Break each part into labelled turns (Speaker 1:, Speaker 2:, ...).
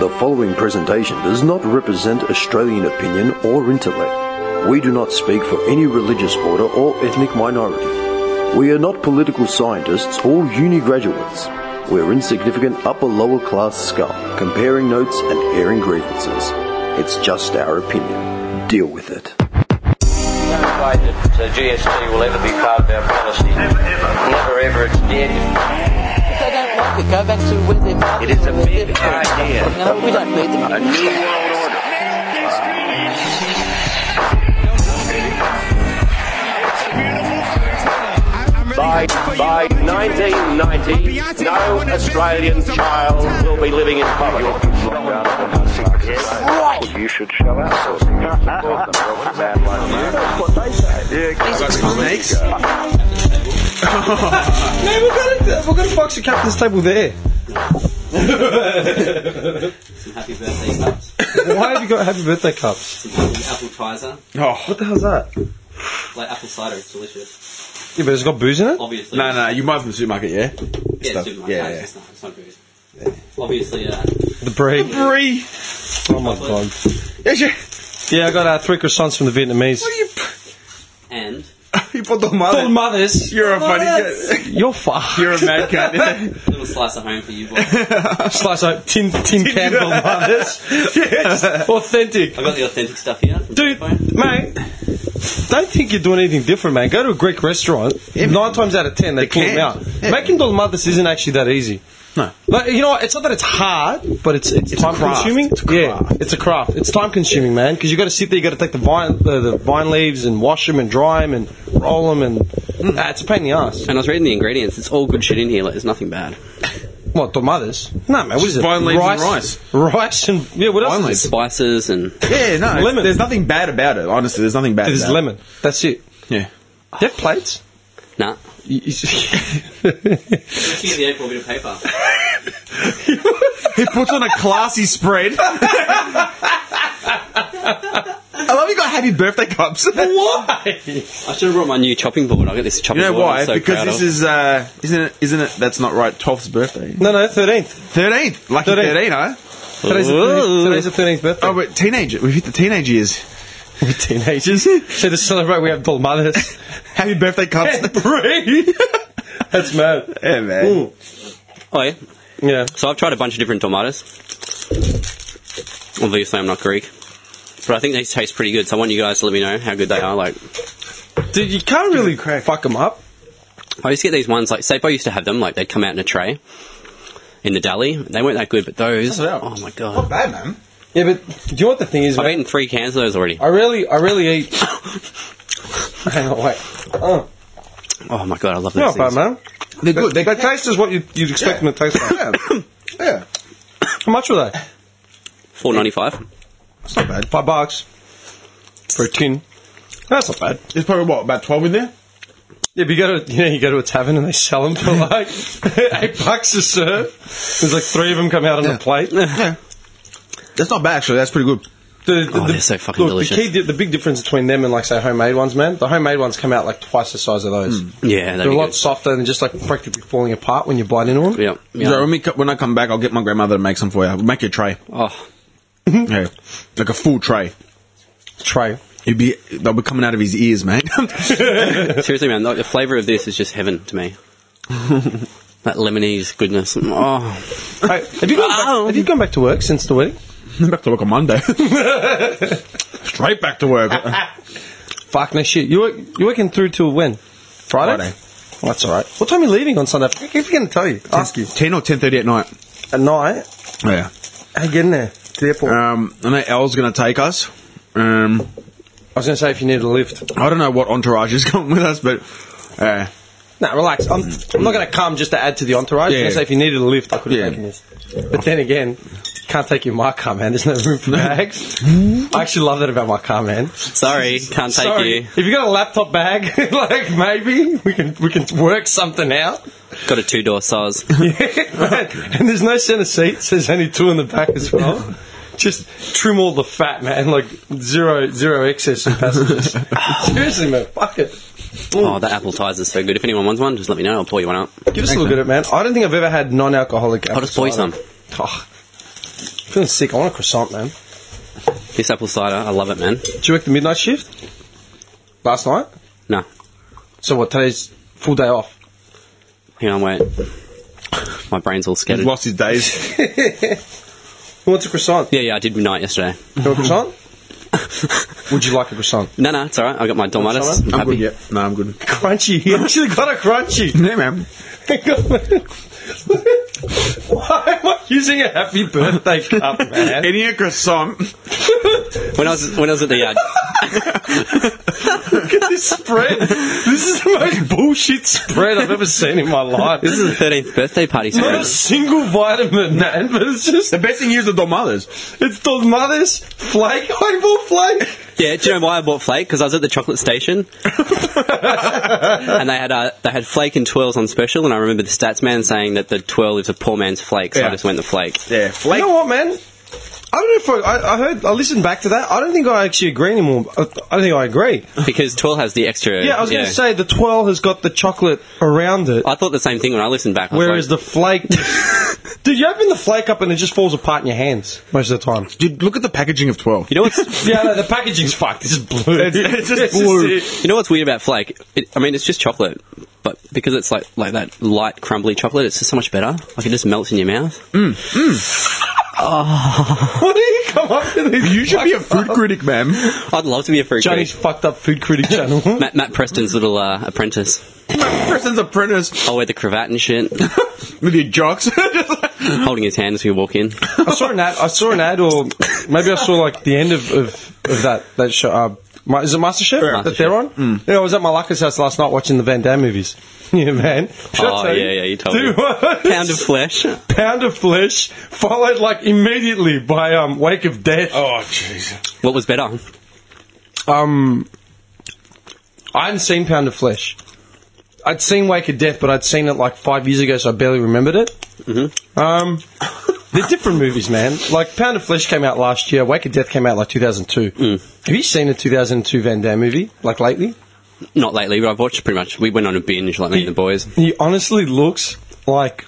Speaker 1: The following presentation does not represent Australian opinion or intellect. We do not speak for any religious order or ethnic minority. We are not political scientists or uni graduates. We're insignificant upper lower class scum, comparing notes and airing grievances. It's just our opinion. Deal with it.
Speaker 2: no way that uh, GST will ever be part of our policy. Never ever. Never ever. It's dead.
Speaker 3: If they don't like it, go back to where they're from.
Speaker 2: It is a
Speaker 3: Where they're
Speaker 2: big
Speaker 3: from.
Speaker 2: idea.
Speaker 3: No, we don't need them.
Speaker 2: A new world order. By, by 1990, no Australian child will be living in poverty.
Speaker 4: You should shell outsourcing. That's what they say.
Speaker 5: Snakes? no, we've got, a, we've got a box of captain's table there.
Speaker 6: Happy birthday cups.
Speaker 5: Why have you got happy birthday cups?
Speaker 6: Some apple, apple Kaiser.
Speaker 7: Oh.
Speaker 5: What the hell's that? Yeah,
Speaker 6: Like apple cider, it's delicious.
Speaker 5: but it's got booze in it?
Speaker 6: Obviously.
Speaker 7: No, no, you buy from the supermarket, yeah?
Speaker 6: Yeah,
Speaker 7: stuff.
Speaker 6: it's supermarket.
Speaker 7: Yeah,
Speaker 6: Yeah,
Speaker 7: yeah.
Speaker 6: It's, not, it's not good. Obviously, uh,
Speaker 5: The brie.
Speaker 7: Brie!
Speaker 5: Oh my god.
Speaker 7: Yes, you,
Speaker 5: Yeah, I got uh, three croissants from the Vietnamese.
Speaker 7: you,
Speaker 6: and
Speaker 7: you bought the
Speaker 5: Full
Speaker 7: mother.
Speaker 5: mothers.
Speaker 7: You're a funny
Speaker 5: Mothers. You're fucked.
Speaker 7: You're a mad cat.
Speaker 6: a little slice of home for you boys. I
Speaker 5: Slice out Tim, Tim Campbell mothers. Yes. Authentic.
Speaker 6: got the authentic stuff here. from
Speaker 5: Dude,
Speaker 6: Phone.
Speaker 5: mate, don't think you're doing anything different, man. Go to a Greek restaurant. nine times out of ten, they, clean them
Speaker 7: can.
Speaker 5: out. Making dolmadas isn't actually that easy.
Speaker 7: No.
Speaker 5: Like, you know, what? it's not that it's hard, but it's it's,
Speaker 7: a
Speaker 5: time
Speaker 7: craft.
Speaker 5: consuming.
Speaker 7: It's a
Speaker 5: Yeah,
Speaker 7: craft.
Speaker 5: it's a craft. It's time consuming, man, because you got to sit there. You got to take the vine uh, the vine leaves and wash them and dry them and roll them and
Speaker 7: Mm.
Speaker 5: Ah, it's a pain in the ass.
Speaker 6: And I was reading the ingredients. It's all good shit in here. Like, there's nothing bad.
Speaker 5: What dolmadas? No, man, what is it?
Speaker 7: vine leaves and
Speaker 5: rice, rice and yeah, what else?
Speaker 7: Vine
Speaker 5: is it?
Speaker 6: Spices and
Speaker 7: yeah, no. it's-
Speaker 5: Lemon.
Speaker 7: There's nothing bad about it, honestly. There's nothing bad
Speaker 5: It is
Speaker 7: about
Speaker 5: lemon. That's it.
Speaker 7: it. Yeah.
Speaker 5: Do you have plates?
Speaker 6: nah.
Speaker 5: You- you-
Speaker 6: Just give the apple a bit of paper.
Speaker 7: He puts on a classy spread. I love you got happy birthday cups. you
Speaker 5: Why?
Speaker 6: I should have brought my new chopping board. I got this chopping
Speaker 7: know
Speaker 6: board.
Speaker 7: why?
Speaker 6: I'm so
Speaker 7: because
Speaker 6: proud
Speaker 7: this
Speaker 6: of.
Speaker 7: is, uh, isn't it, isn't it, that's not right, 12th's birthday.
Speaker 5: No, no, thirteenth.
Speaker 7: 13th. Lucky
Speaker 5: 13th.
Speaker 7: 13, huh?
Speaker 5: Today's the 13th,
Speaker 7: Ooh.
Speaker 5: today's the thirteenth birthday.
Speaker 7: Oh, but teenager. We've hit the teenage years.
Speaker 5: We're teenagers. so to celebrate, we have dolmadas.
Speaker 7: Happy birthday cups.
Speaker 5: Breathe. That's mad.
Speaker 7: yeah, man.
Speaker 5: Mm.
Speaker 6: Oh, yeah.
Speaker 5: Yeah.
Speaker 6: So I've tried a bunch of different tomatoes. Obviously, I'm not Greek. But I think these taste pretty good, so I want you guys to let me know how good they are. Like,
Speaker 5: Dude, you can't really fuck them up.
Speaker 6: I used to get these ones like Sapo used to have them. Like they'd come out in a tray in the deli. They weren't that good, but those.
Speaker 5: That's right.
Speaker 6: Oh my god!
Speaker 7: bad, man.
Speaker 5: Yeah, but do you know what the thing is,
Speaker 6: I've
Speaker 5: mate?
Speaker 6: eaten three cans of those already.
Speaker 5: I really, I really eat. Hang on, wait. Oh,
Speaker 6: Oh my god, I love these
Speaker 5: not bad,
Speaker 6: things.
Speaker 5: man.
Speaker 7: They're
Speaker 5: That
Speaker 7: good. They're
Speaker 5: that taste is what you'd, you'd expect them to taste like.
Speaker 7: yeah. yeah.
Speaker 5: How much were they?
Speaker 6: Four ninety five.
Speaker 7: It's not bad.
Speaker 5: Five bucks for a tin. That's not bad.
Speaker 7: There's probably what about twelve in there.
Speaker 5: Yeah, but you go to you know you go to a tavern and they sell them for like eight bucks a serve. There's like three of them come out on a plate.
Speaker 7: Yeah. That's not bad actually. That's pretty good.
Speaker 5: The,
Speaker 6: Oh, they're so fucking
Speaker 5: look,
Speaker 6: delicious.
Speaker 5: The, key, di- the big difference between them and like say homemade ones, man. The homemade ones come out like twice the size of those. They're
Speaker 6: Yeah, Mm. that'd
Speaker 5: a
Speaker 6: be
Speaker 5: lot
Speaker 6: good.
Speaker 5: softer and just like practically falling apart when you bite into them.
Speaker 6: Yeah, yeah.
Speaker 7: So when, we, co- when I come back, I'll get my grandmother to make some for you. I'll make you a tray.
Speaker 6: Oh,
Speaker 5: Hmm?
Speaker 7: Yeah, like a full tray.
Speaker 5: Tray.
Speaker 7: You'd be they'll be coming out of his ears, mate.
Speaker 6: seriously, man, like, the flavour of this is just heaven to me. that lemonese goodness. Oh,
Speaker 5: Hey, have you gone
Speaker 6: Um.
Speaker 5: back, have you gone back to work since the wedding?
Speaker 7: I'm back to work on Monday. Straight back to work.
Speaker 5: Ah, Fuck no shit. You work, you working through till when? Friday.
Speaker 7: Friday.
Speaker 5: Oh, that's all right. What time are you leaving on Sunday? If you're going to tell you, ask you
Speaker 7: Ten or ten thirty at night.
Speaker 5: at night.
Speaker 7: Yeah.
Speaker 5: How you getting there to the airport?
Speaker 6: Uh.
Speaker 7: Um, I know Elle's gonna take us. Um,
Speaker 5: I was going to say if you need a lift.
Speaker 7: I don't know what entourage is coming with us, but uh,
Speaker 5: No, relax. I'm, I'm not going to come just to add to the entourage. I
Speaker 7: Yeah.
Speaker 5: was going to say if you needed a lift, I could have
Speaker 7: Yeah.
Speaker 5: taken this. But then again, can't take you in my car, man. There's no room for bags. I actually love that about my car, man.
Speaker 6: sorry, can't take
Speaker 5: Sorry,
Speaker 6: you.
Speaker 5: if you got a laptop bag, like maybe we can we can work something out.
Speaker 6: Got a two door size.
Speaker 5: and there's no center seats. There's only two in the back as well. Just trim all the fat, man. Like zero zero excess in passengers. Seriously, man. Fuck it.
Speaker 6: oh, that apple ties is so good. If anyone wants one, just let me know. I'll pour you one up.
Speaker 5: Give us a look at it, man. I don't think I've ever had non-alcoholic.
Speaker 6: I'll just pour you some.
Speaker 5: Oh, Feeling sick. I want a croissant, man.
Speaker 6: This apple cider, I love it, man.
Speaker 5: Did you work the midnight shift last night?
Speaker 6: Nah,
Speaker 5: So what? Today's full day off.
Speaker 6: hang on, wait. My brain's all
Speaker 7: He's
Speaker 6: scattered.
Speaker 7: lost his days.
Speaker 5: Who wants a croissant?
Speaker 6: Yeah, yeah, I did midnight yesterday.
Speaker 5: You want a croissant? Would you like a croissant?
Speaker 6: No, no, it's all right. I got my Dolmitis.
Speaker 5: all
Speaker 6: I'm
Speaker 7: I'm
Speaker 6: happy.
Speaker 7: good. Yeah. No, I'm good.
Speaker 5: Crunchy. He actually got a crunchy.
Speaker 7: Yeah, man.
Speaker 5: Why am I using a happy birthday cup, man?
Speaker 7: Eating a croissant.
Speaker 6: When I was when I was at the uh,
Speaker 5: this spread. This is the most bullshit spread I've ever seen in my life.
Speaker 6: this is the thirteenth birthday party.
Speaker 5: not
Speaker 6: spread.
Speaker 5: a single vitamin, man, but it's just
Speaker 7: The best thing here is the Dolmadas.
Speaker 5: it's the mother's flake, eyeball flake.
Speaker 6: Yeah, do you know why I bought flake? Because I was at the chocolate station, and they had uh, they had flake and twirls on special. And I remember the stats man saying that the twirl is a poor man's flake, so I
Speaker 7: Yeah.
Speaker 6: just went the flake.
Speaker 7: Yeah, flake.
Speaker 5: You know what, man? I don't know if I, I, I heard. I listened back to that. I don't think I actually agree anymore. I, I think I agree.
Speaker 6: Because twirl has the extra.
Speaker 5: Yeah, I was going to say the twirl has got the chocolate around it,
Speaker 6: I thought the same thing when I listened back. I was
Speaker 5: whereas
Speaker 6: like,
Speaker 5: the flake. Dude, you open the flake up and it just falls apart in your hands most of the time.
Speaker 7: Dude, look at the packaging of 12.
Speaker 6: you know what's
Speaker 5: Yeah, no, the packaging's fucked. It's just blue. It's,
Speaker 7: just blue.
Speaker 6: you know what's weird about flake? It, I mean, it's just chocolate, but because it's like like that light crumbly chocolate, it's just so much better. Like it just melts in your mouth.
Speaker 5: What do you come up with? These
Speaker 7: You should be a food critic, man.
Speaker 6: I'd love to be a fruit
Speaker 5: Johnny's
Speaker 6: critic.
Speaker 5: fucked up food critic channel.
Speaker 6: Matt, Matt Preston's little uh, apprentice.
Speaker 7: Preston's apprentice
Speaker 6: I wear the cravat and shit,
Speaker 7: with your jocks.
Speaker 6: holding his hand as we walk in.
Speaker 5: I saw an ad. I saw an ad, or maybe I saw like the end of, of, of that that show. Uh, Ma- is it MasterChef
Speaker 6: Yeah. Mm.
Speaker 5: that they're on? Yeah, I was at my Lucas house last night watching the Van Damme movies. Yeah, man. Did I
Speaker 6: Oh,
Speaker 5: tell
Speaker 6: yeah, yeah, you told
Speaker 5: Dude,
Speaker 6: me.
Speaker 5: what?
Speaker 6: Pound of flesh.
Speaker 5: Pound of flesh, followed like immediately by um, Wake of Death.
Speaker 7: oh, jeez.
Speaker 6: What was better?
Speaker 5: Um, I hadn't seen Pound of Flesh. I'd seen Wake of Death, but I'd seen it like five years ago, so I barely remembered it. Mm-hmm. Um, they're different movies, man. Like Pound of Flesh came out last year. Wake of Death came out like 2002. Have you seen the 2002 Van Damme movie? Like lately,
Speaker 6: Not lately, but I've watched pretty much. We went on a binge, like me and the boys.
Speaker 5: he honestly looks like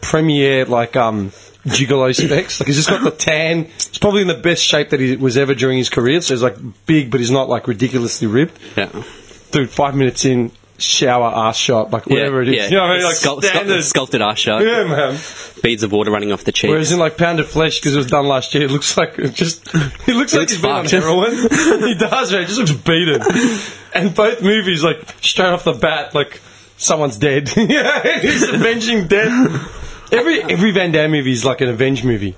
Speaker 5: premiere like um gigolo specs. Like he's just got the tan. He's probably in the best shape that he was ever during his career. So he's like big, but he's not like ridiculously ripped.
Speaker 6: Yeah.
Speaker 5: dude, five minutes in, shower ass shot, like whatever
Speaker 6: yeah,
Speaker 5: it is.
Speaker 6: Yeah.
Speaker 5: You know what I mean? Like
Speaker 6: Sculpt- sculpt-
Speaker 5: standard.
Speaker 6: sculpted our shirt.
Speaker 5: yeah, man.
Speaker 6: Beads of water running off the cheeks.
Speaker 5: Whereas in like Pound of Flesh, because it was done last year, it looks like it just he looks
Speaker 6: It
Speaker 5: like
Speaker 6: looks
Speaker 5: he's been on
Speaker 6: fucked.
Speaker 5: heroin. he does, man. He just looks beaten. And both movies, like straight off the bat, like someone's dead. yeah, he's avenging death. Every every Van Damme movie is like an avenge movie.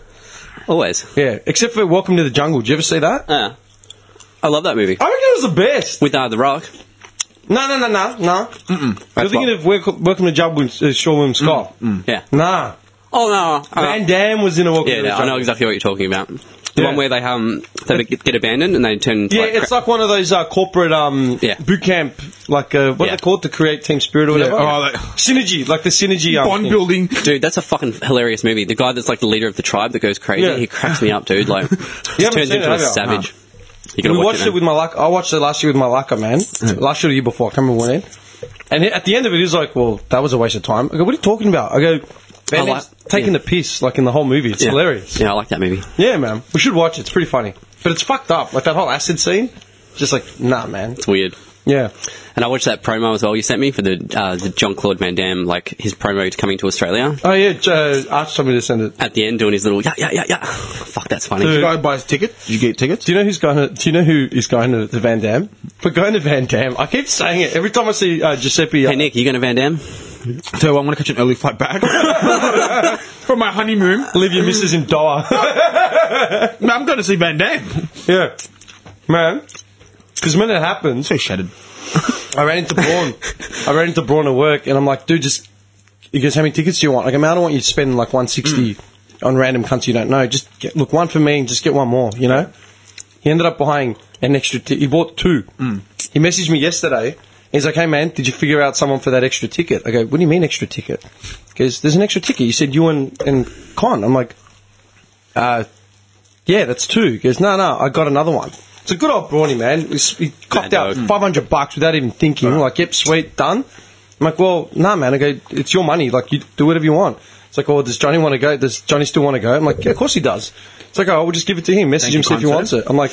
Speaker 6: Always.
Speaker 5: Yeah, except for Welcome to the Jungle. Did you ever see that?
Speaker 6: Yeah. I love that movie.
Speaker 5: I reckon it was the best.
Speaker 6: With uh, The Rock.
Speaker 5: No, no, no, no, no. You're
Speaker 6: That's
Speaker 5: thinking
Speaker 6: what-
Speaker 5: of Welcome Welcome to Jungle with uh, Sean William Scott.
Speaker 6: Yeah.
Speaker 5: Nah.
Speaker 6: Oh, no. I-
Speaker 5: Van Damme was in a walk.
Speaker 6: yeah, no, I know exactly what you're talking about. The
Speaker 5: Yeah.
Speaker 6: one where they um they be- get abandoned and they turn into,
Speaker 5: Yeah,
Speaker 6: like,
Speaker 5: it's
Speaker 6: cra-
Speaker 5: like one of those uh, corporate um,
Speaker 6: Yeah.
Speaker 5: boot camp, like uh, what are
Speaker 6: Yeah.
Speaker 5: they called to create team spirit or whatever.
Speaker 7: oh, like-
Speaker 5: synergy, like the synergy um,
Speaker 7: Bond
Speaker 5: thing.
Speaker 7: building.
Speaker 6: Dude, that's a fucking hilarious movie. The guy that's like the leader of the tribe that goes crazy,
Speaker 5: Yeah.
Speaker 6: he cracks me up, dude. Like,
Speaker 5: You
Speaker 6: just
Speaker 5: haven't
Speaker 6: turns
Speaker 5: seen it,
Speaker 6: into a
Speaker 5: have you? Uh-huh.
Speaker 6: savage. You gotta
Speaker 5: We
Speaker 6: watch
Speaker 5: watched it,
Speaker 6: man.
Speaker 5: with my luck. I watched it last year with my lucker man. Last year or the year before, I can't remember when. It, and at the end of it, he's like, "Well, that was a waste of time." I go, "What are you talking about?" I go, "Man,
Speaker 6: like-
Speaker 5: taking
Speaker 6: yeah.
Speaker 5: the piss like in the whole movie. It's
Speaker 6: yeah.
Speaker 5: hilarious."
Speaker 6: Yeah, I like that movie.
Speaker 5: Yeah, man, we should watch it. It's pretty funny, but it's fucked up. Like that whole acid scene, just like nah, man.
Speaker 6: It's weird.
Speaker 5: Yeah,
Speaker 6: And I watched that promo as well you sent me for the uh, the John Claude Van Damme, like his promo to coming to Australia.
Speaker 5: Oh yeah, uh, Arch told me to send it.
Speaker 6: At the end, doing his little yeah yeah yeah yeah. Fuck, that's funny.
Speaker 5: Dude.
Speaker 7: The guy buys tickets. Did you get tickets?
Speaker 5: Do you know who's going to? Do you know who is going to, to Van Dam? We're going to Van Dam. I keep saying it every time I see uh, Giuseppe.
Speaker 6: Hey Nick, you going to Van Damme?
Speaker 7: So I'm going to catch an early flight back from my honeymoon.
Speaker 5: leave your missus in Doha.
Speaker 7: I'm going to see Van Damme.
Speaker 5: yeah, man. Because when it happens,
Speaker 7: So shattered.
Speaker 5: I ran into Braun. I ran into Braun at work, and I'm like, dude, just. He goes, how many tickets do you want? Like, man, I don't want you to spend like 160 on random cunts you don't know. Just get, look, one for me and just get one more, you know? He ended up buying an extra ticket. He bought two. He messaged me yesterday. He's like, hey, man, did you figure out someone for that extra ticket? I go, what do you mean extra ticket? He goes, there's an extra ticket. You said you and, and Con. I'm like, uh, yeah, that's two. He goes, no, no, I got another one. It's a good old brawny, man. He, s- he copped
Speaker 6: Mad
Speaker 5: out
Speaker 6: dog.
Speaker 5: 500 bucks without even thinking. Like, yep, sweet, done. I'm like, well, nah, man. I go, it's your money. Like, you do whatever you want. It's like, oh, does Johnny want to go? Does Johnny still want to go? I'm like, yeah, of course he does. It's like, oh, we'll just give it to him. Message
Speaker 7: Thank you,
Speaker 5: him, see if he
Speaker 7: kind
Speaker 5: wants
Speaker 7: sir.
Speaker 5: it. I'm like,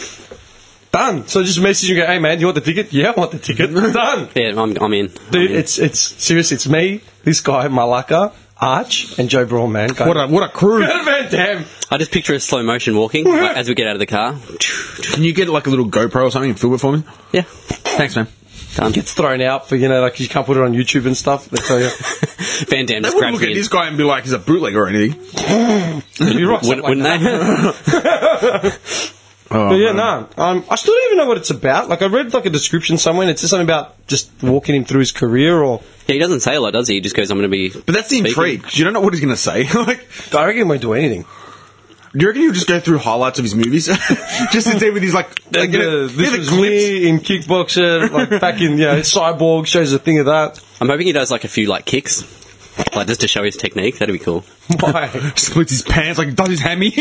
Speaker 5: done. So I just message him, go, hey man, do you want the ticket? Yeah, I want the ticket. done.
Speaker 6: Yeah, I'm, I'm in.
Speaker 5: Dude,
Speaker 6: I'm in.
Speaker 5: it's it's seriously, it's me, this guy, Malaka, Arch, and Joe Braun, man.
Speaker 7: What a what a crew!
Speaker 5: man, damn.
Speaker 6: I just picture a slow motion walking like, as we get out of the car.
Speaker 7: Can you get like a little GoPro or something and film it for me?
Speaker 6: Yeah,
Speaker 7: Thanks, man.
Speaker 6: done.
Speaker 5: Gets thrown out for you know, like you can't put it on YouTube and stuff. They tell you,
Speaker 6: Van Damme
Speaker 7: They
Speaker 6: just
Speaker 7: wouldn't
Speaker 6: grabs
Speaker 7: look
Speaker 6: me.
Speaker 7: at this guy and be like, he's a bootleg or anything.
Speaker 5: you rock something
Speaker 6: Wouldn't,
Speaker 5: like
Speaker 6: wouldn't
Speaker 5: that.
Speaker 6: they?
Speaker 7: Oh,
Speaker 5: But yeah, no. Um, I still don't even know what it's about. Like I read like a description somewhere, and it's just something about just walking him through his career, or
Speaker 6: yeah, he doesn't say a lot, does he? He just goes, "I'm going to be."
Speaker 7: But that's the
Speaker 6: Speaking.
Speaker 7: intrigue because you don't know what he's going to say. like,
Speaker 5: I reckon he won't do anything.
Speaker 7: do you reckon he'll just go through highlights of his movies? just sit there with his like, like you know,
Speaker 5: this
Speaker 7: yeah, the
Speaker 5: was
Speaker 7: clips.
Speaker 5: me in kickboxer, like back in you know, cyborg shows a thing of that.
Speaker 6: I'm hoping he does like a few like kicks, like just to show his technique. That'd be cool.
Speaker 5: Why?
Speaker 7: Splits his pants, like does his hammy.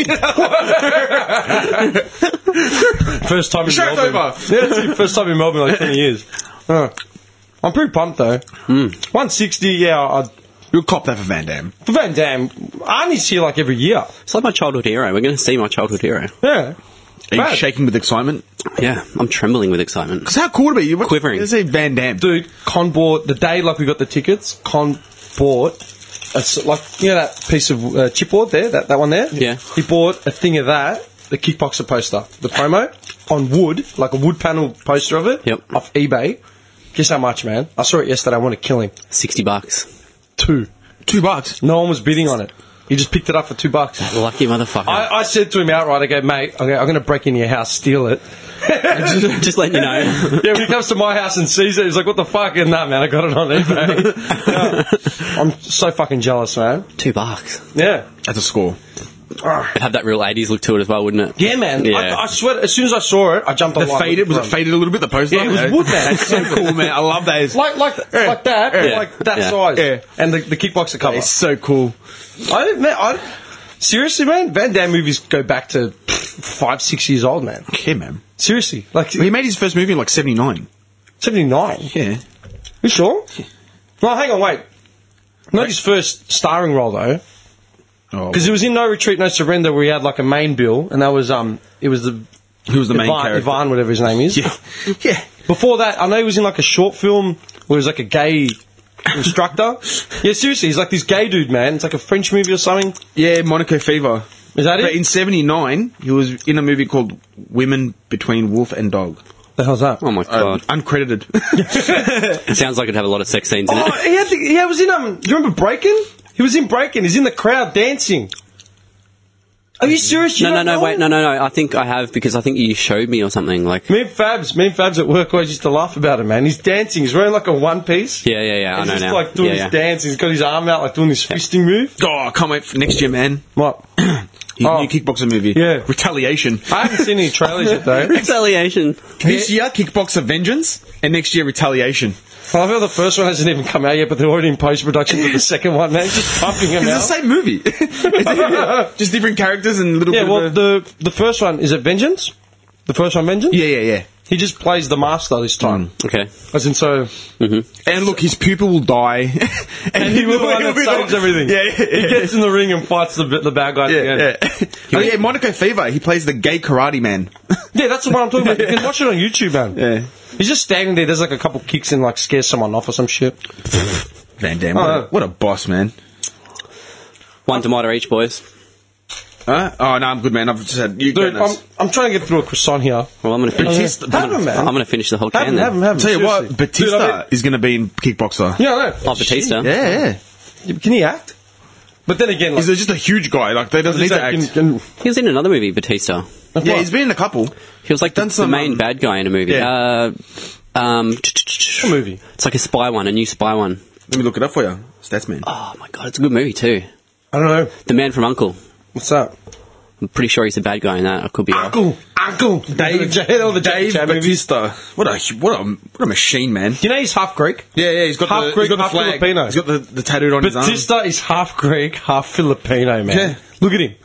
Speaker 5: First time in
Speaker 7: Show's
Speaker 5: Melbourne.
Speaker 7: over.
Speaker 5: Yeah, that's your first time in Melbourne in like 20 years. Oh. I'm pretty pumped though.
Speaker 7: Hmm.
Speaker 5: 160, yeah. I,
Speaker 7: You'll cop that for Van Damme.
Speaker 5: for Van Damme, Arnie's here like every year.
Speaker 6: It's like my childhood hero. We're going to see my childhood hero.
Speaker 5: Yeah.
Speaker 7: Are you
Speaker 5: Mad.
Speaker 7: shaking with excitement?
Speaker 6: Yeah, I'm trembling with excitement.
Speaker 7: Because how cool would it be? You-
Speaker 6: Quivering.
Speaker 7: You see Van Damme.
Speaker 5: Dude, Con bought, the day like we got the tickets, Con bought, a s like, you know that piece of uh, chipboard there, that, that one there?
Speaker 6: Yeah.
Speaker 5: He bought a thing of that, the kickboxer poster, the promo, on wood, like a wood panel poster of it,
Speaker 6: Yep.
Speaker 5: off eBay. Guess how much, man? I saw it yesterday, I want to kill him.
Speaker 6: Sixty bucks.
Speaker 5: Two.
Speaker 7: Two bucks.
Speaker 5: No one was bidding on it. He just picked it up for two bucks.
Speaker 6: Lucky motherfucker.
Speaker 5: I, I said to him outright, I go, mate, I go, I'm going to break into your house, steal it.
Speaker 6: just letting you know.
Speaker 5: Yeah, when he comes to my house and sees it, he's like, what the fuck? And nah, man, I got it on eBay. Yeah. I'm so fucking jealous, man.
Speaker 6: Two bucks.
Speaker 5: Yeah.
Speaker 7: That's a score.
Speaker 6: It'd have that real 80s look to it as well, wouldn't it?
Speaker 5: Yeah, man.
Speaker 6: Yeah.
Speaker 5: I, I swear, as soon as I saw it, I jumped
Speaker 7: The
Speaker 5: online.
Speaker 7: faded was it
Speaker 5: looking for 'em.
Speaker 7: faded a little bit? The poster.
Speaker 5: Yeah, it was wood, man.
Speaker 7: That's so cool, man. I love that. It's,
Speaker 5: Like, like,
Speaker 7: Yeah.
Speaker 5: like that, but
Speaker 7: Yeah.
Speaker 5: like that
Speaker 6: Yeah.
Speaker 5: size.
Speaker 7: Yeah.
Speaker 5: And the, the kickboxer cover.
Speaker 7: it's so cool.
Speaker 5: I didn't, man, I, seriously, man, Van Damme movies go back to pff, five, six years old, man.
Speaker 7: Yeah, man.
Speaker 5: Seriously. Like,
Speaker 7: He made his first movie in like '79.
Speaker 5: 79.
Speaker 7: Yeah.
Speaker 5: You sure? No, hang on, wait. Not his first starring role though,
Speaker 7: Oh,
Speaker 5: because it was in No Retreat, No Surrender where he had like a main bill, and that was um, it was the
Speaker 7: who was the main
Speaker 5: Ivan,
Speaker 7: character?
Speaker 5: Ivan, whatever his name is.
Speaker 7: Yeah. Yeah.
Speaker 5: Before that, I know he was in like a short film where he was like a gay instructor. yeah, seriously, he's like this gay dude, man. It's like a French movie or something.
Speaker 7: Yeah, Monaco Fever.
Speaker 5: Is that
Speaker 7: But
Speaker 5: it?
Speaker 7: in '79, he was in a movie called Women Between Wolf and Dog.
Speaker 5: the hell's that?
Speaker 6: Oh my
Speaker 7: Uh,
Speaker 6: god.
Speaker 7: uncredited.
Speaker 6: It sounds like it'd have a lot of sex scenes in
Speaker 5: Oh,
Speaker 6: it.
Speaker 5: he had the, he was in um. Do you remember Breaking? He was in Breaking. He's in the crowd dancing. Are you serious? You
Speaker 6: No, no,
Speaker 5: don't
Speaker 6: no,
Speaker 5: know
Speaker 6: wait,
Speaker 5: it?
Speaker 6: no, no, no. I think I have because I think you showed me or something. Like, yeah,
Speaker 5: Me and Fabs, me and Fabs at work always used to laugh about him, man. He's dancing. He's wearing like a one piece.
Speaker 6: yeah, yeah.
Speaker 7: Oh,
Speaker 6: I
Speaker 5: He's
Speaker 6: know
Speaker 5: just
Speaker 6: now.
Speaker 5: like doing
Speaker 6: yeah,
Speaker 5: his
Speaker 6: yeah.
Speaker 5: dance. He's got his arm out, like doing this fisting move.
Speaker 7: oh, I can't wait for next year, man.
Speaker 5: What? I
Speaker 7: His
Speaker 5: Oh.
Speaker 7: new kickboxer movie.
Speaker 5: Yeah.
Speaker 7: Retaliation.
Speaker 5: haven't seen any trailers yet, though. I
Speaker 6: Retaliation.
Speaker 7: This year, Kickboxer Vengeance, and next year, Retaliation.
Speaker 5: love how the first one hasn't even come out yet, but they're already in post production for the second one, man. Just pumping them
Speaker 7: It's the
Speaker 5: out.
Speaker 7: same movie. Just different characters and little
Speaker 5: yeah,
Speaker 7: bit
Speaker 5: well,
Speaker 7: of a-
Speaker 5: the the first one is it Vengeance? The first one, Vengeance.
Speaker 7: Yeah, Mm. yeah, yeah.
Speaker 5: He just plays the master this time.
Speaker 6: Okay. Mm-hmm.
Speaker 5: As in, so
Speaker 7: And look, his pupil will die. and,
Speaker 5: he will the one
Speaker 7: he'll
Speaker 5: that
Speaker 7: be
Speaker 5: saves everything.
Speaker 7: Yeah, yeah,
Speaker 5: he
Speaker 7: yeah.
Speaker 5: gets in the ring and fights the the bad guy. at the
Speaker 7: Yeah,
Speaker 5: end.
Speaker 7: yeah. Oh, yeah, Monaco Fever. He plays the gay karate man.
Speaker 5: Yeah, that's what I'm talking about. You can watch it on YouTube, man.
Speaker 7: Yeah.
Speaker 5: He's just standing there. There's like a couple kicks and like scares someone off or some shit.
Speaker 7: Van Damme, what,
Speaker 5: Oh.
Speaker 7: a, what a boss, man.
Speaker 6: One tomato each, boys.
Speaker 7: Huh? Oh, no, I'm good, man. I've just had. You,
Speaker 5: Dude, I'm,
Speaker 7: goodness.
Speaker 5: I'm trying to get through a croissant here.
Speaker 6: Well, I'm going to finish
Speaker 5: yeah.
Speaker 6: this.
Speaker 5: Have him, man.
Speaker 6: I'm going to finish the whole
Speaker 5: Have
Speaker 6: can
Speaker 5: him,
Speaker 6: then.
Speaker 5: have him, have him.
Speaker 7: Tell you
Speaker 5: seriously.
Speaker 7: what, Batista
Speaker 5: Dude, I mean-
Speaker 7: is going to be in Kickboxer.
Speaker 5: Yeah, I know.
Speaker 6: Oh, Batista.
Speaker 7: Yeah, yeah.
Speaker 5: Can he act? But then again, like,
Speaker 7: He's just a huge guy. Like, they doesn't need to act.
Speaker 5: can- can-
Speaker 6: He was in another movie, Batista.
Speaker 7: yeah, he's been in a couple.
Speaker 6: He was like the,
Speaker 7: Done
Speaker 6: the
Speaker 7: some,
Speaker 6: main
Speaker 7: um,
Speaker 6: bad guy in a movie.
Speaker 7: yeah.
Speaker 6: Uh, um,
Speaker 5: what movie?
Speaker 6: It's like a spy one, a new spy one.
Speaker 7: Let me look it up for you. Stats man.
Speaker 6: Oh my god, it's a good movie too.
Speaker 5: I don't know.
Speaker 6: The Man from Uncle.
Speaker 5: What's up?
Speaker 6: I'm pretty sure he's the bad guy in that. I could be wrong.
Speaker 5: Uncle, Uncle, Dave, all the Dave
Speaker 7: Dave
Speaker 5: movies.
Speaker 7: Batista. What a what a what a machine, man.
Speaker 5: You know he's half Greek.
Speaker 7: Yeah, yeah. He's got
Speaker 5: Half
Speaker 7: the he's
Speaker 5: Greek,
Speaker 7: got the
Speaker 5: half
Speaker 7: flag.
Speaker 5: Filipino.
Speaker 7: He's got the, the tattooed on his arm.
Speaker 5: Batista is half Greek, half Filipino, man.
Speaker 7: Yeah.
Speaker 5: Look at him.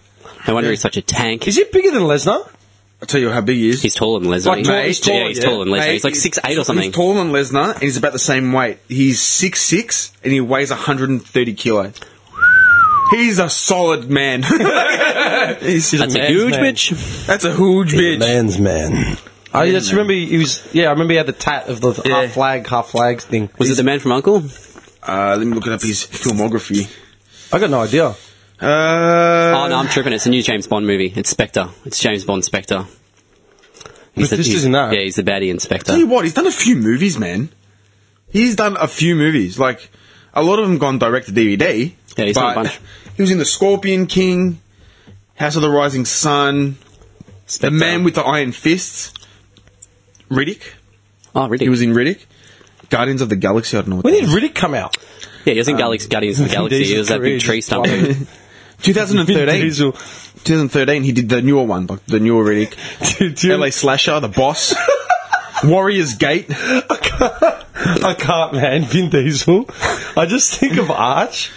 Speaker 6: No wonder he's such a tank.
Speaker 5: Is he bigger than Lesnar?
Speaker 7: I'll tell you how big he is.
Speaker 6: He's taller than Lesnar.
Speaker 5: Like, tall- he's taller,
Speaker 6: yeah, he's
Speaker 5: yeah.
Speaker 6: taller than Lesnar.
Speaker 7: Mate,
Speaker 6: he's like six eight or something.
Speaker 7: He's taller than Lesnar, and he's about the same weight. He's six six, and he weighs 130 kilo. He's a solid man.
Speaker 5: He's a
Speaker 6: That's a
Speaker 5: man's
Speaker 6: huge
Speaker 5: man.
Speaker 6: bitch.
Speaker 7: That's a huge bitch.
Speaker 5: Man's man. I just remember he was. Yeah, I remember he had the tat of the half flag, half flags thing.
Speaker 6: Was it the man from Uncle?
Speaker 7: Uh, let me look it up his filmography.
Speaker 5: I got no idea.
Speaker 7: Uh,
Speaker 6: oh no, I'm tripping. It's a new James Bond movie. It's Spectre. It's James Bond Spectre. He's
Speaker 5: But this
Speaker 6: he's-
Speaker 5: isn't that.
Speaker 6: Yeah, he's the baddie
Speaker 7: tell you
Speaker 6: inspector.
Speaker 7: what, he's done a few movies, man. He's done a few movies. Like a lot of them gone direct to DVD.
Speaker 6: Yeah, he's done a
Speaker 7: but
Speaker 6: bunch.
Speaker 7: He was in the Scorpion King, House of the Rising Sun, The
Speaker 6: Spectre.
Speaker 7: Man with the Iron Fists, Riddick.
Speaker 6: Oh, really?
Speaker 7: He was in Riddick. Guardians of the Galaxy. I don't know. What
Speaker 5: When
Speaker 7: that
Speaker 5: did
Speaker 7: is.
Speaker 5: Riddick come out?
Speaker 6: yeah, he was in
Speaker 5: um,
Speaker 6: Galaxy, Guardians of the Galaxy. He was that big tree stump. dude.
Speaker 7: 2013.
Speaker 5: Diesel.
Speaker 7: 2013. He did the newer one, like the newer Riddick.
Speaker 5: Dude, dude,
Speaker 7: LA Slasher, The Boss, Warriors Gate.
Speaker 5: I can't, man. Vin Diesel. I just think of Arch.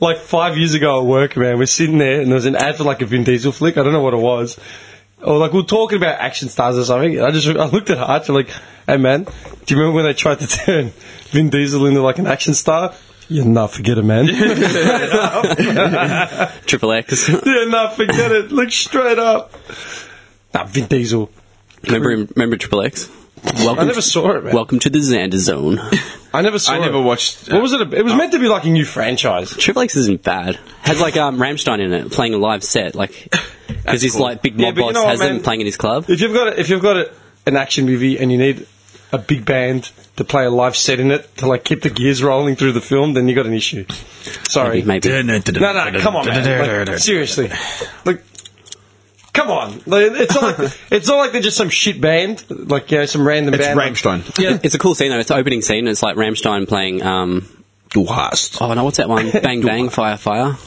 Speaker 5: Like five years ago at work, man, we're sitting there and there was an ad for like a Vin Diesel flick. I don't know what it was. Or like we we're talking about action stars or something. I just I looked at Arch. I'm like, hey man, do you remember when they tried to turn Vin Diesel into like an action star? Yeah, nah, forget it, man.
Speaker 6: Triple X.
Speaker 5: yeah, nah, forget it. Look straight up. Nah, Vin Diesel.
Speaker 6: remember him? Remember Triple X?
Speaker 5: I
Speaker 6: Welcome.
Speaker 5: never saw it, man.
Speaker 6: Welcome to the Xander Zone.
Speaker 5: I never saw
Speaker 7: I
Speaker 5: it.
Speaker 7: never watched.
Speaker 5: What was it? It was meant to be like a new franchise.
Speaker 6: Triple X isn't bad. Has like um, Ramstein in it, playing a live set, like because he's like big
Speaker 5: Yeah,
Speaker 6: mob
Speaker 5: but you
Speaker 6: boss
Speaker 5: know what,
Speaker 6: has
Speaker 5: man?
Speaker 6: him playing in his club.
Speaker 5: If you've got a, if you've got a, an action movie and you need a big band to play a live set in it to like keep the gears rolling through the film, then you got an issue. Sorry,
Speaker 6: Maybe.
Speaker 5: no, no, come on, man. Like, seriously, like. Come on, Like, it's not like it's not like they're just some shit band, like you know, some random
Speaker 7: It's
Speaker 5: band. like-
Speaker 7: Rammstein.
Speaker 5: yeah,
Speaker 6: It's a cool scene though. It's the opening scene. It's like Ramstein playing. Um,
Speaker 7: Du hast.
Speaker 6: oh no, what's that one? Bang bang, fire fire.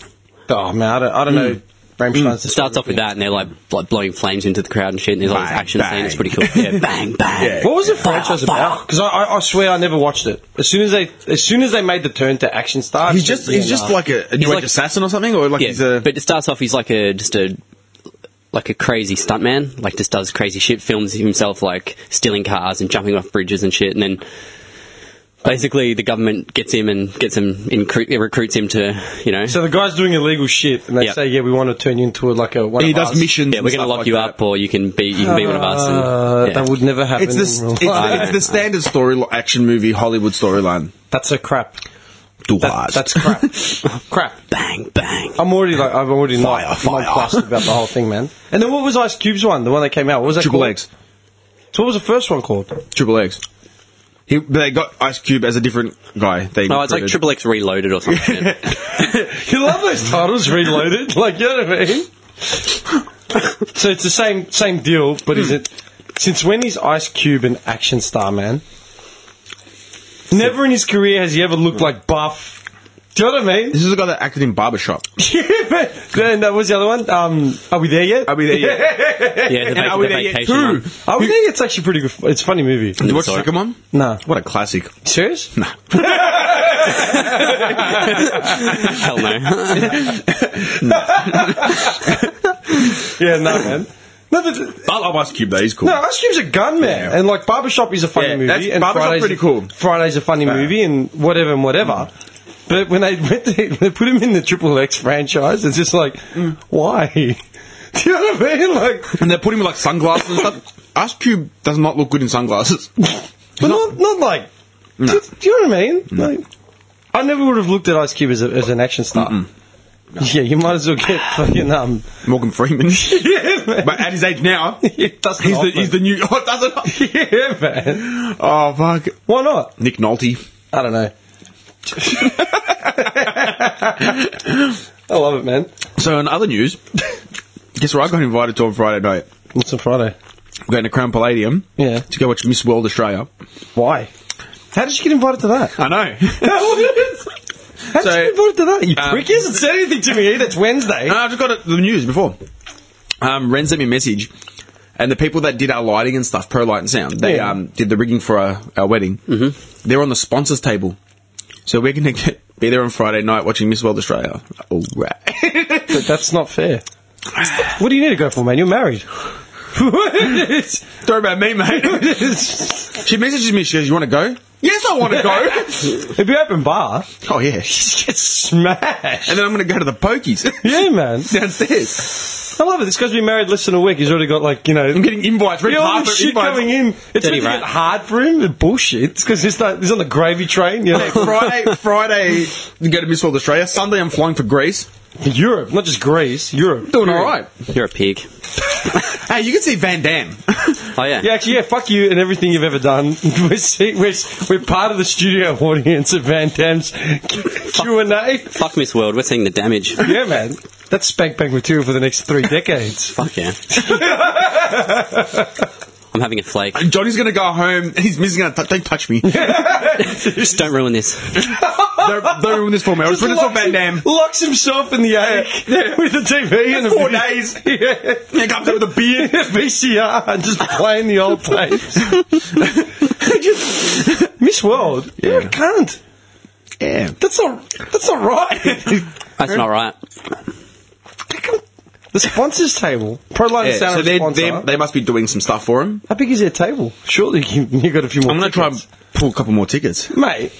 Speaker 5: oh man, I don't, I don't
Speaker 7: Hmm.
Speaker 5: know. Rammstein's
Speaker 6: It starts off with that, and they're like, like blowing flames into the crowd and shit. And there's all this
Speaker 7: Bang,
Speaker 6: action scene. It's
Speaker 7: bang.
Speaker 6: pretty cool. Yeah, bang bang.
Speaker 7: Yeah.
Speaker 5: What was the
Speaker 6: Fire,
Speaker 5: franchise
Speaker 6: fire.
Speaker 5: about? Because I, I, I swear I never watched it. As soon as they as soon as they made the turn to action star,
Speaker 7: He's just he's just like a, a new
Speaker 6: He's
Speaker 7: age
Speaker 6: like-
Speaker 7: assassin or something, or like
Speaker 6: Yeah,
Speaker 7: he's a.
Speaker 6: but it starts off. He's like a just a like a crazy stuntman. Like just does crazy shit. Films himself like stealing cars and jumping off bridges and shit. And then basically the government gets him and gets him in, recruits him to you know.
Speaker 5: So the guy's doing illegal shit, and they
Speaker 6: Yeah.
Speaker 5: say, "Yeah, we want to turn you into a, like a one
Speaker 7: he
Speaker 5: of
Speaker 7: does
Speaker 5: us."
Speaker 7: missions.
Speaker 6: yeah, we're
Speaker 7: and
Speaker 6: gonna
Speaker 7: stuff
Speaker 6: lock
Speaker 7: like
Speaker 6: you
Speaker 7: that.
Speaker 6: up, or you can be you can be one of us. And,
Speaker 5: Uh,
Speaker 6: yeah.
Speaker 5: That would never happen.
Speaker 7: It's the
Speaker 5: in real
Speaker 7: it's, the-
Speaker 5: life.
Speaker 7: it's the standard story action movie Hollywood storyline.
Speaker 5: that's a crap.
Speaker 7: Du
Speaker 5: That,
Speaker 7: hast.
Speaker 5: that's crap. crap.
Speaker 6: bang bang.
Speaker 5: I'm already like I'm already
Speaker 7: Fire,
Speaker 5: not,
Speaker 7: fire.
Speaker 5: not fussed about the whole thing, man. And then what was Ice Cube's one? The one that came out. What was that
Speaker 7: Triple
Speaker 5: called?
Speaker 7: X.
Speaker 5: So what was the first one called?
Speaker 7: Triple X. He, but they got Ice Cube as a different guy. They
Speaker 6: No, it's like
Speaker 7: recruited.
Speaker 6: Triple X Reloaded or something.
Speaker 5: You love those titles, Reloaded. Like you know what I mean. so it's the same same deal, but
Speaker 7: Hmm.
Speaker 5: is it? Since when is Ice Cube an action star, man? Never in his career has he ever looked like buff. Do you know what I mean?
Speaker 7: This is the guy that acted in Barbershop.
Speaker 5: then that was the other one. Um, are we there yet?
Speaker 7: Are we there yet?
Speaker 6: yeah, the,
Speaker 7: And
Speaker 6: vac-
Speaker 7: are we
Speaker 6: the
Speaker 7: there yet
Speaker 6: vacation.
Speaker 7: too?
Speaker 6: one.
Speaker 5: Are we there? yet? It's actually pretty good. It's a funny movie.
Speaker 7: Did you watch
Speaker 6: Sorry.
Speaker 7: Pokemon?
Speaker 5: Nah,
Speaker 7: What a classic.
Speaker 5: serious?
Speaker 7: Nah.
Speaker 6: Hell no.
Speaker 5: Yeah, no, man. No, the,
Speaker 7: I love Ice Cube though. He's cool.
Speaker 5: no, Ice Cube's a gun man,
Speaker 7: Yeah.
Speaker 5: and like Barbershop is a funny
Speaker 7: Yeah,
Speaker 5: movie,
Speaker 7: that's-
Speaker 5: and
Speaker 7: Barbershop's
Speaker 5: Friday's
Speaker 7: pretty cool. Mm.
Speaker 5: Friday's a funny movie, and whatever and whatever. But when they went, to, they put him in the Triple X franchise. It's just like,
Speaker 7: Mm.
Speaker 5: why? Do you know what I mean? Like,
Speaker 7: And they put him with like sunglasses and stuff. Ice Cube does not look good in sunglasses.
Speaker 5: But not, not like. Do, do you know what I mean? Like, I never would have looked at Ice Cube as, a, as an action star. Yeah, you might as well get fucking um.
Speaker 7: Morgan Freeman.
Speaker 5: yeah, man.
Speaker 7: but at his age now,
Speaker 5: It doesn't
Speaker 7: he's the,
Speaker 5: offer.
Speaker 7: he's the new. Oh, doesn't.
Speaker 5: yeah, man.
Speaker 7: Oh fuck.
Speaker 5: Why not?
Speaker 7: Nick Nolte.
Speaker 5: I don't know. I love it, man.
Speaker 7: So in other news, guess where I got invited to on Friday night?
Speaker 5: It's a Friday.
Speaker 7: We're going to Crown Palladium.
Speaker 5: Yeah.
Speaker 7: To go watch Miss World Australia.
Speaker 5: Why? How did you get invited to that?
Speaker 7: I know.
Speaker 5: How did
Speaker 7: So,
Speaker 5: you get invited to that? You
Speaker 7: um,
Speaker 5: prick! He hasn't said anything to me. That's Wednesday.
Speaker 7: No, I just got it, the news before. Um, Ren sent me a message, and the people that did our lighting and stuff, Pro Light and Sound, they
Speaker 5: Yeah.
Speaker 7: um, did the rigging for our, our wedding. Mm-hmm. They're on the sponsors table, so we're going to be there on Friday night watching Miss World Australia. All right.
Speaker 5: But that's not fair. What do you need to go for, man? You're married.
Speaker 7: Sorry about me, mate. She messages me. She goes, "You want to go?" Yes, I want to go.
Speaker 5: It'd be open bar.
Speaker 7: oh yeah.
Speaker 5: Just get smashed.
Speaker 7: And then I'm going to go to the pokies
Speaker 5: Yeah, man.
Speaker 7: downstairs.
Speaker 5: I love it. This guy's been married less than a week. He's already got like you know.
Speaker 7: I'm getting invites. Red
Speaker 5: Yeah, all
Speaker 7: carpet
Speaker 5: this shit
Speaker 7: invites.
Speaker 5: going in. It's
Speaker 6: Dirty
Speaker 5: going to get
Speaker 6: rat.
Speaker 5: hard for him. It's bullshit. It's because he's, like- he's on the gravy train. You know,
Speaker 7: Friday, Friday, you go to Miss World Australia. Sunday, I'm flying for Greece.
Speaker 5: Europe, not just Greece. Europe.
Speaker 7: Doing all right.
Speaker 6: You're a pig.
Speaker 7: Hey, you can see Van Damme.
Speaker 6: Oh yeah.
Speaker 5: Yeah, actually, yeah. Fuck you and everything you've ever done. We're see, we're, we're part of the studio audience of Van Damme's Q and A.
Speaker 6: Fuck Miss World. We're seeing the damage.
Speaker 5: Yeah, man. That's spank bank material for the next three decades.
Speaker 6: Fuck yeah. I'm having a flake.
Speaker 7: Johnny's going to go home. He's Miss's going to don't touch me. don't,
Speaker 6: Just don't ruin this.
Speaker 7: don't ruin this for me. I was putting this on Van Damme.
Speaker 5: locks himself in the attic with the TV and the
Speaker 7: Four
Speaker 5: video.
Speaker 7: days.
Speaker 5: Yeah.
Speaker 7: He comes up with a beard.
Speaker 5: VCR and just playing the old tapes. Miss World, you're a cunt.
Speaker 7: Yeah.
Speaker 5: That's not that's not right.
Speaker 6: That's not right.
Speaker 5: the sponsors table, Proline
Speaker 7: Yeah,
Speaker 5: Sound
Speaker 7: so they're,
Speaker 5: sponsor.
Speaker 7: they're, they must be doing some stuff for him.
Speaker 5: How big is their table? Surely you, you got a few more.
Speaker 7: I'm going to try and pull a couple more tickets.
Speaker 5: try, mate.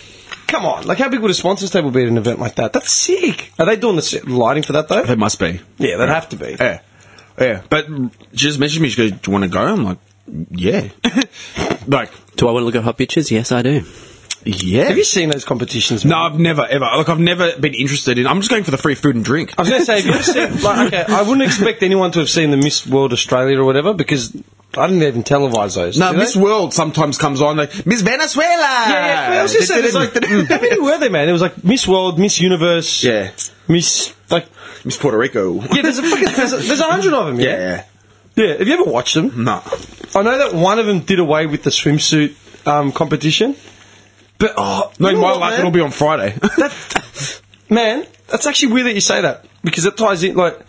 Speaker 5: Come on, like how big would a sponsors table be at an event like that? That's sick. Are they doing the s- lighting for that though?
Speaker 7: They Uh, must be.
Speaker 5: yeah, they'd have to be.
Speaker 7: Yeah. Yeah. But she just messaged me. She goes, Do you want to go? I'm like, Yeah. like,
Speaker 6: Do I want to look at hot bitches? Yes, I do.
Speaker 7: yeah.
Speaker 5: Have you seen those competitions?
Speaker 7: no,
Speaker 5: mate?
Speaker 7: I've never, ever. Like, I've never been interested in. I'm just going for the free food and drink.
Speaker 5: I was going to say, have you ever seen, like, okay, I wouldn't expect anyone to have seen the Miss World Australia or whatever because I didn't even televise those.
Speaker 7: No,
Speaker 5: did
Speaker 7: Miss
Speaker 5: they?
Speaker 7: World sometimes comes on like Miss Venezuela.
Speaker 5: Yeah, yeah, but I was just saying, there's like, how
Speaker 7: mm.
Speaker 5: many were there, man? There was like Miss World, Miss Universe,
Speaker 7: Yeah.
Speaker 5: Miss, like,
Speaker 7: Miss Puerto Rico.
Speaker 5: yeah, there's a fucking, there's a, there's a hundred of them, yeah?
Speaker 7: Yeah.
Speaker 5: yeah? have you ever watched them?
Speaker 7: No.
Speaker 5: I know that one of them did away with the swimsuit um, competition, but, oh,
Speaker 7: No,
Speaker 5: you
Speaker 7: in
Speaker 5: know
Speaker 7: my
Speaker 5: what,
Speaker 7: life
Speaker 5: man?
Speaker 7: it'll be on Friday.
Speaker 5: that, man, that's actually weird that you say that because it ties in like.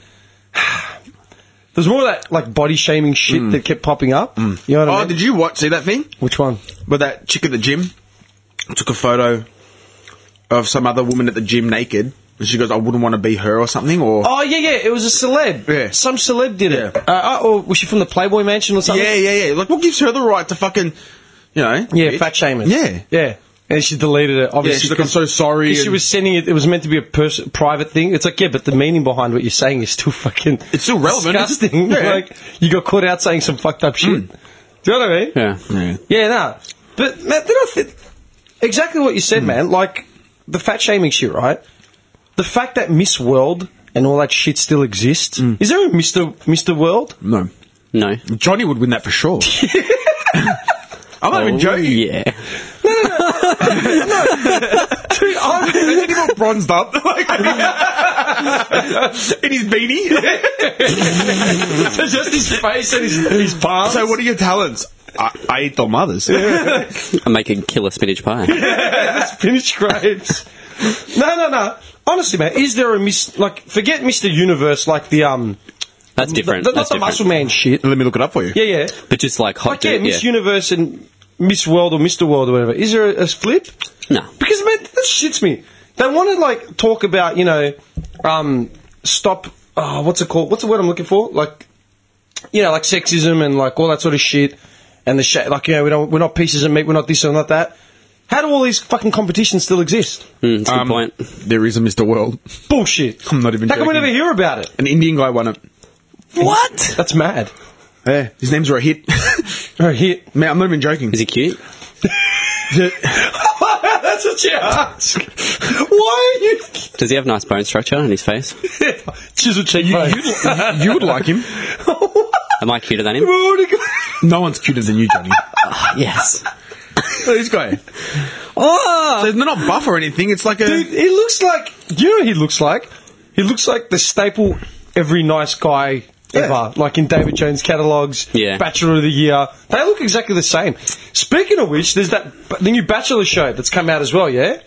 Speaker 5: There's more of that like body shaming shit that kept popping up. You know what I
Speaker 7: Mm. oh,
Speaker 5: mean?
Speaker 7: did you watch see that thing?
Speaker 5: Which one?
Speaker 7: Where that chick at the gym took a photo of some other woman at the gym naked, and she goes, "I wouldn't want to be her" or something, or
Speaker 5: Oh yeah, yeah. It was a celeb.
Speaker 7: Yeah.
Speaker 5: Some celeb did
Speaker 7: Yeah.
Speaker 5: it. Uh, oh, or was she from the Playboy Mansion or something?
Speaker 7: yeah, yeah, yeah. Like, what gives her the right to fucking, you know?
Speaker 5: Yeah,
Speaker 7: bitch?
Speaker 5: fat shaming.
Speaker 7: Yeah.
Speaker 5: yeah. And she deleted it. Obviously,
Speaker 7: Yeah, she's like, "I'm
Speaker 5: 'cause-
Speaker 7: so sorry."
Speaker 5: 'cause She
Speaker 7: and-
Speaker 5: was sending it. It was meant to be a pers- private thing. It's like, yeah, but the meaning behind what you're saying is still fucking.
Speaker 7: It's still relevant, isn't it?
Speaker 5: Disgusting.
Speaker 7: Yeah. Hmm.
Speaker 5: Like you got caught out saying some fucked up shit. Do you know what I mean?
Speaker 6: Yeah.
Speaker 7: Yeah.
Speaker 5: Yeah, no. But man, did I think exactly what you said, man? Like the fat shaming shit, right? The fact that Miss World and all that shit still exists. Is there a Mister Mister World?
Speaker 7: No.
Speaker 6: No.
Speaker 7: Johnny would win that for sure. I'm not even joking.
Speaker 6: Oh, Yeah.
Speaker 7: I'm getting all bronzed up. Like, in his beanie.
Speaker 5: Just his face and his, his palms.
Speaker 7: so, what are your talents? I, I eat their mothers.
Speaker 6: I make a killer spinach pie.
Speaker 5: Spinach grapes. no, no, no. Honestly, man, is there a Miss? Like, forget Mister Universe, like the um,
Speaker 6: That's different.
Speaker 5: the, not
Speaker 6: That's
Speaker 5: the
Speaker 6: different.
Speaker 5: muscle man shit.
Speaker 7: Let me look it up for you.
Speaker 5: Yeah, yeah.
Speaker 6: But just like hot
Speaker 5: Like, yeah,
Speaker 6: dude.
Speaker 5: Miss
Speaker 6: yeah.
Speaker 5: Universe and Miss World or Mr. World or whatever. Is there a, a flip?
Speaker 6: No.
Speaker 5: Because, man, that shits me. They want to, like, talk about, you know, um, stop, oh, what's it called? What's the word I'm looking for? Like, you know, like sexism and, like, all that sort of shit. And the shit, like, you know, we don't, we're not pieces of meat, we're not this and not that. How do all these fucking competitions still exist?
Speaker 6: Mm, that's a
Speaker 7: Um,
Speaker 6: good point.
Speaker 7: There is a Mr. World.
Speaker 5: Bullshit.
Speaker 7: I'm not even
Speaker 5: How come we
Speaker 7: joking.
Speaker 5: never hear about it?
Speaker 7: An Indian guy won it.
Speaker 5: What? That's mad.
Speaker 7: Yeah. His name's Rohit.
Speaker 5: Right here.
Speaker 7: Man, I'm not even joking.
Speaker 6: Is he cute?
Speaker 5: That's what you ask. Why are you
Speaker 6: Does he have nice bone structure on his face?
Speaker 5: Chisel cheekbone. You, you,
Speaker 7: you would like him.
Speaker 6: Am I cuter than him?
Speaker 7: No one's cuter than you, Johnny.
Speaker 6: Yes.
Speaker 7: this guy.
Speaker 5: oh,
Speaker 7: So they're not buff or anything. It's like a.
Speaker 5: dude, he looks like. Do you know what he looks like? He looks like the staple every nice guy ever. Like in David Jones catalogs,
Speaker 6: Yeah.
Speaker 5: Bachelor of the Year. They look exactly the same. Speaking of which, there's that the new Bachelor show that's come out as well. Yeah,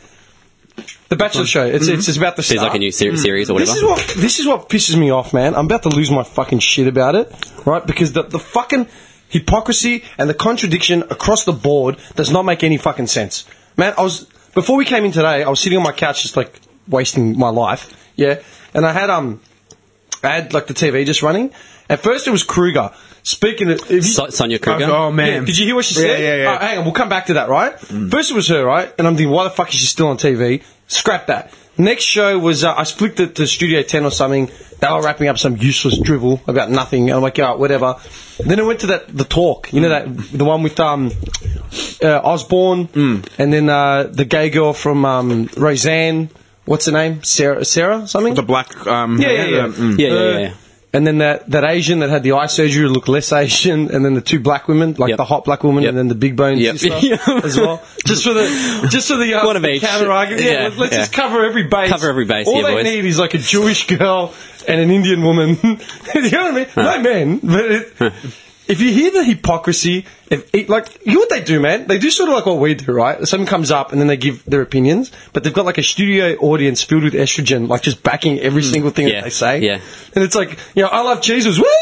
Speaker 5: the Bachelor show. It's it's, it's about the.
Speaker 6: There's Mm-hmm. like a new ser- series or whatever.
Speaker 5: Mm. This is what this is what pisses me off, man. I'm about to lose my fucking shit about it, right? Because the the fucking hypocrisy and the contradiction across the board does not make any fucking sense, man. I was before we came in today, I was sitting on my couch just like wasting my life, yeah. And I had um, I had like the TV just running, At first, it was Kruger. Speaking of. If you-
Speaker 6: So- Sonia Kruger.
Speaker 7: Oh, man.
Speaker 5: Yeah, did you hear what she
Speaker 7: Yeah,
Speaker 5: said?
Speaker 7: yeah, yeah.
Speaker 5: Oh, hang on, we'll come back to that, right? First it was her, right? And I'm thinking, why the fuck is she still on TV? Scrap that. Next show was, uh, I flicked it to Studio 10 or something. They were wrapping up some useless drivel about nothing. And I'm like, yeah, whatever. Then it went to that, the talk, you know, that, the one with, um, uh, Osborne, and then, uh, the gay girl from, um, Roseanne. What's her name? Sarah, Sarah something?
Speaker 7: The black. Um,
Speaker 5: Yeah, yeah, yeah.
Speaker 7: the- mm.
Speaker 6: Yeah, yeah,
Speaker 5: Uh,
Speaker 6: yeah, yeah.
Speaker 5: And then that, that Asian that had the eye surgery looked less Asian, and then the two black women, like
Speaker 6: Yep.
Speaker 5: the hot black woman,
Speaker 6: Yep.
Speaker 5: and then the big bone
Speaker 6: Yep.
Speaker 5: sister
Speaker 6: Yeah.
Speaker 5: as well. Just for the just for the, uh,
Speaker 6: One of
Speaker 5: the
Speaker 6: each.
Speaker 5: counter argument. Yeah,
Speaker 6: Yeah,
Speaker 5: let- let's
Speaker 6: yeah.
Speaker 5: just cover every base.
Speaker 6: Cover every base,
Speaker 5: All
Speaker 6: yeah,
Speaker 5: they
Speaker 6: boys.
Speaker 5: need is like a Jewish girl and an Indian woman. you know what I mean? No men, but it, if you hear the hypocrisy, if it, like you know what they do, man, they do sort of like what we do, right? Someone comes up and then they give their opinions, but they've got like a studio audience filled with estrogen, like just backing every single thing
Speaker 6: Hmm. Yeah,
Speaker 5: that they say.
Speaker 6: yeah.
Speaker 5: and it's like you know, I love Jesus. Woo!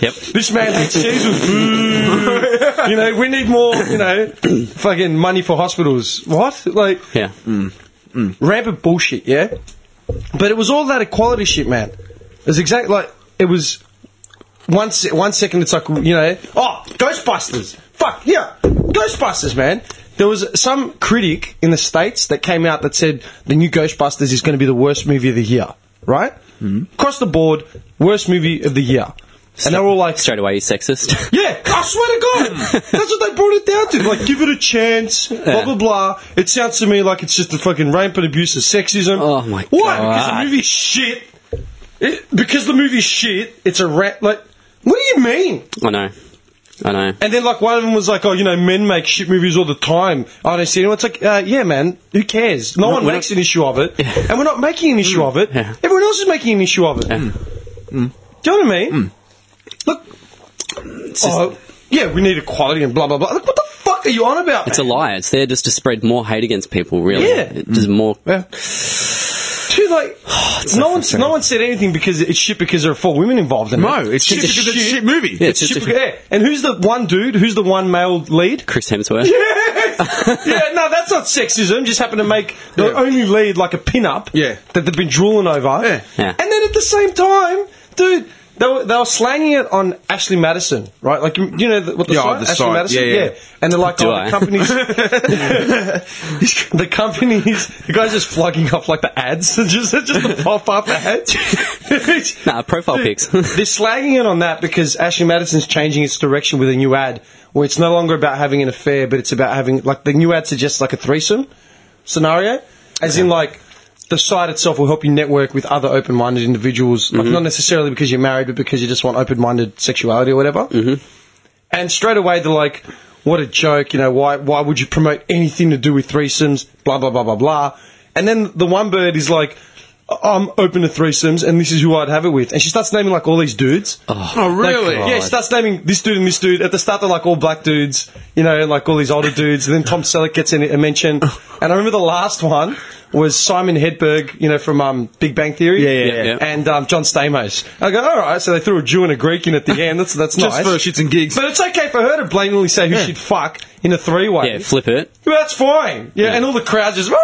Speaker 6: Yep.
Speaker 5: This man hates Jesus. Boo! you know, we need more. You know, fucking money for hospitals. What? Like,
Speaker 6: Yeah.
Speaker 5: Mm. rampant bullshit, yeah? But it was all that equality shit, man. It was exactly like, it was one, se- one second it's like, you know, oh, Ghostbusters. Fuck, yeah, Ghostbusters, man. There was some critic in the States that came out that said the new Ghostbusters is going to be the worst movie of the year, right? Across the board, worst movie of the year. And they're all like,
Speaker 6: Straight away, he's sexist.
Speaker 5: yeah, I swear to God, that's what they brought it down to. Like, give it a chance, blah blah blah. It sounds to me like it's just a fucking rampant abuse of sexism.
Speaker 6: Oh, my
Speaker 5: Why? Because the
Speaker 6: God.
Speaker 5: movie's shit. It, because the movie's shit. It's a rant. Like, what do you mean?
Speaker 6: I know. I know.
Speaker 5: And then like one of them was like, oh, you know, men make shit movies all the time. I don't see anyone. It's like, uh, yeah, man, who cares? No one
Speaker 6: we're
Speaker 5: makes
Speaker 6: not- Mm.
Speaker 5: an issue of it, and we're not making an issue of it.
Speaker 6: Yeah. Mm.
Speaker 5: Everyone else is making an issue of it. Mm. Do you know what I mean? Look,
Speaker 6: It's, just,
Speaker 5: oh, yeah, we need equality and blah blah blah. Like, what the fuck are you on about?
Speaker 6: it's a lie. It's there just to spread more hate against people, really.
Speaker 5: Yeah.
Speaker 6: It- Just more.
Speaker 5: Yeah. Dude, like, no one, no one said anything because it's shit because there are four women involved in
Speaker 7: No,
Speaker 5: it.
Speaker 7: it's shit because it's a shit movie.
Speaker 6: Yeah,
Speaker 5: It's
Speaker 6: it's
Speaker 5: shit
Speaker 6: just a-
Speaker 5: because, yeah. And who's the one dude? Who's the one male lead?
Speaker 6: Chris Hemsworth.
Speaker 5: Yes! yeah, no, that's not sexism. Just happen to make the
Speaker 7: Yeah.
Speaker 5: only lead like a pin-up
Speaker 7: Yeah.
Speaker 5: that they've been drooling over.
Speaker 7: Yeah.
Speaker 6: Yeah.
Speaker 5: And then at the same time, dude, they were, they were slanging it on Ashley Madison, right? Like, you you know the, what the
Speaker 7: Yeah,
Speaker 5: site?
Speaker 7: the
Speaker 5: Ashley
Speaker 7: site.
Speaker 5: Madison?
Speaker 7: Yeah, yeah.
Speaker 5: And they're like,
Speaker 6: Do
Speaker 5: oh, the
Speaker 6: I?
Speaker 5: companies... the companies... The guy's just flogging off, like, the ads. just, just the pop-up ads.
Speaker 6: Nah, profile pics.
Speaker 5: They're slagging it on that because Ashley Madison's changing its direction with a new ad where it's no longer about having an affair, but it's about having like the new ad suggests like a threesome scenario, as in like the site itself will help you network with other open-minded individuals, like
Speaker 6: Mm-hmm.
Speaker 5: not necessarily because you're married, but because you just want open-minded sexuality or whatever. Mm-hmm. And straight away they're like, "What a joke! You know why? Why would you promote anything to do with threesomes? Blah blah blah blah blah." And then the one bird is like, "I'm open to threesomes, and this is who I'd have it with." And she starts naming like all these dudes.
Speaker 7: Oh, really?
Speaker 5: Like, yeah, she starts naming this dude and this dude. At the start, they're like all black dudes, you know, and like all these older dudes. And then Tom Selleck gets in a mention. And I remember the last one was Simon Hedberg, you know, from um, Big Bang Theory.
Speaker 7: Yeah,
Speaker 6: yeah, yeah.
Speaker 5: And um, John Stamos. I go, all right, so they threw a Jew and a Greek in at the end. That's, that's nice.
Speaker 7: Just for shits and gigs.
Speaker 5: but it's okay for her to blatantly say who she'd fuck in a three way.
Speaker 6: yeah, flip it.
Speaker 5: That's fine. Yeah,
Speaker 6: Yeah.
Speaker 5: and all the crowd just, Woo!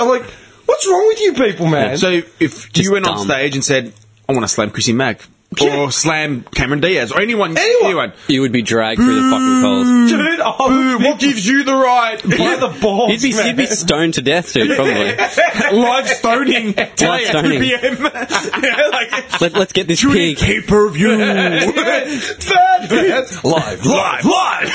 Speaker 5: I'm like, what's wrong with you people, man?
Speaker 7: So if
Speaker 6: Just
Speaker 7: you went on
Speaker 6: dumb.
Speaker 7: stage and said, "I want to slam Chrissy Mack,"
Speaker 5: Yeah.
Speaker 7: or slam Cameron Diaz, or anyone,
Speaker 5: Anyone. Oh,
Speaker 6: You would be dragged through the fucking coals.
Speaker 5: dude, I
Speaker 7: Boo,
Speaker 5: would
Speaker 7: what gives you the right?
Speaker 5: by the balls,
Speaker 6: You'd be,
Speaker 5: man.
Speaker 6: you'd be stoned to death, dude, probably.
Speaker 7: Live stoning today at 2
Speaker 6: stoning.
Speaker 7: p.m. like,
Speaker 6: Let, let's get this
Speaker 7: tune in
Speaker 6: pig.
Speaker 7: pay per view.
Speaker 5: Live, live,
Speaker 7: Live, live.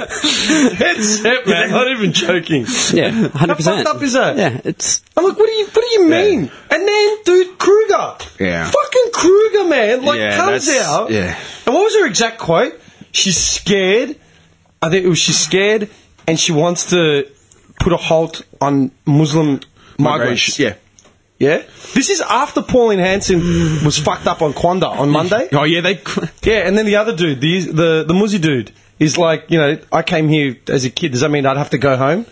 Speaker 5: It's it, man. Not even joking.
Speaker 6: Yeah, 100%.
Speaker 5: How fucked up is that?
Speaker 6: Yeah, it's.
Speaker 5: I'm like, what do you, what do you mean? And then, dude, Kruger.
Speaker 7: Yeah.
Speaker 5: Fucking Kruger, man. Like,
Speaker 7: Yeah,
Speaker 5: comes
Speaker 7: that's-
Speaker 5: out.
Speaker 7: yeah.
Speaker 5: And what was her exact quote? She's scared. I think it was she's scared, and she wants to put a halt on Muslim migrants.
Speaker 7: Yeah.
Speaker 5: Yeah. This is after Pauline Hanson was fucked up on Quanda on Monday.
Speaker 7: Oh yeah, they.
Speaker 5: Yeah, and then the other dude, the the the Muzzy dude, is like, you know, I came here as a kid. Does that mean I'd have to go home?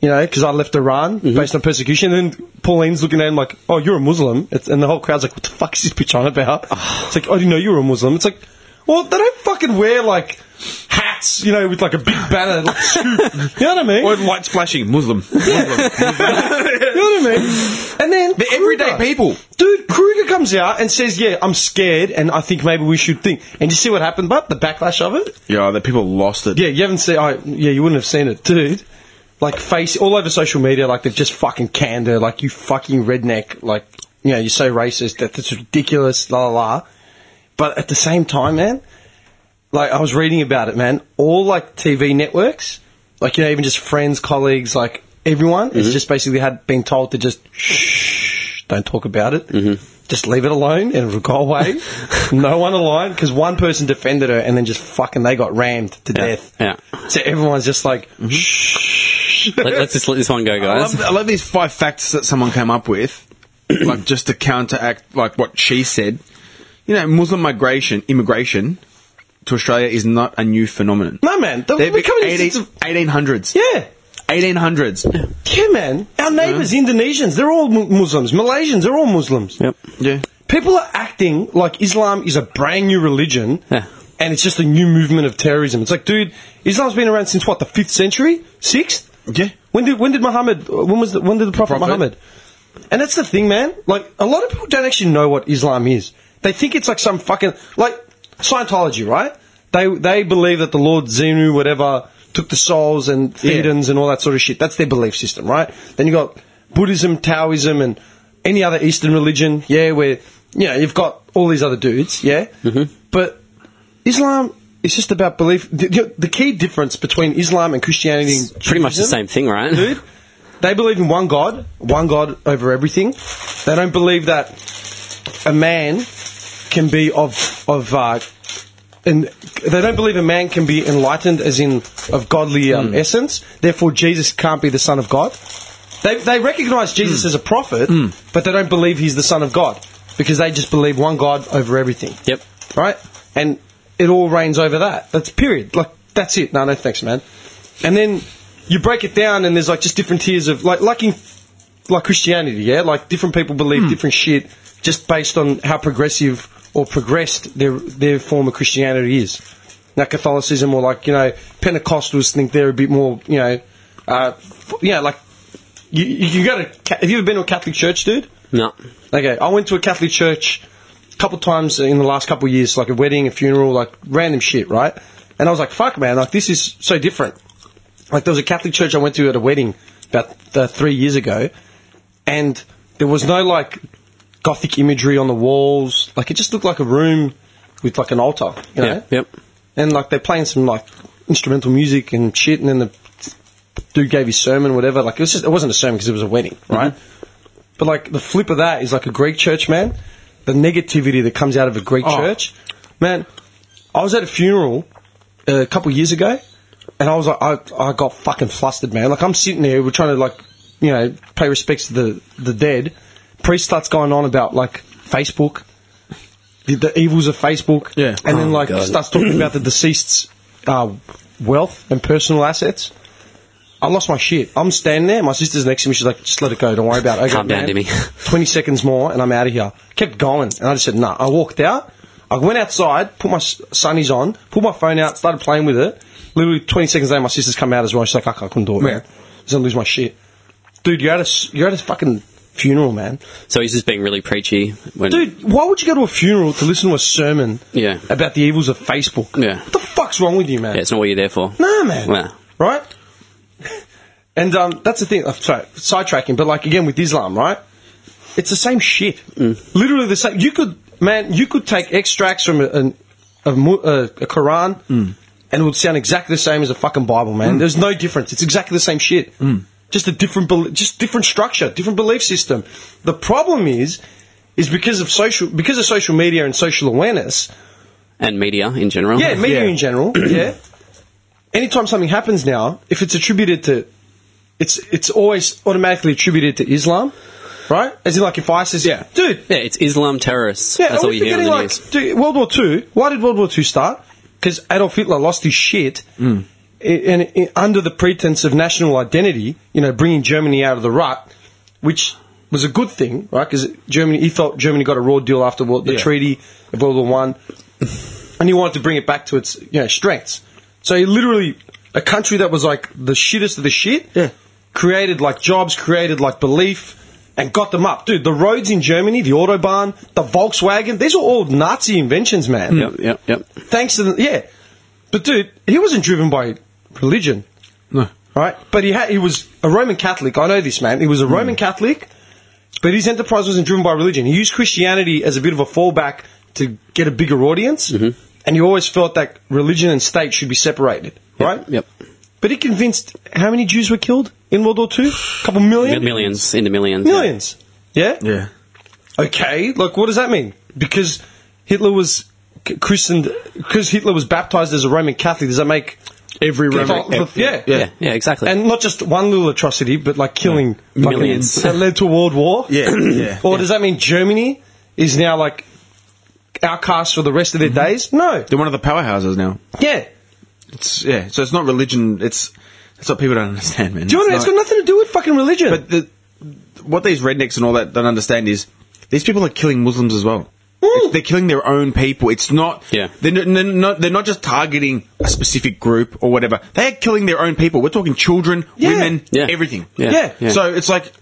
Speaker 5: You know, because I left Iran based on persecution. And then Pauline's looking at him like, "Oh, you're a Muslim," it's, and the whole crowd's like, "What the fuck is this "Oh, bitch on about?" it's like, "I didn't know you were a Muslim." It's like, well, they don't fucking wear like hats lights, you know, with like a big banner, like scoop. you know what I mean?
Speaker 7: Or lights flashing, Muslim. Muslim.
Speaker 5: You know what I mean? And then
Speaker 7: The everyday
Speaker 5: Kruger.
Speaker 7: people.
Speaker 5: dude, Kruger comes out and says, "Yeah, I'm scared, and I think maybe we should think." And you see what happened, but the backlash of it.
Speaker 7: yeah, the people lost it.
Speaker 5: Yeah, you haven't seen. I yeah, you wouldn't have seen it, dude. Like face all over social media, like they've just fucking canned her. Like you fucking redneck. Like you know, you're so racist that that's ridiculous. La la la. But at the same time, man, like I was reading about it, man. All like TV networks, like you know, even just friends, colleagues, like everyone,
Speaker 6: Mm-hmm.
Speaker 5: it's just basically had been told to just shh, don't talk about it.
Speaker 6: Mm-hmm.
Speaker 5: Just leave it alone and it'll go away. no one aligned because one person defended her and then just fucking they got rammed to death.
Speaker 6: yeah. Mm-hmm.
Speaker 5: So everyone's just like, shh.
Speaker 6: Let, us just let this one go,
Speaker 7: I
Speaker 6: guys.
Speaker 7: love, I love these five facts that someone came up with, like just to counteract like what she said. You know, Muslim migration, immigration to Australia is not a new phenomenon.
Speaker 5: No, man. The,
Speaker 7: They're
Speaker 5: we're coming in
Speaker 7: eighteen-
Speaker 5: since the-
Speaker 7: 1800s.
Speaker 5: yeah.
Speaker 7: 1800s.
Speaker 5: Yeah, man. Our neighbours, Indonesians, they're all mu- Muslims. Malaysians, they're all Muslims.
Speaker 6: Yep.
Speaker 7: Yeah.
Speaker 5: People are acting like Islam is a brand new religion
Speaker 6: Yeah.
Speaker 5: and it's just a new movement of terrorism. It's like, dude, Islam's been around since what, the 5th century? 6th?
Speaker 7: Yeah.
Speaker 5: When did when did Muhammad when was the, when did the Prophet,
Speaker 7: Prophet.
Speaker 5: Muhammad? And that's the thing, man. Like a lot of people don't actually know what Islam is. They think it's like some fucking like Scientology, right? They they believe that the Lord Zenu whatever took the souls and Thetans and all that sort of shit. That's their belief system, right? Then you got Buddhism, Taoism, and any other Eastern religion. Yeah, where you know you've got all these other dudes. Yeah, mm-hmm. but Islam. is just about belief. The, the- the key difference between Islam and Christianity and
Speaker 6: Pretty much the
Speaker 5: Judaism-
Speaker 6: same thing, right?
Speaker 5: dude. They believe in one God, one God over everything. They don't believe that a man can be of of uh, and they don't believe a man can be enlightened as in of godly um, essence. Therefore, Jesus can't be the son of God. They they recognize Jesus as a prophet, but they don't believe he's the son of God because they just believe one God over everything.
Speaker 6: Yep.
Speaker 5: Right, and it all reigns over that. That's period. Like that's it. No, no, thanks, man. And then you break it down, and there's like just different tiers of like like in like Christianity, yeah, like different people believe different shit just based on how progressive or progressed their their form of Christianity is. Now Catholicism or like you know Pentecostals think they're a bit more you know, uh, f- you know like you you can go to Ca- have you ever been to a Catholic church, dude?
Speaker 6: No.
Speaker 5: Okay, I went to a Catholic church a couple times in the last couple of years, like a wedding, a funeral, like random shit, right? And I was like, fuck, man, like this is so different. Like there was a Catholic church I went to at a wedding about uh, three years ago, and there was no like gothic imagery on the walls. Like it just looked like a room with like an altar, you know?
Speaker 6: Yep. Yep.
Speaker 5: And like they're playing some like instrumental music and shit, and then the dude gave his sermon, whatever. Like it was just it wasn't a sermon because it was a wedding, right? But like the flip of that is like a Greek church, man. The negativity that comes out of a Greek
Speaker 7: Oh.
Speaker 5: church, man. I was at a funeral uh, a couple years ago, and I was like, I, I got fucking flustered, man. Like I'm sitting there, we're trying to like, you know, pay respects to the the dead. Priest starts going on about like Facebook, the, the evils of Facebook,
Speaker 7: Yeah.
Speaker 5: and then
Speaker 6: Oh,
Speaker 5: like
Speaker 6: God.
Speaker 5: starts talking about the deceased's uh, wealth and personal assets. I lost my shit. I'm standing there. My sister's next to me. She's like, "Just let it go. Don't worry about it." I go,
Speaker 6: Calm down,
Speaker 5: "Man,
Speaker 6: Demi."
Speaker 5: Twenty seconds more, and I'm out of here. Kept going, and I just said, "Nah." I walked out. I went outside, put my s- sunnies on, put my phone out, started playing with it. Literally twenty seconds later, my sister's come out as well. She's like, "I, c- I couldn't do it, man. I was gonna lose my shit, dude. You're at a s- you're at a fucking funeral, man.
Speaker 6: So he's just being really preachy. When,
Speaker 5: Dude, why would you go to a funeral to listen to a sermon?
Speaker 6: Yeah.
Speaker 5: about the evils of Facebook.
Speaker 6: Yeah.
Speaker 5: what the fuck's wrong with you, man?
Speaker 6: Yeah, it's not what you're there for.
Speaker 5: Nah, man.
Speaker 6: Nah.
Speaker 5: Right? And um, that's the thing. I'm sorry, sidetracking, but like again with Islam, right? It's the same shit. Literally the same. You could, man, you could take extracts from a, an- a, mu- a, a Quran and it would sound exactly the same as a fucking Bible, man. There's no difference. It's exactly the same shit. Just a different, bel- just different structure, different belief system. The problem is, is because of social, because of social media and social awareness,
Speaker 6: And media in general.
Speaker 5: yeah, media
Speaker 7: Yeah.
Speaker 5: in general. Yeah. Anytime something happens now, if it's attributed to, it's it's always automatically attributed to Islam, right? As in, like if ISIS, yeah, dude,
Speaker 6: Yeah, it's Islam terrorists.
Speaker 5: yeah,
Speaker 6: That's
Speaker 5: are
Speaker 6: all
Speaker 5: we
Speaker 6: you hear on
Speaker 5: forgetting
Speaker 6: the
Speaker 5: like
Speaker 6: news.
Speaker 5: dude, World War Two? Why did World War Two start? Because Adolf Hitler lost his shit,
Speaker 6: Mm.
Speaker 5: i- and i- under the pretense of national identity, you know, bringing Germany out of the rut, which was a good thing, right? Because Germany, he thought Germany got a raw deal after World, the
Speaker 7: Yeah.
Speaker 5: Treaty of World War One, and he wanted to bring it back to its you know strengths. So he literally, a country that was like the shittest of the shit,
Speaker 8: Yeah.
Speaker 5: created like jobs, created like belief, and got them up. Dude, the roads in Germany, the Autobahn, the Volkswagen, these are all Nazi inventions, man.
Speaker 6: Yep, yep, yep.
Speaker 5: Thanks to the, yeah. But dude, he wasn't driven by religion.
Speaker 7: No.
Speaker 5: Right? But he had, he was a Roman Catholic. I know this, man. He was a Roman Catholic, but his enterprise wasn't driven by religion. He used Christianity as a bit of a fallback to get a bigger audience, and he always felt that religion and state should be separated, right?
Speaker 6: yep.
Speaker 5: But he convinced how many Jews were killed in World War II? A couple million?
Speaker 6: Millions into millions. yeah.
Speaker 5: Millions. Yeah?
Speaker 7: Yeah.
Speaker 5: Okay, like what does that mean? Because Hitler was c- christened, because Hitler was baptized as a Roman Catholic, does that make
Speaker 7: Every Roman.
Speaker 5: Catholic- yeah.
Speaker 6: Yeah. yeah, exactly.
Speaker 5: And not just one little atrocity, but like killing fucking-
Speaker 6: Millions.
Speaker 5: that led to a world war.
Speaker 7: Yeah, yeah.
Speaker 5: or does that mean Germany is now like outcast for the rest of their
Speaker 7: Mm-hmm.
Speaker 5: days? No.
Speaker 7: They're one of the powerhouses now.
Speaker 5: Yeah.
Speaker 7: It's yeah. So it's not religion. It's that's what people don't understand, man.
Speaker 5: Do you know what I mean? It's
Speaker 7: It's
Speaker 5: got
Speaker 7: not-
Speaker 5: nothing to do with fucking religion.
Speaker 7: But the, what these rednecks and all that don't understand is these people are killing Muslims as well.
Speaker 5: Mm.
Speaker 7: It's- They're killing their own people. It's not.
Speaker 6: Yeah.
Speaker 7: They're not, they're not. They're not just targeting a specific group or whatever. They are killing their own people. We're talking children,
Speaker 5: Yeah.
Speaker 7: women,
Speaker 6: Yeah.
Speaker 7: everything.
Speaker 6: Yeah.
Speaker 5: Yeah.
Speaker 6: yeah.
Speaker 7: So it's like,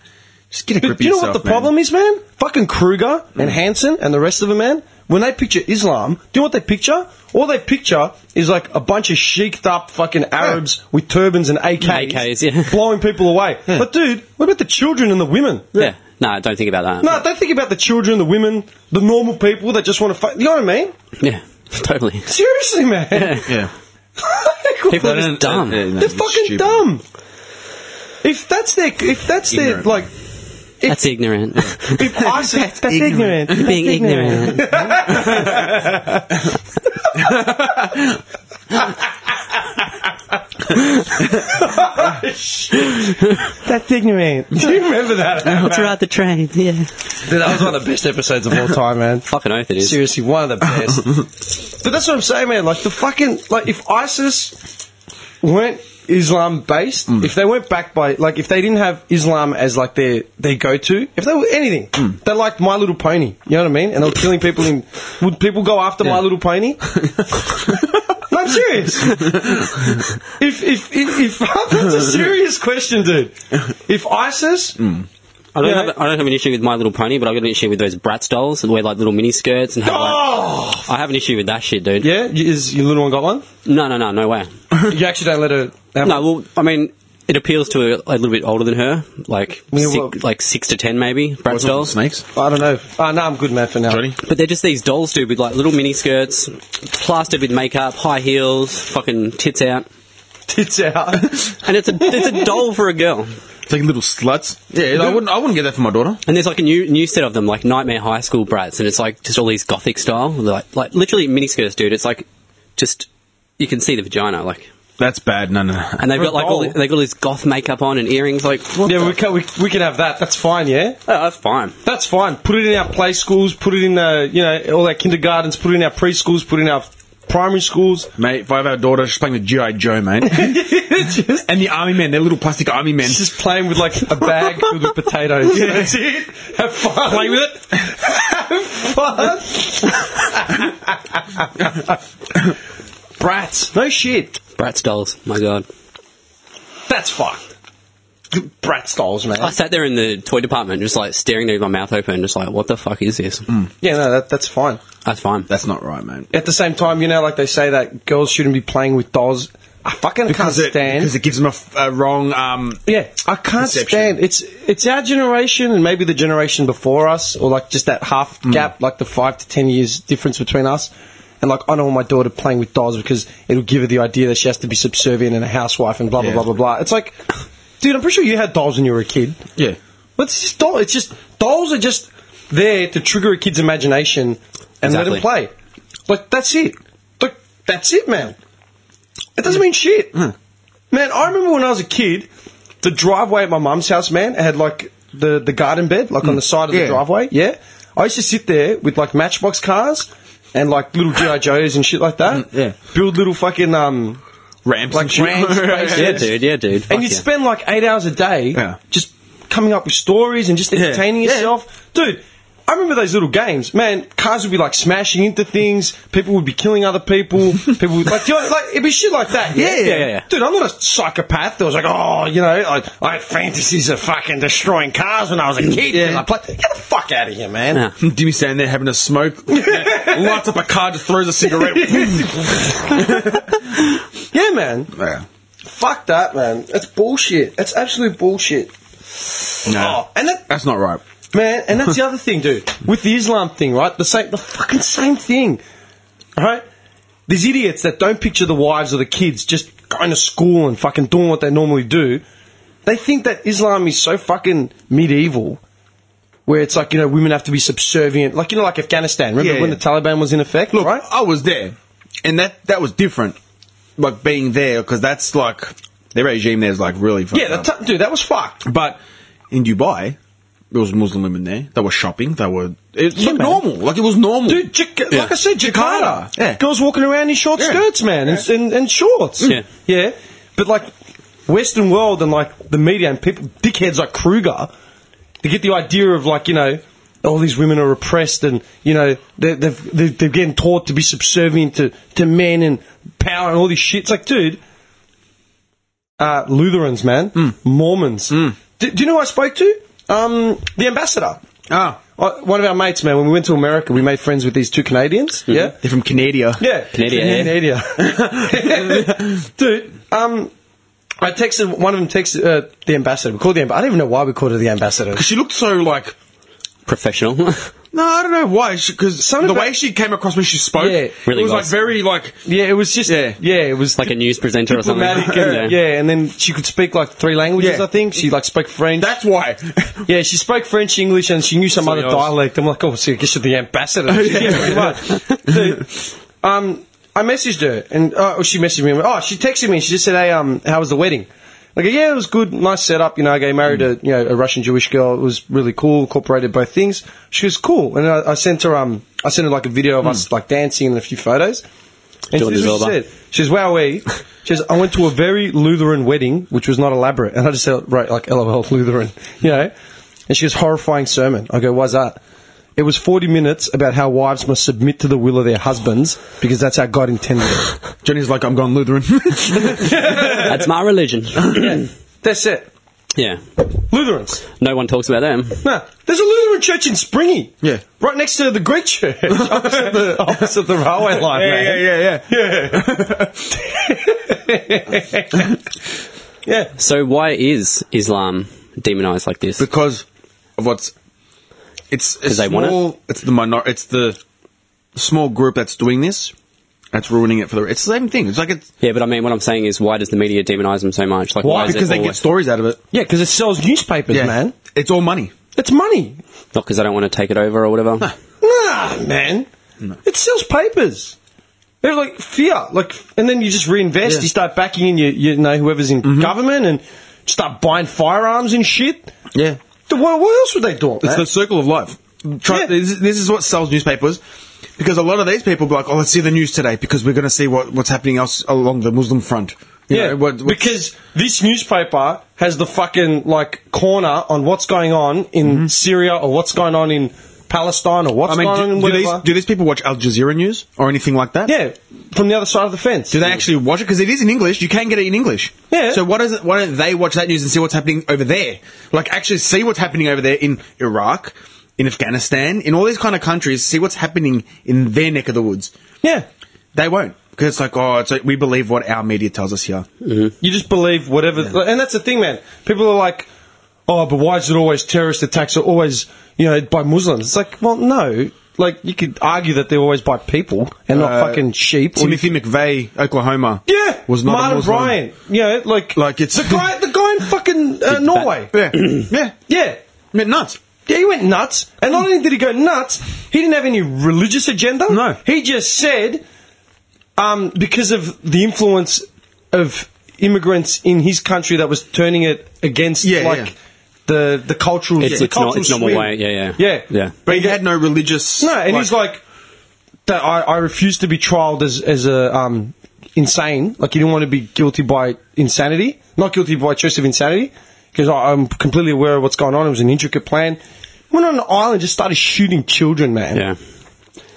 Speaker 7: just get a grip.
Speaker 5: But do you know what the problem is, man? Fucking Kruger and Hansen and the rest of them, man. When they picture Islam, do you know what they picture? All they picture is like a bunch of sheiked up fucking Arabs with turbans and AKs,
Speaker 6: AKs, yeah.
Speaker 5: blowing people away. But dude, what about the children and the women?
Speaker 6: yeah. No, don't think about that.
Speaker 5: No, don't think about the children, the women, the normal people that just want to fight. You know what I mean?
Speaker 6: Yeah, totally.
Speaker 5: Seriously, man.
Speaker 7: Yeah.
Speaker 5: Like,
Speaker 6: People
Speaker 5: what
Speaker 6: are
Speaker 5: is-
Speaker 6: just dumb.
Speaker 7: Yeah, no,
Speaker 5: They're
Speaker 7: it's
Speaker 5: fucking
Speaker 7: stupid.
Speaker 5: dumb. If that's their, if that's their,
Speaker 7: Ignorant.
Speaker 5: like,
Speaker 6: That's ignorant.
Speaker 5: if I said that's ignorant,
Speaker 6: Ignorant. Being ignorant.
Speaker 5: that's ignorant. Do you remember that?
Speaker 6: Throughout the train. Yeah.
Speaker 5: Dude, that was one of the best episodes of all time, man.
Speaker 6: Fucking oath it is.
Speaker 5: Seriously, one of the best. but that's what I'm saying, man. Like the fucking like if ISIS weren't Islam based, if they weren't backed by like if they didn't have Islam as like their they go to, if they were anything, they liked My Little Pony. You know what I mean? And they were killing people in. Would people go after My Little Pony? No, I'm serious. if, if, if, if, that's a serious question, dude. If ISIS
Speaker 6: I don't,
Speaker 5: Yeah.
Speaker 6: have, I don't have an issue with My Little Pony, but I've got an issue with those Bratz dolls that wear like little mini skirts and have like.
Speaker 5: Oh!
Speaker 6: I have an issue with that shit, dude.
Speaker 5: Yeah? Y- Is your little one got one?
Speaker 6: No, no, no, no way.
Speaker 5: You actually don't let her have
Speaker 6: No, well, I mean, it appeals to a, a little bit older than her, like
Speaker 5: Yeah,
Speaker 6: six,
Speaker 5: well-
Speaker 6: like six to ten maybe. Bratz dolls.
Speaker 7: Snakes.
Speaker 5: I don't know. Ah, no, I'm good, man, for now.
Speaker 7: Johnny.
Speaker 6: But they're just these dolls, dude, with like little mini skirts, plastered with makeup, high heels, fucking tits out,
Speaker 5: Tits out.
Speaker 6: and it's a it's a doll for a girl.
Speaker 7: It's like little sluts. Yeah. I wouldn't. I wouldn't get that for my daughter.
Speaker 6: And there's like a new new set of them, like Nightmare High School brats, and it's like just all these gothic style, like like literally miniskirts, dude. It's like just you can see the vagina, like,
Speaker 7: That's bad. No, no. no.
Speaker 6: and they've
Speaker 5: For a
Speaker 6: got like all
Speaker 5: doll?
Speaker 6: they got all this goth makeup on and earrings, like what
Speaker 5: yeah,
Speaker 6: the-
Speaker 5: we can, we, we can have that. That's fine, yeah?
Speaker 6: Oh, that's fine.
Speaker 5: That's fine. Put it in our play schools, put it in, uh, you know, all our kindergartens, put it in our preschools, put it in our primary schools.
Speaker 7: Mate, if I have a daughter, she's playing with G.I. Joe, mate. and the army men, they're little plastic army men.
Speaker 5: It's just playing with like a bag filled with potatoes. That's it. Have fun. Play with it. have fun. Brats. No shit.
Speaker 6: Bratz dolls, my god.
Speaker 5: That's fucked. Bratz dolls, man.
Speaker 6: I sat there in the toy department, just like staring there with my mouth open, just like, what the fuck is this?
Speaker 5: Yeah, no, that, that's fine.
Speaker 6: That's fine.
Speaker 7: That's not right, man.
Speaker 5: At the same time, you know, like they say that girls shouldn't be playing with dolls. I fucking can't
Speaker 7: it,
Speaker 5: stand.
Speaker 7: because it gives them a, f- a wrong. Um,
Speaker 5: yeah, I can't
Speaker 7: Perception.
Speaker 5: stand. It's it's our generation and maybe the generation before us, or like just that half
Speaker 7: Mm.
Speaker 5: gap, like the five to ten years difference between us. And like, I don't want my daughter playing with dolls because it'll give her the idea that she has to be subservient and a housewife and blah blah
Speaker 7: Yeah.
Speaker 5: blah blah blah. It's like, dude, I'm pretty sure you had dolls when you were a kid.
Speaker 7: yeah.
Speaker 5: But it's just doll. It's just dolls are just there to trigger a kid's imagination and let
Speaker 6: Exactly.
Speaker 5: him play. Like that's it. Like that's it, man. It doesn't mean shit, man. I remember when I was a kid, the driveway at my mum's house, man, it had like the the garden bed, like on the side of
Speaker 7: Yeah.
Speaker 5: the driveway. Yeah, I used to sit there with like Matchbox cars and like little GI Joes and shit like that.
Speaker 7: yeah.
Speaker 5: build little fucking um
Speaker 7: Ramps
Speaker 5: like
Speaker 7: and shit.
Speaker 5: ramps, basically.
Speaker 6: Yeah, dude, yeah, dude. Fuck
Speaker 5: and you'd
Speaker 6: yeah.
Speaker 5: spend like eight hours a day
Speaker 7: Yeah.
Speaker 5: just coming up with stories and just entertaining
Speaker 7: Yeah.
Speaker 5: yourself. Dude, I remember those little games, man. Cars would be like smashing into things. People would be killing other people. People would like, you know, like it'd be shit like that.
Speaker 7: Yeah, yeah, yeah.
Speaker 5: Dude, I'm not a psychopath. that was like, oh, you know, like I had fantasies of fucking destroying cars when I was a kid.
Speaker 7: Yeah.
Speaker 5: and I played. Get the fuck out of here, man.
Speaker 6: Yeah.
Speaker 7: Jimmy standing there having a smoke, lights up a car, just throws a cigarette.
Speaker 5: Yeah, man.
Speaker 7: yeah.
Speaker 5: Fuck that, man. That's bullshit. That's absolute bullshit.
Speaker 7: No.
Speaker 5: Oh, and that
Speaker 7: That's not right.
Speaker 5: Man, and that's the other thing, dude. With the Islam thing, right? The same, the fucking same thing, right? These idiots that don't picture the wives or the kids just going to school and fucking doing what they normally do, they think that Islam is so fucking medieval, where it's like you know women have to be subservient, like you know, like Afghanistan. Remember
Speaker 7: Yeah,
Speaker 5: when
Speaker 7: yeah.
Speaker 5: the Taliban was in effect,
Speaker 7: Look,
Speaker 5: right?
Speaker 7: I was there, and that that was different. Like being there, because that's like their regime there is like really. fucked
Speaker 5: Yeah,
Speaker 7: up.
Speaker 5: that t- dude, that was fucked.
Speaker 7: But in Dubai, there was Muslim women there. They were shopping. They were. It was
Speaker 5: Yeah,
Speaker 7: like
Speaker 5: man.
Speaker 7: normal. Like it was normal.
Speaker 5: Dude, Jac-
Speaker 7: Yeah.
Speaker 5: like I said, Jakarta.
Speaker 7: Jakarta, yeah.
Speaker 5: Girls walking around in short
Speaker 7: Yeah.
Speaker 5: skirts, man, and, and, and shorts.
Speaker 6: Yeah.
Speaker 5: Yeah. But like, Western world and like the media and people, dickheads like Kruger, they get the idea of like, you know, all these women are oppressed and, you know, they're, they're, they're, they're getting taught to be subservient to, to men and power and all this shit. It's like, dude, uh, Lutherans, man,
Speaker 7: Mm.
Speaker 5: Mormons. Do, do you know who I spoke to? Um, the ambassador.
Speaker 7: Ah.
Speaker 5: Uh, One of our mates, man, when we went to America, we made friends with these two Canadians. Yeah.
Speaker 7: they're from Canada.
Speaker 5: Mm-hmm. Yeah.
Speaker 6: Canadian, eh?
Speaker 5: Canadian. Dude, um, I texted, one of them texted uh, the ambassador. We called the ambassador. I don't even know why we called her the ambassador.
Speaker 7: She looked so like.
Speaker 6: Professional.
Speaker 7: No, I don't know why. Because
Speaker 5: Something
Speaker 7: the
Speaker 5: about-
Speaker 7: way she came across when she spoke,
Speaker 5: Yeah.
Speaker 6: Really
Speaker 7: it was like
Speaker 6: nice.
Speaker 7: very like.
Speaker 5: Yeah, it was just, yeah,
Speaker 7: Yeah.
Speaker 5: it was
Speaker 6: like a news presenter or something.
Speaker 5: diplomatic. uh, and- yeah. and then she could speak like three languages,
Speaker 7: Yeah.
Speaker 5: I think. She like spoke French.
Speaker 7: That's why.
Speaker 5: yeah, she spoke French, English, and she knew some
Speaker 7: Something
Speaker 5: other
Speaker 7: else.
Speaker 5: dialect. I'm like, oh, so I guess you're the ambassador. yeah, pretty much. Dude, um, I messaged her, and uh, oh, she messaged me. and went, Oh, she texted me, and she just said, hey, um, how was the wedding? I go, yeah, it was good, nice setup. You know, I got married a you know a Russian Jewish girl. It was really cool. Incorporated both things. She was cool, and I, I sent her um, I sent her like a video of us like dancing and a few photos. And
Speaker 6: Jordan
Speaker 5: this is what she
Speaker 6: Silva.
Speaker 5: said. She says, wowee. eh? She says, I went to a very Lutheran wedding, which was not elaborate. And I just said, right, like, lol, Lutheran, you know? And she goes, horrifying sermon. I go, why's that? It was 40 minutes about how wives must submit to the will of their husbands because that's how God intended it.
Speaker 7: Johnny's like, I'm gone Lutheran.
Speaker 6: That's my religion.
Speaker 5: That's it.
Speaker 6: yeah.
Speaker 5: Lutherans.
Speaker 6: No one talks about them.
Speaker 5: Nah, there's a Lutheran church in Springy.
Speaker 7: Yeah.
Speaker 5: Right next to the Greek church. opposite, the, opposite the railway line,
Speaker 7: yeah,
Speaker 5: man.
Speaker 7: yeah, yeah, yeah.
Speaker 5: yeah.
Speaker 6: So why is Islam demonized like this?
Speaker 7: because of what's it's a
Speaker 6: 'Cause they want it?
Speaker 7: small. It's the minor. It's the small group that's doing this. That's ruining it for the. It's the same thing. It's like it's
Speaker 6: Yeah, but I mean, what I'm saying is, why does the media demonize them so much? Like, why?
Speaker 7: why
Speaker 6: is it
Speaker 7: because they get
Speaker 6: always-
Speaker 7: stories out of it.
Speaker 5: Yeah, because it sells newspapers, man.
Speaker 7: it's all money.
Speaker 5: It's money.
Speaker 6: not because I don't want to take it over or whatever.
Speaker 5: Nah, man. It sells papers. They're like fear, like, and then you just reinvest.
Speaker 7: Yeah. Mm-hmm.
Speaker 5: You start backing in, you, you know, whoever's in government, and start buying firearms and shit.
Speaker 7: Yeah,
Speaker 5: The- What, what else would they do?
Speaker 7: it's
Speaker 5: man?
Speaker 7: the circle of life. Try,
Speaker 5: Yeah.
Speaker 7: this, this is what sells newspapers. Because a lot of these people be like, "Oh, let's see the news today," because we're going to see what, what's happening else along the Muslim front. You
Speaker 5: yeah,
Speaker 7: know, what, what-
Speaker 5: because this newspaper has the fucking like corner on what's going on in Syria or what's going on in Palestine or what's
Speaker 7: Mm-hmm. I mean,
Speaker 5: going on in
Speaker 7: do, do
Speaker 5: whatever.
Speaker 7: these do these people watch Al Jazeera news or anything like that?
Speaker 5: yeah, from the other side of the fence.
Speaker 7: Do they actually watch it? Because it is in English. You can get it in English.
Speaker 5: Yeah.
Speaker 7: So why doesn't why don't they watch that news and see what's happening over there? Like actually see what's happening over there in Iraq, in Afghanistan, in all these kind of countries. See what's happening in their neck of the woods.
Speaker 5: Yeah,
Speaker 7: They won't because it's like oh, it's like, we believe what our media tells us here.
Speaker 5: You just believe whatever, and that's the thing, man. People are like, "Oh, but why is it always terrorist attacks are always, you know, by Muslims?" It's like, well, no. Like you could argue that they're always by people and not
Speaker 7: Uh,
Speaker 5: fucking sheep. Or
Speaker 7: Timothy McVeigh, Oklahoma.
Speaker 5: yeah,
Speaker 7: Was not
Speaker 5: Martin
Speaker 7: a Muslim.
Speaker 5: Bryant. You know, like
Speaker 7: Like, it's-
Speaker 5: the guy, the guy in fucking uh, Norway.
Speaker 7: Yeah. yeah.
Speaker 5: Yeah,
Speaker 7: Man, nuts.
Speaker 5: yeah, he went nuts. And not only did he go nuts, he didn't have any religious agenda.
Speaker 7: No.
Speaker 5: He just said, um, because of the influence of immigrants in his country that was turning it against,
Speaker 7: Yeah,
Speaker 5: like,
Speaker 7: yeah.
Speaker 5: the, the cultural
Speaker 6: It's,
Speaker 5: the
Speaker 6: it's not
Speaker 5: cultural
Speaker 6: it's normal
Speaker 5: swing.
Speaker 6: way. Yeah, yeah,
Speaker 5: Yeah.
Speaker 6: yeah.
Speaker 7: But he had no religious.
Speaker 5: No, and he's like, that I, I refuse to be trialed as, as a um, insane. Like, you didn't want to be guilty by insanity, not guilty by choice of insanity, because I'm completely aware of what's going on. It was an intricate plan. went on an island, just started shooting children, man.
Speaker 6: Yeah.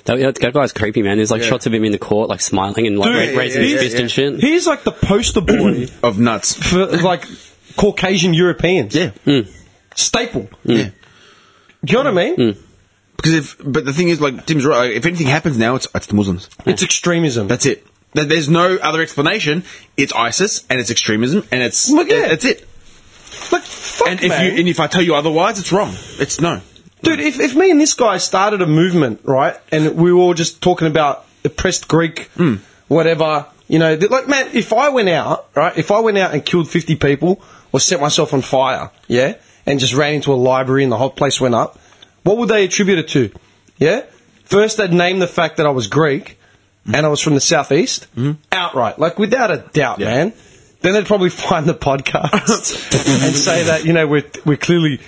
Speaker 6: That, yeah, that guy's creepy, man. There's like shots of him in the court, like smiling and like
Speaker 5: Dude,
Speaker 6: ra- raising
Speaker 5: yeah,
Speaker 6: his
Speaker 5: yeah,
Speaker 6: fist
Speaker 7: yeah.
Speaker 6: and shit.
Speaker 5: He's like the poster boy
Speaker 7: of nuts.
Speaker 5: for like Caucasian Europeans. Staple.
Speaker 7: Yeah.
Speaker 5: Do you know what I mean?
Speaker 7: Mm. Because if, but the thing is, like Tim's right. like, if anything happens now, it's it's the Muslims.
Speaker 5: It's extremism.
Speaker 7: That's it. There- There's no other explanation. It's ISIS and it's extremism and it's
Speaker 5: Look, yeah.
Speaker 7: that's it.
Speaker 5: like, fuck,
Speaker 7: and if
Speaker 5: man.
Speaker 7: you and if I tell you otherwise, it's wrong. It's no.
Speaker 5: Dude, if, if me and this guy started a movement, right, and we were all just talking about oppressed Greek, whatever, you know, that- like, man, if I went out, right, if I went out and killed 50 people or set myself on fire, yeah, and just ran into a library and the whole place went up, what would they attribute it to? Yeah? First, they'd name the fact that I was Greek and I was from the southeast, outright, like, without a doubt, man. Then they'd probably find the podcast and say that you know we're we're clearly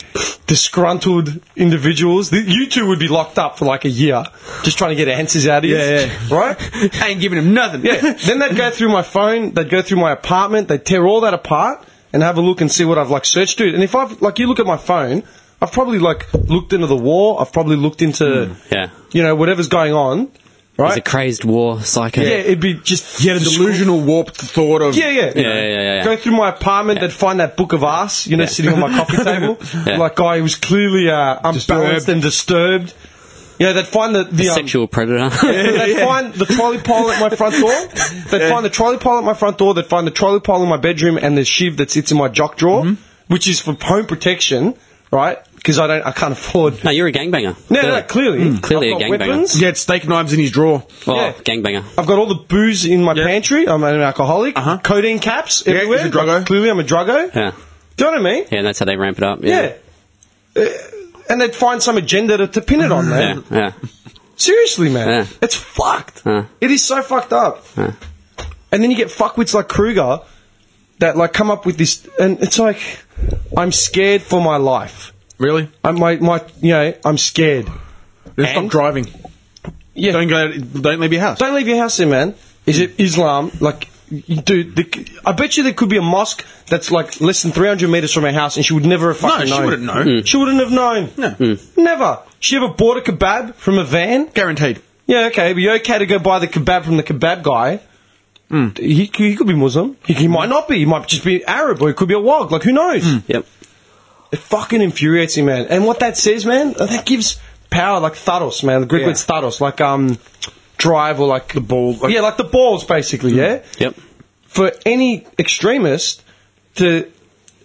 Speaker 5: disgruntled individuals. Th- You two would be locked up for like a year just trying to get answers out of you,
Speaker 7: Yeah, yeah.
Speaker 5: right?
Speaker 7: I ain't giving him nothing.
Speaker 5: Yeah. then they'd go through my phone. They'd go through my apartment. They'd tear all that apart and have a look and see what I've like searched, dude. And if I've like you look at my phone, I've probably like looked into the war. I've probably looked into
Speaker 7: Hmm,
Speaker 6: Yeah.
Speaker 5: you know whatever's going on,
Speaker 6: He's a
Speaker 5: right?
Speaker 6: crazed war psycho.
Speaker 5: yeah, it'd be just
Speaker 7: Yeah, the delusional warped thought of
Speaker 5: Yeah, yeah.
Speaker 6: Yeah, yeah, yeah, yeah.
Speaker 5: Go through my apartment, they'd find that book of ass, you know, sitting on my coffee table.
Speaker 6: Yeah.
Speaker 5: Like, guy who was clearly uh, unbalanced
Speaker 7: Disturbed.
Speaker 5: and disturbed. Yeah, they'd find the, the um,
Speaker 6: Sexual predator.
Speaker 5: They'd find the trolley pole at my front door. They'd find the trolley pole at my front door. They'd find the trolley pole in my bedroom and the shiv that sits in my jock drawer,
Speaker 6: Mm-hmm.
Speaker 5: which is for home protection, right? Because I don't, I can't afford.
Speaker 6: no, you're a gangbanger.
Speaker 5: No, no, no, clearly,
Speaker 6: Clearly
Speaker 5: I've
Speaker 6: a
Speaker 5: got
Speaker 6: gangbanger.
Speaker 5: weapons.
Speaker 7: He had steak knives in his drawer.
Speaker 6: Oh,
Speaker 5: yeah.
Speaker 6: gangbanger.
Speaker 5: I've got all the booze in my pantry. I'm an alcoholic.
Speaker 7: Uh-huh.
Speaker 5: Codeine caps
Speaker 7: Yeah,
Speaker 5: everywhere.
Speaker 7: he's a druggo.
Speaker 5: Clearly, I'm a druggo.
Speaker 6: Yeah.
Speaker 5: Do you know what I mean?
Speaker 6: Yeah, and that's how they ramp it up.
Speaker 5: Yeah.
Speaker 6: Yeah.
Speaker 5: Uh, and they'd find some agenda to, to pin it on, man.
Speaker 6: Yeah. Yeah.
Speaker 5: Seriously, man.
Speaker 6: Yeah.
Speaker 5: It's fucked.
Speaker 6: Yeah.
Speaker 5: It is so fucked up.
Speaker 6: Yeah.
Speaker 5: And then you get fuckwits like Kruger that like come up with this, and it's like, I'm scared for my life.
Speaker 7: Really?
Speaker 5: I'm my, my you know I'm scared.
Speaker 7: Then stop
Speaker 5: And-
Speaker 7: driving.
Speaker 5: Yeah.
Speaker 7: Don't go. Don't leave your house.
Speaker 5: Don't leave your house then, man. Is it Islam? Like, you- dude, the, I bet you there could be a mosque that's like less than 300 meters from her house and she would never have fucking
Speaker 7: no, she
Speaker 5: known.
Speaker 7: wouldn't know. Hmm.
Speaker 5: She wouldn't have known.
Speaker 7: No. Mm.
Speaker 5: Never. She ever bought a kebab from a van?
Speaker 7: Guaranteed.
Speaker 5: Yeah, okay, but you're okay to go buy the kebab from the kebab guy. He, c- he could be Muslim. He, he might not be. He might just be Arab or he could be a wog. Like, who knows?
Speaker 6: Yep.
Speaker 5: It fucking infuriates me, man. And what that says, man, that gives power, like tharos, man. The Greek
Speaker 7: Yeah.
Speaker 5: word tharos, like um, drive or like the ball. yeah, like Mm. the balls, basically. Yeah.
Speaker 6: Yep.
Speaker 5: For any extremist to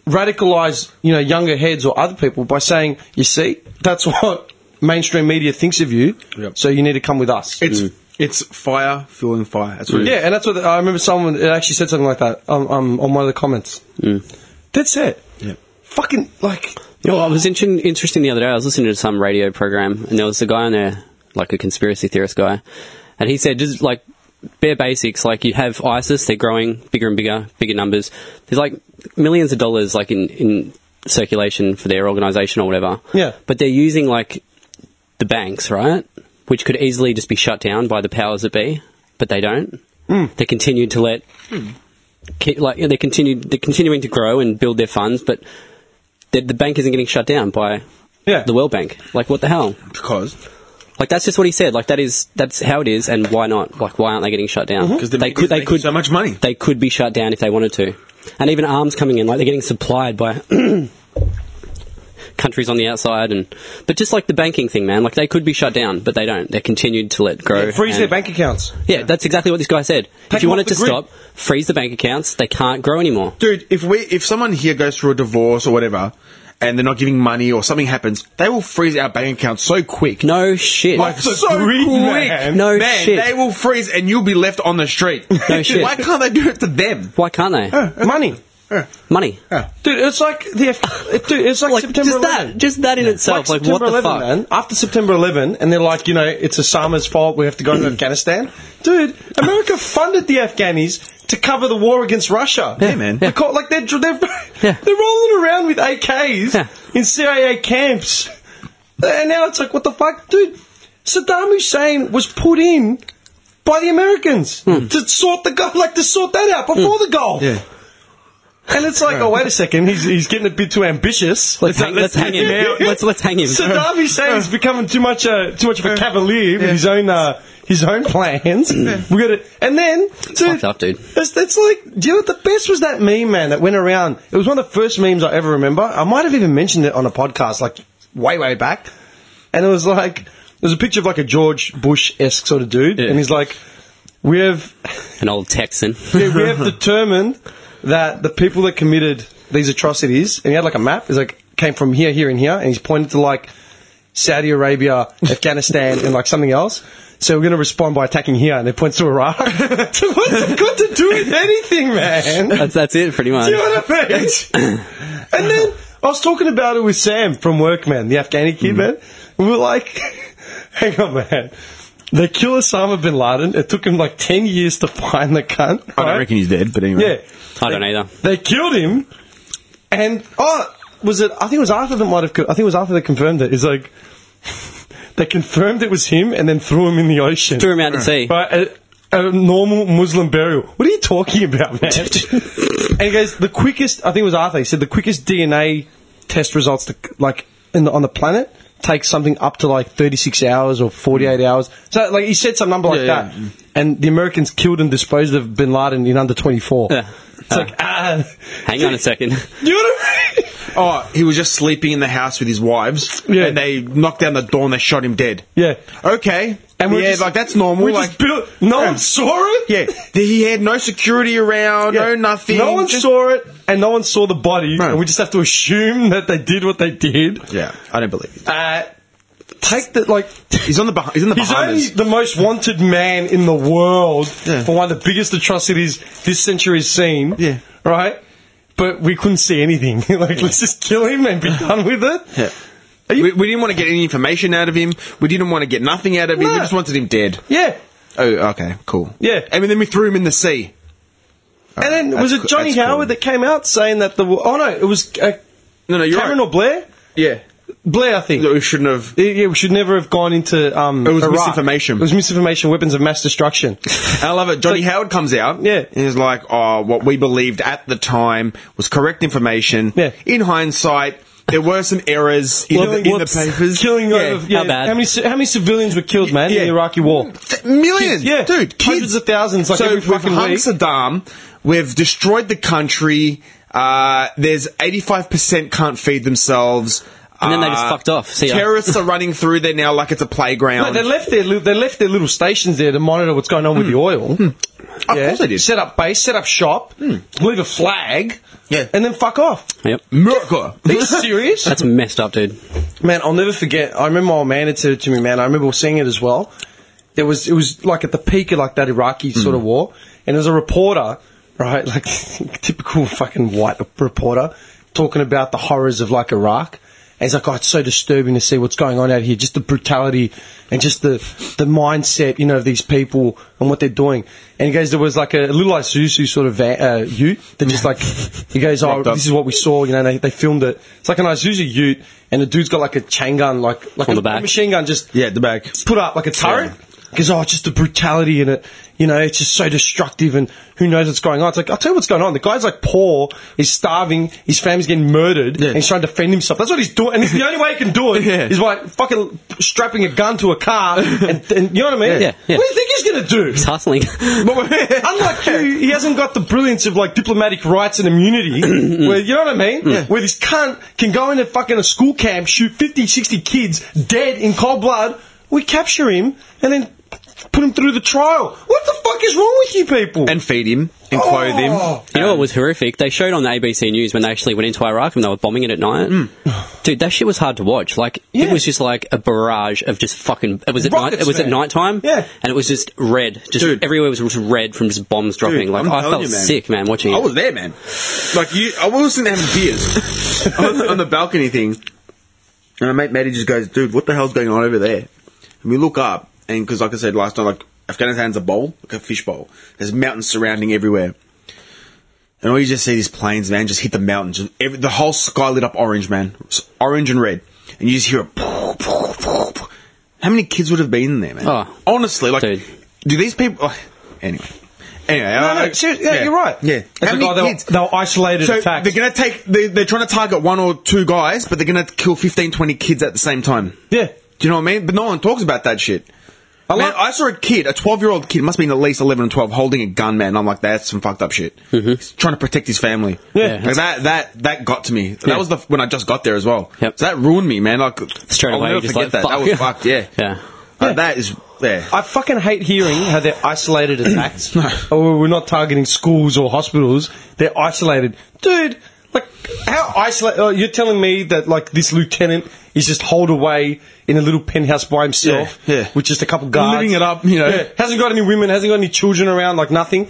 Speaker 5: radicalize, you know, younger heads or other people by saying, "You see, that's what mainstream media thinks of you,
Speaker 7: Yep.
Speaker 5: so you need to come with us." Mm.
Speaker 7: It's it's fire fueling fire. That's what it is.
Speaker 5: Yeah, and that's what I remember. Someone it actually said something like that um, um, on one of the comments.
Speaker 7: Mm.
Speaker 5: That's it.
Speaker 7: Yep.
Speaker 5: Fucking like
Speaker 6: You know, I was inter- interesting the other day. I was listening to some radio program, and there was a guy on there, like a conspiracy theorist guy, and he said just like bare basics, like you have ISIS, they're growing bigger and bigger, bigger numbers. There's like millions of dollars like in in circulation for their organisation or whatever.
Speaker 5: Yeah.
Speaker 6: but they're using like the banks, right? Which could easily just be shut down by the powers that be, but they don't. They continue to let. Keep, like they continue, they're continuing to grow and build their funds, but the, the bank isn't getting shut down by
Speaker 5: yeah.
Speaker 6: the World Bank. Like, what the hell?
Speaker 7: Because
Speaker 6: Like, that's just what he said. Like, that is that's how it is, and why not? Like, why aren't they getting shut
Speaker 5: Mm-hmm.
Speaker 6: down?
Speaker 7: because the
Speaker 6: they
Speaker 7: media's
Speaker 6: could, they
Speaker 7: making
Speaker 6: could,
Speaker 7: so much money.
Speaker 6: they could be shut down if they wanted to. And even arms coming in, like they're getting supplied by countries on the outside, and but just like the banking thing, man. Like, they could be shut down, but they don't. They're continued to let grow.
Speaker 5: freeze
Speaker 6: and-
Speaker 5: their bank accounts.
Speaker 6: Yeah, that's exactly what this guy said.
Speaker 5: Take
Speaker 6: if
Speaker 5: them
Speaker 6: you want
Speaker 5: off
Speaker 6: it to
Speaker 5: the grid.
Speaker 6: stop, freeze the bank accounts. They can't grow anymore.
Speaker 7: Dude, if we if someone here goes through a divorce or whatever, and they're not giving money or something happens, they will freeze our bank account so quick.
Speaker 6: No shit.
Speaker 7: Like
Speaker 5: That's
Speaker 7: so
Speaker 5: greed,
Speaker 7: quick,
Speaker 5: man.
Speaker 6: No shit.
Speaker 7: They will freeze, and you'll be left on the street.
Speaker 6: No shit.
Speaker 7: Why can't they do it to them?
Speaker 6: why can't they?
Speaker 5: Money,
Speaker 6: Money.
Speaker 5: dude. It's like the F- dude. It's like,
Speaker 6: like
Speaker 5: September
Speaker 6: just
Speaker 5: 11.
Speaker 6: that, just that in itself. Like, what
Speaker 5: September
Speaker 6: the
Speaker 5: 11,
Speaker 6: fuck?
Speaker 5: man. After September 11, and they're like, you know, it's Osama's fault. We have to go to Afghanistan, dude. America funded the Afghanis to cover the war against Russia.
Speaker 7: Yeah, man.
Speaker 5: They call- like they're they're,
Speaker 6: Yeah.
Speaker 5: they're rolling around with AKs
Speaker 6: Yeah.
Speaker 5: in CIA camps, and now it's like, what the fuck, dude? Saddam Hussein was put in by the Americans to sort the Gulf, like to sort that out before the Gulf.
Speaker 7: Yeah.
Speaker 5: And it's like, oh wait a second, he's he's getting a bit too ambitious.
Speaker 6: Let's hang- let's hang him. Let's- let's hang him.
Speaker 5: Saddam Hussein's becoming too much uh, too much of a cavalier with his own uh, his own plans. We got to, and then dude,
Speaker 6: fucked up, dude.
Speaker 5: That's, that's like, do you know what the best was that meme man that went around? It was one of the first memes I ever remember. I might have even mentioned it on a podcast like way way back, and it was like it was a picture of like a George Bush esque sort of dude,
Speaker 6: Yeah.
Speaker 5: and he's like, we have
Speaker 6: An old Texan.
Speaker 5: yeah, we have determined that the people that committed these atrocities, and he had like a map, is like came from here, here, and here, and he's pointed to like Saudi Arabia, Afghanistan, and like something else. So we're going to respond by attacking here, and it points to Iraq. so what's it got to do with anything, man?
Speaker 6: That's that's it, pretty much.
Speaker 5: Do you know what I mean? and then I was talking about it with Sam from Work, man, the Afghani
Speaker 7: Mm-hmm.
Speaker 5: kid, man. We were like, hang on, man. They killed Osama bin Laden. It took him like 10 years to find the cunt.
Speaker 7: I don't
Speaker 5: right?
Speaker 7: reckon he's dead, but
Speaker 5: Yeah.
Speaker 7: anyway.
Speaker 6: I don't either.
Speaker 5: They killed him, and oh, was it? I think it was Arthur that might have. co- I think it was Arthur that confirmed it. It's like they confirmed it was him, and then threw him in the ocean.
Speaker 6: Threw him out to sea.
Speaker 5: Right, uh, a, a normal Muslim burial. What are you talking about, man? and he goes, the quickest. I think it was Arthur. He said the quickest DNA test results to like in the, on the planet takes something up to like 36 hours or 48 hours. So like he said some number like
Speaker 7: Yeah, yeah.
Speaker 5: that. And the Americans killed and disposed of bin Laden in under 24.
Speaker 6: Yeah.
Speaker 5: It's like, ah.
Speaker 6: Hang on a second.
Speaker 5: You know what I mean?
Speaker 7: Oh, he was just sleeping in the house with his wives,
Speaker 5: Yeah.
Speaker 7: and they knocked down the door and they shot him dead.
Speaker 5: Yeah.
Speaker 7: Okay. And
Speaker 5: we're
Speaker 7: yeah,
Speaker 5: just-
Speaker 7: like that's normal.
Speaker 5: We
Speaker 7: like,
Speaker 5: just built. No
Speaker 7: Yeah.
Speaker 5: one saw it.
Speaker 7: yeah, he had no security around,
Speaker 5: Yeah.
Speaker 7: no nothing.
Speaker 5: No one
Speaker 7: just-
Speaker 5: saw it, and no one saw the body,
Speaker 7: Right.
Speaker 5: and we just have to assume that they did what they did.
Speaker 7: Yeah, I don't believe it.
Speaker 5: Uh, take the like.
Speaker 7: He's on the Bah- he's in the
Speaker 5: He's
Speaker 7: Bahamas.
Speaker 5: only the most wanted man in the world
Speaker 7: Yeah.
Speaker 5: for one of the biggest atrocities this century's seen.
Speaker 7: Yeah.
Speaker 5: Right. But we couldn't see anything. like, let's just kill him and be done with it.
Speaker 7: Yeah. we, we didn't want to get any information out of him. We didn't want to get nothing out of him.
Speaker 5: No.
Speaker 7: We just wanted him dead.
Speaker 5: Yeah.
Speaker 7: Oh, okay, cool.
Speaker 5: Yeah.
Speaker 7: and then we threw him in the sea.
Speaker 5: And then was it
Speaker 7: that's cool-
Speaker 5: Johnny
Speaker 7: that's cool.
Speaker 5: Howard that came out saying that the oh no, it was uh,
Speaker 7: No, no, you're
Speaker 5: Cameron
Speaker 7: right.
Speaker 5: or Blair?
Speaker 7: yeah.
Speaker 5: Blair, I think.
Speaker 7: That we shouldn't have.
Speaker 5: Yeah, yeah, we should never have gone into. Um,
Speaker 7: It was
Speaker 5: Iraq.
Speaker 7: misinformation.
Speaker 5: It was misinformation, weapons of mass destruction.
Speaker 7: I love it. Johnny Howard comes out.
Speaker 5: Yeah.
Speaker 7: and he's like, "Oh, what we believed at the time was correct information.
Speaker 5: Yeah.
Speaker 7: In hindsight, there were some errors in, the, in the
Speaker 5: Whoops.
Speaker 7: papers.
Speaker 5: killing
Speaker 7: yeah.
Speaker 5: of yeah,
Speaker 6: how bad?
Speaker 5: many ci- how many civilians were killed, man,
Speaker 7: Yeah.
Speaker 5: in the Iraqi war?
Speaker 7: Th- millions,
Speaker 5: Kids, yeah.
Speaker 7: dude, kids.
Speaker 5: Hundreds of thousands, like
Speaker 7: so
Speaker 5: every
Speaker 7: we've
Speaker 5: fucking
Speaker 7: hung
Speaker 5: week.
Speaker 7: Saddam. We've destroyed the country. Uh, there's 85 percent can't feed themselves.
Speaker 6: And then they just
Speaker 7: Uh,
Speaker 6: fucked off. See ya.
Speaker 7: terrorists are running through there now like it's a
Speaker 5: No,
Speaker 7: playground.
Speaker 5: they left their li- they left their little stations there to monitor what's going on with the oil.
Speaker 7: Hmm. of course they did. Hmm.
Speaker 5: Set up base, set up shop, leave a flag,
Speaker 7: Yeah.
Speaker 5: and then fuck off.
Speaker 6: Yep.
Speaker 7: America.
Speaker 5: Are you serious?
Speaker 6: That's messed up, dude.
Speaker 5: Man, I'll never forget. I remember my old man had said it to me, man. I remember seeing it as well. There was it was like at the peak of like that Iraqi sort of war, and there's a reporter, right, like typical fucking white reporter, talking about the horrors of like Iraq. And he's like, oh, it's so disturbing to see what's going on out here, just the brutality and just the the mindset, you know, of these people and what they're doing. And he goes, there was like a, little Isuzu sort of van, uh, ute that just like, he goes, oh,
Speaker 7: Wrapped up.
Speaker 5: this is what we saw. You know, they, they filmed it. It's like an Isuzu Ute, and the dude's got like a chain gun, like like
Speaker 6: On
Speaker 5: a,
Speaker 6: the back.
Speaker 5: a machine gun, just
Speaker 7: Yeah, at the back.
Speaker 5: put up like a turret. Because oh, it's just the brutality in it. You know, it's just so destructive, and who knows what's going on. It's like I'll tell you what's going on. The guy's like poor, he's starving, his family's getting murdered,
Speaker 7: Yeah.
Speaker 5: and he's trying to defend himself. That's what he's doing, and it's the only way he can do it is
Speaker 7: Yeah.
Speaker 5: by fucking strapping a gun to a car. And, and you know what I mean?
Speaker 6: Yeah, yeah.
Speaker 5: What do you think he's gonna do?
Speaker 6: It's hustling.
Speaker 5: Unlike you, he hasn't got the brilliance of like diplomatic rights and immunity. where you know what I mean? Where this cunt can go into fucking a school camp, shoot 50, 60 kids dead in cold blood. We capture him and then put him through the trial. What the fuck is wrong with you people?
Speaker 7: And feed him and clothe
Speaker 5: Oh.
Speaker 7: him.
Speaker 6: You know what was horrific? They showed on the ABC News when they actually went into Iraq and they were bombing it at night. Dude, that shit was hard to watch. Like
Speaker 5: Yeah.
Speaker 6: it was just like a barrage of just fucking. It was at night.
Speaker 5: Rockets,
Speaker 6: It was at
Speaker 5: man.
Speaker 6: night time.
Speaker 5: Yeah.
Speaker 6: and it was just red. Just
Speaker 7: Dude.
Speaker 6: everywhere was just red from just bombs dropping.
Speaker 7: Dude,
Speaker 6: like
Speaker 7: I'm
Speaker 6: i
Speaker 7: telling
Speaker 6: felt
Speaker 7: you, man.
Speaker 6: sick, man, watching it.
Speaker 7: I was there, man. Like you, I wasn't having beers on, on the balcony thing. And my mate Maddie just goes, "Dude, what the hell's going on over there?" And we look up, and because like I said last night, like Afghanistan's a bowl, like a fish bowl. There's mountains surrounding everywhere, and all you just see is planes, man, just hit the mountains. Just every, the whole sky lit up orange, man, It's orange and red, and you just hear a. poof, poof, poof, poof. How many kids would have been in there, man?
Speaker 6: Oh.
Speaker 7: Honestly, like,
Speaker 6: Dude.
Speaker 7: do these people? oh, anyway, Anyway,
Speaker 5: No,
Speaker 7: I-
Speaker 5: no,
Speaker 7: I-
Speaker 5: serious- yeah, you're right.
Speaker 7: Yeah,
Speaker 5: That's a guy that- they were isolated
Speaker 7: So
Speaker 5: attacks.
Speaker 7: they're going to take. They, they're trying to target one or two guys, but they're going to kill 15, 20 kids at the same time.
Speaker 5: Yeah.
Speaker 7: Do you know what I mean? But no one talks about that shit. I, man,
Speaker 5: like-
Speaker 7: I saw a kid, a 12 year old kid, must be at least 11 or 12, holding a gun, man. And I'm like, that's some fucked up shit. He's trying to protect his family.
Speaker 5: Yeah.
Speaker 7: Like that, that, that got to me.
Speaker 6: Yeah.
Speaker 7: That was the, when I just got there as well.
Speaker 6: Yep.
Speaker 7: So that ruined me, man. Like,
Speaker 6: Straight
Speaker 7: I'll
Speaker 6: away,
Speaker 7: never
Speaker 6: you're just like,
Speaker 7: forget that. That
Speaker 6: fuck.
Speaker 7: was fucked, yeah.
Speaker 6: Yeah.
Speaker 7: Uh, that is, yeah.
Speaker 5: I fucking hate hearing how they're isolated attacks. Or we're not targeting schools or hospitals. They're isolated. Dude, like, how isolated? Oh, you're telling me that, like, this lieutenant is just holed away in a little penthouse by himself
Speaker 7: Yeah, yeah.
Speaker 5: with just a couple guards.
Speaker 7: Living it up, you know.
Speaker 5: Hasn't got any women, hasn't got any children around, like, nothing.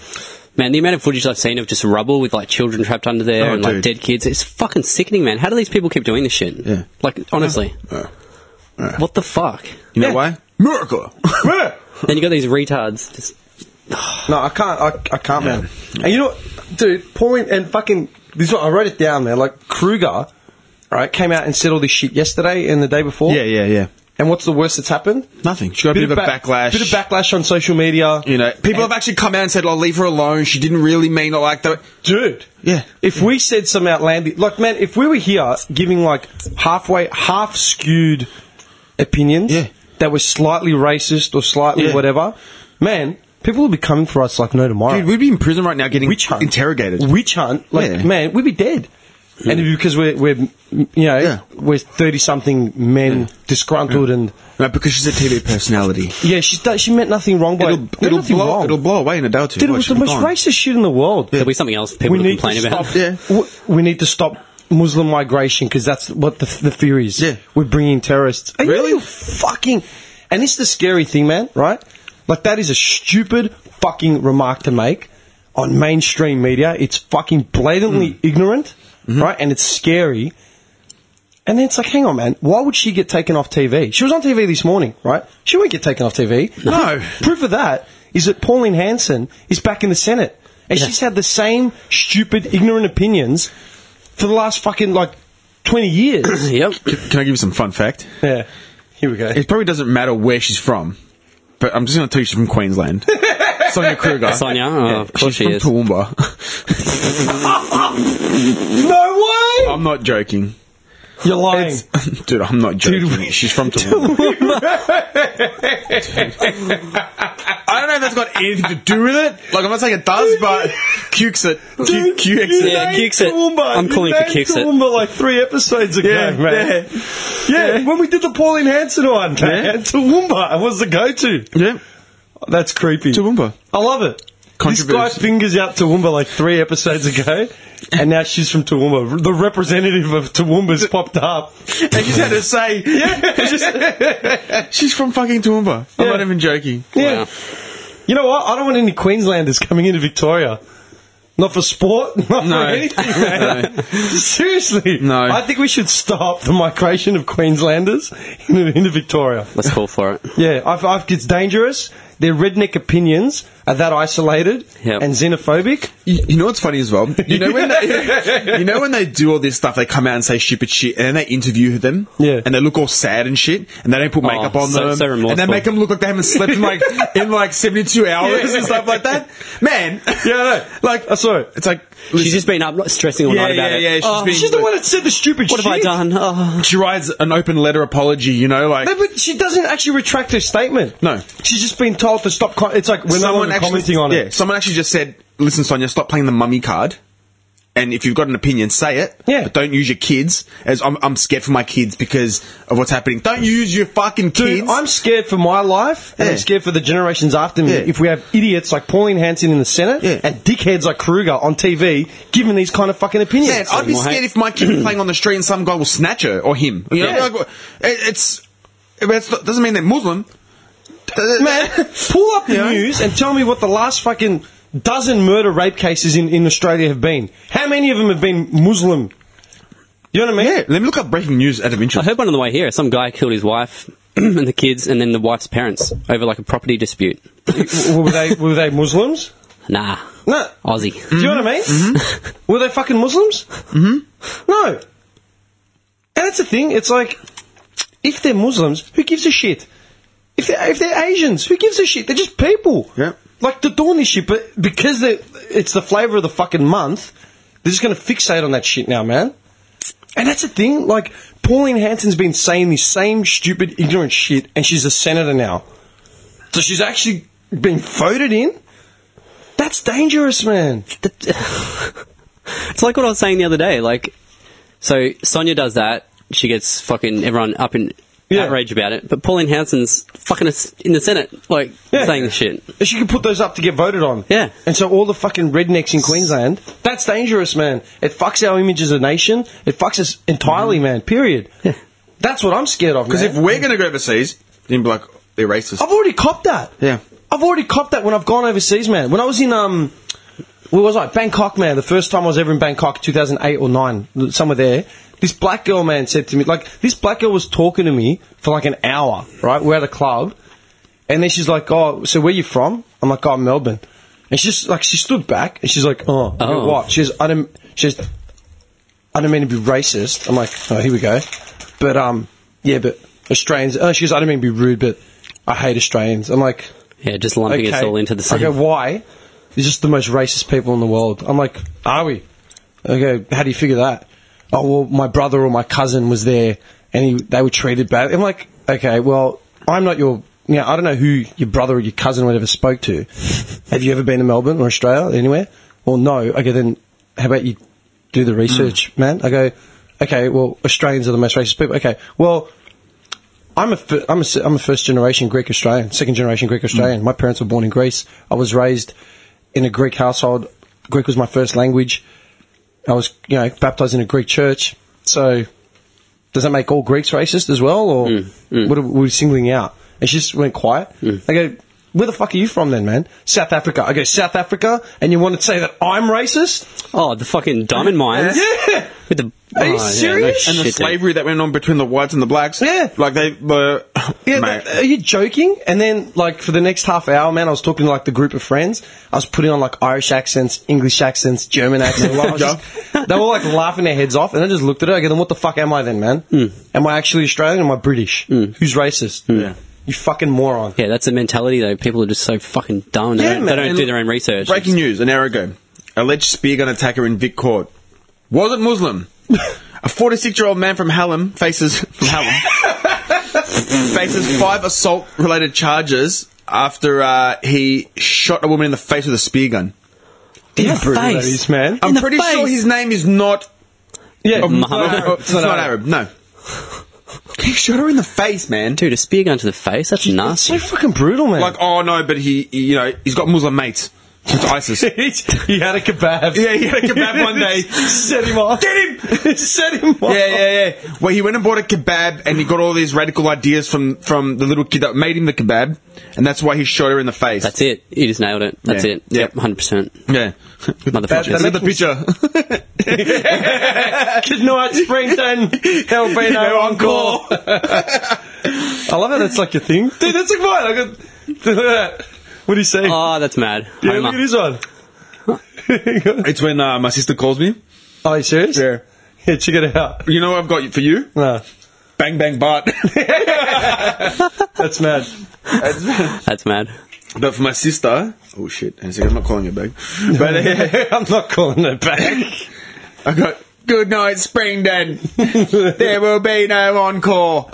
Speaker 6: Man, the amount of footage I've seen of just rubble with like children trapped under there
Speaker 7: Oh,
Speaker 6: and like
Speaker 7: dude.
Speaker 6: dead kids, it's fucking sickening, man. How do these people keep doing this shit?
Speaker 7: Yeah.
Speaker 6: Like, honestly. What the fuck?
Speaker 7: You know
Speaker 5: Yeah.
Speaker 7: why? Miracle!
Speaker 6: Then you got these retards. Just,
Speaker 5: No, I can't. I, I can't, man. And you know, what, dude, Pauline and fucking this. Is what I wrote it down, man. Like Kruger, right? Came out and said all this shit yesterday and the day before.
Speaker 7: yeah, yeah, yeah.
Speaker 5: And what's the worst that's happened?
Speaker 7: Nothing. She got a bit, of a
Speaker 5: back-
Speaker 7: backlash.
Speaker 5: Bit of backlash on social media.
Speaker 7: You know, people have actually come out and said, "I'll leave her alone. She didn't really mean it like that."
Speaker 5: dude.
Speaker 7: Yeah.
Speaker 5: If we said some outlandish, like, man, if we were here giving like halfway, half skewed opinions
Speaker 7: Yeah.
Speaker 5: that were slightly racist or slightly
Speaker 7: Yeah.
Speaker 5: whatever, man, people would be coming for us like no tomorrow.
Speaker 7: Dude, we'd be in prison right now getting
Speaker 5: witch hunt,
Speaker 7: interrogated.
Speaker 5: witch hunt. Like,
Speaker 7: Yeah.
Speaker 5: man, we'd be dead. And it'd be because we're, we're you know,
Speaker 7: Yeah.
Speaker 5: we're thirty something men, disgruntled, and
Speaker 7: no, because she's a TV personality.
Speaker 5: yeah, she do- she meant nothing wrong, but
Speaker 7: it'll,
Speaker 5: meant
Speaker 7: it'll
Speaker 5: nothing
Speaker 7: blow,
Speaker 5: wrong.
Speaker 7: it'll blow away in a day or two.
Speaker 5: Dude, it
Speaker 7: Watch,
Speaker 5: was the
Speaker 7: it'll
Speaker 5: most
Speaker 7: be gone.
Speaker 5: racist shit in the world.
Speaker 6: There'll be something else people
Speaker 5: we
Speaker 6: to
Speaker 5: need
Speaker 6: complain
Speaker 5: to
Speaker 6: about.
Speaker 5: stop.
Speaker 7: Yeah.
Speaker 5: w- We need to stop Muslim migration because that's what the, the fear is.
Speaker 7: Yeah.
Speaker 5: we're bringing terrorists. Are
Speaker 7: Really?
Speaker 5: you fucking? And it's the scary thing, man. Right? Like that is a stupid fucking remark to make on mainstream media. It's fucking blatantly
Speaker 7: Mm.
Speaker 5: ignorant,
Speaker 7: Mm-hmm.
Speaker 5: right? And it's scary. And then it's like, hang on, man. Why would she get taken off TV? She was on TV this morning, right? She won't get taken off TV.
Speaker 7: No.
Speaker 5: Proof of that is that Pauline Hanson is back in the Senate. And she's had the same stupid, ignorant opinions for the last fucking, like, 20 years.
Speaker 6: Yep.
Speaker 7: Can, can I give you some fun fact?
Speaker 5: yeah. Here we go.
Speaker 7: It probably doesn't matter where she's from, but I'm just going to tell you she's from Queensland. Sonia Kruger.
Speaker 6: Sonia, oh, of course
Speaker 7: she's
Speaker 6: she
Speaker 7: from
Speaker 6: is.
Speaker 7: Toowoomba.
Speaker 5: no way!
Speaker 7: I'm not joking.
Speaker 5: You're lying.
Speaker 7: It's- Dude, I'm not joking.
Speaker 5: Dude.
Speaker 7: She's from Toowoomba. I don't know if that's got anything to do with it. Like, I'm not saying it does, but Cukes it. Q- Cukes it.
Speaker 6: Yeah,
Speaker 5: named
Speaker 6: Kicks It.
Speaker 5: Toowoomba.
Speaker 6: I'm calling
Speaker 5: You
Speaker 6: for
Speaker 5: named
Speaker 6: Kicks It.
Speaker 5: Toowoomba like three episodes ago,
Speaker 7: Yeah,
Speaker 5: man. Yeah. when we did the Pauline Hanson one,
Speaker 7: Yeah.
Speaker 5: man, Toowoomba was the go-to.
Speaker 7: Yeah.
Speaker 5: That's creepy.
Speaker 7: Toowoomba.
Speaker 5: I love it. This guy
Speaker 7: Controversy.
Speaker 5: fingers out Toowoomba like three episodes ago, and now she's from Toowoomba. The representative of Toowoomba's popped up.
Speaker 7: And she's had to say, she's from fucking Toowoomba. I'm
Speaker 5: Yeah.
Speaker 7: not even joking.
Speaker 5: Yeah.
Speaker 6: Wow.
Speaker 5: You know what? I don't want any Queenslanders coming into Victoria. Not for sport, not
Speaker 7: No.
Speaker 5: for anything, man. Seriously.
Speaker 7: No.
Speaker 5: I think we should stop the migration of Queenslanders into, into Victoria.
Speaker 6: Let's call for it.
Speaker 5: Yeah, I've, I've, it's dangerous. Their redneck opinions are that isolated
Speaker 6: Yep.
Speaker 5: and xenophobic.
Speaker 7: You, you know what's funny as well? You know when they, you know when they do all this stuff, they come out and say stupid shit, and then they interview them,
Speaker 5: Yeah.
Speaker 7: and they look all sad and shit, and they don't put makeup on
Speaker 6: so-
Speaker 7: them,
Speaker 6: so
Speaker 7: and they
Speaker 6: remorseful.
Speaker 7: make them look like they haven't slept in like in like seventy two hours and stuff like that. Man,
Speaker 5: Yeah, I know.
Speaker 7: like
Speaker 5: I saw it.
Speaker 7: It's like
Speaker 6: She's just been up stressing all
Speaker 7: yeah,
Speaker 6: night about
Speaker 7: yeah,
Speaker 6: it.
Speaker 7: yeah. She's,
Speaker 6: Oh,
Speaker 7: been,
Speaker 5: She's the one that said the stupid
Speaker 6: what
Speaker 5: shit.
Speaker 6: have I done? Oh.
Speaker 7: She writes an open letter apology. You know, like
Speaker 5: No, but she doesn't actually retract her statement.
Speaker 7: No.
Speaker 5: She's just been told to stop. Com- it's like we're no longer commenting on
Speaker 7: yeah,
Speaker 5: it.
Speaker 7: someone actually just said, "Listen, Sonia, stop playing the mummy card." And if you've got an opinion, say it.
Speaker 5: Yeah.
Speaker 7: But don't use your kids. As I'm, I'm scared for my kids because of what's happening. Don't use your fucking
Speaker 5: Dude,
Speaker 7: kids.
Speaker 5: I'm scared for my life, and I'm
Speaker 7: Yeah.
Speaker 5: scared for the generations after me.
Speaker 7: Yeah.
Speaker 5: If we have idiots like Pauline Hanson in the Senate
Speaker 7: Yeah.
Speaker 5: and dickheads like Kruger on TV giving these kind of fucking opinions,
Speaker 7: Man, I'd be
Speaker 6: Well, hey-
Speaker 7: scared if my kid was playing on the street and some guy will snatch her or him. You know,
Speaker 5: Yeah.
Speaker 7: like, it, it's, it it's not- doesn't mean they're Muslim.
Speaker 5: man, pull up the
Speaker 7: Yeah.
Speaker 5: news and tell me what the last fucking dozen murder rape cases in, in Australia have been. How many of them have been Muslim? You know what I mean?
Speaker 7: Yeah, let me look up breaking news out of
Speaker 6: I
Speaker 7: interest.
Speaker 6: heard one on the way here. Some guy killed his wife and the kids and then the wife's parents over like a property dispute.
Speaker 5: W- were they were they Muslims?
Speaker 6: Nah.
Speaker 5: No.
Speaker 6: Aussie.
Speaker 5: Do you know what I mean? Mm-hmm. Were they fucking Muslims? Mm-hmm. No. And that's the thing. It's like, if they're Muslims, who gives a shit? If they're, if they're Asians, who gives a shit? They're just people.
Speaker 7: Yeah.
Speaker 5: like the Dawn is shit, but because they- it's the flavour of the fucking month, they're just going to fixate on that shit now, man. And that's the thing, like, Pauline Hanson's been saying this same stupid, ignorant shit, and she's a senator now. So she's actually been voted in? That's dangerous, man.
Speaker 6: The- it's like what I was saying the other day. Like, so Sonia does that. She gets fucking everyone up in
Speaker 5: Yeah.
Speaker 6: outrage about it. But Pauline Hanson's fucking us- in the Senate, like
Speaker 5: Yeah.
Speaker 6: saying this shit.
Speaker 5: And She could put those up to get voted on.
Speaker 6: Yeah.
Speaker 5: And so all the fucking rednecks in Queensland, that's dangerous, man. It fucks our image as a nation. It fucks us entirely, man, period. That's what I'm scared of,
Speaker 7: Mm-hmm. Because
Speaker 5: man.
Speaker 7: if we're going to go overseas, then be like, they're racist.
Speaker 5: I've already copped that.
Speaker 7: Yeah.
Speaker 5: I've already copped that when I've gone overseas, man. When I was in um, where was I? Bangkok, man. The first time I was ever in Bangkok, 2008 or nine, somewhere there. This black girl, man, said to me, like, this black girl was talking to me for like an hour, right? We're at a club, and then she's like, "Oh, so where you from?" I'm like, "Oh, Melbourne." And she's just, like, she stood back and she's like, "Oh, you know
Speaker 6: Oh.
Speaker 5: what?" She says, "I don't." She says, I don't mean to be racist. I'm like, oh, here we go. But, um, yeah, but Australians, oh, she goes, I don't mean to be rude, but I hate Australians. I'm like,
Speaker 6: Yeah, just lumping us
Speaker 5: okay.
Speaker 6: all into the same.
Speaker 5: I go, why? You're just the most racist people in the world. I'm like, are we? I go, how do you figure that? Oh, well, my brother or my cousin was there and he, they were treated bad. I'm like, okay, well, I'm not your, you know, I don't know who your brother or your cousin or whatever spoke to. Have you ever been to Melbourne or Australia, anywhere? Well, no. Okay, then how about you do the
Speaker 6: Mm.
Speaker 5: research, man? I go, okay, well, Australians are the most racist people. Okay, well, I'm a, fir- I'm a, s- I'm a first generation Greek Australian, second generation Greek Australian. My parents were born in Greece. I was raised in a Greek household. Greek was my first language. I was, you know, baptized in a Greek church. So, does that make all Greeks racist as well, or what are we singling out? And she just went quiet. I go, where the fuck are you from then, man? South Africa. I go, South Africa, and you want to say that I'm racist?
Speaker 6: Oh, the fucking diamond mines.
Speaker 5: Yeah.
Speaker 6: With the
Speaker 5: Are you
Speaker 6: Oh, yeah, no
Speaker 5: serious?
Speaker 7: and the
Speaker 6: shit, dude.
Speaker 7: slavery that went on between the whites and the blacks.
Speaker 5: Yeah.
Speaker 7: Like they were.
Speaker 5: Yeah,
Speaker 7: mate.
Speaker 5: th- are you joking? And then, like, for the next half hour, man, I was talking to, like, the group of friends. I was putting on, like, Irish accents, English accents, German accents. Like, I was just- they were, like, laughing their heads off. And I just looked at her. I go, then what the fuck am I then, man?
Speaker 7: Hmm.
Speaker 5: Am I actually Australian or am I British? Who's racist?
Speaker 7: Yeah.
Speaker 5: You fucking moron.
Speaker 6: Yeah, that's the mentality though. People are just so fucking dumb. They
Speaker 5: Yeah,
Speaker 6: don't,
Speaker 5: man,
Speaker 6: they don't
Speaker 5: and
Speaker 6: do their own research.
Speaker 7: Breaking news an hour ago. Alleged spear gun attacker in Vic Court. Wasn't Muslim. A 46 year old man from Hallam faces. From Hallam. faces five assault related charges after uh, he shot a woman in the face with a spear gun.
Speaker 5: Damn
Speaker 6: the
Speaker 5: brutal that
Speaker 6: face.
Speaker 5: is, man.
Speaker 7: I'm
Speaker 6: the
Speaker 7: pretty sure
Speaker 6: face.
Speaker 7: his name is not.
Speaker 5: yeah,
Speaker 6: Muhammad.
Speaker 5: Arab.
Speaker 7: It's not Arab, no. He shot her in the face, man.
Speaker 6: Dude, a spear gun to the face? That's
Speaker 5: It's so
Speaker 6: nasty.
Speaker 5: fucking brutal, man.
Speaker 7: Like, oh no, but he, he- you know, he's got Muslim mates. It's ISIS.
Speaker 5: he had a kebab.
Speaker 7: Yeah, he had a kebab one day.
Speaker 5: Set him off. Get him! Set him off.
Speaker 7: Yeah, yeah, yeah. Well, he went and bought a kebab, and he got all these radical ideas from from the little kid that made him the kebab, and that's why he shot her in the face.
Speaker 6: That's it. You just nailed it. That's
Speaker 7: Yeah.
Speaker 6: it.
Speaker 7: Yeah.
Speaker 6: Yep, 100%.
Speaker 7: yeah.
Speaker 6: Motherfuckers.
Speaker 7: Look at the picture.
Speaker 5: Midnight Springton, there'll be no encore. I love how that's like your thing. Dude, that's like mine. I got, what do you say?
Speaker 6: Oh, that's mad.
Speaker 5: yeah,
Speaker 6: Homer.
Speaker 5: look at this one.
Speaker 7: it's when uh, my sister calls me.
Speaker 5: Are you serious? Yeah. Yeah, check it out.
Speaker 7: You know what I've got for you?
Speaker 5: No,
Speaker 7: Bang bang Bart.
Speaker 5: that's mad.
Speaker 6: That's mad.
Speaker 7: but for my sister, oh shit! And I'm not calling her back. But uh,
Speaker 5: I'm not calling it back.
Speaker 7: I got good night, Springden. there will be no encore.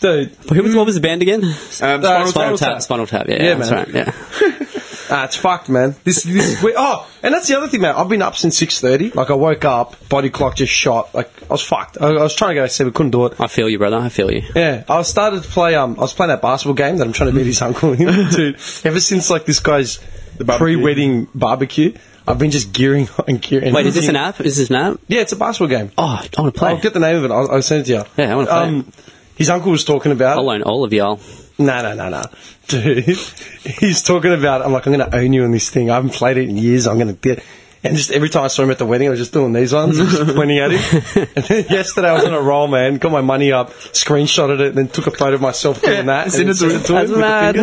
Speaker 5: Dude,
Speaker 6: Who was, what was the band again?
Speaker 7: Um,
Speaker 5: Uh, Spinal
Speaker 6: Spinal
Speaker 5: Tap.
Speaker 6: Tap. Spinal Tap. Yeah,
Speaker 5: Yeah,
Speaker 6: that's
Speaker 5: man.
Speaker 6: right. Yeah.
Speaker 5: ah, it's fucked, man. This, this, we, oh, and that's the other thing, man. I've been up since 6.30. Like, I woke up, body clock just shot. Like, I was fucked. I, I was trying to go to sleep, I couldn't do it.
Speaker 6: I feel you, brother. I feel you.
Speaker 5: Yeah, I started to play. Um, I was playing that basketball game that I'm trying to beat his uncle in. Dude, ever since like this guy's
Speaker 7: barbecue.
Speaker 5: pre-wedding barbecue, I've been just gearing and gearing.
Speaker 6: Wait, is this an app? Is this an app?
Speaker 5: Yeah, it's a basketball game.
Speaker 6: Oh, I want to play.
Speaker 5: I'll get the name of it. I'll, I'll send it to you.
Speaker 6: Yeah, I wanna play
Speaker 5: his uncle was talking about.
Speaker 6: I'll own all of y'all.
Speaker 5: No, no, no, no. Dude, he's talking about, I'm like, I'm going to own you on this thing. I haven't played it in years. I'm going to get. And just every time I saw him at the wedding, I was just doing these ones, just pointing at him. And then yesterday I was on a roll, man. Got my money up, screenshotted it, and then took a photo of myself doing that. and
Speaker 7: send it
Speaker 5: then sent
Speaker 7: to him.
Speaker 5: to him
Speaker 6: That's
Speaker 5: with the
Speaker 6: mad.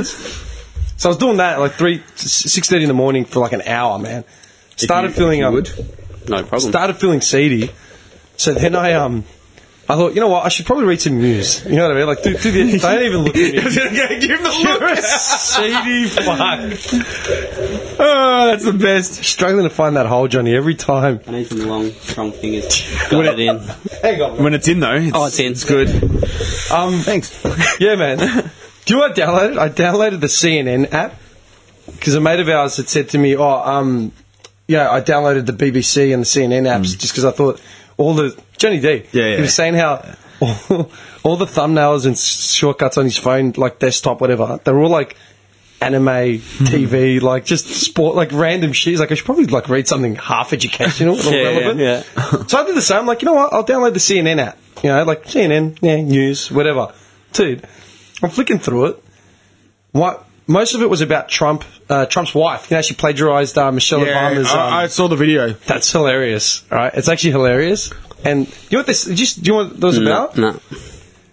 Speaker 5: fingers. So I was doing that at like three, six thirty in the morning for like an hour, man. Started
Speaker 7: you- if
Speaker 5: feeling
Speaker 7: you
Speaker 5: um,
Speaker 7: would.
Speaker 6: No problem.
Speaker 5: started feeling seedy. So then I um I thought, you know what, I should probably read some news. You know what I mean? Like, do, do the, don't even look at me.
Speaker 7: give him the
Speaker 5: You're a seedy fuck. Oh, that's the best. Struggling to find that hole, Johnny, every time.
Speaker 6: I need some long, strong fingers. Got it in.
Speaker 5: Hang on.
Speaker 7: When it's in though, it's,
Speaker 6: Oh, it's in.
Speaker 7: It's good.
Speaker 5: Um,
Speaker 7: Thanks.
Speaker 5: yeah, man. Do you know what I downloaded? I downloaded the CNN app because a mate of ours had said to me, "Oh, um, yeah, I downloaded the BBC and the CNN apps just because I thought all the Johnny D.
Speaker 7: Mm. Yeah, yeah.
Speaker 5: he was saying how all, all the thumbnails and s- shortcuts on his phone, like desktop, whatever, they were all like." Anime,
Speaker 6: Hmm.
Speaker 5: TV, like just sport, like random shit. He's Like I should probably like read something half educational or
Speaker 6: Yeah, yeah,
Speaker 5: relevant.
Speaker 6: yeah.
Speaker 5: So I did the same. Like, you know what? I'll download the CNN app. You know, like CNN, yeah, news, whatever. Dude, I'm flicking through it. What? Most of it was about Trump, uh, Trump's wife. You know, she plagiarized uh, Michelle
Speaker 7: Yeah,
Speaker 5: Obama's. Um,
Speaker 7: I, I saw the video.
Speaker 5: that's hilarious. All right, it's actually hilarious. And you know what this? Just do you want those
Speaker 6: No,
Speaker 5: about?
Speaker 6: no.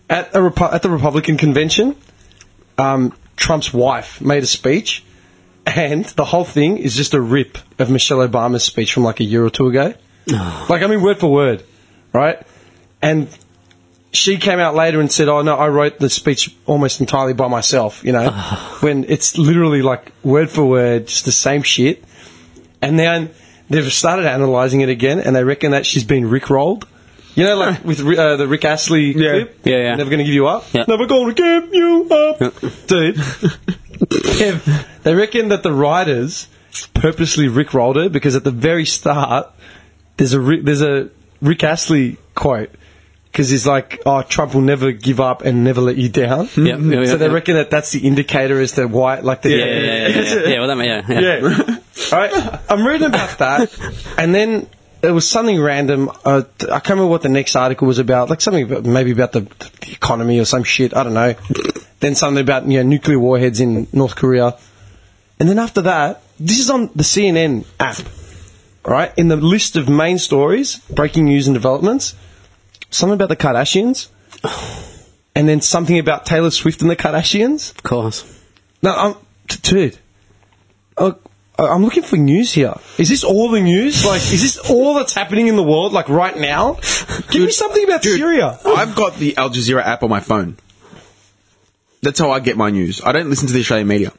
Speaker 5: at a Repu- at the Republican convention, um, Trump's wife made a speech, and the whole thing is just a rip of Michelle Obama's speech from like a year or two ago. like I mean, word for word, right? And she came out later and said, "Oh no, I wrote the speech almost entirely by myself." You know, when it's literally like word for word, just the same shit. And then they've started analysing it again, and they reckon that she's been rickrolled. You know, like with uh, the Rick Astley
Speaker 7: Yeah.
Speaker 5: clip.
Speaker 6: Yeah, yeah.
Speaker 5: Never gonna give you up.
Speaker 6: Yeah.
Speaker 5: Never gonna give you up, dude. Kev, they reckon that the writers purposely rickrolled her because at the very start there's a Rick- there's a Rick Astley quote because he's like, "Oh, Trump will never give up and never let you down."
Speaker 6: Yeah, yeah, yeah,
Speaker 5: so they
Speaker 6: yeah.
Speaker 5: reckon that that's the indicator as to why, like, the
Speaker 6: Yeah, yeah, yeah, yeah, yeah. Yeah, well, that may, yeah, yeah.
Speaker 5: yeah. All right. I'm reading about that, and then it was something random. Uh, I can't remember what the next article was about. Like something about, maybe about the, the economy or some shit. I don't know. then something about you know nuclear warheads in North Korea, and then after that, this is on the CNN app. All right. In the list of main stories, breaking news and developments, something about the Kardashians. And then something about Taylor Swift and the Kardashians.
Speaker 6: Of course.
Speaker 5: No, I'm, t- dude. Uh, I, I'm looking for news here. Is this all the news? Like, is this all that's happening in the world? Like right now? Give me something about Syria.
Speaker 7: I've got the Al Jazeera app on my phone. That's how I get my news. I don't listen to the Australian media.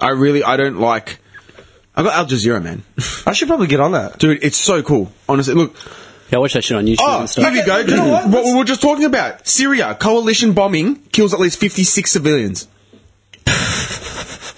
Speaker 7: I really, I don't like. I got Al Jazeera, man,
Speaker 5: I should probably get on that.
Speaker 7: dude. It's so cool. Honestly, look.
Speaker 6: Yeah, I watch that shit on YouTube
Speaker 7: Oh,
Speaker 6: and
Speaker 7: here
Speaker 6: stuff.
Speaker 7: we go.
Speaker 5: You know what?
Speaker 7: what? we were just talking about: Syria coalition bombing kills at least fifty-six civilians.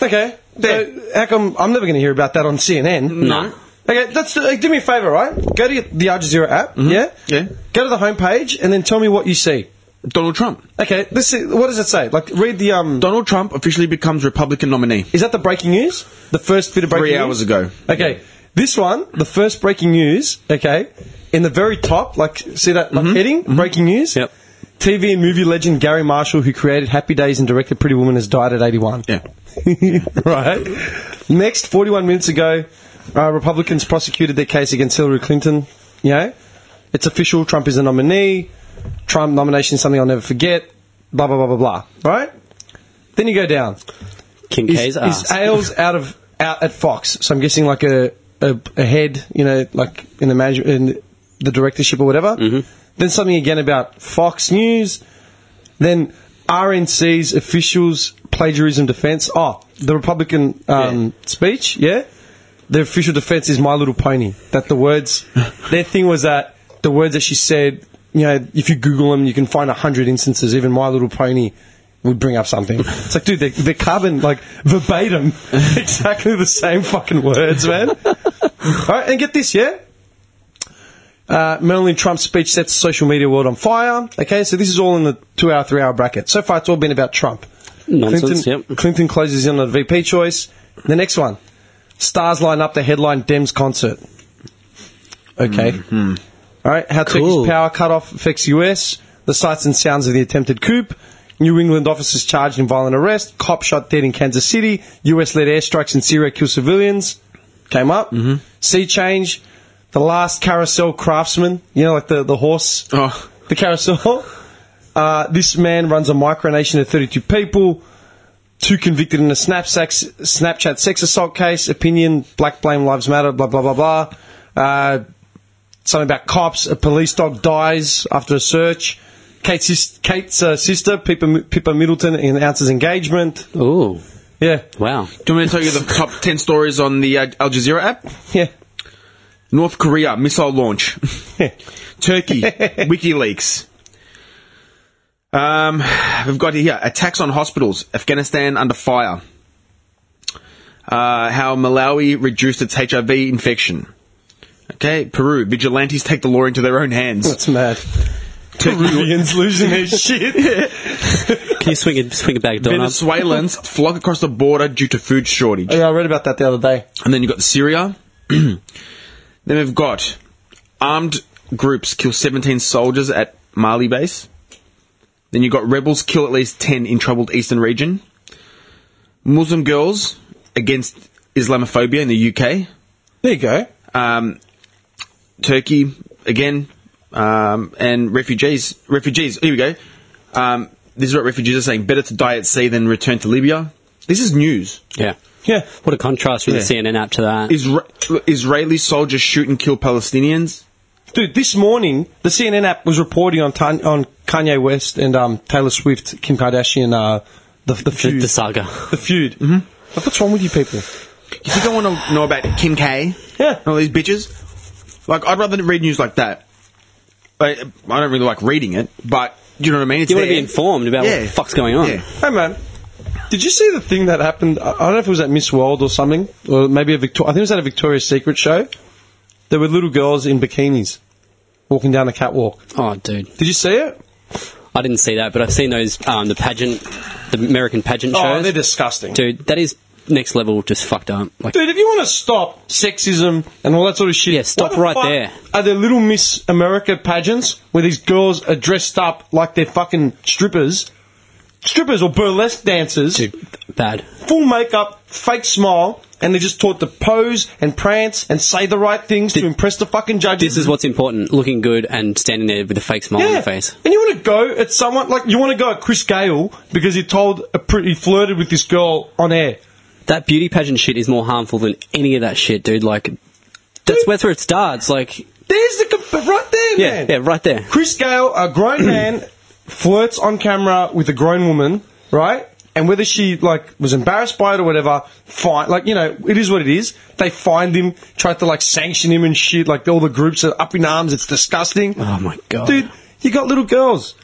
Speaker 5: Okay.
Speaker 7: There.
Speaker 5: So, how come I'm never going to hear about that on CNN?
Speaker 6: No.
Speaker 5: Okay, that's the, uh, do me a favor, right? Go to the Al Jazeera app, Mm-hmm. yeah?
Speaker 7: Yeah.
Speaker 5: Go to the homepage and then tell me what you see.
Speaker 7: Donald Trump.
Speaker 5: Okay, this is, what does it say? Like, read the, um,
Speaker 7: Donald Trump officially becomes Republican nominee.
Speaker 5: Is that the breaking news? The first bit of breaking
Speaker 7: Three
Speaker 5: news?
Speaker 7: hours ago.
Speaker 5: Okay. This one, the first breaking news, okay, in the very top, like, see that like, heading? Breaking news?
Speaker 6: Yep.
Speaker 5: TV and movie legend Gary Marshall, who created Happy Days and directed Pretty Woman, has died at 81.
Speaker 7: Yeah.
Speaker 5: right? Next, 41 minutes ago, uh, Republicans prosecuted their case against Hillary Clinton. You know, it's official. Trump is the nominee. Trump nomination is something I'll never forget. Blah, blah, blah, blah, blah. Right? Then you go down is,
Speaker 6: Kincaid's ass.
Speaker 5: is Ailes out of out at Fox? So I'm guessing like a, a, a head, you know, like in the management, in the directorship or whatever. Mm-hmm. Then something again about Fox News. Then RNC's officials plagiarism defense. Oh, the Republican um, speech, yeah. The official defense is My Little Pony. That the words, their thing was that the words that she said, you know, if you Google them, you can find a hundred instances. Even My Little Pony would bring up something. It's like, dude, they're, they're carbon, like verbatim, exactly the same fucking words, man. All right, and get this, yeah. Uh, Melanie Trump's speech sets the social media world on fire. Okay, so this is all in the two hour, three hour bracket. So far, it's all been about Trump.
Speaker 6: Nonsense,
Speaker 5: Clinton,
Speaker 6: yep.
Speaker 5: Clinton closes in on the VP choice. The next one stars line up the headline Dems concert. Okay. All right, how
Speaker 6: Mm-hmm. Cool.
Speaker 5: Turkey's power cutoff affects US, the sights and sounds of the attempted coup. New England officers charged in violent arrest. Cop shot dead in Kansas City. US led airstrikes in Syria kill civilians. Came up. Sea change. The last carousel craftsman. You know, like the, the horse.
Speaker 7: Oh.
Speaker 5: The carousel. Uh, this man runs a micronation of 32 people. Two convicted in a Snapsack, Snapchat sex assault case. Opinion, black blame lives matter, blah, blah, blah, blah. Uh, something about cops. A police dog dies after a search. Kate's, sis- Kate's uh, sister, Pippa, Pippa Middleton, announces engagement.
Speaker 6: Ooh,
Speaker 5: Yeah,
Speaker 6: wow.
Speaker 7: Do you want me to tell you the top 10 stories on the uh, Al Jazeera app?
Speaker 5: yeah.
Speaker 7: North Korea, missile launch. Turkey, WikiLeaks. Um, we've got here attacks on hospitals, Afghanistan under fire. Uh, how Malawi reduced its HIV infection. Okay, Peru, vigilantes take the law into their own hands.
Speaker 5: That's mad. Peruvians losing their shit.
Speaker 6: Can you swing it, swing it back, Donna?
Speaker 7: Venezuelans flock across the border due to food shortage.
Speaker 5: Oh, yeah, I read about that the other day.
Speaker 7: And then you've got Syria. then we've got armed groups kill 17 soldiers at Mali base. Then you've got rebels kill at least 10 in troubled eastern region. Muslim girls against Islamophobia in the UK.
Speaker 5: There you go.
Speaker 7: Um, Turkey again. Um, and refugees. Refugees. Here we go. Um, this is what refugees are saying. Better to die at sea than return to Libya. This is news.
Speaker 6: yeah.
Speaker 5: Yeah.
Speaker 6: What a contrast with the
Speaker 7: Yeah.
Speaker 6: CNN app to that.
Speaker 7: Isra- Israeli soldiers shoot and kill Palestinians.
Speaker 5: Dude, this morning the CNN app was reporting on Tan- on Kanye West and um, Taylor Swift, Kim Kardashian, uh, the the
Speaker 6: the,
Speaker 5: feud.
Speaker 6: the saga.
Speaker 5: The feud. Mm-hmm. Like, what's wrong with you people?
Speaker 7: You think I want to know about Kim K?
Speaker 5: Yeah.
Speaker 7: And all these bitches? Like, I'd rather read news like that. I, I don't really like reading it, but you know what I mean? It's
Speaker 6: You want to be
Speaker 7: there.
Speaker 6: informed about what
Speaker 7: Yeah.
Speaker 6: the fuck's going on.
Speaker 7: Yeah.
Speaker 5: Hey man, did you see the thing that happened? I I don't know if it was at Miss World or something, or maybe a Victor- I think it was at a Victoria's Secret show. There were little girls in bikinis walking down a catwalk.
Speaker 6: Oh, dude.
Speaker 5: Did you see it?
Speaker 6: I didn't see that, but I've seen those, um, the pageant, the American pageant
Speaker 5: Oh,
Speaker 6: shows.
Speaker 5: they're disgusting.
Speaker 6: Dude, that is next level just fucked up. Like,
Speaker 5: Dude, if you want to stop sexism and all that sort of shit,
Speaker 6: Yeah, stop
Speaker 5: what the
Speaker 6: right
Speaker 5: fuck
Speaker 6: there.
Speaker 5: Are there little Miss America pageants where these girls are dressed up like they're fucking strippers, strippers or burlesque dancers,
Speaker 6: dude, bad.
Speaker 5: full makeup, fake smile, and they're just taught to pose and prance and say the right things to impress the fucking judges?
Speaker 6: This is what's important looking good and standing there with a fake smile on your face.
Speaker 5: And you want to go at someone like you want to go at Chris Gale because he told a pretty he flirted with this girl on air.
Speaker 6: That beauty pageant shit is more harmful than any of that shit, dude. Like, that's where, that's where it starts. Like,
Speaker 5: There's the comp- right there,
Speaker 6: yeah,
Speaker 5: man.
Speaker 6: yeah, right there.
Speaker 5: Chris Gale, a grown man, flirts on camera with a grown woman, right? And whether she like was embarrassed by it or whatever, fine. Like you know, it is what it is. They find him, try to like sanction him and shit. Like all the groups are up in arms. It's disgusting.
Speaker 6: Oh, my God.
Speaker 5: dude, you got little girls.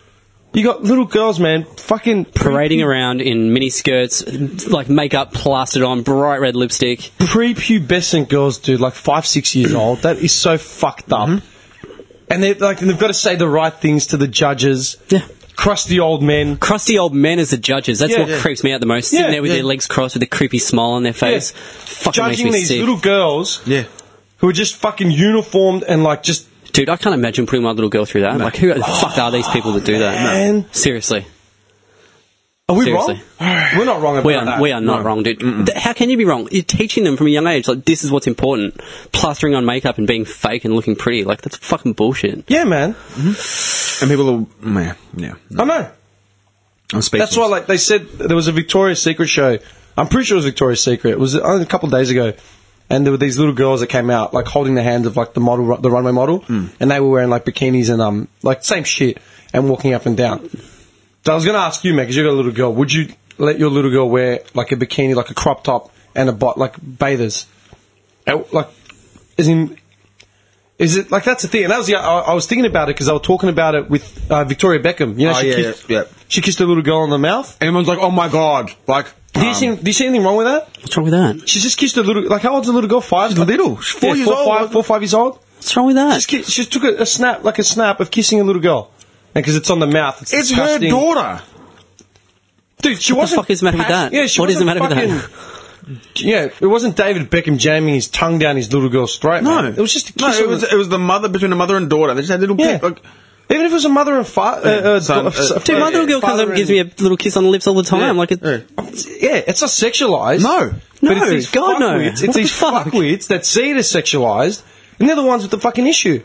Speaker 5: You got little girls, man. Fucking
Speaker 6: Parading around in mini skirts, like makeup plastered on, bright red lipstick.
Speaker 5: prepubescent girls, dude, like five, six years old. That is so fucked up.
Speaker 6: Mm-hmm.
Speaker 5: And they like, and they've got to say the right things to the judges.
Speaker 6: Yeah.
Speaker 5: Crusty old men.
Speaker 6: Crusty old men as the judges. That's
Speaker 5: Yeah,
Speaker 6: what
Speaker 5: yeah.
Speaker 6: creeps me out the most. Sitting
Speaker 5: Yeah,
Speaker 6: there with
Speaker 5: yeah.
Speaker 6: their legs crossed with a creepy smile on their face. Fucking makes
Speaker 5: Judging
Speaker 6: me
Speaker 5: these
Speaker 6: sick.
Speaker 5: little girls
Speaker 7: Yeah.
Speaker 5: who are just fucking uniformed and like just
Speaker 6: Dude, I can't imagine putting my little girl through that. Like, who the fuck are these people that do that?
Speaker 5: Oh, man.
Speaker 6: Seriously.
Speaker 5: are we
Speaker 6: Seriously.
Speaker 5: wrong? We're not wrong about
Speaker 6: We are,
Speaker 5: that.
Speaker 6: we are not wrong, dude. Th- How can you be wrong? You're teaching them from a young age, like, this is what's important. Plastering on makeup and being fake and looking pretty. Like, that's fucking bullshit.
Speaker 5: Yeah, man.
Speaker 7: And people are, man, yeah.
Speaker 5: I know.
Speaker 7: I'm speaking.
Speaker 5: That's why, like they said, there was a Victoria's Secret show. I'm pretty sure it was Victoria's Secret. It was only a couple of days ago, and there were these little girls that came out, like holding the hands of like the model, the runway model,
Speaker 7: Hmm.
Speaker 5: and they were wearing like bikinis and um, like same shit, and walking up and down. So I was going to ask you, man, because you've got a little girl. Would you let your little girl wear like a bikini, like a crop top, and a bot, like bathers? Uh, Like, is in. Is it like that's the thing? And that was the, I, I was thinking about it because I was talking about it with uh, Victoria Beckham. You know,
Speaker 7: Oh,
Speaker 5: she
Speaker 7: yeah,
Speaker 5: kissed,
Speaker 7: yeah, yeah.
Speaker 5: she kissed a little girl on the mouth.
Speaker 7: Everyone's like, oh my god. Like,
Speaker 5: Do you,
Speaker 7: um,
Speaker 5: see, do you see anything wrong with that?
Speaker 6: What's wrong with that?
Speaker 5: She's just kissed a little. Like how old's a little girl? Five.
Speaker 7: She's little. She's four years
Speaker 5: four,
Speaker 7: old.
Speaker 5: Five, four, five years old.
Speaker 6: What's wrong with that?
Speaker 5: She's ki- she just took a, a snap, like a snap of kissing a little girl, and because it's on the mouth, it's,
Speaker 7: it's
Speaker 5: disgusting.
Speaker 7: her daughter.
Speaker 5: Dude, she
Speaker 6: What the
Speaker 5: wasn't.
Speaker 6: fuck is the matter with
Speaker 5: passion-
Speaker 6: that?
Speaker 5: Yeah, she
Speaker 6: What is the
Speaker 5: wasn't
Speaker 6: matter with that?
Speaker 5: fucking- Yeah, it wasn't David Beckham jamming his tongue down his little girl's throat.
Speaker 7: No.
Speaker 5: man. it was just a kiss.
Speaker 7: No, it
Speaker 5: on
Speaker 7: was,
Speaker 5: the-
Speaker 7: it was the mother between a mother and daughter. They just had little
Speaker 5: yeah.
Speaker 7: pic, Like,
Speaker 5: Even if it was a mother and father, uh, uh,
Speaker 7: Son,
Speaker 5: uh,
Speaker 7: uh,
Speaker 5: f-
Speaker 6: Dude, my
Speaker 5: father
Speaker 6: little girl comes up and
Speaker 5: and-
Speaker 6: gives me a little kiss on the lips all the time. Like, it,
Speaker 5: Yeah, it's not sexualized.
Speaker 7: No.
Speaker 5: but it's
Speaker 6: No,
Speaker 5: these
Speaker 6: God, no.
Speaker 5: fuckwits- It's
Speaker 6: What the
Speaker 5: these
Speaker 6: fuck?
Speaker 5: fuckwits that see it as sexualized, and they're the ones with the fucking issue.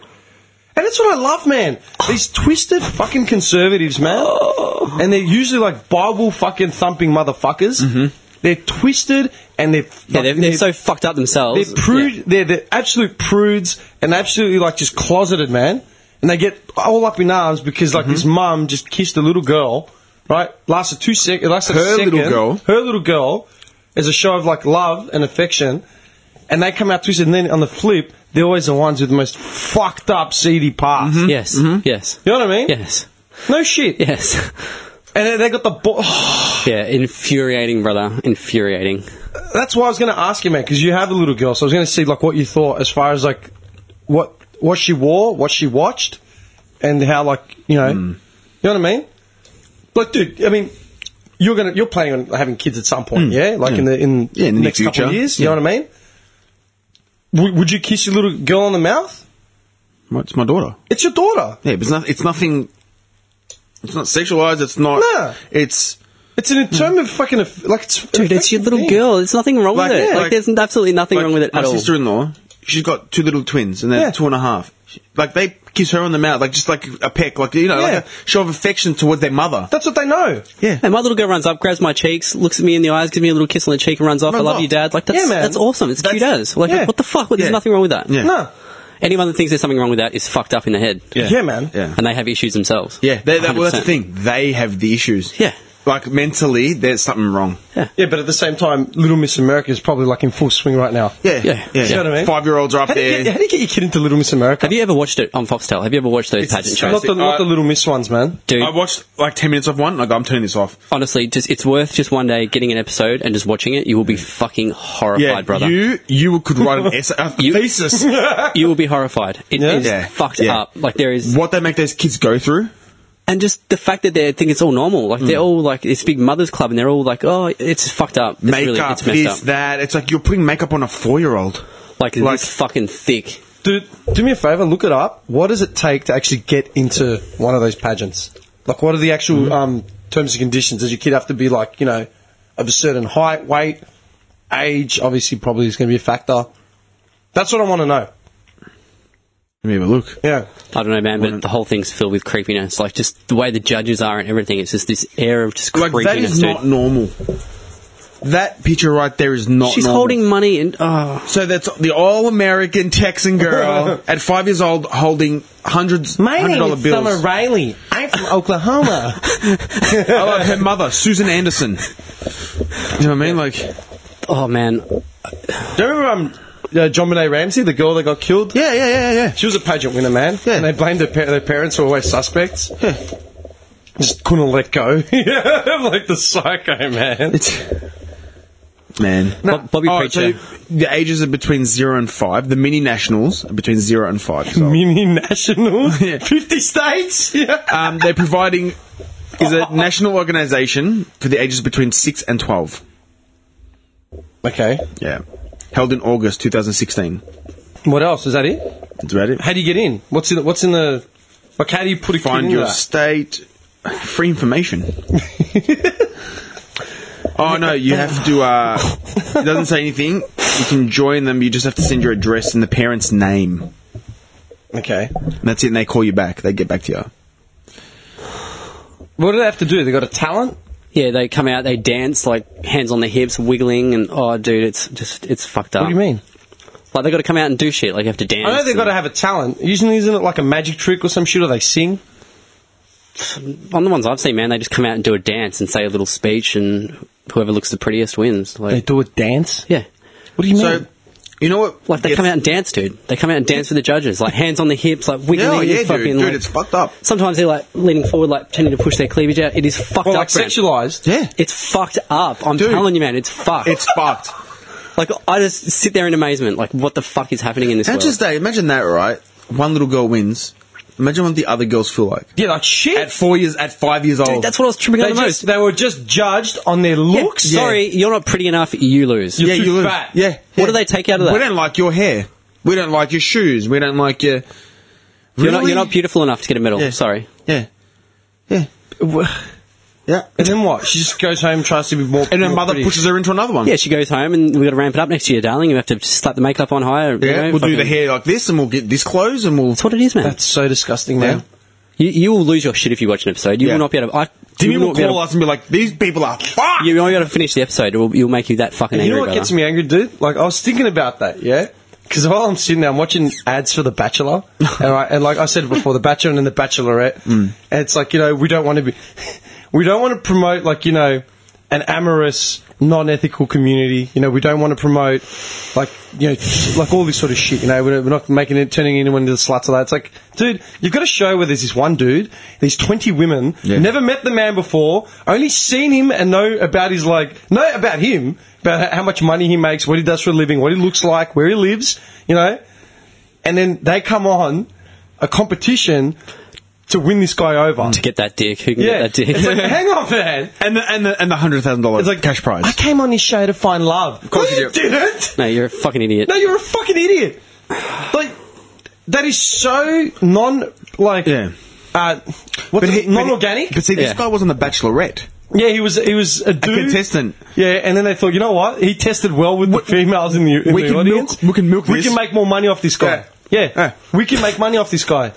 Speaker 5: And that's what I love, man. These twisted fucking conservatives, man.
Speaker 6: Oh.
Speaker 5: And they're usually like Bible fucking thumping motherfuckers. They're twisted and they're
Speaker 6: Mm-hmm. yeah, they're, they're so fucked up
Speaker 5: they're
Speaker 6: themselves.
Speaker 5: prude.
Speaker 6: Yeah.
Speaker 5: They're, they're absolute prudes and absolutely like just closeted, man. And and they get all up in arms because like
Speaker 7: Mm-hmm.
Speaker 5: his mum just kissed a little girl, right? Lasted two seconds. Lasted a
Speaker 7: Her little
Speaker 5: second.
Speaker 7: girl.
Speaker 5: Her little girl, as a show of like love and affection, and they come out twisted. And then on the flip, they're always the ones with the most fucked up seedy past.
Speaker 7: Mm-hmm.
Speaker 6: Yes.
Speaker 5: Mm-hmm.
Speaker 6: Yes.
Speaker 5: You know what I mean?
Speaker 6: Yes.
Speaker 5: No shit.
Speaker 6: Yes.
Speaker 5: And then they got the ball.
Speaker 6: yeah. Infuriating, brother. Infuriating.
Speaker 5: That's why I was going to ask you, mate, because you have a little girl, so I was going to see like what you thought as far as like what what she wore, what she watched, and how like you know,
Speaker 7: Hmm.
Speaker 5: you know what I mean. Like, dude, I mean, you're gonna you're planning on having kids at some point, yeah? Like in the in,
Speaker 7: Hmm. Yeah, in the
Speaker 5: next
Speaker 7: near
Speaker 5: couple of
Speaker 7: future.
Speaker 5: years, you know what I mean? W- would you kiss your little girl on the mouth?
Speaker 7: Well, It's my daughter.
Speaker 5: It's your daughter.
Speaker 7: Yeah, but it's, not, it's nothing. It's not sexualized. It's not.
Speaker 5: Nah.
Speaker 7: It's
Speaker 5: It's an
Speaker 7: Hmm.
Speaker 5: intimate fucking aff- like it's
Speaker 6: Dude, it's your little girl. There's nothing wrong
Speaker 7: Like,
Speaker 6: with it.
Speaker 7: yeah,
Speaker 6: like,
Speaker 7: like-
Speaker 6: there's absolutely nothing
Speaker 7: like,
Speaker 6: wrong with it
Speaker 7: my
Speaker 6: at all.
Speaker 7: sister-in-law. She's got two little twins, and they're
Speaker 5: Yeah.
Speaker 7: two and a half. She- Like they kiss her on the mouth, like just like a peck, like you know,
Speaker 5: Yeah.
Speaker 7: like a show of affection towards their mother.
Speaker 5: That's what they know.
Speaker 7: Yeah,
Speaker 6: And my little girl runs up, grabs my cheeks, looks at me in the eyes, gives me a little kiss on the cheek, and runs off. I
Speaker 7: Runs
Speaker 6: love
Speaker 7: off.
Speaker 6: you, dad. Like that's
Speaker 5: Yeah, man.
Speaker 6: that's awesome. It's cute
Speaker 5: That's-
Speaker 6: as. Like
Speaker 5: yeah.
Speaker 6: what the fuck? Well, There's
Speaker 7: Yeah.
Speaker 6: nothing wrong with that.
Speaker 7: Yeah.
Speaker 5: No.
Speaker 6: Anyone that thinks there's something wrong with that is fucked up in the head.
Speaker 5: Yeah,
Speaker 7: Yeah.
Speaker 5: man.
Speaker 7: Yeah.
Speaker 6: And they have issues themselves.
Speaker 7: yeah. They, that, well, that's the
Speaker 6: 100%.
Speaker 7: thing. They have the issues.
Speaker 6: Yeah.
Speaker 7: like mentally, there's something wrong.
Speaker 5: Yeah, but at the same time, Little Miss America is probably like in full swing right now.
Speaker 7: Yeah,
Speaker 6: Yeah. You
Speaker 5: know what I mean?
Speaker 7: Five-year-olds are up
Speaker 5: How do,
Speaker 7: there.
Speaker 5: you get, how do you get your kid into Little Miss America?
Speaker 6: Have you ever watched it on Foxtel? Have you ever watched those pageant shows?
Speaker 5: Not the, not the
Speaker 7: Uh,
Speaker 5: Little Miss ones, man.
Speaker 6: Dude,
Speaker 7: I watched like ten minutes of one. Like I'm turning this off.
Speaker 6: honestly, just it's worth just one day getting an episode and just watching it. You will be fucking horrified, brother.
Speaker 7: you you could write an essay, a
Speaker 6: You-
Speaker 7: thesis.
Speaker 6: You will be horrified. It
Speaker 5: Yeah.
Speaker 6: is
Speaker 7: Yeah.
Speaker 6: fucked
Speaker 7: Yeah.
Speaker 6: up. Like there is,
Speaker 7: what they make those kids go through.
Speaker 6: and just the fact that they think it's all normal. Like
Speaker 7: Hmm.
Speaker 6: they're all like it's big mothers club, and they're all like, oh, it's fucked up. It's really,
Speaker 7: makeup,
Speaker 6: it's messed
Speaker 7: this,
Speaker 6: up.
Speaker 7: that. It's like you're putting makeup on a four year old.
Speaker 6: Like,
Speaker 7: Like-
Speaker 6: this fucking thick.
Speaker 5: Dude, do me a favor, look it up. What does it take to actually get into one of those pageants? Like, what are the actual um, terms and conditions? Does your kid have to be like, you know, of a certain height, weight, age? Obviously, probably is going to be a factor. That's what I want to know.
Speaker 7: Let me have a look.
Speaker 5: Yeah.
Speaker 6: I don't know, man, but the whole thing's filled with creepiness. Like just the way the judges are and everything. It's just this air of just
Speaker 7: Like
Speaker 6: creepiness,
Speaker 7: that is
Speaker 6: dude.
Speaker 7: not normal. That picture right there is not.
Speaker 6: She's
Speaker 7: normal.
Speaker 6: holding money and oh.
Speaker 7: So that's the all-American Texan girl at five years old holding hundreds, hundred dollar bills.
Speaker 5: Riley. I'm from Oklahoma.
Speaker 7: I love her mother, Susan Anderson. You know what I mean? Like,
Speaker 6: Oh man,
Speaker 5: do you remember um, uh, John Benet Ramsey, the girl that got killed?
Speaker 7: yeah, yeah, yeah, yeah.
Speaker 5: She was a pageant winner, man.
Speaker 7: Yeah.
Speaker 5: And they blamed her pa- their parents who were always suspects. Just couldn't let go. yeah, I'm like the psycho, man.
Speaker 7: Man,
Speaker 6: Bob- Bobby
Speaker 7: Oh, so
Speaker 6: Preacher.
Speaker 7: the ages are between zero and five. The mini nationals are between zero and five. years old.
Speaker 5: Mini national.
Speaker 7: Yeah.
Speaker 5: 50 states. Yeah.
Speaker 7: Um, they're providing is a national organisation for the ages between six and twelve.
Speaker 5: Okay.
Speaker 7: Yeah, held in August 2016.
Speaker 5: What else? Is that it?
Speaker 7: That's about it.
Speaker 5: How do you get in? What's in the, what's in the, like, how do you put a kid
Speaker 7: Find
Speaker 5: into
Speaker 7: your
Speaker 5: that?
Speaker 7: state. Free information. oh no, you have to. Uh, it doesn't say anything. You can join them. You just have to send your address and the parent's name.
Speaker 5: Okay.
Speaker 7: And that's it. And they call you back. They get back to you.
Speaker 5: What do they have to do? They got a talent?
Speaker 6: yeah, they come out, they dance like hands on the hips, wiggling, and oh, dude, it's just it's fucked up.
Speaker 5: What do you mean?
Speaker 6: Like they got to come out and do shit. Like you have to dance.
Speaker 5: I know they've
Speaker 6: and-
Speaker 5: got to have a talent. Usually, isn't it like a magic trick or some shit, or they sing?
Speaker 6: On the ones I've seen, man, they just come out and do a dance and say a little speech, and whoever looks the prettiest wins.
Speaker 5: They
Speaker 6: Like
Speaker 5: do a dance?
Speaker 6: yeah,
Speaker 5: What do you mean?
Speaker 7: So, you know what?
Speaker 6: like they
Speaker 7: Yes.
Speaker 6: come out and dance, dude. They come out and dance with the judges, like hands on the hips, like wiggling,
Speaker 7: Yeah, oh,
Speaker 6: and
Speaker 7: yeah,
Speaker 6: fucking.
Speaker 7: dude, dude,
Speaker 6: like-
Speaker 7: it's fucked up.
Speaker 6: Sometimes they're like leaning forward, like pretending to push their cleavage out. It is fucked
Speaker 5: well,
Speaker 6: up.
Speaker 5: like,
Speaker 6: man.
Speaker 5: sexualized?
Speaker 7: Yeah,
Speaker 6: It's fucked up. I'm
Speaker 7: Dude.
Speaker 6: telling you, man. It's fucked.
Speaker 7: it's fucked.
Speaker 6: like I just sit there in amazement. Like what the fuck is happening in this
Speaker 7: That's
Speaker 6: world?
Speaker 7: just that. Imagine that, right? One little girl wins. Imagine what the other girls feel like.
Speaker 5: Yeah, like shit.
Speaker 7: At four years, at five years old.
Speaker 6: Dude, that's what I was tripping
Speaker 5: They,
Speaker 6: on the
Speaker 5: just,
Speaker 6: most.
Speaker 5: they were just judged on their looks.
Speaker 6: Yeah, Sorry, you're not pretty enough. You lose.
Speaker 5: You're
Speaker 7: yeah,
Speaker 5: too
Speaker 7: you look-
Speaker 5: fat.
Speaker 7: Yeah, yeah.
Speaker 6: What do they take out of that?
Speaker 7: We don't like your hair. We don't like your shoes. We don't like your.
Speaker 6: You're, not,
Speaker 7: Really?
Speaker 6: you're not beautiful enough to get a medal.
Speaker 7: Yeah.
Speaker 6: Sorry.
Speaker 7: Yeah, yeah, yeah.
Speaker 5: And then what? She just goes home, tries to be more.
Speaker 7: And her
Speaker 5: more
Speaker 7: mother
Speaker 5: pretty.
Speaker 7: pushes her into another one.
Speaker 6: Yeah, she goes home and we've got to ramp it up next year, darling. You have to just slap the makeup on higher. you
Speaker 7: Yeah,
Speaker 6: know,
Speaker 7: we'll do
Speaker 6: fucking-
Speaker 7: the hair like this, and we'll get this clothes, and we'll.
Speaker 6: That's what it is, man.
Speaker 5: That's so disgusting, man.
Speaker 7: Yeah.
Speaker 6: you, you will lose your shit if you watch an episode. You
Speaker 7: Yeah.
Speaker 6: will not be able to. I,
Speaker 7: Timmy
Speaker 6: you
Speaker 7: will
Speaker 6: not be
Speaker 7: call
Speaker 6: able,
Speaker 7: us and be like, "These people are fucked."
Speaker 6: You won't be able to finish the episode. It will, it will make you that fucking
Speaker 5: And
Speaker 6: angry.
Speaker 5: you know what
Speaker 6: brother.
Speaker 5: gets me angry, dude? Like I was thinking about that, yeah. Because while I'm sitting there, I'm watching ads for The Bachelor, and, I, and like I said before, The Bachelor and then The Bachelorette, and it's like you know we don't want to be, we don't want to promote like you know an amorous, non-ethical community. You know we don't want to promote like you know like all this sort of shit. You know we're, we're not making it turning anyone into sluts or that. It's like, dude, you've got a show where there's this one dude, these twenty women,
Speaker 7: Yeah.
Speaker 5: never met the man before, only seen him and know about his like know about him, about h- how much money he makes, what he does for a living, what he looks like, where he lives, you know. And then they come on a competition to win this guy over.
Speaker 6: to get that dick. Who can
Speaker 5: yeah,
Speaker 6: get that dick?
Speaker 5: it's like, hang on, man.
Speaker 7: And the and the and the hundred thousand dollars
Speaker 5: It's like
Speaker 7: cash prize.
Speaker 5: I came on this show to find love. Of
Speaker 7: course
Speaker 5: no,
Speaker 7: you
Speaker 5: you
Speaker 7: do.
Speaker 5: didn't.
Speaker 6: no, you're a fucking idiot.
Speaker 5: No, you're a fucking idiot. Like that is so non like
Speaker 7: Yeah.
Speaker 5: Uh, what's
Speaker 7: he-
Speaker 5: it, non-organic?
Speaker 7: But, see, this
Speaker 6: Yeah.
Speaker 7: guy was on the Bachelorette.
Speaker 5: Yeah, he was he was a dude
Speaker 7: contestant.
Speaker 5: Yeah, and then they thought, you know what? He tested well with the females in the, in
Speaker 7: we
Speaker 5: the
Speaker 7: can
Speaker 5: audience.
Speaker 7: milk- we can milk
Speaker 5: We
Speaker 7: this."
Speaker 5: can make more money off this guy.
Speaker 7: Yeah.
Speaker 5: Yeah,
Speaker 7: Yeah.
Speaker 5: we can make money off this guy.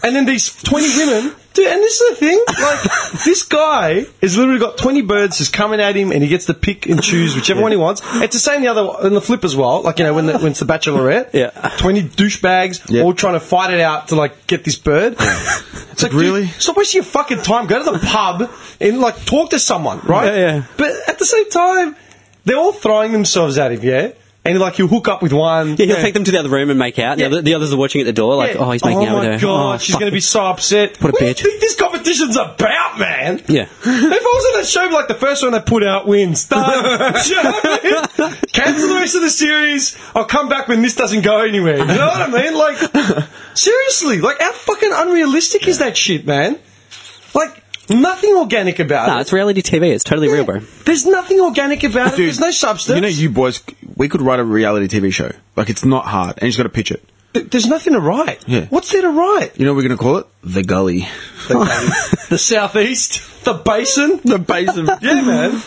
Speaker 5: And then these twenty women, dude. And this is the thing, like this guy has literally got twenty birds just coming at him, and he gets to pick and choose whichever one he wants. It's the same the other on the flip as well. Like you know when the, when it's the Bachelorette,
Speaker 6: Yeah.
Speaker 5: twenty douchebags
Speaker 7: Yeah.
Speaker 5: all trying to fight it out to like get this bird. It's like, dude,
Speaker 7: really?
Speaker 5: Stop wasting your fucking time. Go to the pub and like talk to someone, right?
Speaker 6: Yeah, yeah.
Speaker 5: But at the same time, they're all throwing themselves at him, yeah. And like you hook up with one.
Speaker 6: Yeah, he'll take them to the other room and make out. and The,
Speaker 5: Yeah.
Speaker 6: other, the others are watching at the door, like,
Speaker 5: Yeah.
Speaker 6: oh, he's making out
Speaker 5: my
Speaker 6: with her.
Speaker 5: god,
Speaker 6: Oh,
Speaker 5: she's
Speaker 6: fuck.
Speaker 5: going to be so upset.
Speaker 6: What a
Speaker 5: what
Speaker 6: bitch.
Speaker 5: do you think this competition's about, man?
Speaker 6: Yeah.
Speaker 5: if I was on that show, like the first one they put out wins, done. Do you know what I mean? Cancel the rest of the series. I'll come back when this doesn't go anywhere. You know what I mean? Like, seriously, like how fucking unrealistic is that shit, man? Like nothing organic about
Speaker 6: Nah,
Speaker 5: it.
Speaker 6: it's reality TV. It's totally real, bro.
Speaker 5: There's nothing organic about it.
Speaker 7: Dude,
Speaker 5: There's no substance.
Speaker 7: You know, you boys, we could write a reality TV show. Like it's not hard, and you just got to pitch it.
Speaker 5: Th- There's nothing to write.
Speaker 7: Yeah.
Speaker 5: What's there to write?
Speaker 7: You know, what we're gonna call it the Gully,
Speaker 5: The southeast, the basin,
Speaker 7: the Basin.
Speaker 5: Yeah, man.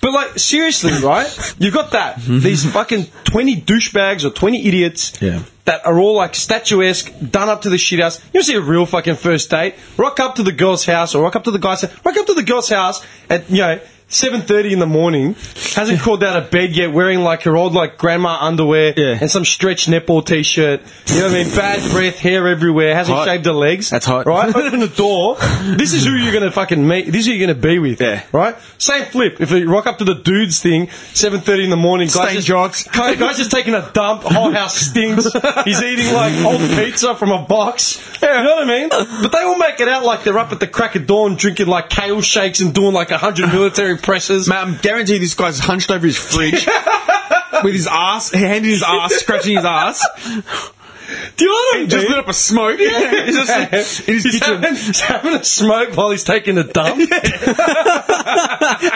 Speaker 5: But like seriously, right? You've got that these fucking twenty douchebags or twenty idiots
Speaker 7: Yeah.
Speaker 5: that are all like statuesque, done up to the shit house. You see a real fucking first date. Rock up to the girl's house or rock up to the guy's house. Rock up to the girl's house at you know seven thirty in the morning. Hasn't crawled out of bed yet, wearing like her old like grandma underwear
Speaker 7: Yeah.
Speaker 5: and some stretch netball t-shirt. You know what I mean? Bad breath, hair everywhere. Hasn't
Speaker 7: Hot.
Speaker 5: shaved her legs.
Speaker 7: That's hot.
Speaker 5: right? Open the door. This is who you're gonna fucking meet. This is who you're gonna be with.
Speaker 7: Yeah.
Speaker 5: Right? Same flip. If you rock up to the dudes thing, seven thirty in the morning, guys
Speaker 7: Stained
Speaker 5: just,
Speaker 7: jocks.
Speaker 5: guy- Guys just taking a dump. Whole house stinks. He's eating like old pizza from a box. You know what I mean? But they all make it out like they're up at the crack of dawn, drinking like kale shakes and doing like hundred military presses.
Speaker 7: Man, I'm guaranteed this guy's hunched over his fridge with his ass, hand in his ass, scratching his ass.
Speaker 5: Do you know what I mean?
Speaker 7: Just lit up a smoke. He's just like, in his
Speaker 5: He's
Speaker 7: kitchen.
Speaker 5: having, he's having a smoke while he's taking a dump.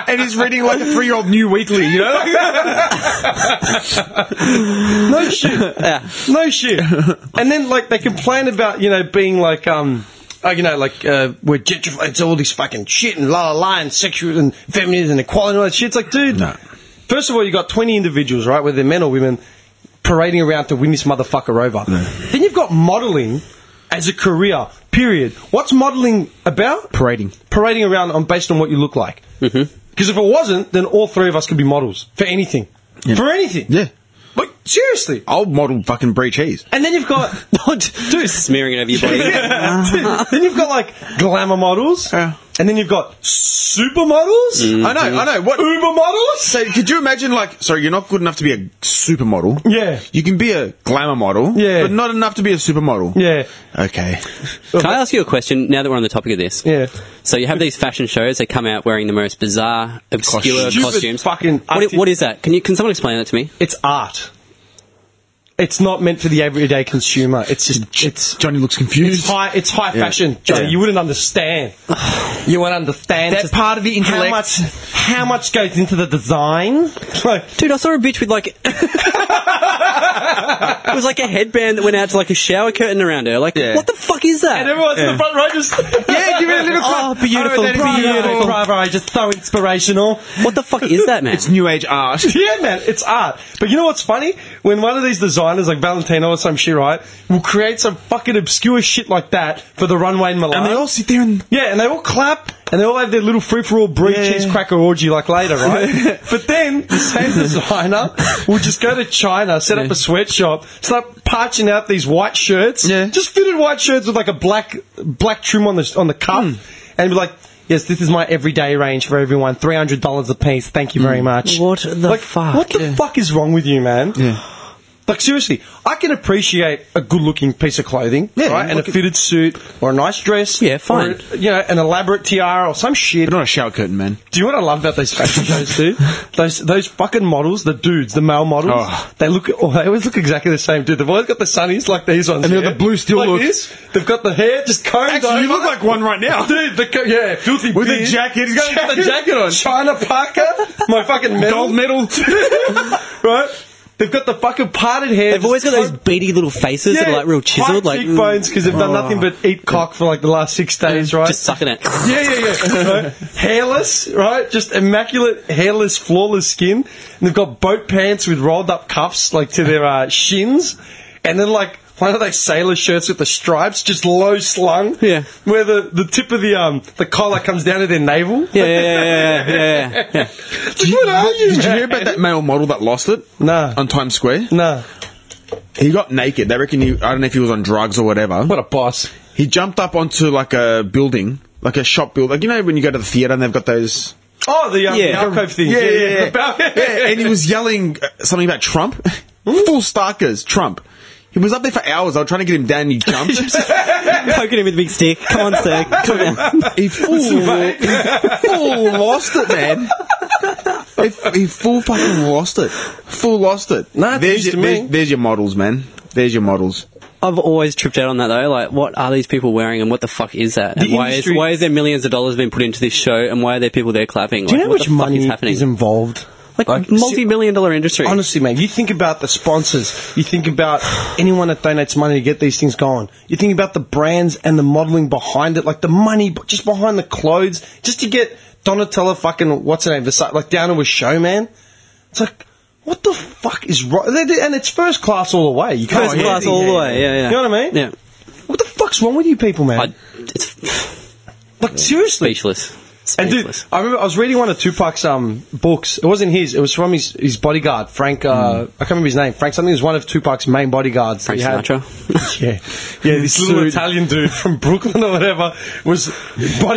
Speaker 7: and he's reading like a three year old New Weekly, you know?
Speaker 5: No shit. No shit. And then like they complain about you know being like um. Oh, you know, like uh, we're gentrified. It's all this fucking shit and la la la and sexual and feminism and equality and all that shit. It's like, dude.
Speaker 7: No.
Speaker 5: First of all, you got twenty individuals, right, whether they're men or women, parading around to win this motherfucker over. Then you've got modelling as a career. Period. What's modelling about?
Speaker 7: Parading.
Speaker 5: Parading around on based on what you look like. Because
Speaker 6: Mm-hmm.
Speaker 5: if it wasn't, then all three of us could be models for anything. For anything.
Speaker 7: Yeah.
Speaker 5: Like seriously.
Speaker 7: I'll model fucking Brie Cheese.
Speaker 5: And then you've got dude.
Speaker 6: Smearing it over your body.
Speaker 5: Yeah. then you've got like glamour models,
Speaker 7: Yeah.
Speaker 5: and then you've got supermodels.
Speaker 6: Mm.
Speaker 5: Uh,
Speaker 7: I know, I know. What?
Speaker 5: Uber models.
Speaker 7: So, could you imagine, like, sorry, you're not good enough to be a supermodel.
Speaker 5: Yeah.
Speaker 7: You can be a glamour model.
Speaker 5: Yeah.
Speaker 7: But not enough to be a supermodel.
Speaker 5: Yeah,
Speaker 7: Okay.
Speaker 6: Can I ask you a question now that we're on the topic of this?
Speaker 5: yeah.
Speaker 6: So you have these fashion shows. They come out wearing the most bizarre, obscure
Speaker 5: Stupid
Speaker 6: costumes.
Speaker 5: fucking.
Speaker 6: What, what is that? Can you can someone explain that to me?
Speaker 5: It's art. It's not meant for the everyday consumer. It's just it's
Speaker 7: Johnny looks
Speaker 5: it's
Speaker 7: confused.
Speaker 5: high it's high fashion, Johnny.
Speaker 7: Yeah.
Speaker 5: You wouldn't understand. you won't understand
Speaker 7: That
Speaker 5: just
Speaker 7: part of the intellect.
Speaker 5: How much, how much goes into the design? Like,
Speaker 6: Dude, I saw a bitch with like. it was like a headband that went out to like a shower curtain around her. Like,
Speaker 7: Yeah.
Speaker 6: what the fuck is that?
Speaker 5: and everyone's in the front row just
Speaker 7: Yeah, give it a little
Speaker 6: Oh,
Speaker 7: clap.
Speaker 6: beautiful,
Speaker 7: Oh, that'd be
Speaker 6: beautiful.
Speaker 5: Bravo, bravo, just so inspirational.
Speaker 6: what the fuck is that, man?
Speaker 7: It's new age art.
Speaker 5: Yeah, man, it's art. But you know what's funny? When one of these designers, like Valentino or some shit, right, will create some fucking obscure shit like that for the runway in Milan.
Speaker 7: And they all sit there and
Speaker 5: yeah, and they all clap And they all have their little free for all brie cheese cracker orgy like later, right? but then the same designer will just go to China, set up a sweatshop, start parching out these white shirts.
Speaker 8: Yeah.
Speaker 5: Just fitted white shirts with like a black black trim on the on the cuff
Speaker 8: Hmm.
Speaker 5: and be like Yes, this is my everyday range for everyone. Three hundred dollars a piece. Thank you very much.
Speaker 8: Hmm. What the
Speaker 5: Like,
Speaker 8: fuck?
Speaker 5: What the
Speaker 8: Yeah.
Speaker 5: fuck is wrong with you, man?
Speaker 8: Yeah.
Speaker 5: Like seriously, I can appreciate a good-looking piece of clothing,
Speaker 8: Yeah,
Speaker 5: right? And a
Speaker 8: look at-
Speaker 5: fitted suit or a nice dress,
Speaker 8: Yeah, fine.
Speaker 5: or, you know, an elaborate tiara or some shit.
Speaker 8: But not a shower curtain, man.
Speaker 5: Do you know what I love about those fashion shows, dude? Those those fucking models, the dudes, the male models,
Speaker 8: Oh.
Speaker 5: they look oh, they always look exactly the same, dude. They've always got the sunnies like these ones,
Speaker 8: And they're
Speaker 5: here.
Speaker 8: the blue steel
Speaker 5: like
Speaker 8: look.
Speaker 5: This. They've got the hair just combed.
Speaker 8: Actually, you
Speaker 5: over.
Speaker 8: look like one right now.
Speaker 5: dude. The, co- yeah, filthy
Speaker 8: With a
Speaker 5: beard.
Speaker 8: jacket. He's got- he's got the jacket on.
Speaker 5: China Parker, my fucking medal.
Speaker 8: Gold medal.
Speaker 5: right? They've got the fucking parted hair.
Speaker 6: They've always got
Speaker 5: just
Speaker 6: those
Speaker 5: combed-
Speaker 6: beady little faces that are like real chiseled,
Speaker 5: high
Speaker 6: like mm. Oh.
Speaker 5: cheekbones because they've done nothing but eat cock for like the last six days, right?
Speaker 6: just sucking it.
Speaker 5: yeah, yeah, yeah. Right? Hairless, right? Just immaculate, hairless, flawless skin, and they've got boat pants with rolled up cuffs like to their uh, shins, and then like one of those sailor shirts with the stripes, just low slung,
Speaker 6: Yeah.
Speaker 5: where the, the tip of the um the collar comes down to their navel.
Speaker 6: Yeah, yeah, yeah, yeah, yeah, yeah, yeah.
Speaker 5: Like, what are you?
Speaker 7: Did you hear
Speaker 5: man?
Speaker 7: about that male model that lost it
Speaker 5: Nah,
Speaker 7: on Times Square?
Speaker 5: nah.
Speaker 7: He got naked. They reckon he, I don't know if he was on drugs or whatever.
Speaker 5: What a boss.
Speaker 7: He jumped up onto like a building, like a shop building. Like, you know when you go to the theatre and they've got those.
Speaker 5: Oh, the um,
Speaker 6: Yeah.
Speaker 5: alcove thing.
Speaker 7: Yeah, yeah, yeah.
Speaker 5: The bal-
Speaker 7: Yeah, and he was yelling uh, something about Trump. Full starkers, Trump. He was up there for hours. I was trying to get him down and he jumped.
Speaker 6: Poking him with a big stick. Come on, sir. Come on.
Speaker 7: he, full, he full lost it, man. He, he full fucking lost it. Full lost it.
Speaker 5: Nah, it's
Speaker 7: there's
Speaker 5: news
Speaker 7: your,
Speaker 5: to me.
Speaker 7: There's, there's your models, man. There's your models.
Speaker 6: I've always tripped out on that though. Like, what are these people wearing, and what the fuck is that? And
Speaker 5: The
Speaker 6: why is
Speaker 5: industry-
Speaker 6: why is there millions of dollars being put into this show, and why are there people there clapping?
Speaker 5: Do you
Speaker 6: like,
Speaker 5: know how
Speaker 6: what
Speaker 5: much
Speaker 6: the fuck
Speaker 5: money
Speaker 6: is
Speaker 5: is,
Speaker 6: happening?
Speaker 5: involved?
Speaker 6: like, multi-million dollar industry.
Speaker 5: Honestly, man, you think about the sponsors. You think about anyone that donates money to get these things going. You think about the brands and the modeling behind it, like the money b- just behind the clothes, just to get Donatella fucking what's her name, Versace, like down to a show, man. It's like, what the fuck is wrong? They did- And it's first class all the way. You can't
Speaker 6: First
Speaker 5: get
Speaker 6: class
Speaker 5: anything.
Speaker 6: all the way. Oh, Yeah, yeah.
Speaker 5: You know what I mean?
Speaker 6: Yeah.
Speaker 5: What the fuck's wrong with you people, man?
Speaker 6: I, it's
Speaker 5: like seriously.
Speaker 6: speechless.
Speaker 5: And dude,
Speaker 6: Speechless.
Speaker 5: I remember I was reading one of Tupac's um, books. It wasn't his. It was from his, his bodyguard, Frank. Uh, I can't remember his name. Frank something was one of Tupac's main bodyguards. that
Speaker 6: Hmm. Frank
Speaker 5: he had.
Speaker 6: Sinatra.
Speaker 5: Yeah, yeah. This little Italian dude from Brooklyn or whatever was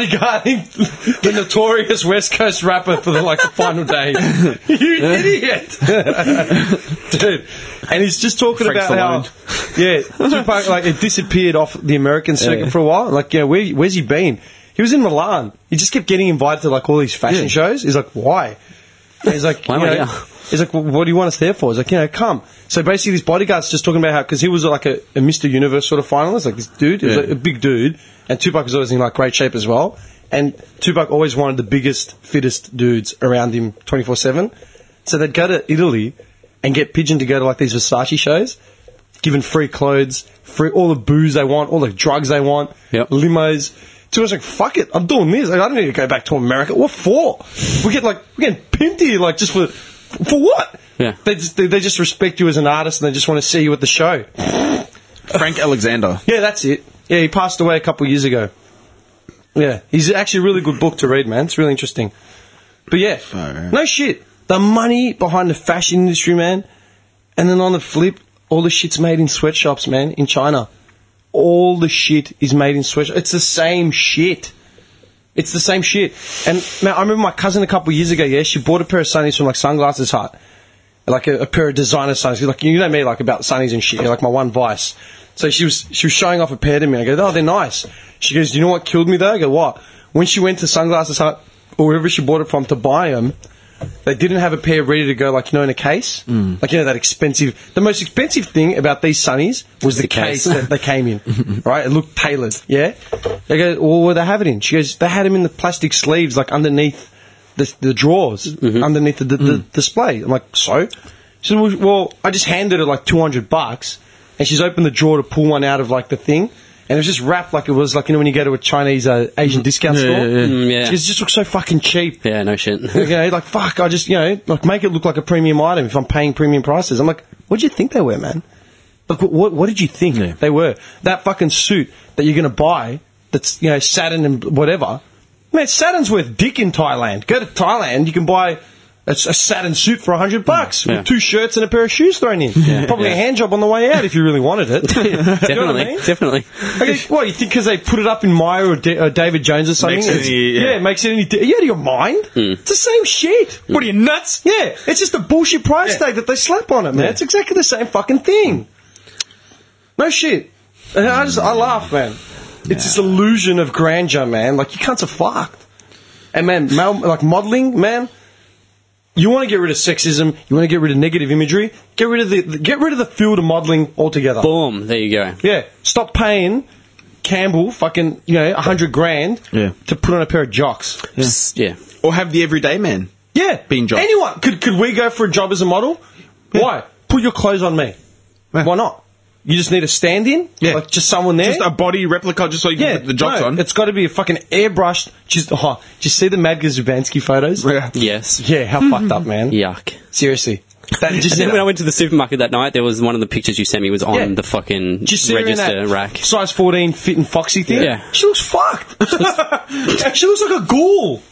Speaker 5: bodyguarding the notorious West Coast rapper for the, like the final day. you idiot, dude! And he's just talking
Speaker 7: Frank
Speaker 5: about how yeah, Tupac like it disappeared off the American circuit for a while. Like, yeah, where, where's he been? He was in Milan. He just kept getting invited to like all these fashion shows. He's like, why? And he's like,
Speaker 6: Why
Speaker 5: you
Speaker 6: am I
Speaker 5: know,
Speaker 6: here?
Speaker 5: he's like, well, what do you want us there for? He's like, you know, come. So basically, this bodyguard's just talking about how because he was like a, a Mr. Universe sort of finalist, like this dude, he was
Speaker 7: Yeah.
Speaker 5: like a big dude, and Tupac was always in like great shape as well. And Tupac always wanted the biggest, fittest dudes around him, twenty four seven. So they'd go to Italy and get Pigeon to go to like these Versace shows, given free clothes, free all the booze they want, all the drugs they want,
Speaker 6: Yep.
Speaker 5: limos. So I was like, fuck it, I'm doing this. Like, I don't need to go back to America. What for? We get like we get pimped here, like just for for what?
Speaker 6: Yeah.
Speaker 5: They just they, they just respect you as an artist and they just want to see you at the show.
Speaker 7: Frank Alexander.
Speaker 5: Yeah, that's it. Yeah, he passed away a couple of years ago. Yeah, he's actually a really good book to read, man. It's really interesting. But yeah,
Speaker 7: Alright.
Speaker 5: no shit. The money behind the fashion industry, man. And then on the flip, all the shit's made in sweatshops, man, in China. All the shit is made in sweatshops. It's the same shit. It's the same shit. And man, I remember my cousin a couple of years ago, yeah, she bought a pair of sunnies from like Sunglasses Hut. Like a, a pair of designer sunnies. Like you know me like about sunnies and shit, yeah, like my one vice. So she was she was showing off a pair to me. I go, Oh, they're nice. She goes, You know what killed me though? I go, What? When she went to Sunglasses Hut or wherever she bought it from to buy them, they didn't have a pair ready to go, like you know, in a case. Like you know that expensive. The most expensive thing about these sunnies was the, case,
Speaker 6: case.
Speaker 5: that they came in. right, it looked tailored. Yeah. They go, well, where they have it in? She goes, they had them in the plastic sleeves, like underneath the, the drawers,
Speaker 6: Mm-hmm.
Speaker 5: underneath the, the, the
Speaker 6: Mm.
Speaker 5: display. I'm like, so. She said, well, well, I just handed her like two hundred bucks, and she's opened the drawer to pull one out of like the thing. And it was just wrapped like it was like you know when you go to a Chinese uh, Asian discount store.
Speaker 6: Mm, Mm-hmm. yeah.
Speaker 5: She goes, It just looks so fucking cheap.
Speaker 6: yeah, no shit.
Speaker 5: You know, like fuck, I just you know, like make it look like a premium item if I'm paying premium prices. I'm like, what do you think they were, man? Like, wh- what what did you think they were? That fucking suit that you're gonna buy, that's you know satin and whatever. Man, Saturn's worth dick in Thailand. Go to Thailand, you can buy a, a Saturn suit for hundred bucks
Speaker 6: Mm, Yeah.
Speaker 5: with two shirts and a pair of shoes thrown in. Probably a hand job on the way out if you really wanted it. You know what I
Speaker 6: definitely,
Speaker 5: mean?
Speaker 6: definitely.
Speaker 5: Okay, what you think? Because they put it up in Maya or, da- or David Jones or something?
Speaker 7: Makes it
Speaker 5: It's-
Speaker 7: any- yeah. Hmm.
Speaker 5: it makes it any. Di- are you out of your mind? It's the same shit. What are you nuts? Yeah, it's just a bullshit price tag that they slap on it, man. It's exactly the same fucking thing. No shit. And I just I laugh, man. It's this illusion of grandeur, man. Like you cunts are fucked. And man, mal- like modeling, man. You want to get rid of sexism. You want to get rid of negative imagery. Get rid of the get rid of the field of modeling altogether.
Speaker 6: Boom, there you go.
Speaker 5: Yeah. Stop paying Campbell fucking, you know, a hundred grand
Speaker 7: Yeah.
Speaker 5: to put on a pair of jocks.
Speaker 7: Yeah.
Speaker 6: Just- yeah.
Speaker 7: Or have the everyday man.
Speaker 5: Yeah.
Speaker 7: Being jock.
Speaker 5: Anyone. Could, could we go for a job as a model? Why? Put your clothes on me.
Speaker 7: Yeah.
Speaker 5: Why not? You just need a stand in?
Speaker 7: Yeah.
Speaker 5: Like just someone there?
Speaker 7: Just a body replica, just so you can
Speaker 5: Eh? yeah,
Speaker 7: put the jocks
Speaker 5: no,
Speaker 7: on.
Speaker 5: It's got to be a fucking airbrushed. Just, oh, did you see the Madga Zubanski photos?
Speaker 7: Yeah.
Speaker 6: Yes.
Speaker 5: Yeah, how fucked up, man.
Speaker 6: Yuck.
Speaker 5: seriously. That, did you
Speaker 6: And
Speaker 5: see
Speaker 6: then
Speaker 5: that?
Speaker 6: when I went to the supermarket that night, there was one of the pictures you sent me was on
Speaker 5: Yeah.
Speaker 6: the fucking
Speaker 5: Did you see her
Speaker 6: register
Speaker 5: in that
Speaker 6: rack.
Speaker 5: Size 14 fit and foxy thing?
Speaker 6: Yeah.
Speaker 5: She looks fucked. she looks like a ghoul.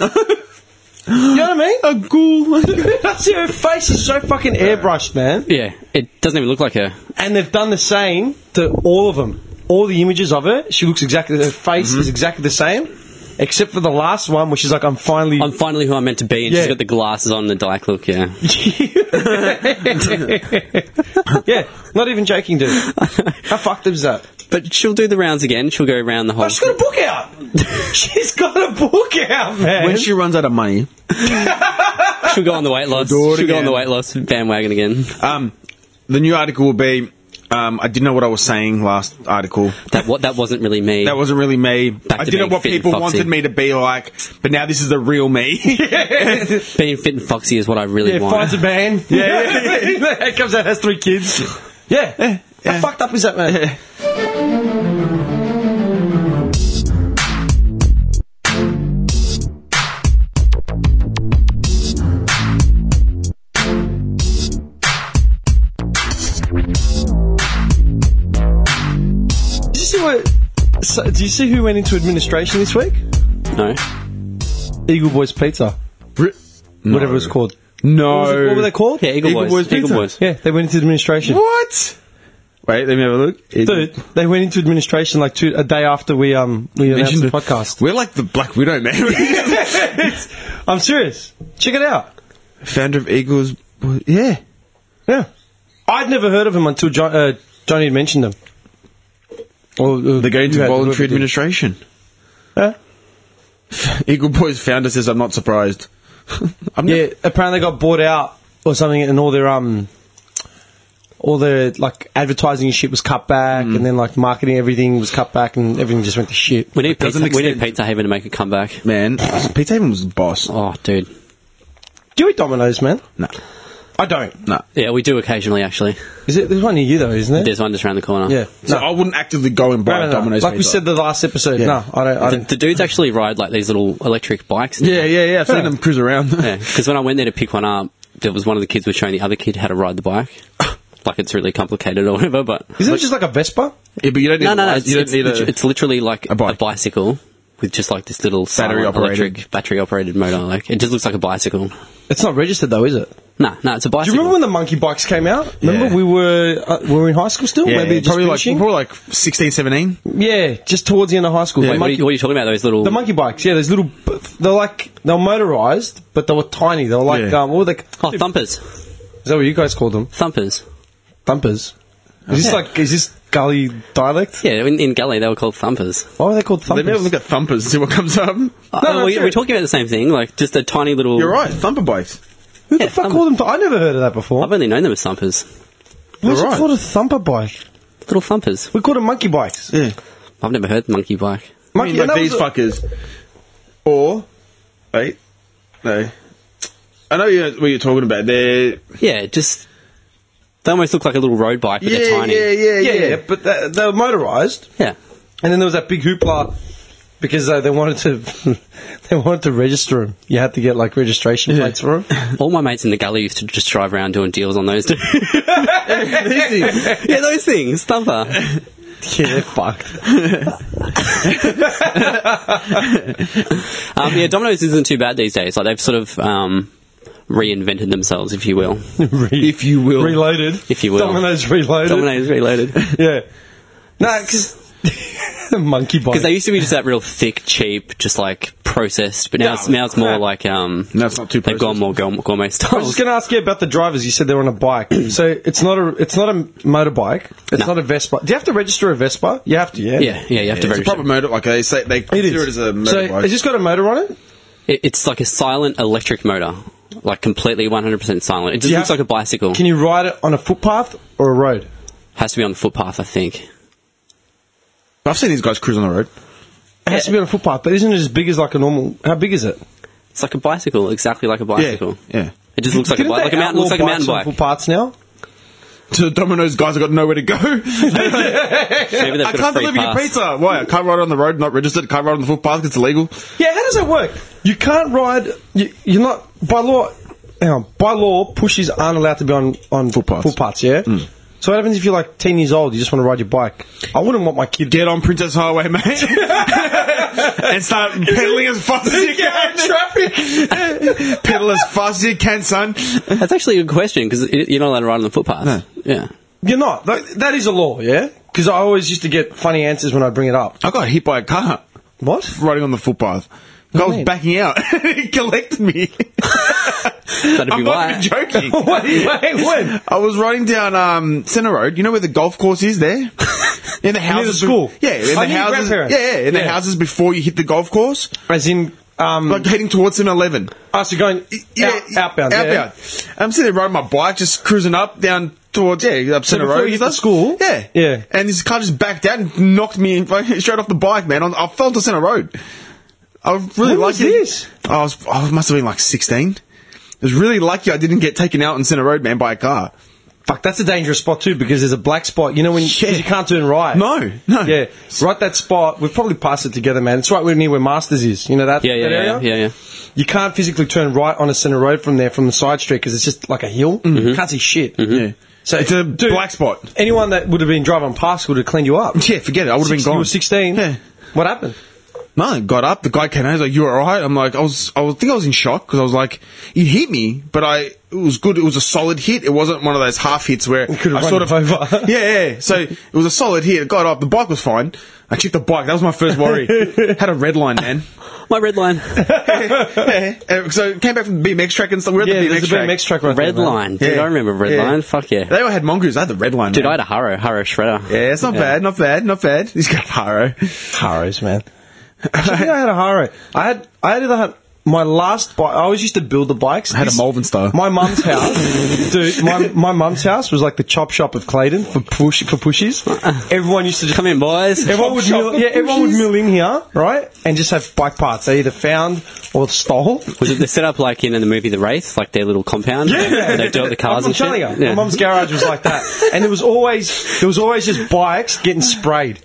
Speaker 5: you know what I mean? A ghoul. That's it, her face is so fucking airbrushed, man.
Speaker 6: Yeah, it doesn't even look like her.
Speaker 5: And they've done the same to all of them. All the images of her, she looks exactly, her face is exactly the same. Except for the last one, where she's like, I'm finally.
Speaker 6: I'm finally who I'm meant to be, and
Speaker 5: Yeah.
Speaker 6: she's got the glasses on and the dyke look. Yeah,
Speaker 5: yeah, not even joking, dude. How fucked up is that?
Speaker 6: but she'll do the rounds again. She'll go around the whole.
Speaker 5: Oh, she's got a book out! she's got a book out, man!
Speaker 7: When she runs out of money,
Speaker 6: She'll go on the weight loss.
Speaker 7: Do
Speaker 6: She'll
Speaker 7: it
Speaker 6: go on
Speaker 7: again.
Speaker 6: the weight loss bandwagon again.
Speaker 7: um, the new article will be. Um, I didn't know what I was saying last article.
Speaker 6: That what that wasn't really me.
Speaker 7: That wasn't really me. I
Speaker 6: to
Speaker 7: didn't
Speaker 6: being
Speaker 7: know what
Speaker 6: fit and
Speaker 7: people
Speaker 6: foxy.
Speaker 7: wanted me to be like, but now this is the real me.
Speaker 6: being fit and foxy is what I really
Speaker 5: Yeah,
Speaker 6: want.
Speaker 5: finds a man. Yeah, it comes out, has three kids. Yeah. How fucked up is that, man? Did you see what? So, do you see who went into administration this week?
Speaker 6: no,
Speaker 5: Eagle Boys Pizza, whatever it's called.
Speaker 7: No.
Speaker 5: What, was it- what were they called?
Speaker 6: yeah, Eagle, Boys. Eagle
Speaker 7: pizza.
Speaker 6: Boys.
Speaker 5: Yeah, they went into administration.
Speaker 7: What? Wait, let me have a look. It-
Speaker 5: Dude, they went into administration like two, a day after we um we announced
Speaker 7: Mentioned
Speaker 5: the
Speaker 7: it.
Speaker 5: podcast.
Speaker 7: We're like the Black Widow, man.
Speaker 5: It's- I'm serious. Check it out.
Speaker 7: Founder of Eagles. Yeah.
Speaker 5: Yeah, I'd never heard of them until jo- uh, Johnny had mentioned them. Or, uh,
Speaker 7: They go into
Speaker 5: you had-
Speaker 7: voluntary
Speaker 5: whoever did.
Speaker 7: administration.
Speaker 5: Huh?
Speaker 7: Eagle Boys founder says, I'm not surprised. I'm
Speaker 5: Yeah, apparently they got bought out or something, and all their um, all their like advertising and shit was cut back, and then like marketing everything was cut back, and everything just went to shit.
Speaker 6: We need pizza.
Speaker 7: doesn't
Speaker 6: We need
Speaker 7: extend-
Speaker 6: Pizza Haven to make a comeback.
Speaker 7: Man, Pete Haven was the boss.
Speaker 6: Oh, dude.
Speaker 5: Do you eat Domino's, man?
Speaker 7: No.
Speaker 5: I don't.
Speaker 7: No.
Speaker 6: Yeah, we do occasionally. Actually,
Speaker 5: Is it? There's one near you though, isn't there?
Speaker 6: there's one just around the corner.
Speaker 5: Yeah.
Speaker 7: So I wouldn't actively go and buy
Speaker 5: No, no, no.
Speaker 7: Domino's
Speaker 5: Like we
Speaker 7: pizza.
Speaker 5: said the last episode.
Speaker 7: Yeah.
Speaker 5: No, I don't. I
Speaker 6: The,
Speaker 5: don't.
Speaker 6: the dudes actually ride like these little electric bikes. now.
Speaker 7: yeah, yeah, yeah. I've seen them cruise around.
Speaker 6: Yeah, because when I went there to pick one up, there was one of the kids was showing the other kid how to ride the bike. like it's really complicated or whatever, but
Speaker 5: Isn't it just like a Vespa?
Speaker 7: Yeah, but you don't need
Speaker 6: no, no, no.
Speaker 7: a-
Speaker 6: It's,
Speaker 7: you don't
Speaker 6: it's,
Speaker 7: need
Speaker 6: lit-
Speaker 7: a-
Speaker 6: it's literally like a,
Speaker 7: bike.
Speaker 6: bicycle with just like this little battery
Speaker 7: Battery-operated.
Speaker 6: electric battery operated motor. Like it just looks like a bicycle.
Speaker 5: It's not registered though, is it?
Speaker 6: No, no, it's a
Speaker 5: Do
Speaker 6: bicycle.
Speaker 5: you remember when the monkey bikes came out? Remember
Speaker 7: Yeah.
Speaker 5: we were uh, we were in high school still.
Speaker 7: yeah,
Speaker 5: Maybe just
Speaker 7: probably like,
Speaker 5: finishing?
Speaker 7: probably like 16, 17.
Speaker 5: yeah, just towards the end of high school.
Speaker 6: Wait,
Speaker 5: The
Speaker 6: what, are
Speaker 5: monkey-
Speaker 6: you, what are you talking about? Those little
Speaker 5: the monkey bikes, yeah, those little, they're like, they were motorized, but they were tiny. They were like,
Speaker 7: Yeah.
Speaker 5: um, what were they?
Speaker 6: oh thumpers,
Speaker 5: Is that what you guys called them?
Speaker 6: thumpers.
Speaker 5: Thumpers. Is this
Speaker 6: Yeah.
Speaker 5: like, is this gully dialect?
Speaker 6: Yeah, in, in Galley they were called thumpers.
Speaker 5: Why were they called
Speaker 7: Let me have
Speaker 5: thumpers?
Speaker 7: a look at Thumpers and see what comes up.
Speaker 6: Uh,
Speaker 5: no,
Speaker 6: we,
Speaker 5: sure.
Speaker 6: we're talking about the same thing. Like just a tiny little.
Speaker 7: You're right, Thumper bikes.
Speaker 5: Who
Speaker 6: Yeah,
Speaker 5: the fuck
Speaker 6: thumper.
Speaker 5: called them? Th- I never heard of that before.
Speaker 6: I've only known them as thumpers.
Speaker 5: What's
Speaker 7: right.
Speaker 5: it called a thumper bike?
Speaker 6: Little thumpers.
Speaker 5: We called them monkey bikes.
Speaker 7: Yeah.
Speaker 6: I've never heard monkey bike.
Speaker 7: I mean,
Speaker 5: Monkey,
Speaker 7: like
Speaker 5: and that
Speaker 7: these
Speaker 5: was a-
Speaker 7: fuckers. Or, wait, no. I know you, what you're talking about. They're
Speaker 6: Yeah, just they almost look like a little road bike, but they're tiny.
Speaker 7: yeah,
Speaker 5: yeah, yeah, but they, they were motorized.
Speaker 6: yeah.
Speaker 5: And then there was that big hoopla because uh, they wanted to they wanted to register them. You had to get like registration plates for them.
Speaker 6: All my mates in the galley used to just drive around doing deals on those. yeah,
Speaker 7: These things.
Speaker 6: those things, thumper.
Speaker 5: Yeah, they're fucked.
Speaker 6: Um, yeah, Domino's isn't too bad these days. Like they've sort of um, reinvented themselves, if you will.
Speaker 5: Re-
Speaker 7: If you will.
Speaker 5: Reloaded.
Speaker 6: If you will.
Speaker 5: Domino's reloaded.
Speaker 6: Domino's reloaded
Speaker 5: Yeah. No, because monkey bite.
Speaker 6: because they used to be just that real thick, cheap, just like processed. But now it's, now it's more like um,
Speaker 7: No, it's not too
Speaker 6: they've gone more gourmet, gourmet
Speaker 5: I was
Speaker 6: style.
Speaker 5: just going to ask you about the drivers. You said they're on a bike, so it's not a it's not a motorbike. It's
Speaker 6: No.
Speaker 5: not a Vespa. Do you have to register a Vespa? You have to, yeah.
Speaker 6: Yeah, yeah, you have to
Speaker 7: It's a
Speaker 6: register.
Speaker 7: proper motor. Like they say, they
Speaker 5: It
Speaker 7: consider
Speaker 5: is.
Speaker 7: it as a
Speaker 5: So
Speaker 7: motorbike.
Speaker 5: it's just got a motor on it.
Speaker 6: It, it's like a silent electric motor, like completely 100% silent. It just
Speaker 5: Yeah.
Speaker 6: looks like a bicycle.
Speaker 5: Can you ride it on a footpath or a road?
Speaker 6: Has to be on the footpath, I think.
Speaker 7: I've seen these guys cruise on the road.
Speaker 5: It has to be on a footpath, but isn't it as big as like a normal? How big is it?
Speaker 6: It's like a bicycle, exactly like a bicycle.
Speaker 7: Yeah.
Speaker 6: It just looks like a,
Speaker 5: Didn't they
Speaker 6: bi- like a mountain.
Speaker 5: outlaw
Speaker 6: Looks like a
Speaker 5: bikes
Speaker 6: mountain
Speaker 5: on
Speaker 6: bike.
Speaker 5: Footpaths now.
Speaker 7: To the Domino's guys, I got nowhere to go. I
Speaker 6: Maybe they've got a
Speaker 7: can't
Speaker 6: free
Speaker 7: deliver your
Speaker 6: pass.
Speaker 7: pizza. Why? I can't ride on the road, not registered. Can't ride on the footpath, 'cause it's illegal.
Speaker 5: Yeah, how does it work? You can't ride. You, you're not by law. Hang on, by law, pushies aren't allowed to be on on
Speaker 7: Footpaths.
Speaker 5: Footpaths, yeah.
Speaker 6: Hmm.
Speaker 5: So what happens if you're like ten years old? You just want to ride your bike. I wouldn't want my kid.
Speaker 7: Get on Princess Highway, mate. and start pedaling as fast as you can. Traffic. Pedal as fast as you can, son.
Speaker 6: That's actually a good question because you're not allowed to ride on the footpath. Yeah.
Speaker 5: You're not. Like, that is a law, yeah. Because I always used to get funny answers when I bring it up.
Speaker 7: I got hit by a car
Speaker 5: What?
Speaker 7: riding on the footpath. I was
Speaker 5: mean?
Speaker 7: backing out. it collected me.
Speaker 6: That'd be
Speaker 7: I'm not
Speaker 6: why.
Speaker 7: even joking.
Speaker 5: What? Wait, when?
Speaker 7: I was riding down um, Center Road. You know where the golf course is there? In the houses.
Speaker 5: school?
Speaker 7: be- yeah, in
Speaker 5: I
Speaker 7: the
Speaker 5: knew your
Speaker 7: houses. Yeah,
Speaker 5: grandparents.
Speaker 7: yeah, in the
Speaker 5: Yeah.
Speaker 7: houses before you hit the golf course.
Speaker 5: As in, um,
Speaker 7: Like heading towards 7 Eleven.
Speaker 5: us so going out, outbound.
Speaker 7: Outbound.
Speaker 5: Yeah.
Speaker 7: I'm sitting there riding my bike, just cruising up, down towards, yeah, up Center
Speaker 5: before
Speaker 7: Road.
Speaker 5: you hit
Speaker 7: and
Speaker 5: the
Speaker 7: stuff.
Speaker 5: school?
Speaker 7: Yeah.
Speaker 5: Yeah.
Speaker 7: And this car just backed out and knocked me in, straight off the bike, man. I I fell into Center Road. I was really
Speaker 5: When was
Speaker 7: lucky. Oh,
Speaker 5: this?
Speaker 7: I was, I must have been like 16. I was really lucky I didn't get taken out on Center Road, man, by a car.
Speaker 5: Fuck, that's a dangerous spot too because there's a black spot. You know when 'cause you can't turn right.
Speaker 7: No, no.
Speaker 5: Yeah, right. That spot. We've probably passed it together, man. It's right where near where Masters is. You know that.
Speaker 6: Yeah, yeah,
Speaker 5: that
Speaker 6: yeah,
Speaker 5: area?
Speaker 6: yeah, yeah.
Speaker 5: You can't physically turn right on a center road from there from the side street because it's just like a hill. You can't see shit.
Speaker 7: Yeah. So Mm-hmm. it's a black spot.
Speaker 5: Anyone that would have been driving past would have cleaned you up.
Speaker 7: Yeah, forget it. I would have been
Speaker 5: Six- You
Speaker 7: gone.
Speaker 5: were sixteen.
Speaker 7: Yeah.
Speaker 5: What happened?
Speaker 7: No, I got up. The guy came out. He's like, "You all right?" I'm like, "I was. I was, think I was in shock because I was like, he hit me, but I it was good. It was a solid hit. It wasn't one of those half hits where
Speaker 5: could've
Speaker 7: I
Speaker 5: run
Speaker 7: sort of
Speaker 5: you over.
Speaker 7: yeah, yeah. So it was a solid hit. It got up. The bike was fine. I checked the bike. That was my first worry. Had a red line, man.
Speaker 6: My red line.
Speaker 7: yeah. Uh, So came back from the BMX track and stuff. We're at
Speaker 5: Yeah,
Speaker 7: the
Speaker 5: there's
Speaker 7: BMX
Speaker 5: a BMX
Speaker 7: track.
Speaker 5: track right there,
Speaker 6: red
Speaker 5: man.
Speaker 6: line. Dude,
Speaker 7: Yeah.
Speaker 6: I remember red
Speaker 7: Yeah.
Speaker 6: line. Fuck yeah.
Speaker 7: They all had mongoose. I had the red line.
Speaker 6: Dude, I had
Speaker 7: man.
Speaker 6: a Harrow, Harrow Shredder.
Speaker 7: yeah, it's not bad. Not bad. Not bad. He's got Haro.
Speaker 5: Harrows, man. Actually, I think I had a Harrow. I had I had the, my last bike. I always used to build the bikes.
Speaker 7: I had a
Speaker 5: This-
Speaker 7: Malvern Star.
Speaker 5: My mum's house, dude. My my mum's house was like the chop shop of Clayton for push for pushies. Everyone used to just
Speaker 6: Come in, boys.
Speaker 5: Everyone would, mill, yeah, everyone would mill in here, right? And just have bike parts they either found or stole.
Speaker 6: Was it the setup like in, in the movie The Race, like their little compound? where They dealt the cars
Speaker 5: I'm,
Speaker 6: and
Speaker 5: telling
Speaker 6: shit.
Speaker 5: you,
Speaker 6: Yeah.
Speaker 5: my mum's garage was like that, and there was always there was always just bikes getting sprayed,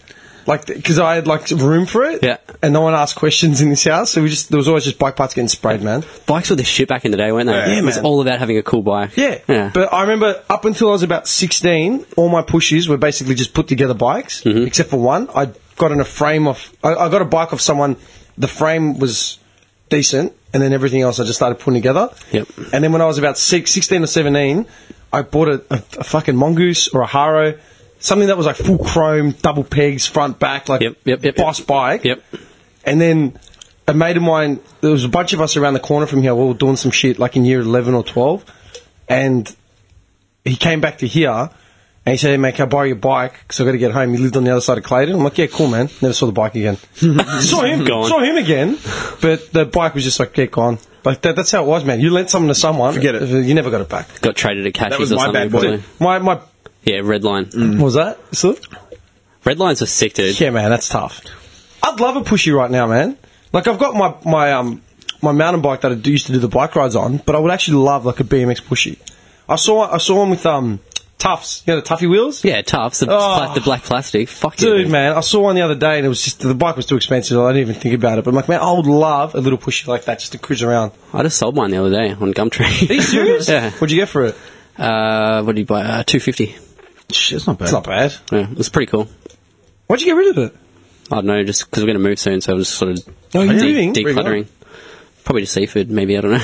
Speaker 5: like because I had like room for it,
Speaker 6: Yeah.
Speaker 5: And no one asked questions in this house, so we just there was always just bike parts getting sprayed, man.
Speaker 6: Bikes were the shit back in the day, weren't they?
Speaker 5: Yeah,
Speaker 6: it was
Speaker 5: man.
Speaker 6: all about having a cool bike.
Speaker 5: Yeah.
Speaker 6: Yeah.
Speaker 5: But I remember up until I was about 16, all my pushes were basically just put together bikes,
Speaker 6: Mm-hmm.
Speaker 5: except for one. I got in a frame off, I, I got a bike off someone, the frame was decent, and then everything else I just started putting together.
Speaker 6: Yep.
Speaker 5: And then when I was about six, 16 or 17, I bought a, a, a fucking mongoose or a Haro, something that was like full chrome, double pegs, front, back, like
Speaker 6: Yep, yep, yep,
Speaker 5: boss
Speaker 6: yep.
Speaker 5: bike.
Speaker 6: Yep.
Speaker 5: And then a mate of mine, there was a bunch of us around the corner from here. We were doing some shit like in year 11 or 12. And he came back to here and he said, hey, mate, can I borrow your bike? Because i got to get home. He lived on the other side of Clayton. I'm like, yeah, cool, man. Never saw the bike again. saw him.
Speaker 6: Gone.
Speaker 5: Saw him again. But the bike was just like, get gone. Like, that, that's how it was, man. You lent something to someone.
Speaker 7: Forget it.
Speaker 5: You never got it back.
Speaker 6: Got traded at Cashies
Speaker 7: was
Speaker 6: or
Speaker 7: my
Speaker 6: something.
Speaker 7: bad boy.
Speaker 6: probably.
Speaker 5: My, my,
Speaker 6: Yeah, red line.
Speaker 7: Mm.
Speaker 5: what was that? Slip?
Speaker 6: Red lines were sick, dude.
Speaker 5: Yeah, man, that's tough. I'd love a pushy right now, man. Like I've got my my um my mountain bike that I do- used to do the bike rides on, but I would actually love like a BMX pushy. I saw I saw one with um Tufts, you know the Tuffy wheels.
Speaker 6: Yeah, tops. The,
Speaker 5: Oh.
Speaker 6: the black plastic. Fuck yeah,
Speaker 5: Dude, man, I saw one the other day and it was just the bike was too expensive. I didn't even think about it, but I'm like, man, I would love a little pushy like that just to cruise around.
Speaker 6: I just sold mine the other day on Gumtree. Are you
Speaker 5: Serious?
Speaker 6: yeah.
Speaker 5: What'd you get for it?
Speaker 6: Uh, what did you buy? Uh, 250
Speaker 7: Shit, it's not bad.
Speaker 5: It's not bad.
Speaker 6: Yeah, it was pretty cool.
Speaker 5: Why'd you get rid of it?
Speaker 6: I don't know, just because we're going to move soon, so I was sort of
Speaker 5: Oh, you're
Speaker 6: de-
Speaker 5: moving? Where you
Speaker 6: decluttering. Probably to seafood, maybe. I don't know.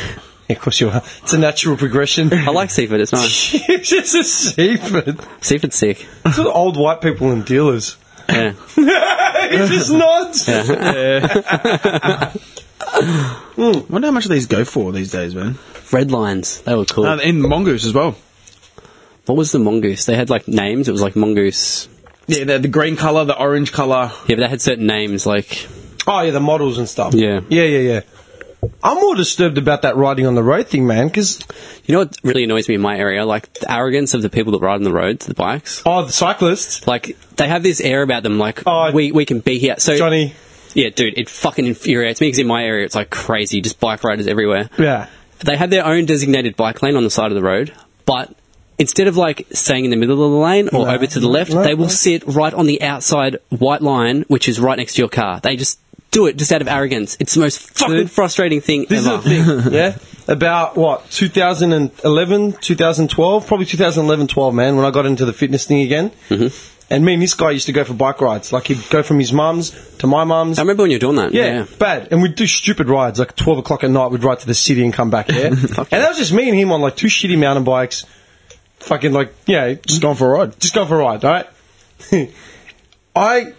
Speaker 5: Yeah, of course you are. It's a natural progression.
Speaker 6: I like seafood. It's nice.
Speaker 5: it's just a seafood.
Speaker 6: Seafood's sick.
Speaker 5: It's for the old white people and dealers.
Speaker 6: Yeah.
Speaker 5: he just nods.
Speaker 7: I wonder how much these go for these days, man.
Speaker 6: Red lines. They were cool.
Speaker 7: Uh, and mongoose as well.
Speaker 6: what was the mongoose? They had like names. It was like mongoose.
Speaker 7: Yeah, the, the green color, the orange color.
Speaker 6: Yeah, but they had certain names. Like
Speaker 5: Oh yeah, the models and stuff.
Speaker 6: Yeah.
Speaker 5: yeah, yeah, yeah. I'm more disturbed about that riding on the road thing, man. Because
Speaker 6: you know what really annoys me in my area? Like the arrogance of the people that ride on the roads, the bikes.
Speaker 5: oh, the cyclists,
Speaker 6: Like they have this air about them. Like
Speaker 5: Oh,
Speaker 6: we we can be here. So
Speaker 5: Johnny.
Speaker 6: yeah, dude, it fucking infuriates me because in my area it's like crazy. Just bike riders everywhere.
Speaker 5: Yeah,
Speaker 6: they have their own designated bike lane on the side of the road, but instead of like staying in the middle of the lane or
Speaker 5: No.
Speaker 6: over to the left,
Speaker 5: No,
Speaker 6: they will
Speaker 5: no.
Speaker 6: sit right on the outside white line, which is right next to your car. They just do it just out of arrogance. It's the most fucking
Speaker 5: Dude,
Speaker 6: frustrating thing
Speaker 5: this
Speaker 6: ever.
Speaker 5: is the thing. Yeah, about what 2011, 2012, probably 2011, 12, man. When I got into the fitness thing again, mm-hmm. and me and this guy used to go for bike rides. Like he'd go from his mum's to my mum's.
Speaker 6: I remember when you were doing that.
Speaker 5: Yeah, bad. And we'd do stupid rides, like 12 o'clock at night, we'd ride to the city and come back, yeah? and that was just me and him on like two shitty mountain bikes, fucking like, yeah, just going for a ride. Just going for a ride, alright? I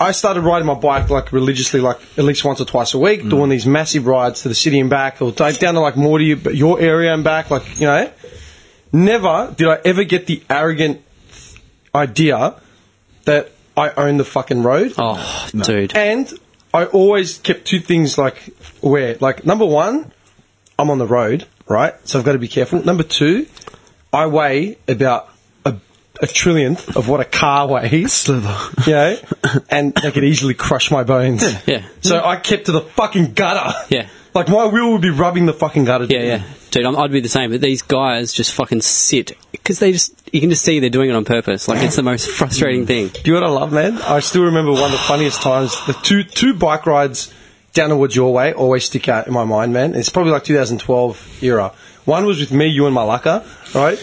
Speaker 5: I started riding my bike like religiously, like at least once or twice a week, doing these massive rides to the city and back, or take down to like more to you, but your area and back, like, you know. Never did I ever get the arrogant idea that I own the fucking road.
Speaker 6: Oh, dude.
Speaker 5: And I always kept two things like where, like number one, I'm on the road, right? So I've got to be careful. Number two, I weigh about a, a trillionth of what a car weighs, you know, and they could easily crush my bones.
Speaker 6: Yeah.
Speaker 5: So I kept to the fucking gutter.
Speaker 6: Yeah.
Speaker 5: Like my wheel would be rubbing the fucking gutter.
Speaker 6: Yeah, yeah. Dude, I'm, I'd be the same, but these guys just fucking sit because they just, you can just see they're doing it on purpose. Like, it's the most frustrating thing.
Speaker 5: Do you know what I love, man? I still remember one of the funniest times. The two two bike rides down towards your way always stick out in my mind, man. It's probably like 2012 era. One was with me, you, and Malaka, right?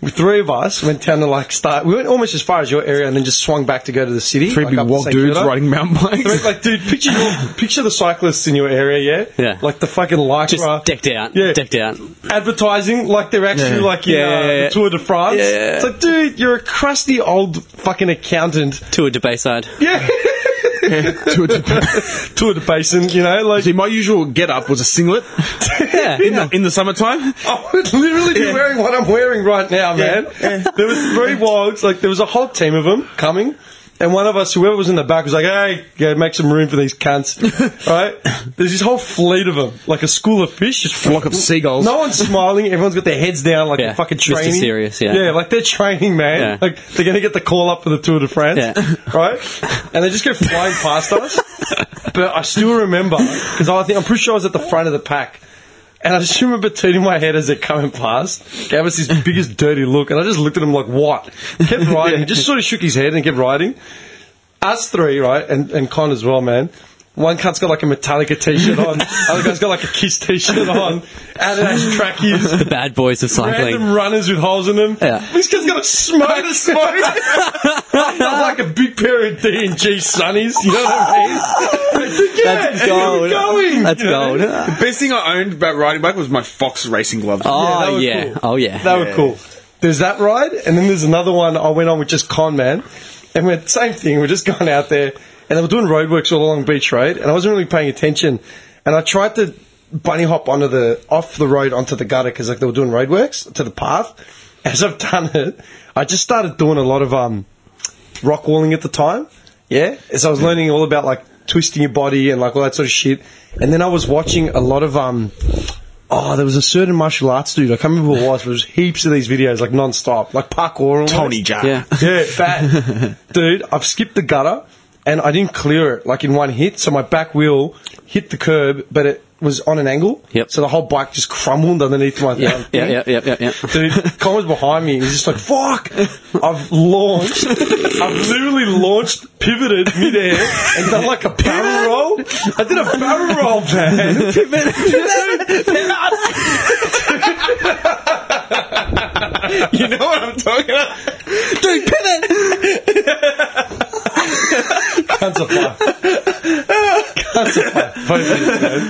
Speaker 5: the three of us went down to like start. We went almost as far as your area, and then just swung back to go to the city.
Speaker 7: Three
Speaker 5: like
Speaker 7: big
Speaker 5: up to
Speaker 7: walk
Speaker 5: St.
Speaker 7: dudes
Speaker 5: Kilda.
Speaker 7: riding mountain
Speaker 5: Three-
Speaker 7: bikes.
Speaker 5: Like, dude, picture your, picture the cyclists in your area, yeah,
Speaker 6: Yeah.
Speaker 5: like the fucking lycra,
Speaker 6: Just decked out.
Speaker 5: yeah,
Speaker 6: Decked out.
Speaker 5: advertising like they're actually
Speaker 7: Yeah.
Speaker 5: like in,
Speaker 6: Yeah,
Speaker 5: uh,
Speaker 6: yeah, yeah.
Speaker 5: the Tour de France.
Speaker 6: Yeah, yeah.
Speaker 5: It's like, dude, you're a crusty old fucking accountant
Speaker 6: To a debate side.
Speaker 5: yeah. Tour de Basin, you know, like
Speaker 7: See, my usual get up was a singlet
Speaker 6: Yeah.
Speaker 7: in, the, in the summertime.
Speaker 5: I would literally be wearing what I'm wearing right now, man. There was three wogs, like there was a whole team of them coming, and one of us, whoever was in the back, was like, "Hey, go make some room for these cunts." right? There's this whole fleet of them, like a school of fish, just
Speaker 7: Flock of seagulls.
Speaker 5: No one's smiling. Everyone's got their heads down, like
Speaker 6: Yeah,
Speaker 5: they're fucking
Speaker 6: Mr.
Speaker 5: training.
Speaker 6: Serious, yeah.
Speaker 5: yeah, like they're training, man.
Speaker 6: Yeah.
Speaker 5: Like they're gonna get the call up for the Tour de France,
Speaker 6: Yeah.
Speaker 5: right? And they just go flying past us. But I still remember because I think I'm pretty sure I was at the front of the pack. And I just remember turning my head as they're coming past. Gave us his biggest dirty look, and I just looked at him like, "What?" Kept riding. He just sort of shook his head and kept riding us three, right, and, and Con as well, man. One cunt's got like a Metallica t-shirt on. Other guy's got like a Kiss t-shirt on. Adidas trackies.
Speaker 6: The bad boys of cycling.
Speaker 5: Random runners with holes in them.
Speaker 6: Yeah.
Speaker 5: This guy's got a smoke. smoke. like a big pair of D and G sunnies. You know what I mean? It's like, yeah,
Speaker 6: That's
Speaker 5: keep
Speaker 6: gold.
Speaker 5: Going,
Speaker 6: That's
Speaker 5: you know?
Speaker 6: gold.
Speaker 7: The best thing I owned about riding bike was my Fox racing gloves.
Speaker 5: they
Speaker 6: Oh
Speaker 5: were
Speaker 6: yeah.
Speaker 5: cool.
Speaker 6: Oh yeah.
Speaker 5: They were cool. There's that ride, and then there's another one I went on with just Con Man, and we're same thing. We're just going out there, and they were doing roadworks all along Beach Road, and I wasn't really paying attention, and I tried to bunny hop onto the off the road onto the gutter because like they were doing roadworks to the path. As I've done it, I just started doing a lot of um rock walling at the time. Yeah. As I was learning all about like twisting your body and like all that sort of shit. And then I was watching a lot of um oh, there was a certain martial arts dude, I can't remember who it was, but there was heaps of these videos like non stop, like parkour and
Speaker 7: Tony Jaa.
Speaker 6: Yeah.
Speaker 5: yeah, fat. Dude, I've skipped the gutter and I didn't clear it like in one hit. So my back wheel hit the curb, but it was on an angle.
Speaker 6: Yep.
Speaker 5: So the whole bike just crumbled underneath my thumb.
Speaker 6: Yeah, yeah, yeah, yeah, yeah.
Speaker 5: Dude, Con was behind me. He's just like, fuck! I've launched. I've literally launched, pivoted midair, and done like a barrel roll. I did a barrel roll, man. Pivot, pivot, you know what I'm talking about? Dude, pivot! Cunts are fire. Cunts are fire. Both of you, man.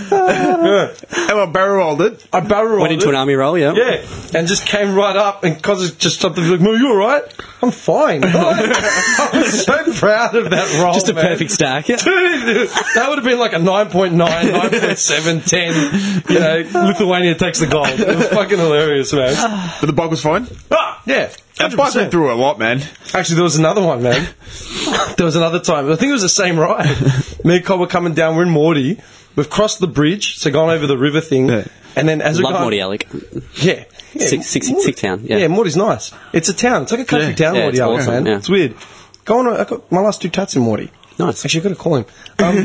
Speaker 7: And I barrel rolled it.
Speaker 5: I barrel
Speaker 6: Went into an army roll, yeah.
Speaker 5: Yeah, and just came right up and causes just something like, "Mo, you all right? I'm fine." I was so proud of that role.
Speaker 6: Just a
Speaker 5: man.
Speaker 6: perfect stack. Yeah.
Speaker 5: Dude, that would have been like a 9.9, 9.7, 10. You know, Lithuania takes the gold. It was fucking hilarious, man.
Speaker 7: But the bike was fine.
Speaker 5: Ah, yeah.
Speaker 7: That bike went
Speaker 5: 100%.
Speaker 7: through a lot, man.
Speaker 5: Actually, there was another one, man. There was another time. I think it was the same ride. Me and Cobb were coming down. We're in Morty. We've crossed the bridge, so gone over the river thing.
Speaker 7: Yeah.
Speaker 5: And then as we
Speaker 6: Love
Speaker 5: gone-
Speaker 6: Morty Alec.
Speaker 5: yeah. yeah.
Speaker 6: Sick- sick- sick- sick town, yeah.
Speaker 5: yeah, Morty's nice. It's a town. It's like a country
Speaker 7: Yeah.
Speaker 5: town,
Speaker 6: Yeah,
Speaker 5: Morty
Speaker 6: it's
Speaker 5: Alec,
Speaker 6: awesome,
Speaker 5: man.
Speaker 6: yeah.
Speaker 5: It's weird. Go on, I got my last two tats in Morty.
Speaker 6: Nice.
Speaker 5: Actually, I've got to call him. Um,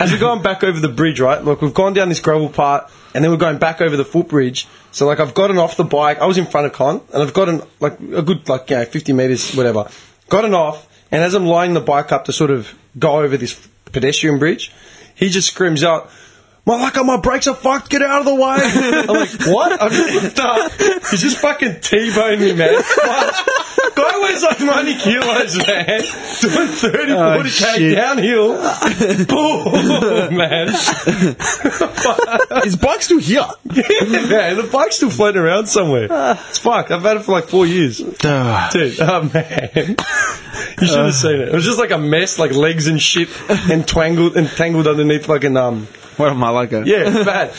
Speaker 5: as we're going back over the bridge, right? Look, we've gone down this gravel part, and then we're going back over the footbridge. So, like, I've gotten off the bike. I was in front of Con, and I've gotten, like, a good, like, you know, 50 metres, whatever. Gotten off, and as I'm lining the bike up to sort of go over this pedestrian bridge, he just screams out, my luck, my brakes are fucked. Get out of the way. I'm like, what? I've just looked up. He's just fucking T-boned me, man. Fuck. Guy weighs like 90 kilos, man. Doing 30, 40k
Speaker 7: shit.
Speaker 5: downhill. Boom, man.
Speaker 7: His bike's still here.
Speaker 5: man, the bike's still floating around somewhere. It's fucked. I've had it for like four years.
Speaker 7: Ah.
Speaker 5: Dude, oh man. You should have seen it. It was just like a mess, like legs and shit, and twangled and tangled underneath fucking, um,
Speaker 7: What am I like? A-
Speaker 5: yeah, bad.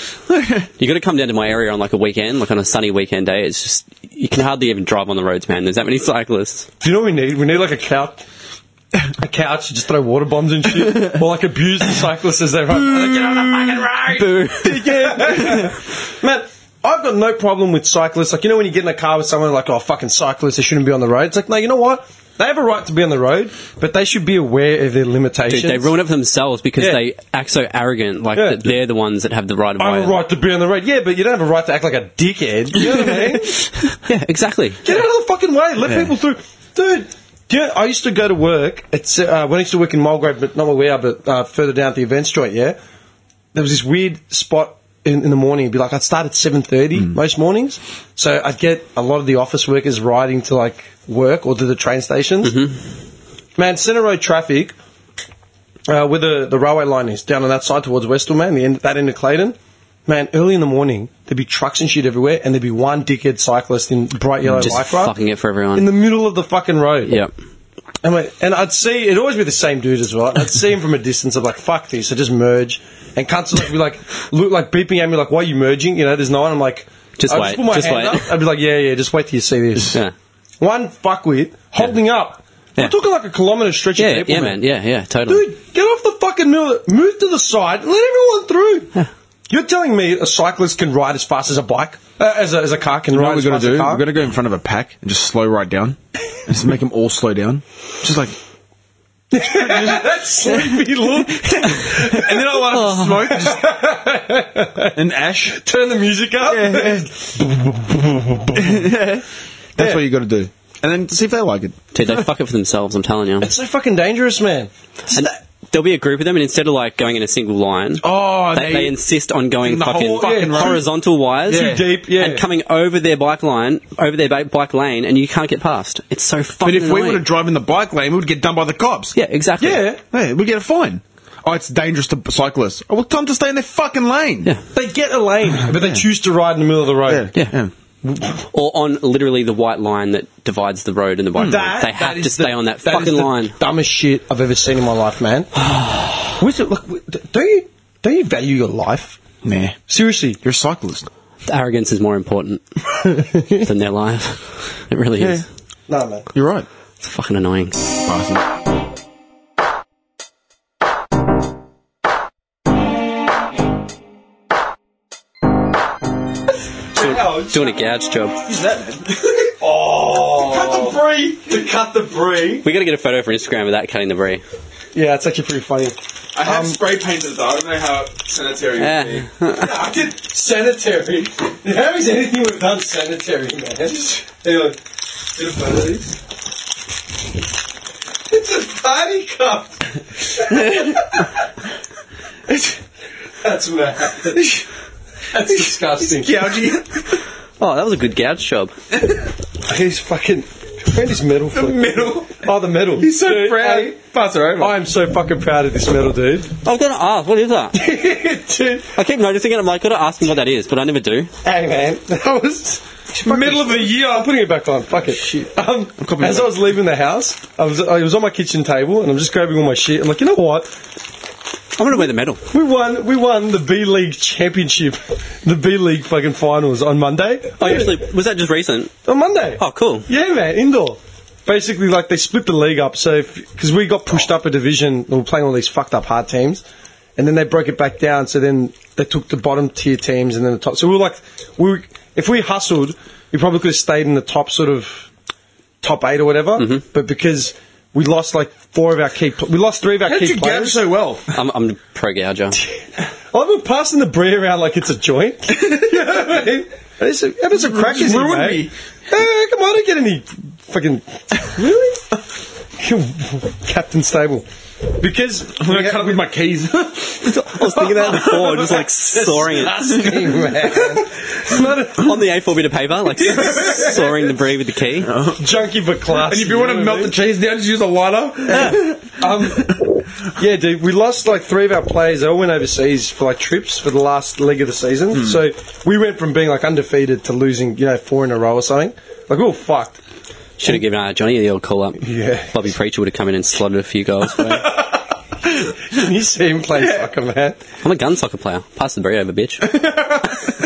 Speaker 6: You got to come down to my area on like a weekend, like on a sunny weekend day. It's just you can hardly even drive on the roads, man. There's that many cyclists.
Speaker 5: Do you know what we need? We need like a couch. A couch, you just throw water bombs and shit. or like abuse the cyclists as they run. Like, Get on the fucking road! Yeah. Man, I've got no problem with cyclists. Like, you know when you get in a car with someone like, oh, fucking cyclists, they shouldn't be on the road. It's like, no, you know what? They have a right to be on the road, but they should be aware of their limitations.
Speaker 6: Dude, they ruin it for themselves because
Speaker 5: Yeah.
Speaker 6: they act so arrogant, like
Speaker 5: Yeah.
Speaker 6: that they're the ones that have the right of
Speaker 5: I
Speaker 6: way.
Speaker 5: have a right to be on the road. Yeah, but you don't have a right to act like a dickhead. You know what I mean?
Speaker 6: Yeah, exactly.
Speaker 5: Get out of the fucking way. Let
Speaker 7: Yeah.
Speaker 5: people through. Dude, do you know, I used to go to work. It's uh, when I used to work in Mulgrave, but not where we are, but uh, further down at the events joint. Yeah, there was this weird spot in, in the morning. It'd be like I'd start at seven thirty
Speaker 6: Mm.
Speaker 5: most mornings, so I'd get a lot of the office workers riding to like work or to the train stations.
Speaker 6: Mm-hmm.
Speaker 5: Man, Centre Road traffic. Uh, where the, the railway line is down on that side towards Westall, man, the end, that end of Clayton, man, early in the morning there'd be trucks and shit everywhere, and there'd be one dickhead cyclist in bright yellow
Speaker 6: Just
Speaker 5: life raft
Speaker 6: fucking it for everyone.
Speaker 5: in the middle of the fucking road.
Speaker 6: yeah.
Speaker 5: And, wait, and I'd see, it'd always be the same dude as well. I'd see him from a distance. I'd be like, fuck this. I just merge. And cunts would like, be like, look, like beeping at me, like, why are you merging? You know, there's no one. I'm like,
Speaker 6: Just
Speaker 5: I'd
Speaker 6: wait,
Speaker 5: Just put my
Speaker 6: just
Speaker 5: hand
Speaker 6: wait.
Speaker 5: up. I'd be like, yeah, yeah, just wait till you see this.
Speaker 6: Yeah.
Speaker 5: One fuckwit holding up.
Speaker 6: Yeah.
Speaker 5: We're talking like a kilometre stretch of
Speaker 6: Yeah,
Speaker 5: people.
Speaker 6: yeah, man. Yeah, yeah, totally.
Speaker 5: Dude, get off the fucking middle. Move to the side. Let everyone through. You're telling me a cyclist can ride as fast as a bike, uh, as, a, as a car can
Speaker 7: You know
Speaker 5: ride
Speaker 7: what we're
Speaker 5: as
Speaker 7: gonna
Speaker 5: fast as
Speaker 7: do?
Speaker 5: a car?
Speaker 7: We're gonna go in front of a pack and just slow right down, and just make them all slow down. Just like
Speaker 5: that sleepy look. and then I want to smoke. Just
Speaker 7: an ash.
Speaker 5: turn the music up.
Speaker 7: That's what you got to do, and then see if they like it.
Speaker 6: Dude, they fuck it for themselves. I'm telling you.
Speaker 5: It's so fucking dangerous, man.
Speaker 6: And there'll be a group of them, and instead of like going in a single line,
Speaker 5: Oh,
Speaker 6: they, they insist on going
Speaker 5: The
Speaker 6: fucking,
Speaker 5: whole fucking road.
Speaker 6: horizontal wires,
Speaker 5: Too deep, yeah.
Speaker 6: and coming over their bike line, over their ba- bike lane, and you can't get past. It's so fucking.
Speaker 7: But if we
Speaker 6: annoying.
Speaker 7: were to drive in the bike lane, we would get done by the cops.
Speaker 6: yeah, exactly.
Speaker 5: yeah.
Speaker 7: Hey, we get a fine. Oh, it's dangerous to cyclists. Oh, well, tell them to stay in their fucking lane.
Speaker 6: Yeah.
Speaker 5: They get a lane, but they choose to ride in the middle of the
Speaker 7: Yeah.
Speaker 5: road.
Speaker 7: yeah.
Speaker 6: or on literally the white line that divides the road and the bike lane.
Speaker 5: That,
Speaker 6: They
Speaker 5: that
Speaker 6: have
Speaker 5: is
Speaker 6: to stay
Speaker 5: the-
Speaker 6: on that,
Speaker 5: is
Speaker 6: fucking
Speaker 5: the
Speaker 6: line.
Speaker 5: Dumbest shit I've ever seen in my life, man. Where's it, look, w- d- don't you don't you value your life?
Speaker 7: Nah.
Speaker 5: Seriously,
Speaker 7: You're a cyclist.
Speaker 6: Arrogance is more important than their life. It really is.
Speaker 5: no man.
Speaker 7: You're right.
Speaker 6: It's fucking annoying.
Speaker 7: Bastard.
Speaker 6: Doing a gouge job.
Speaker 5: Is that man? oh, cut the brie. To cut the brie.
Speaker 6: We got to get a photo for Instagram of that cutting the brie.
Speaker 5: Yeah, it's actually pretty funny.
Speaker 8: I have spray painted though. I don't know how sanitary
Speaker 6: Yeah.
Speaker 8: it would
Speaker 5: I did sanitary. How is anything we've done sanitary, man? Anyway, get a photo of these. It's a party cup. That's mad. That's disgusting.
Speaker 7: Gougy.
Speaker 6: Oh, that was a good gouge job.
Speaker 5: He's fucking. Found his medal. The
Speaker 8: medal?
Speaker 5: Oh, the medal.
Speaker 8: He's so
Speaker 5: Dude,
Speaker 8: proud.
Speaker 5: I-
Speaker 8: Pass her over.
Speaker 5: I am so fucking proud of this medal, dude.
Speaker 6: I've got to ask, what is that?
Speaker 5: dude,
Speaker 6: I keep noticing it. I'm like, got to ask him what that is, but I never do.
Speaker 5: hey man, that was middle of the year. I'm putting it back on. Fuck it. Shit. Um,
Speaker 7: copying
Speaker 5: as
Speaker 7: that.
Speaker 5: I was leaving the house, I was I was on my kitchen table and I'm just grabbing all my shit. I'm like, you know what?
Speaker 6: I'm gonna wear the medal.
Speaker 5: We won. We won the B League championship, the B League fucking finals on Monday.
Speaker 6: Oh, actually, was that just recent?
Speaker 5: on Monday.
Speaker 6: Oh, cool.
Speaker 5: Yeah, man, indoor. Basically, like they split the league up. So because we got pushed up a division, we were playing all these fucked up hard teams, and then they broke it back down. So then they took the bottom tier teams and then the top. So we were like, we were, if we hustled, we probably could have stayed in the top sort of top eight or whatever. But because we lost like four of our key, pl- we lost three of our
Speaker 7: How
Speaker 5: key
Speaker 7: did you gouge
Speaker 5: players.
Speaker 7: so well?
Speaker 6: I'm, I'm a pro gouger.
Speaker 5: I love him passing the brie around like it's a joint. you know what I mean? That is a, that is a crack,
Speaker 7: just
Speaker 5: isn't it,
Speaker 7: ruined
Speaker 5: mate?
Speaker 7: me.
Speaker 5: Eh, come on, I don't get any fucking. Really? Captain Stable. Because.
Speaker 7: I'm gonna cut it with my keys.
Speaker 6: I was thinking that before, just like soaring it
Speaker 5: It's not a
Speaker 6: on the A4 bit of paper, like soaring the brie with the key.
Speaker 5: junkie but class.
Speaker 7: And if you want to
Speaker 5: know
Speaker 7: melt
Speaker 5: what
Speaker 7: the cheese down, just use a lighter.
Speaker 5: Um, yeah, dude, we lost like three of our players. They all went overseas for like trips for the last leg of the season.
Speaker 7: Hmm.
Speaker 5: So we went from being like undefeated to losing, you know, four in a row or something. Like, we were fucked.
Speaker 6: Should have given uh, Johnny the old call up.
Speaker 5: Yeah.
Speaker 6: Bobby Preacher would have come in and slotted a few goals. for him.
Speaker 5: Can you see him play soccer, man?
Speaker 6: I'm a gun soccer player. Pass the brie over, bitch.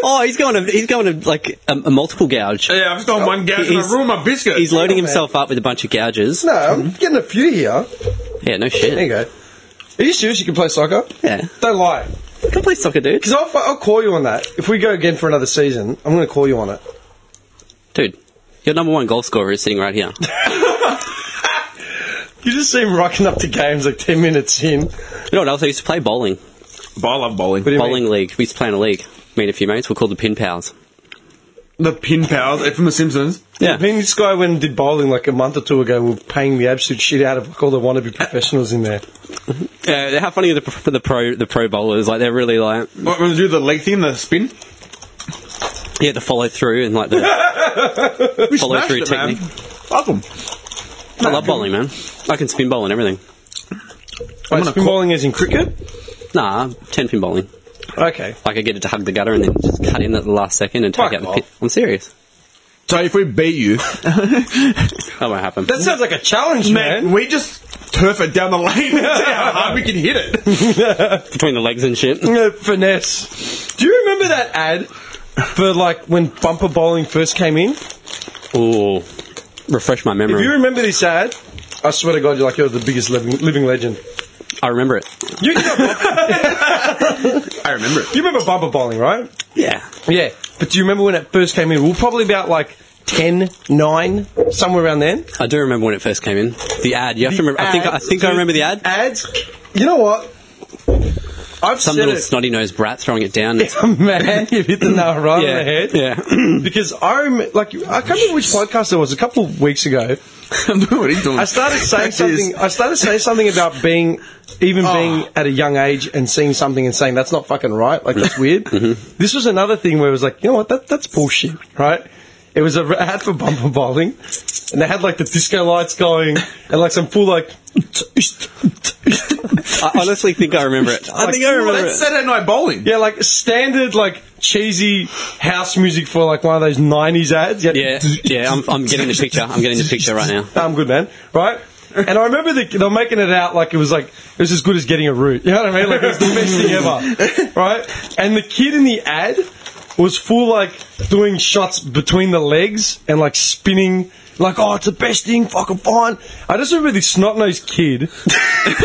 Speaker 6: Oh, he's going to he's going to like a, a multiple gouge.
Speaker 7: yeah, I've stolen one gouge and I
Speaker 6: He's-
Speaker 7: ruined my biscuit.
Speaker 6: He's loading himself up with a bunch of gouges.
Speaker 5: No, I'm getting a few here.
Speaker 6: Yeah,
Speaker 5: There
Speaker 6: no
Speaker 5: you
Speaker 6: shit.
Speaker 5: go. Are you serious? You can play soccer?
Speaker 6: Yeah,
Speaker 5: Don't lie.
Speaker 6: I can play soccer, dude.
Speaker 5: Because I'll, fu- I'll call you on that. If we go again for another season, I'm going to call you on it.
Speaker 6: Dude, your number one goal scorer is sitting right here.
Speaker 5: You just see him rocking up to games like 10 minutes in.
Speaker 6: You know what else? I used to play bowling.
Speaker 7: I love bowling.
Speaker 5: do you
Speaker 6: Bowling league. We used to play in a league. Me and a few mates. We're called the Pin Pals.
Speaker 7: The pin pals eh, from The Simpsons.
Speaker 6: Yeah.
Speaker 5: Me and this guy went and did bowling like a month or two ago. We were paying the absolute shit out of like, all the wannabe professionals in there.
Speaker 6: Yeah, how funny are the, pro- the pro the pro bowlers like they're really like
Speaker 7: What, when they do the leg thing, the spin?
Speaker 6: you have to follow through and like the follow through
Speaker 7: Smashed it, man.
Speaker 6: technique.
Speaker 7: Fuck 'em.
Speaker 6: I love bowling, man. I can spin bowl and everything.
Speaker 5: Wait,
Speaker 7: gonna
Speaker 5: spin bowling is in cricket?
Speaker 6: Nah, ten pin bowling.
Speaker 5: Okay.
Speaker 6: Like I get it to hug the gutter and then just cut in at the last second and take
Speaker 5: Fuck
Speaker 6: out the
Speaker 5: off.
Speaker 6: pin. I'm serious.
Speaker 7: So if we beat you,
Speaker 6: That won't happen.
Speaker 5: That sounds like a challenge,
Speaker 7: man,
Speaker 5: man.
Speaker 7: we just turf it down the lane. That's how hard we can hit it.
Speaker 6: Between the legs and shit.
Speaker 5: Uh, finesse. Do you remember that ad for like when bumper bowling first came in?
Speaker 6: Ooh. Refresh my
Speaker 5: If
Speaker 6: memory.
Speaker 5: you remember this ad, I swear to God, you're like you're the biggest living, living legend.
Speaker 6: I remember it.
Speaker 5: You, you, know,
Speaker 7: I remember it.
Speaker 5: you remember bumper bowling, right?
Speaker 6: Yeah.
Speaker 5: Yeah. But do you remember when it first came in? We were probably about like 10, 9, somewhere around then.
Speaker 6: I do remember when it first came in. The ad. You have to
Speaker 5: The
Speaker 6: remember. I think. I
Speaker 5: ads,
Speaker 6: think I
Speaker 5: dude,
Speaker 6: remember the ad.
Speaker 5: Ads. You know what? I've
Speaker 6: Some
Speaker 5: said
Speaker 6: little
Speaker 5: it.
Speaker 6: snotty nosed brat throwing it down. It's-
Speaker 5: Man, you've hit the nail right on the
Speaker 6: yeah.
Speaker 5: head.
Speaker 6: Yeah.
Speaker 5: Because I rem- like I can't remember which podcast it was a couple of weeks ago.
Speaker 7: I'm doing what he's doing.
Speaker 5: I started saying
Speaker 7: Practice.
Speaker 5: something. I started saying something about being, even being at a young age and seeing something and saying that's not fucking right. Like that's weird. This was another thing where it was like, you know what? That that's bullshit, right? It was a r- ad for bumper bowling, and they had like the disco lights going and like some fool like.
Speaker 6: I honestly think I remember it. I think I
Speaker 7: Well,
Speaker 6: remember
Speaker 7: that's
Speaker 6: it.
Speaker 7: Saturday night bowling.
Speaker 5: Yeah, like standard, like cheesy house music for like one of those '90s ads.
Speaker 6: Yeah. Yeah. I'm, I'm getting the picture. I'm getting the picture right now.
Speaker 5: I'm good, man. Right? And I remember the, they were making it out like it was like it was as good as getting a root. You know what I mean? Like it was the best thing ever, right? And the kid in the ad was full like doing shots between the legs and like spinning. Like, oh, it's the best thing, fucking fine. I just remember this snot-nosed kid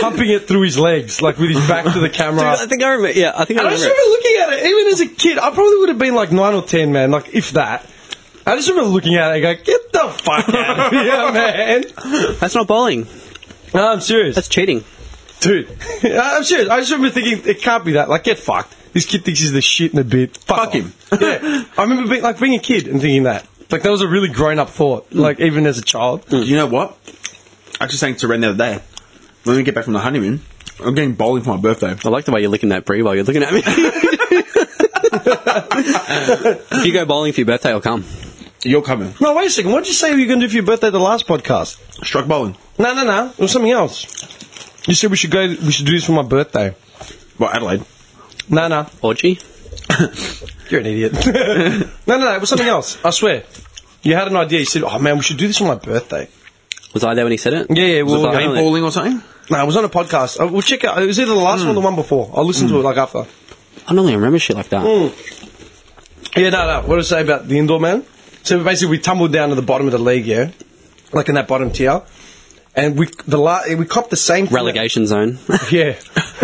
Speaker 5: pumping it through his legs, like with his back to the camera.
Speaker 6: I think I remember. Yeah. I think I
Speaker 5: And I just
Speaker 6: remember.
Speaker 5: remember
Speaker 6: It.
Speaker 5: looking at it, even as a kid, I probably would have been like nine or ten, man, like if that. I just remember looking at it and go, get the fuck out of here, man.
Speaker 6: That's not bowling.
Speaker 5: No, I'm serious.
Speaker 6: That's cheating.
Speaker 5: Dude, I'm serious. I just remember thinking, it can't be that. Like, get fucked. This kid thinks he's the shit in the bit. Fuck,
Speaker 7: Fuck
Speaker 5: off.
Speaker 7: him.
Speaker 5: yeah. I remember being, like, being a kid and thinking that. Like, that was a really grown up thought, like, even as a child.
Speaker 7: You know what? I was just saying to Ren the other day, when we get back from the honeymoon, I'm getting bowling for my birthday.
Speaker 6: I like the way you're looking at Brie while you're looking at me. if you go bowling for your birthday, I'll come.
Speaker 7: You're coming.
Speaker 5: No, wait a second. What did you say you were going to do for your birthday the last podcast?
Speaker 7: Struck bowling.
Speaker 5: No, no, no. It was something else. You said we should go. We should do this for my birthday.
Speaker 7: Well, Adelaide.
Speaker 5: No, no.
Speaker 6: Orgy?
Speaker 5: You're an idiot. no, no, no. It was something else. I swear. You had an idea. You said, "Oh man, we should do this on my birthday."
Speaker 6: Was I there when he said it?
Speaker 5: Yeah, yeah.
Speaker 6: Was
Speaker 5: Well,
Speaker 6: it like-
Speaker 5: no,
Speaker 7: Bowling or something?
Speaker 5: it was on a podcast. Uh, we'll check out. It was either the last one or the one before. I'll listen to it like after.
Speaker 6: I don't even remember shit like that.
Speaker 5: Yeah, no, no. What did I say about the indoor man? So basically, we tumbled down to the bottom of the league, yeah, like in that bottom tier, and we the la- we copped the same thing-
Speaker 6: Relegation zone.
Speaker 5: Yeah,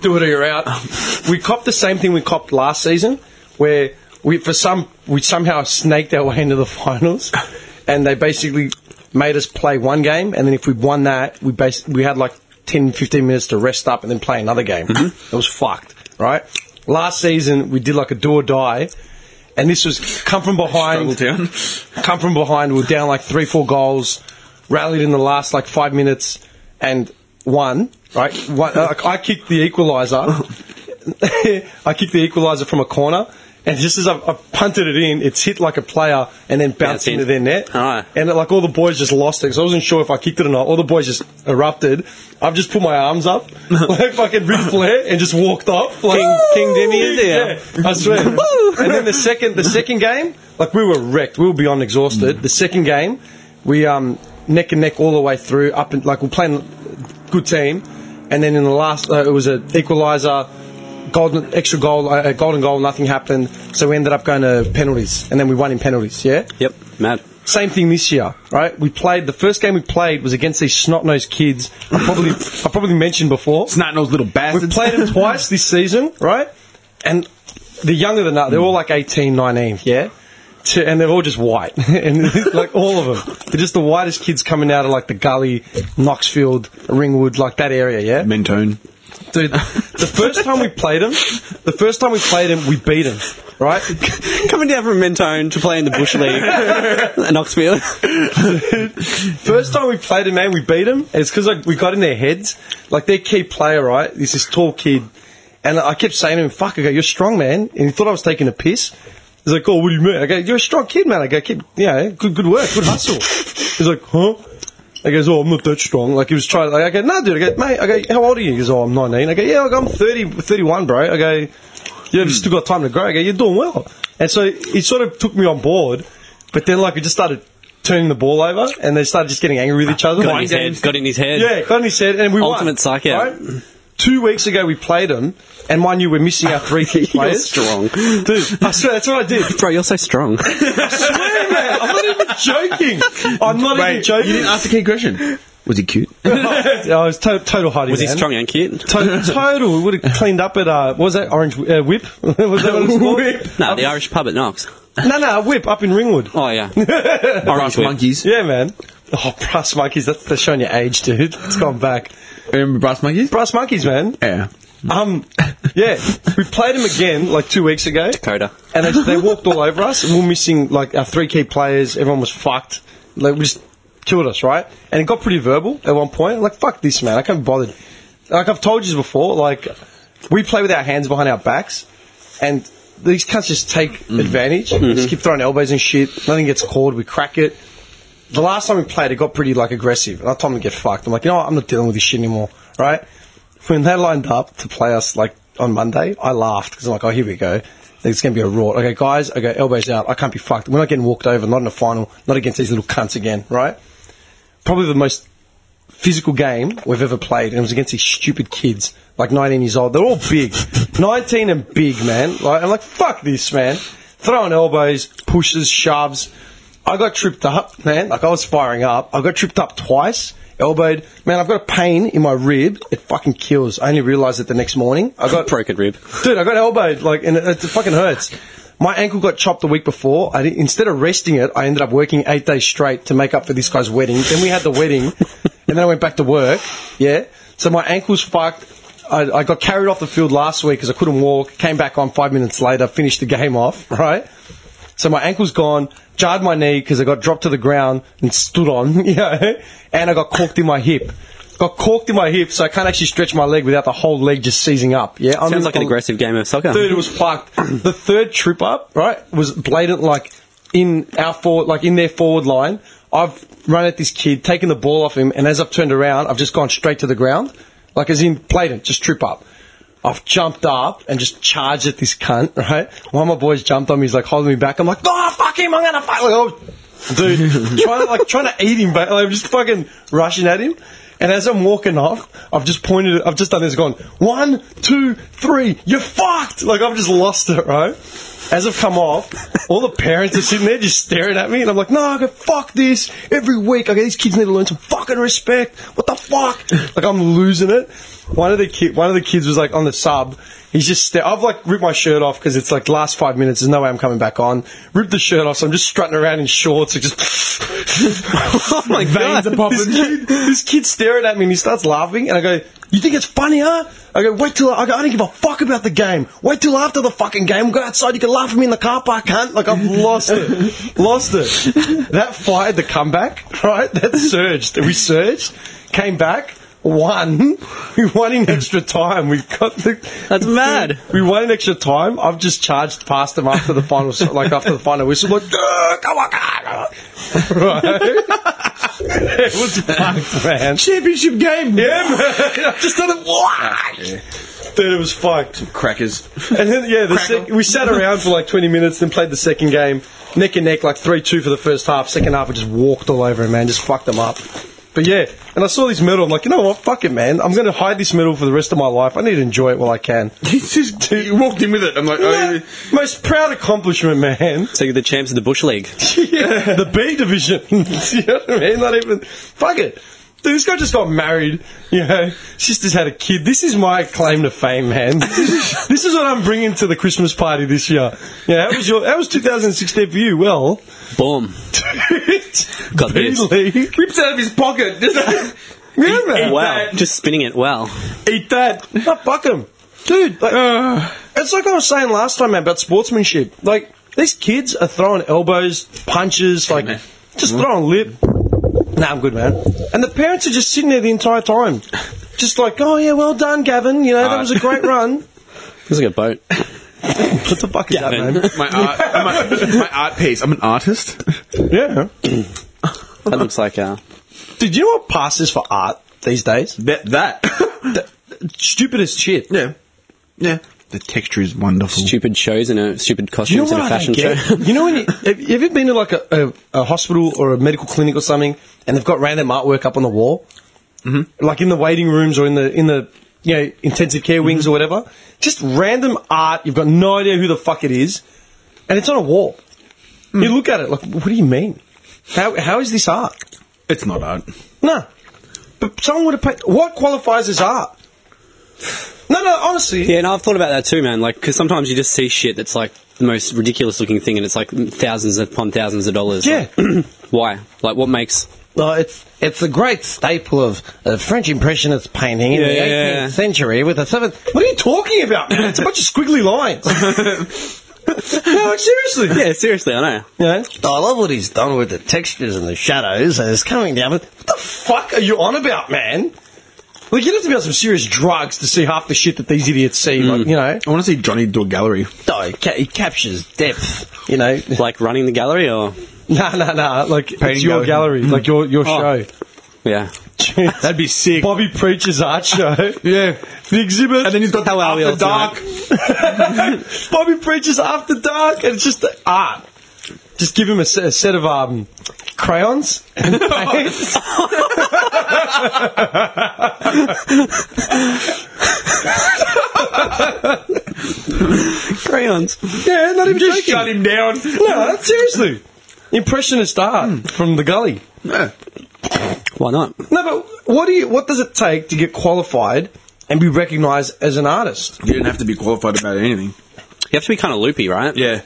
Speaker 5: do it or you're out. We copped the same thing we copped last season, where we for some we somehow snaked our way into the finals, and they basically made us play one game, and then if we won that, we bas- we had like 10, 15 minutes to rest up and then play another game. It was fucked, right? Last season we did like a do or die. And this was come from behind,
Speaker 7: Struggle town.
Speaker 5: come from behind. We were down like three, four goals, rallied in the last like five minutes, and won. Right, one, uh, I kicked the equaliser. I kicked the equaliser from a corner, and just as I've, I've punted it in, it's hit like a player and then bounced
Speaker 6: Bounced in.
Speaker 5: into their net.
Speaker 6: Ah.
Speaker 5: And like all the boys just lost it because I wasn't sure if I kicked it or not. All the boys just erupted. I've just put my arms up like fucking Ric Flair and just walked off. Like,
Speaker 6: King- King Demi is here.
Speaker 5: Yeah, I swear. and then the second the second game, like we were wrecked. We were beyond exhausted.
Speaker 6: Mm.
Speaker 5: The second game, we um neck and neck all the way through. Up and like we're playing good team, and then in the last uh, it was an equaliser. Golden extra goal, uh, a golden goal, nothing happened. So we ended up going to penalties, and then we won in penalties. Yeah,
Speaker 6: yep, mad.
Speaker 5: same thing this year, right? We played the first game we played was against these snot nosed kids. I probably I probably mentioned before.
Speaker 7: Snot nosed little
Speaker 5: We
Speaker 7: bastards.
Speaker 5: played them twice this season, right? And they're younger than that. They're all like 18, 19, yeah? To, and they're all just white. and like all of them. They're just the whitest kids coming out of like the gully, Knoxfield, Ringwood, like that area, yeah?
Speaker 7: Mentone. Mm.
Speaker 5: Dude, the first time we played them, the first time we played them, we beat them, right?
Speaker 6: Coming down from Mentone to play in the Bush League in Knoxville.
Speaker 5: First time we played him, man, we beat him. It's because like, we got in their heads. Like their key player, right? He's this tall kid, and I kept saying to him, "Fuck!" I go, "You're strong, man," and he thought I was taking a piss. He's like, "Oh, what do you mean?" I go, "You're a strong kid, man." I go, "Kid, yeah, good, good work, good hustle." He's like, "Huh?" I goes, "Oh, I'm not that strong." Like he was trying. Like, I go, "No, dude." I go, "Mate," I go, "How old are you?" He goes, "Oh, I'm 19." I go, "Yeah, I go, I'm 30, 31, bro." I go, "You've
Speaker 6: Hmm.
Speaker 5: still got time to grow." I go, "You're doing well." And so he sort of took me on board, but then like we just started turning the ball over, and they started just getting angry with each other.
Speaker 6: Got in his head. Got in his head.
Speaker 5: Yeah, Connie said, and we won.
Speaker 6: Ultimate psych out.
Speaker 5: Right? Two weeks ago we played them, and mind you, we're missing our three key players.
Speaker 6: strong.
Speaker 5: Dude, I swear that's what I did.
Speaker 6: Bro, you're so strong.
Speaker 5: I swear, man, I'm not even joking. I'm not even
Speaker 7: Wait, you
Speaker 5: joking.
Speaker 7: didn't ask the key question. Was he cute?
Speaker 5: I was to- total hottie.
Speaker 6: Was he
Speaker 5: man.
Speaker 6: strong and cute?
Speaker 5: To- total. We would have cleaned up at uh, what was that orange uh, whip? was that what it was called?
Speaker 6: No, the Irish pub at Knox.
Speaker 5: No, no, a whip up in Ringwood.
Speaker 6: Oh, yeah. Orange whip.
Speaker 7: monkeys.
Speaker 5: Yeah, man. Oh, brass monkeys. That's, that's showing your age, dude. It's gone back.
Speaker 7: Remember Um, brass monkeys?
Speaker 5: Brass monkeys, man.
Speaker 7: Yeah.
Speaker 5: Um, yeah, we played them again like two weeks ago.
Speaker 6: Dakota.
Speaker 5: and they, they walked all over us. And we were missing like our three key players. Everyone was fucked. Like we just killed us, right? And it got pretty verbal at one point. Like fuck this, man. I can't be bothered. Like I've told you before. Like we play with our hands behind our backs, and these cunts just take advantage. Just keep throwing elbows and shit. Nothing gets called. We crack it. The last time we played, it got pretty like aggressive, and I told them to get fucked. I'm like, you know what? I'm not dealing with this shit anymore, right? When they lined up to play us like on Monday, I laughed because I'm like, oh, here we go. It's going to be a rort. Okay, guys, I go elbows out. I can't be fucked. We're not getting walked over. Not in a final. Not against these little cunts again, right? Probably the most physical game we've ever played, and it was against these stupid kids, like 19 years old. They're all big, 19 and big, man. Like, I'm like, fuck this, man. Throwing elbows, pushes, shoves. I got tripped up, man. Like I was firing up. I got tripped up twice. Elbowed, man. I've got a pain in my rib. It fucking kills. I only realised it the next morning. I got
Speaker 6: Broken rib.
Speaker 5: dude. I got elbowed, like, and it, it fucking hurts. My ankle got chopped the week before. I didn't- instead of resting it, I ended up working eight days straight to make up for this guy's wedding. Then we had the wedding, and then I went back to work. Yeah, so my ankle's fucked. I, I got carried off the field last week because I couldn't walk. Came back on five minutes later, finished the game off. Right. So my ankle's gone, jarred my knee because I got dropped to the ground and stood on, you know, and I got corked in my hip. Got corked in my hip, so I can't actually stretch my leg without the whole leg just seizing up. Yeah, I'm
Speaker 6: Sounds like an aggressive game of soccer.
Speaker 5: Dude, it was fucked. The third trip up, right, was blatant like in our forward, like in their forward line, I've run at this kid, taken the ball off him, and as I've turned around, I've just gone straight to the ground, like as in played it, just trip up. I've jumped up and just charged at this cunt, right? One of my boys jumped on me, he's like holding me back. I'm like, oh, fuck him, I'm gonna fight. Like, oh, dude, trying to, like, trying to eat him, but like, I'm just fucking rushing at him. And as I'm walking off, I've just pointed, I've just done this, gone, one, two, three, you're fucked! Like, I've just lost it, right? As I've come off, all the parents are sitting there just staring at me, and I'm like, no, I go, fuck this. Every week, I go, these kids need to learn some fucking respect. What the fuck? Like, I'm losing it. One of the kid, one of the kids was like on the sub. He's just, sta- I've like ripped my shirt off because it's like last five minutes. There's no way I'm coming back on. Ripped the shirt off, so I'm just strutting around in shorts. Like just, oh my
Speaker 6: God.
Speaker 5: This kid, this kid's staring at me and he starts laughing, and I go, "You think it's funny, huh?" I go, "Wait till I, go, I don't give a fuck about the game. Wait till after the fucking game. We'll go outside. You can laugh at me in the car park, cunt. Like I've lost it, lost it. That fired the comeback, right? That surged. We surged, came back. Won. We won in extra time. We got the.
Speaker 6: That's mad.
Speaker 5: We won in extra time. I've just charged past them after the final, like after the final whistle. Like, "Duh, come on, come on. It was fucked, man.
Speaker 7: Championship game.
Speaker 5: Yeah, man. I just done it. Dude, it was fucked.
Speaker 7: Crackers.
Speaker 5: And then, yeah, the
Speaker 7: Crackle.
Speaker 5: sec- we sat around for like 20 minutes, then played the second game, neck and neck, like 3 2 for the first half. Second half, I just walked all over him, man, just fucked them up. But yeah, and I saw this medal. I'm like, you know what? Fuck it, man. I'm going to hide this medal for the rest of my life. I need to enjoy it while I can.
Speaker 7: It's just, you walked in with it. I'm like, oh,
Speaker 5: Most proud accomplishment, man.
Speaker 6: So you're the champs of the Bush League.
Speaker 5: yeah, the B division. you know what I mean? Not even. Fuck it. Dude, this guy just got married. You know, sister's had a kid. This is my claim to fame, man. This is, this is what I'm bringing to the Christmas party this year. Yeah, how was your? How was 2016 for you? Well,
Speaker 6: Boom. Got this.
Speaker 5: Beatley.
Speaker 7: rips out of his pocket.
Speaker 5: Yeah, man.
Speaker 6: Wow. Just spinning it. Wow.
Speaker 5: Eat that. No, fuck him. Dude, like, it's like I was saying last time man, about sportsmanship. Like, these kids are throwing elbows, punches, like,
Speaker 7: man.
Speaker 5: just throwing lip. Nah, I'm good, man. And the parents are just sitting there the entire time. Just like, oh, yeah, well done, Gavin. You know, that was a great run.
Speaker 6: Looks like a boat.
Speaker 5: What Uh, the fuck is
Speaker 6: Gavin.
Speaker 5: that,
Speaker 7: my art, my, my art piece. I'm an artist.
Speaker 5: man? Yeah.
Speaker 6: That looks like uh,
Speaker 5: Did you know what passes for art these days?
Speaker 7: That that.
Speaker 5: Stupid as shit.
Speaker 7: yeah, yeah. The texture is wonderful.
Speaker 6: stupid shows and a stupid costumes and a
Speaker 5: I
Speaker 6: fashion
Speaker 5: don't
Speaker 6: show.
Speaker 5: get? You know, when you, have you ever been to like a, a, a hospital or a medical clinic or something, and they've got random artwork up on the wall, mm-hmm. like in the waiting rooms or in the in the you know intensive care wings or whatever, just random art. You've got no idea who the fuck it is, and it's on a wall. You look at it like, what do you mean? How how is this art?
Speaker 7: It's not art.
Speaker 5: No, but someone would have paid. What qualifies as art? No, no, honestly,
Speaker 6: Yeah, and I've thought about that too, man. Like, because sometimes you just see shit that's like the most ridiculous looking thing, and it's like thousands upon thousands of dollars.
Speaker 5: Yeah.
Speaker 6: Like, why? Like, what makes?
Speaker 5: Well, it's it's the great staple of uh, French Impressionist painting in the
Speaker 6: Yeah,
Speaker 5: 18th
Speaker 6: yeah, yeah.
Speaker 5: century with the seventh. What are you talking about? man? It's a bunch of squiggly lines. no, like, seriously.
Speaker 6: Yeah, seriously, I know.
Speaker 5: Yeah. I love what he's done with the textures and the shadows and it's coming down. But what the fuck are you on about, man? Like you'd have to be on some serious drugs to see half the shit that these idiots see.
Speaker 6: Mm.
Speaker 5: Like you know,
Speaker 7: I want to see Johnny do a gallery.
Speaker 5: no, it, ca- it captures depth. You know,
Speaker 6: Like running the gallery, or
Speaker 5: no, no, no. Like it's
Speaker 7: Painting
Speaker 5: your
Speaker 7: gallery.
Speaker 5: gallery, like your your
Speaker 6: Oh.
Speaker 5: show.
Speaker 6: yeah,
Speaker 7: That'd be sick.
Speaker 5: Bobby Preacher's art show.
Speaker 7: Yeah.
Speaker 5: The exhibit.
Speaker 7: And then he's got the
Speaker 6: are we
Speaker 7: after
Speaker 6: all tonight?
Speaker 7: dark.
Speaker 5: Bobby Preacher's After Dark. And it's just the art. Just give him a, se- a set of um, crayons and paints.
Speaker 6: crayons.
Speaker 5: yeah, not even
Speaker 7: Just
Speaker 5: joking.
Speaker 7: shut him down.
Speaker 5: No, that's seriously. Impressionist art from the gully.
Speaker 7: Yeah.
Speaker 6: Why not?
Speaker 5: No, but what do you? What does it take to get qualified and be recognised as an artist?
Speaker 7: You didn't have to be qualified about anything.
Speaker 6: You have to be kind of loopy, right?
Speaker 7: Yeah.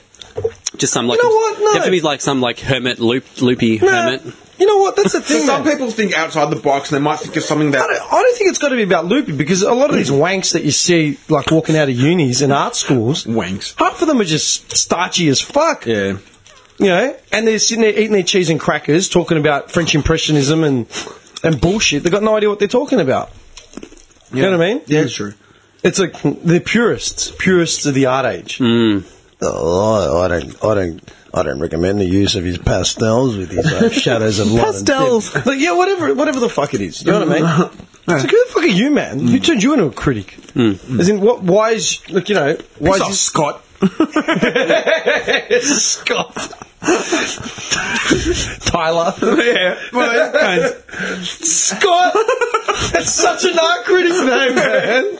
Speaker 6: Just some like
Speaker 5: You know what? No.
Speaker 6: you have to be like some like hermit loop loopy
Speaker 5: No,
Speaker 6: hermit.
Speaker 5: you know what? That's the thing.
Speaker 7: Some
Speaker 5: man.
Speaker 7: people think outside the box and they might think of something
Speaker 5: I
Speaker 7: that.
Speaker 5: don't, I don't think it's got to be about loopy because a lot of these wanks that you see like walking out of unis and art schools,
Speaker 7: Wanks.
Speaker 5: half of them are just starchy as fuck.
Speaker 7: Yeah.
Speaker 5: you know, and they're sitting there eating their cheese and crackers, talking about French impressionism and and bullshit. They've got no idea what they're talking about. You know what I mean?
Speaker 7: Yeah, it's true.
Speaker 5: It's
Speaker 7: Mm,
Speaker 5: like they're purists, purists of the art age. Oh, I don't, I don't,
Speaker 9: I don't recommend the use of his pastels with his uh, shadows of light. and tint."
Speaker 6: Pastels.
Speaker 5: Like, yeah, whatever, whatever the fuck it is. You know what I mean? It's like, who the fuck are you, man?
Speaker 7: Mm.
Speaker 5: Who turned you into a critic? As in, what? Why is look? You know, why
Speaker 7: Piss off,
Speaker 5: is
Speaker 7: Scott.
Speaker 5: this Scott? Tyler, yeah, Scott. That's such an art critic name, man.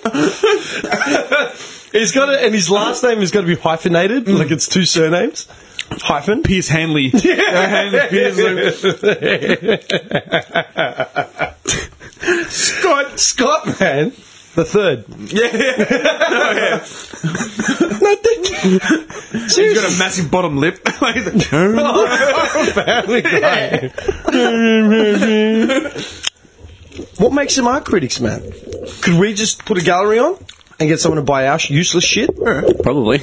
Speaker 5: he's got it, and his last name is got to be hyphenated, like it's two surnames. Hyphen.
Speaker 10: Pierce Hanley. Hanley Pierce.
Speaker 5: Scott, Scott, man. The third. Yeah. no, that-
Speaker 10: He's got a massive bottom lip. Like,
Speaker 5: Oh, Family Guy. what makes them art critics, man? Could we just put a gallery on and get someone to buy our sh- useless shit?
Speaker 6: Probably.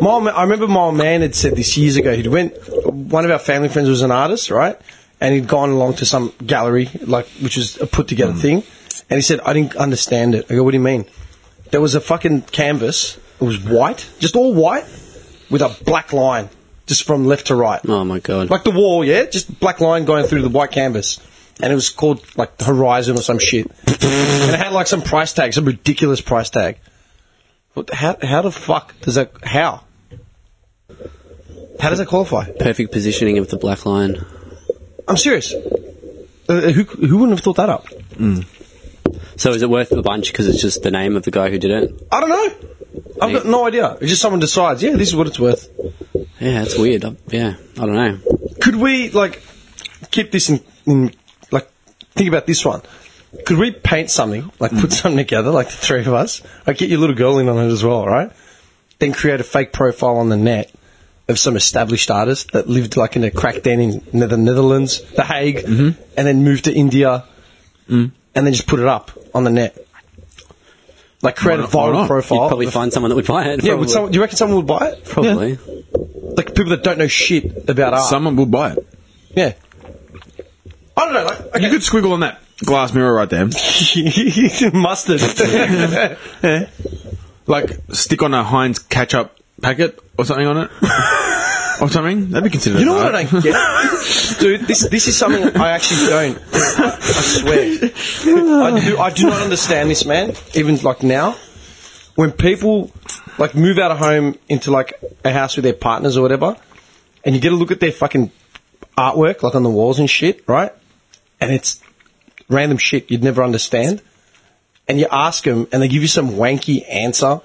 Speaker 5: My old ma- I remember my old man had said this years ago. He'd went. One of our family friends was an artist, right? And he'd gone along to some gallery, like which was a put together thing. And he said, "I didn't understand it." I go, "What do you mean?" There was a fucking canvas. It was white, just all white, with a black line, just from left to right.
Speaker 6: Oh my god.
Speaker 5: Like the wall, yeah? Just black line going through the white canvas. And it was called like Horizon or some shit. and it had like some price tag, some ridiculous price tag. What, how, how the fuck does that. How? How does that qualify?
Speaker 6: Perfect positioning of the black line.
Speaker 5: I'm serious. Uh, who, who wouldn't have thought that up?
Speaker 6: So is it worth a bunch because it's just the name of the guy who did it?
Speaker 5: I don't know. I've got no idea. It's just someone decides, yeah, this is what it's worth.
Speaker 6: Yeah, that's weird. I, yeah, I don't know.
Speaker 5: could we like keep this in, in like think about this one could we paint something like
Speaker 6: Mm-hmm.
Speaker 5: put something together like the three of us like get your little girl in on it as well right then create a fake profile on the net of some established artist that lived like in a crack den in Ne- the Netherlands, The Hague,
Speaker 6: Mm-hmm.
Speaker 5: and then moved to India,
Speaker 6: Mm.
Speaker 5: and then just put it up on the net. Like create a viral profile.
Speaker 6: You'd probably find someone that would buy it.
Speaker 5: Oh. yeah,
Speaker 6: probably.
Speaker 5: would someone, do you reckon someone would buy it?
Speaker 6: probably.
Speaker 5: Like people that don't know shit about art.
Speaker 10: Someone will buy it.
Speaker 5: yeah. I don't know. Like, okay.
Speaker 10: You could squiggle on that glass mirror right there.
Speaker 5: mustard.
Speaker 10: Like, stick on a Heinz ketchup packet or something on it. or something. That'd be considered
Speaker 5: you
Speaker 10: an
Speaker 5: know
Speaker 10: art.
Speaker 5: what I don't get, dude? This this is something I actually don't. I swear, I do. I do not understand this, man. Even like now, when people like move out of home into like a house with their partners or whatever, and you get a look at their fucking artwork, like on the walls and shit, right? And it's random shit you'd never understand. And you ask them, and they give you some wanky answer.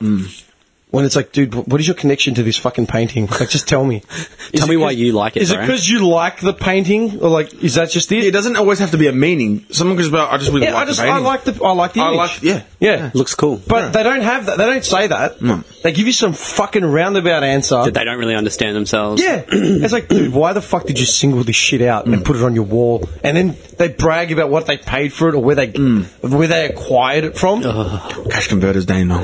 Speaker 5: When it's like, dude, wh- what is your connection to this fucking painting? Like, just tell me. Is
Speaker 6: Tell me
Speaker 5: it
Speaker 6: why
Speaker 5: 'cause-
Speaker 6: you like it,
Speaker 5: Is it
Speaker 6: bro.
Speaker 5: because you like the painting, or like, is that just it?
Speaker 7: It doesn't always have to be a meaning. Someone could just be like, I just really
Speaker 5: yeah,
Speaker 7: like
Speaker 5: I just,
Speaker 7: the
Speaker 5: I
Speaker 7: painting.
Speaker 5: like the, I like the
Speaker 7: I
Speaker 5: image.
Speaker 7: like- yeah.
Speaker 5: yeah.
Speaker 6: Looks cool.
Speaker 5: But they don't have that. They don't say that. They give you some fucking roundabout answer.
Speaker 6: That they don't really understand themselves.
Speaker 5: Yeah, it's like, dude, why the fuck did you single this shit out and put it on your wall? And then they brag about what they paid for it or where they where they acquired it from.
Speaker 7: Cash converters, Daniel.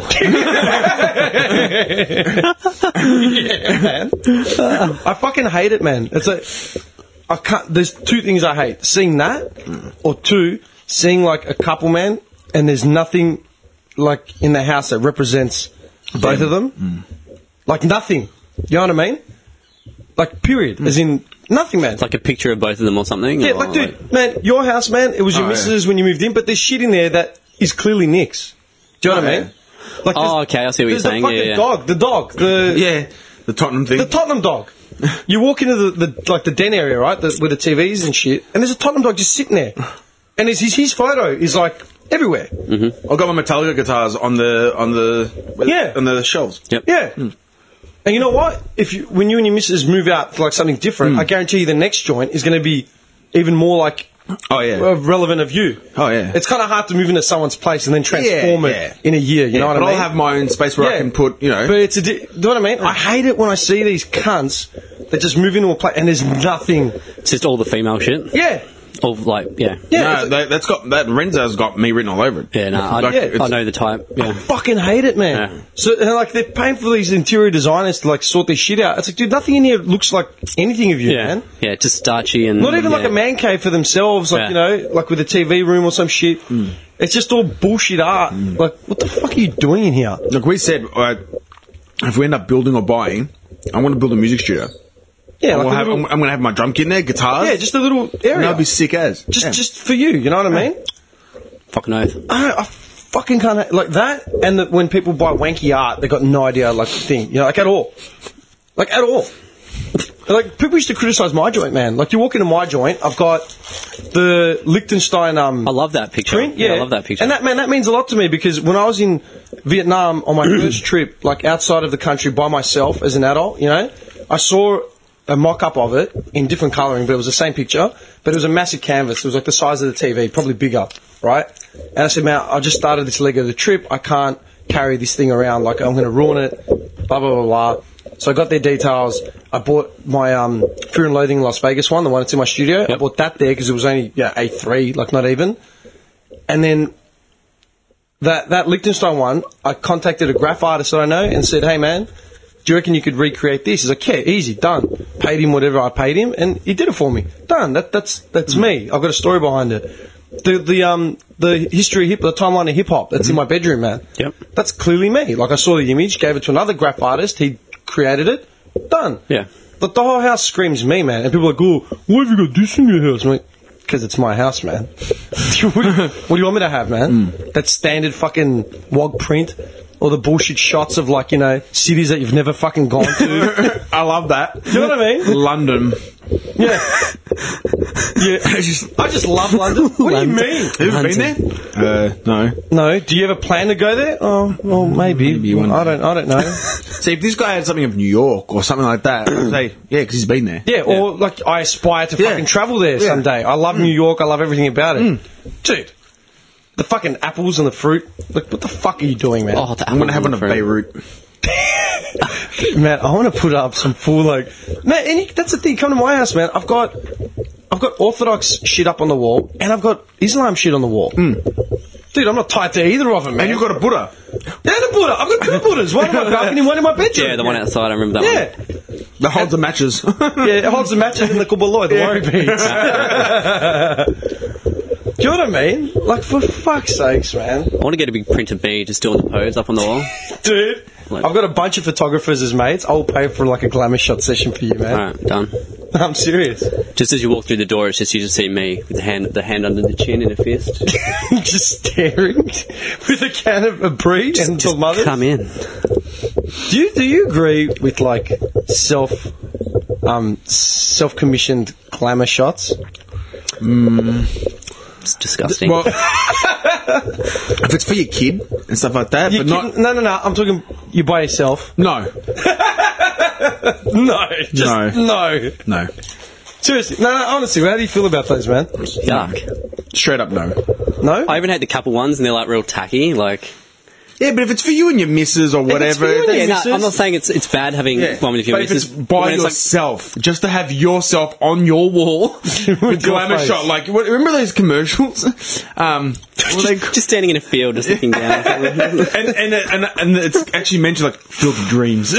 Speaker 5: man. I fucking hate it, man. It's a, I can't. There's two things I hate: seeing that, or two, seeing like a couple man, and there's nothing like in the house that represents both of them. Like nothing. You know what I mean? Like period. As in nothing, man.
Speaker 6: It's like a picture of both of them or something.
Speaker 5: Yeah,
Speaker 6: or
Speaker 5: like, dude, man, your house, man, it was
Speaker 6: Oh,
Speaker 5: your missus when you moved in, but there's shit in there that is clearly Nick's. Do you know what I mean? Like,
Speaker 6: Oh,
Speaker 5: there's-
Speaker 6: okay, I see what
Speaker 5: there's
Speaker 6: you're saying,
Speaker 5: The fucking
Speaker 6: yeah, yeah.
Speaker 5: dog, the dog, the
Speaker 7: yeah, the Tottenham thing.
Speaker 5: the Tottenham dog. You walk into the, the like the den area, right, the, with the TVs and shit, and there's a Tottenham dog just sitting there, and his his, his photo is like everywhere.
Speaker 7: I got my Metallica guitars on the on the
Speaker 5: Yeah.
Speaker 7: on the shelves.
Speaker 6: Yep.
Speaker 5: Yeah. And you know what? If you, when you and your missus move out to like something different,
Speaker 6: Mm.
Speaker 5: I guarantee you the next joint is going to be even more like
Speaker 7: Oh yeah.
Speaker 5: uh, relevant of you.
Speaker 7: Oh, yeah.
Speaker 5: It's kind of hard to move into someone's place and then transform
Speaker 7: Yeah,
Speaker 5: it
Speaker 7: yeah.
Speaker 5: in a year. You
Speaker 7: Yeah,
Speaker 5: know what
Speaker 7: but
Speaker 5: I mean?
Speaker 7: I'll have my own space where I can put, you know.
Speaker 5: But it's a di- do you know what I mean? I hate it when I see these cunts that just move into a place and there's nothing.
Speaker 6: It's just all the female shit.
Speaker 5: Yeah.
Speaker 6: All like, yeah.
Speaker 5: Yeah.
Speaker 7: no,
Speaker 5: it's-
Speaker 7: they, that's got that Renzo's got me written all over it.
Speaker 6: Yeah, no, I,
Speaker 7: Like,
Speaker 5: yeah.
Speaker 6: I
Speaker 7: it's-
Speaker 6: know the type. Yeah.
Speaker 5: fucking hate it, man.
Speaker 6: Yeah.
Speaker 5: So and, like they're paying for these interior designers to like sort this shit out. It's like, dude, nothing in here looks like anything of you,
Speaker 6: Yeah.
Speaker 5: man.
Speaker 6: Yeah, just starchy and.
Speaker 5: Not even like
Speaker 6: yeah.
Speaker 5: a man cave for themselves, like
Speaker 6: Yeah.
Speaker 5: you know, like with a TV room or some shit.
Speaker 7: Hmm.
Speaker 5: It's just all bullshit art. Like, what the fuck are you doing in here?
Speaker 7: Look, we said uh, if we end up building or buying, I want to build a music studio.
Speaker 5: Yeah,
Speaker 10: I'm
Speaker 5: like a
Speaker 10: gonna have-
Speaker 5: little-
Speaker 10: I'm, I'm gonna have my drum kit in there, guitars.
Speaker 5: Yeah, just a little
Speaker 10: and
Speaker 5: area.
Speaker 10: that'll be sick as.
Speaker 5: just
Speaker 10: Yeah.
Speaker 5: just for you. You know what I mean?
Speaker 6: Fucking oath.
Speaker 5: I, I fucking can't like that. And that when people buy wanky art, they got no idea like thing, you know, like at all, like at all. Like people used to criticize my joint, man. Like you walk into my joint, I've got the Liechtenstein. Um,
Speaker 6: I love that picture.
Speaker 5: print.
Speaker 6: Yeah, I love that picture.
Speaker 5: And that man, that means a lot to me because when I was in Vietnam on my first trip, like outside of the country by myself as an adult, you know, I saw a mock-up of it in different colouring, but it was the same picture, but it was a massive canvas. It was like the size of the TV, probably bigger, right? And I said, man, I just started this leg of the trip. I can't carry this thing around. Like I'm going to ruin it. Blah blah blah blah. So I got their details. I bought my um, Fear and Loathing in Las Vegas one, the one that's in my studio. I bought that there because it was only yeah A3, like not even. And then that that Liechtenstein one, I contacted a graph artist that I know and said, "Hey man, do you reckon you could recreate this?" He's like, "Yeah, easy, done." Paid him whatever I paid him, and he did it for me. Done. That that's that's me. I've got a story behind it. The the um the history of hip the timeline of hip hop that's in my bedroom, man.
Speaker 6: Yep.
Speaker 5: That's clearly me. Like I saw the image, gave it to another graph artist. He created it. Done.
Speaker 6: Yeah.
Speaker 5: But the whole house screams me, man. And people are like, oh, why have you got this in your house? I'm like, because it's my house, man. what, do you, what do you want me to have, man? That standard fucking wog print or the bullshit shots of, like, you know, cities that you've never fucking gone to.
Speaker 10: I love that.
Speaker 5: you know what I mean?
Speaker 10: London.
Speaker 5: Yeah. yeah. I just, love London. What do you mean?
Speaker 10: Have you ever been there? Uh, no.
Speaker 5: No. Do you ever plan to go there? Oh, well, maybe.
Speaker 10: one
Speaker 5: I
Speaker 10: day.
Speaker 5: don't. I don't know.
Speaker 10: See, if this guy had something of New York or something like that, I'd say, yeah, because he's been there.
Speaker 5: Yeah, or like I aspire to
Speaker 10: Yeah.
Speaker 5: fucking travel there someday. I love New York. I love everything about it, dude. The fucking apples and the fruit. Like, what the fuck are you doing, man?
Speaker 6: Oh, the
Speaker 10: I'm gonna have
Speaker 6: apple
Speaker 10: one of Beirut.
Speaker 5: man, I want to put up some full like, man. And you- that's the thing. Come to my house, man. I've got, I've got Orthodox shit up on the wall, and I've got Islam shit on the wall. Dude, I'm not tied to either of them, man.
Speaker 10: Hmm. And you've got a Buddha.
Speaker 5: and a Buddha. I've got two Buddhas. One in my balcony, one in my bedroom.
Speaker 6: Yeah, the one outside. I remember that
Speaker 5: Yeah,
Speaker 6: one.
Speaker 10: That holds the matches.
Speaker 5: yeah. It holds the matches in the Kubaloi, the worry beads. Do you know what I mean? Like, for fuck's sakes, man.
Speaker 6: I want to get a big print of me just doing the pose up on the wall.
Speaker 5: Dude,
Speaker 6: Like-
Speaker 5: I've got a bunch of photographers as mates. I'll pay for like a glamour shot session for you,
Speaker 6: All
Speaker 5: man.
Speaker 6: right, done.
Speaker 5: I'm serious.
Speaker 6: Just as you walk through the door, it's just you just see me with the hand, the hand under the chin and a fist.
Speaker 5: just staring with a can of a breed and
Speaker 6: Just
Speaker 5: the mother.
Speaker 6: come in.
Speaker 5: Do you, do you agree with like self um, self commissioned glamour shots?
Speaker 6: It's disgusting.
Speaker 10: Well, if it's for your kid and stuff like that,
Speaker 5: You
Speaker 10: but
Speaker 5: kidding-
Speaker 10: not.
Speaker 5: no, no, no. I'm talking you by yourself.
Speaker 10: No,
Speaker 5: No, just no.
Speaker 10: No. no.
Speaker 5: Seriously, no, no. Honestly, how do you feel about those, man?
Speaker 6: Dark.
Speaker 10: Straight up, no.
Speaker 5: No,
Speaker 6: I even had the couple ones, and they're like real tacky. Like,
Speaker 10: Yeah, but if it's for you and your missus or
Speaker 5: it's for
Speaker 10: whatever.
Speaker 5: you and
Speaker 10: then-
Speaker 5: your
Speaker 6: yeah, no,
Speaker 5: missus?
Speaker 6: I'm not saying it's it's bad having
Speaker 10: Yeah.
Speaker 6: one with your
Speaker 10: but if it's
Speaker 6: missus.
Speaker 10: by
Speaker 6: when it's like-
Speaker 10: yourself, just to have yourself on your wall with
Speaker 5: your
Speaker 10: glamour
Speaker 5: face.
Speaker 10: shot, like what, remember those commercials? Um, well, they,
Speaker 6: just, just standing in a field, just looking down.
Speaker 10: and, and and and it's actually mentioned like field of dreams.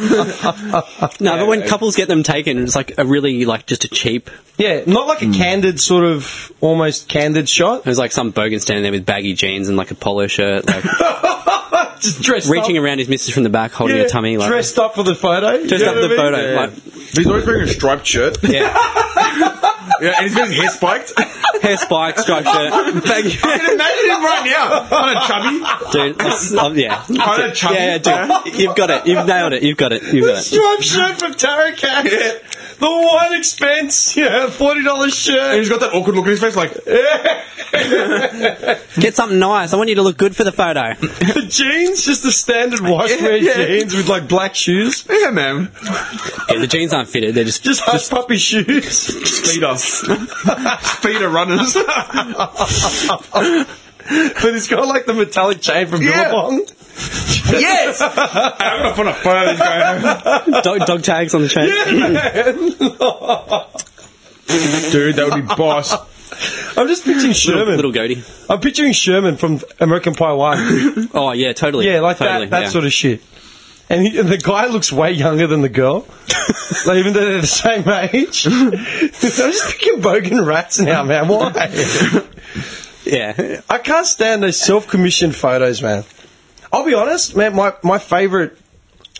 Speaker 6: no, but when couples get them taken, it's like a really like just a cheap.
Speaker 5: yeah, not like a
Speaker 6: Hmm.
Speaker 5: candid sort of almost candid shot.
Speaker 6: There's like some bogan standing there with baggy jeans and like a polo shirt, like
Speaker 5: Just dressed
Speaker 6: reaching
Speaker 5: up.
Speaker 6: around his missus from the back, holding her tummy, like
Speaker 5: dressed up for the photo.
Speaker 6: dressed up the photo. Like,
Speaker 10: he's always wearing a striped shirt.
Speaker 6: yeah,
Speaker 10: Yeah, and he's getting hair spiked.
Speaker 6: hair spikes, striped shirt, baggy.
Speaker 10: Imagine him right now on a chubby.
Speaker 6: Dude, this- um, yeah,
Speaker 10: On a chubby.
Speaker 6: yeah, yeah, dude, you've got it, you've nailed it, you've got it, you've got it.
Speaker 5: Striped shirt from Tarot Cat. The wine expense. Yeah, forty dollars
Speaker 10: And
Speaker 5: shirt.
Speaker 10: he's got that awkward look in his face, like
Speaker 6: Get something nice. I want you to look good for the photo.
Speaker 5: The jeans, just the standard wash wear
Speaker 10: yeah.
Speaker 5: jeans with like black shoes.
Speaker 10: yeah, man.
Speaker 6: Yeah, the jeans aren't fitted; they're just
Speaker 5: Just hush puppy shoes.
Speaker 10: Speed us, speed of runners.
Speaker 5: But it's got like the metallic chain from
Speaker 10: Yeah.
Speaker 5: Billabong.
Speaker 10: yes, I'm gonna put a photo of this guy.
Speaker 6: dog, dog tags on the chain.
Speaker 10: Dude, that would be boss.
Speaker 5: I'm just picturing
Speaker 6: Little,
Speaker 5: Sherman.
Speaker 6: little goatee.
Speaker 5: I'm picturing Sherman from American Pie One.
Speaker 6: Oh yeah, totally.
Speaker 5: Yeah, like
Speaker 6: totally,
Speaker 5: that, that
Speaker 6: yeah.
Speaker 5: sort of shit. And, he, and the guy looks way younger than the girl, like, even though they're the same age. I'm just thinking bogan rats now, man. Why?
Speaker 6: Yeah,
Speaker 5: I can't stand those self-commissioned photos, man. I'll be honest, man. My my favorite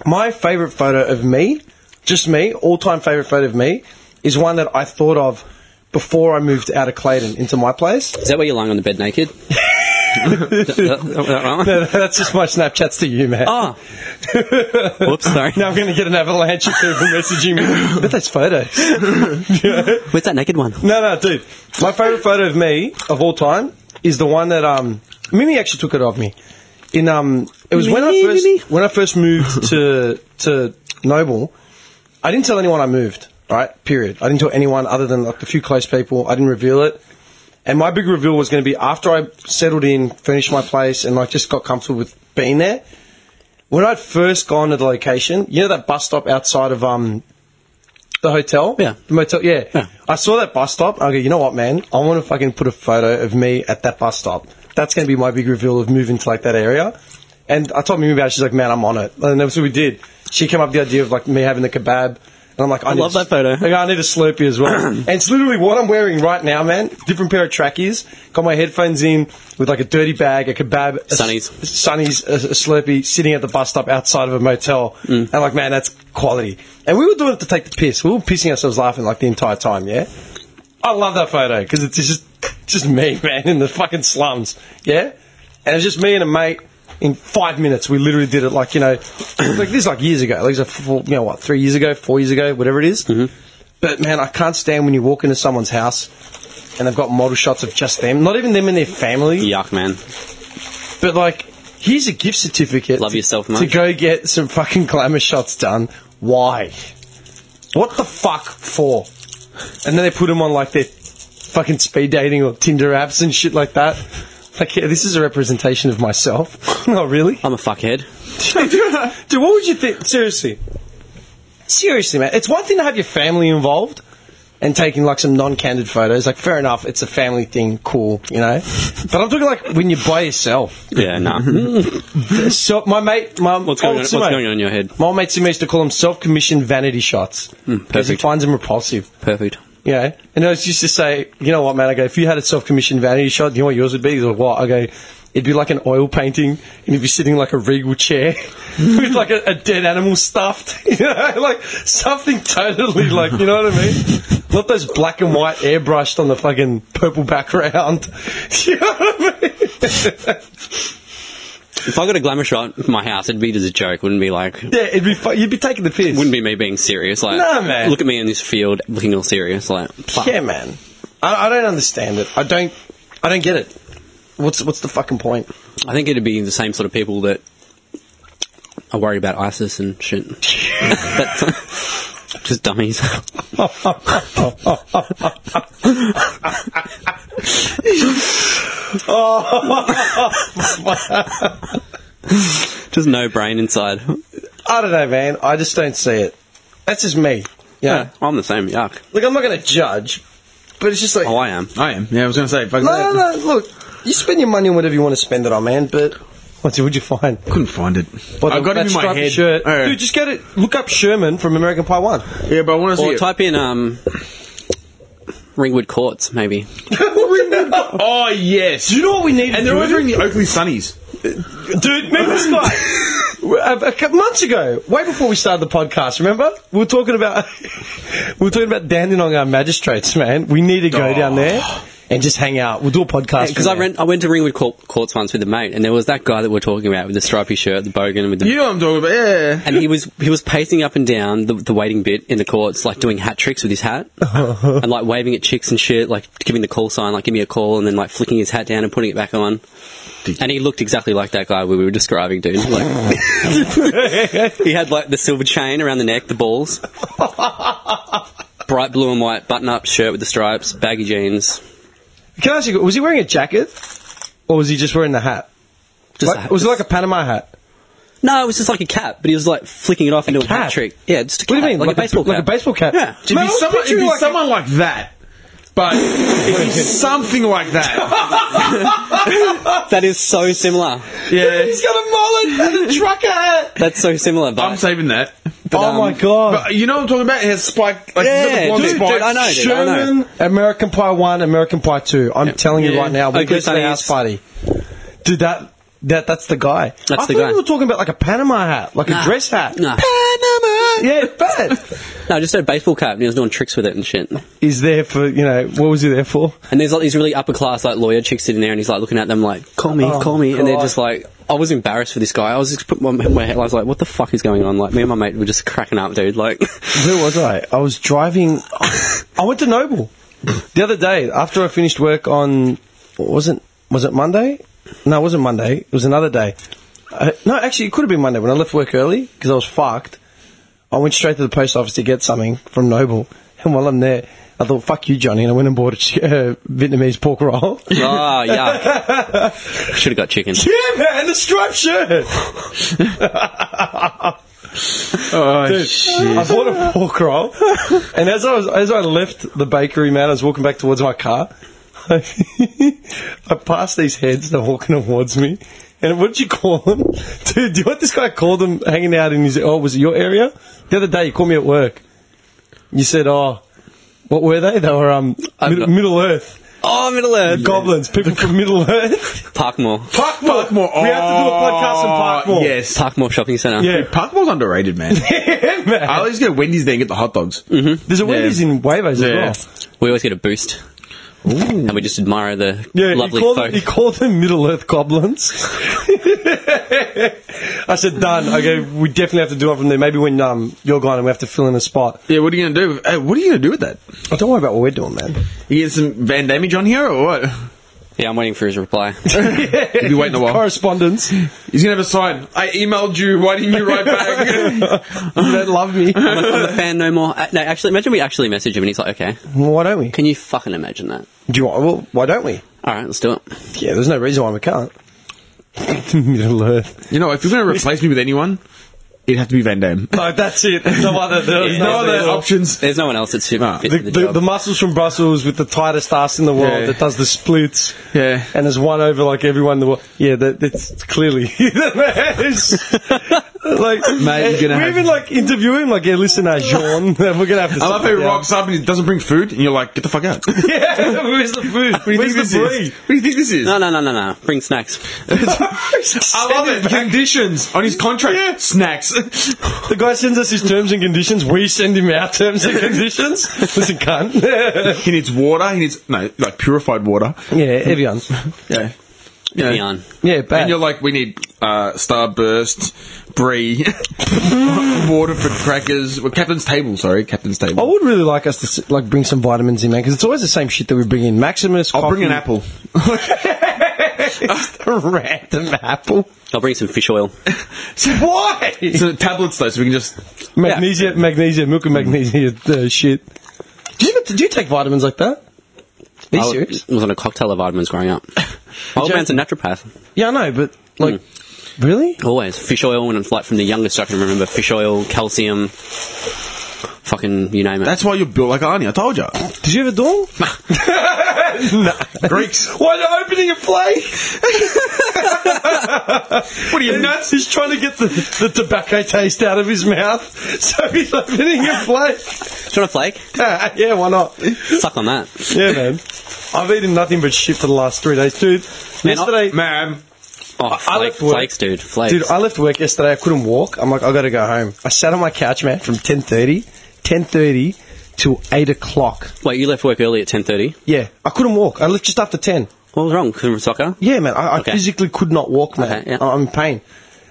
Speaker 5: My favorite photo of me, just me, all time favorite photo of me, is one that I thought of before I moved out of Clayton into my place.
Speaker 6: Is that where you're lying on the bed naked? That- that- that right?
Speaker 5: No, that's just my Snapchats to you, man.
Speaker 6: Oh. Whoops, sorry.
Speaker 5: Now I'm going to get an avalanche of people messaging me. But that's photos.
Speaker 6: Where's that naked one?
Speaker 5: No, no, dude. My favorite photo of me of all time is the one that um Mimi actually took it of me. In um, it was when I
Speaker 6: Mimi,
Speaker 5: first
Speaker 6: Mimi?
Speaker 5: when I first moved to to Noble. I didn't tell anyone I moved. Right, period. I didn't tell anyone other than like the few close people. I didn't reveal it. And my big reveal was going to be after I settled in, furnished my place, and like just got comfortable with being there. When I'd first gone to the location, you know that bus stop outside of um the hotel?
Speaker 6: Yeah.
Speaker 5: The motel, yeah.
Speaker 6: Yeah.
Speaker 5: I saw that bus stop. I go, you know what, man? I want to fucking put a photo of me at that bus stop. That's going to be my big reveal of moving to like that area. And I told Mimi about it. She's like, man, I'm on it. And that's what we did. She came up with the idea of like me having the kebab. And I'm like, I, need
Speaker 6: love
Speaker 5: a-
Speaker 6: that photo.
Speaker 5: I go, I need a Slurpee as well. and it's literally what I'm wearing right now, man. Different pair of trackies. Got my headphones in with like a dirty bag, a kebab, a
Speaker 6: Sunnies.
Speaker 5: s- Sunnies, uh, a, a Slurpee, sitting at the bus stop outside of a motel. And like, man, that's quality. And we were doing it to take the piss. We were pissing ourselves laughing like the entire time, yeah? I love that photo because it's just just me, man, in the fucking slums. Yeah, and it's just me and a mate. In five minutes, we literally did it like you know, like this is like years ago. Like it's a four, you know what, three years ago, four years ago, whatever it is. But man, I can't stand when you walk into someone's house and they've got model shots of just them, not even them and their family.
Speaker 6: Yuck, man.
Speaker 5: But like, here's a gift certificate.
Speaker 6: Love
Speaker 5: to-
Speaker 6: yourself,
Speaker 5: To
Speaker 6: mate.
Speaker 5: go get some fucking glamour shots done. Why? What the fuck for? And then they put them on like their fucking speed dating or Tinder apps and shit like that. Like, yeah, this is a representation of myself. Not really.
Speaker 6: I'm a fuckhead.
Speaker 5: Dude, what would you think? Seriously. Seriously, man. It's one thing to have your family involved and taking like some non candid photos. Like, fair enough, it's a family thing, cool, you know? But I'm talking like when you're by yourself.
Speaker 6: Yeah, nah. Mm-hmm.
Speaker 5: So my mate, my
Speaker 6: What's going, on, what's going on in your head?
Speaker 5: My old mate Simo used to call them self-commissioned vanity shots because he
Speaker 6: Hmm, perfect.
Speaker 5: finds them repulsive.
Speaker 6: Perfect.
Speaker 5: You know, and I used to say, you know what, man? I go, if you had a self-commissioned vanity shot, do you know what yours would be? He's like, what? I go, it'd be like an oil painting, and you'd be sitting in, like a regal chair with like a, a dead animal stuffed, you know, like something totally like, you know what I mean? Not those black and white airbrushed on the fucking purple background. you know what I mean?
Speaker 6: If I got a glamour shot of my house, it'd be just a joke. Wouldn't be like,
Speaker 5: Yeah, it'd be. Fu- you'd be taking the piss.
Speaker 6: wouldn't be me being serious. Like,
Speaker 5: No, man.
Speaker 6: Look at me in this field, looking all serious. Like, fuck.
Speaker 5: Yeah, man. I, I don't understand it. I don't. I don't get it. What's what's the fucking point?
Speaker 6: I think it'd be the same sort of people that are worried about ISIS and shit. That's- just dummies. just no brain inside.
Speaker 5: I don't know, man. I just don't see it. That's just me. Yeah.
Speaker 6: Yeah, I'm the same. Yuck.
Speaker 5: Look, I'm not going to judge, but it's just like
Speaker 6: Oh, I am.
Speaker 10: I am. Yeah, I was going to say. Fuck
Speaker 5: no,
Speaker 10: that.
Speaker 5: no, no. Look, you spend your money on whatever you want to spend it on, man. But what would you find?
Speaker 10: Couldn't find it.
Speaker 5: What,
Speaker 10: I've got
Speaker 5: that
Speaker 10: it in my
Speaker 5: striped
Speaker 10: head.
Speaker 5: Shirt.
Speaker 10: Oh,
Speaker 5: Dude, just get it. Look up Sherman from American Pie One.
Speaker 10: yeah, but I want to see
Speaker 6: Or
Speaker 10: it.
Speaker 6: type in um, Ringwood Courts, maybe.
Speaker 10: oh yes.
Speaker 5: Do you know what we need?
Speaker 10: And
Speaker 5: to
Speaker 10: they're
Speaker 5: do?
Speaker 10: always wearing the Oakley Sunnies.
Speaker 5: Uh, Dude, remember this guy? A a couple months ago, way before we started the podcast, remember? We were talking about we were talking about Dandenong our magistrates, man. We need to go down there and just hang out. We'll do a podcast. from
Speaker 6: Because Oh. I,
Speaker 5: there.
Speaker 6: rent, I went to Ringwood Court, Courts once with a mate, and there was that guy that we're talking about with the stripy shirt, the bogan, and with the
Speaker 10: You know what I'm talking about? Yeah.
Speaker 6: and he was he was pacing up and down the, the waiting bit in the courts, like doing hat tricks with his hat, and like waving at chicks and shit, like giving the call sign, like give me a call, and then like flicking his hat down and putting it back on. And he looked exactly like that guy we were describing, dude. Like, he had like the silver chain around the neck, the balls, bright blue and white button-up shirt with the stripes, baggy jeans.
Speaker 5: Can I ask you, was he wearing a jacket? Or was he just wearing the hat?
Speaker 6: Just
Speaker 5: Like-
Speaker 6: a hat.
Speaker 5: was it like a Panama hat?
Speaker 6: no, it was just like a cap, but he was like flicking it off into a
Speaker 5: cap?
Speaker 6: hat trick. Yeah, just a
Speaker 5: What do you
Speaker 6: cap,
Speaker 5: mean?
Speaker 6: Like, a baseball cap.
Speaker 5: Like a baseball cap?
Speaker 6: Yeah.
Speaker 10: It'd
Speaker 5: Man, I
Speaker 10: be,
Speaker 5: was
Speaker 10: someone, it'd
Speaker 5: picturing
Speaker 10: be
Speaker 5: like a-
Speaker 10: someone like that. But it'd be something like that.
Speaker 6: That is so similar.
Speaker 10: Yeah.
Speaker 5: He's got a mullet and a trucker hat.
Speaker 6: That's so similar, but
Speaker 10: I'm saving that.
Speaker 7: um,
Speaker 5: oh my god.
Speaker 10: But you know what I'm talking about? It has spike. Like,
Speaker 6: Yeah,
Speaker 10: you know, the blonde
Speaker 6: dude,
Speaker 10: spikes.
Speaker 6: dude, I know, dude. I know.
Speaker 5: Sherman, American Pie One, American Pie Two. I'm telling you
Speaker 6: Yeah. Oh,
Speaker 5: right now, we'll
Speaker 6: Okay,
Speaker 5: go to the
Speaker 6: Sunnies.
Speaker 5: house party. Dude, that That that's the guy. I
Speaker 6: the
Speaker 5: thought
Speaker 6: guy.
Speaker 5: you were talking about like a Panama hat, like
Speaker 6: Nah.
Speaker 5: a dress hat.
Speaker 6: Nah.
Speaker 5: Panama. Yeah, bad.
Speaker 6: No, I just had a baseball cap and he was doing tricks with it and shit.
Speaker 5: He's there for you know what was he there for?
Speaker 6: And there's like these really upper class like lawyer chicks sitting there, and he's like looking at them like, "Call me,
Speaker 5: Oh,
Speaker 6: call me," and they're
Speaker 5: God.
Speaker 6: just like, "I was embarrassed for this guy. I was just put my, my head. I was like, what the fuck is going on?" Like me and my mate were just cracking up, dude. Like,
Speaker 5: Where was I? I was driving. I went to Noble the other day after I finished work on. Wasn't was it Monday? No, it wasn't Monday. It was another day. Uh, no, actually, it could have been Monday when I left work early because I was fucked. I went straight to the post office to get something from Noble, and while I'm there, I thought, "Fuck you, Johnny," and I went and bought a ch- uh, Vietnamese pork roll.
Speaker 6: oh yeah, should have got chicken.
Speaker 5: Yeah, man, the striped shirt. Dude, I bought a pork roll, and as I was as I left the bakery, man, I was walking back towards my car. I passed these heads; they're walking towards me. And what did you call them, dude? Do you know what this guy called them? Hanging out in his oh, was it your area? The other day, you called me at work. You said, "Oh, what were they? They were um Mid-
Speaker 6: not-
Speaker 5: Middle Earth
Speaker 6: Oh, Middle Earth,
Speaker 5: goblins, people from Middle Earth."
Speaker 6: Parkmore,
Speaker 5: Parkmore. We have to do a podcast in Parkmore.
Speaker 7: Oh, Yes.
Speaker 6: Parkmore Shopping Centre.
Speaker 5: Yeah.
Speaker 7: Parkmore's underrated, man.
Speaker 5: Yeah, man. Mm.
Speaker 7: I always go to Wendy's there and get the hot dogs.
Speaker 5: There's a Wendy's in Wavos
Speaker 7: Yeah.
Speaker 5: as well.
Speaker 6: we always get a boost, and we just admire the
Speaker 5: Yeah,
Speaker 6: lovely
Speaker 5: he, called
Speaker 6: folk.
Speaker 5: Them, he called them Middle Earth goblins. I said, done. Okay, we definitely have to do one from there. Maybe when um, you're gone and we have to fill in a spot.
Speaker 7: Yeah, what are you going to do? Hey, what are you going to do with that?
Speaker 5: Oh, don't worry about what we're doing, man.
Speaker 7: You get some Van Damage on here or what?
Speaker 6: yeah, I'm waiting for his reply.
Speaker 7: You'll be waiting a while.
Speaker 5: Correspondence. you
Speaker 7: He's going to have a sign. I emailed you. Why didn't you write back?
Speaker 5: don't love me.
Speaker 6: I'm a- I'm a fan no more. Uh, No, actually, imagine we actually message him and he's like, "Okay,
Speaker 5: Well, why don't we?
Speaker 6: can you fucking imagine that?"
Speaker 5: Do you want, well, why don't we?
Speaker 6: All right, let's do it.
Speaker 5: Yeah, there's no reason why we can't. Middle Earth.
Speaker 7: you know, if you're going to replace me with anyone, it'd have to be Van Damme.
Speaker 5: No, that's it. There's no other, there's
Speaker 6: Yeah,
Speaker 5: no
Speaker 6: there's
Speaker 5: other
Speaker 6: no-
Speaker 5: option.
Speaker 7: Options.
Speaker 6: There's no one else that's fit,
Speaker 7: Nah.
Speaker 6: fit
Speaker 5: The,
Speaker 6: for the,
Speaker 5: the,
Speaker 6: job.
Speaker 5: the muscles from Brussels with the tightest ass in the world
Speaker 7: Yeah.
Speaker 5: that does the splits.
Speaker 7: Yeah.
Speaker 5: and there's one over like everyone in the world. Yeah, that, that's clearly It's- like
Speaker 7: Mate, you're gonna
Speaker 5: we
Speaker 7: have-
Speaker 5: even like interview him. Like, yeah, listen, uh, Jean, we're gonna have to.
Speaker 7: I love how he rocks up and he doesn't bring food, and you're like, get the fuck out. What
Speaker 5: Yeah, where's the food?
Speaker 7: do you
Speaker 5: Where's
Speaker 7: think this
Speaker 5: the brie?
Speaker 7: is? What do you think this is?
Speaker 6: no, no, no, no, no. Bring snacks.
Speaker 7: I love it. Conditions on his contract. Snacks.
Speaker 5: The guy sends us his terms and conditions. We send him our terms and conditions. Listen, cunt.
Speaker 7: he needs water. He needs no, like purified water.
Speaker 5: yeah, everyone.
Speaker 7: Yeah. Yeah.
Speaker 6: Neon.
Speaker 5: Yeah, bad.
Speaker 7: And you're like, we need uh, Starburst, Brie, water for crackers. Well, Captain's Table, sorry, Captain's Table.
Speaker 5: I would really like us to s- like bring some vitamins in, man, because it's always the same shit that we bring in. Maximus.
Speaker 7: I'll bring
Speaker 5: coffee.
Speaker 7: an apple.
Speaker 5: Just a random apple.
Speaker 6: I'll bring some fish oil.
Speaker 5: Why?
Speaker 7: So tablets though, so we can just.
Speaker 5: Magnesia, magnesia, milk and magnesia uh, shit. Do you, do you take vitamins like that? Are you
Speaker 6: I
Speaker 5: serious?
Speaker 6: was on a cocktail of vitamins growing up. My old man's a naturopath.
Speaker 5: Yeah, I know, but like, Hmm. really?
Speaker 6: Always. Fish oil, when it's like from the youngest I can remember. Fish oil, calcium, fucking you name it.
Speaker 7: That's why you're built like Arnie. I told you.
Speaker 5: Did you ever do them?
Speaker 7: Greeks.
Speaker 5: Why the opening a play?
Speaker 7: What are you
Speaker 5: Nuts! He's trying to get the, the tobacco taste out of his mouth, so he's opening a play.
Speaker 6: Do you want a flake?
Speaker 5: yeah, why not?
Speaker 6: Suck on that.
Speaker 5: Yeah, man. I've eaten nothing but shit for the last three days, dude.
Speaker 6: Man, I-
Speaker 5: yesterday,
Speaker 7: Ma'am.
Speaker 6: Oh, flake,
Speaker 5: left work-
Speaker 6: flakes, dude. Flakes.
Speaker 5: Dude, I left work yesterday. I couldn't walk. I'm like, I got to go home. I sat on my couch, man, from 10.30, 10.30 till 8 o'clock.
Speaker 6: Wait, you left work early at 10.30.
Speaker 5: Yeah, I couldn't walk. I left just after 10.
Speaker 6: What was wrong? Couldn't soccer?
Speaker 5: Yeah, man, I, I
Speaker 6: Okay.
Speaker 5: physically could not walk, man.
Speaker 6: Okay, yeah.
Speaker 5: I, I'm in pain.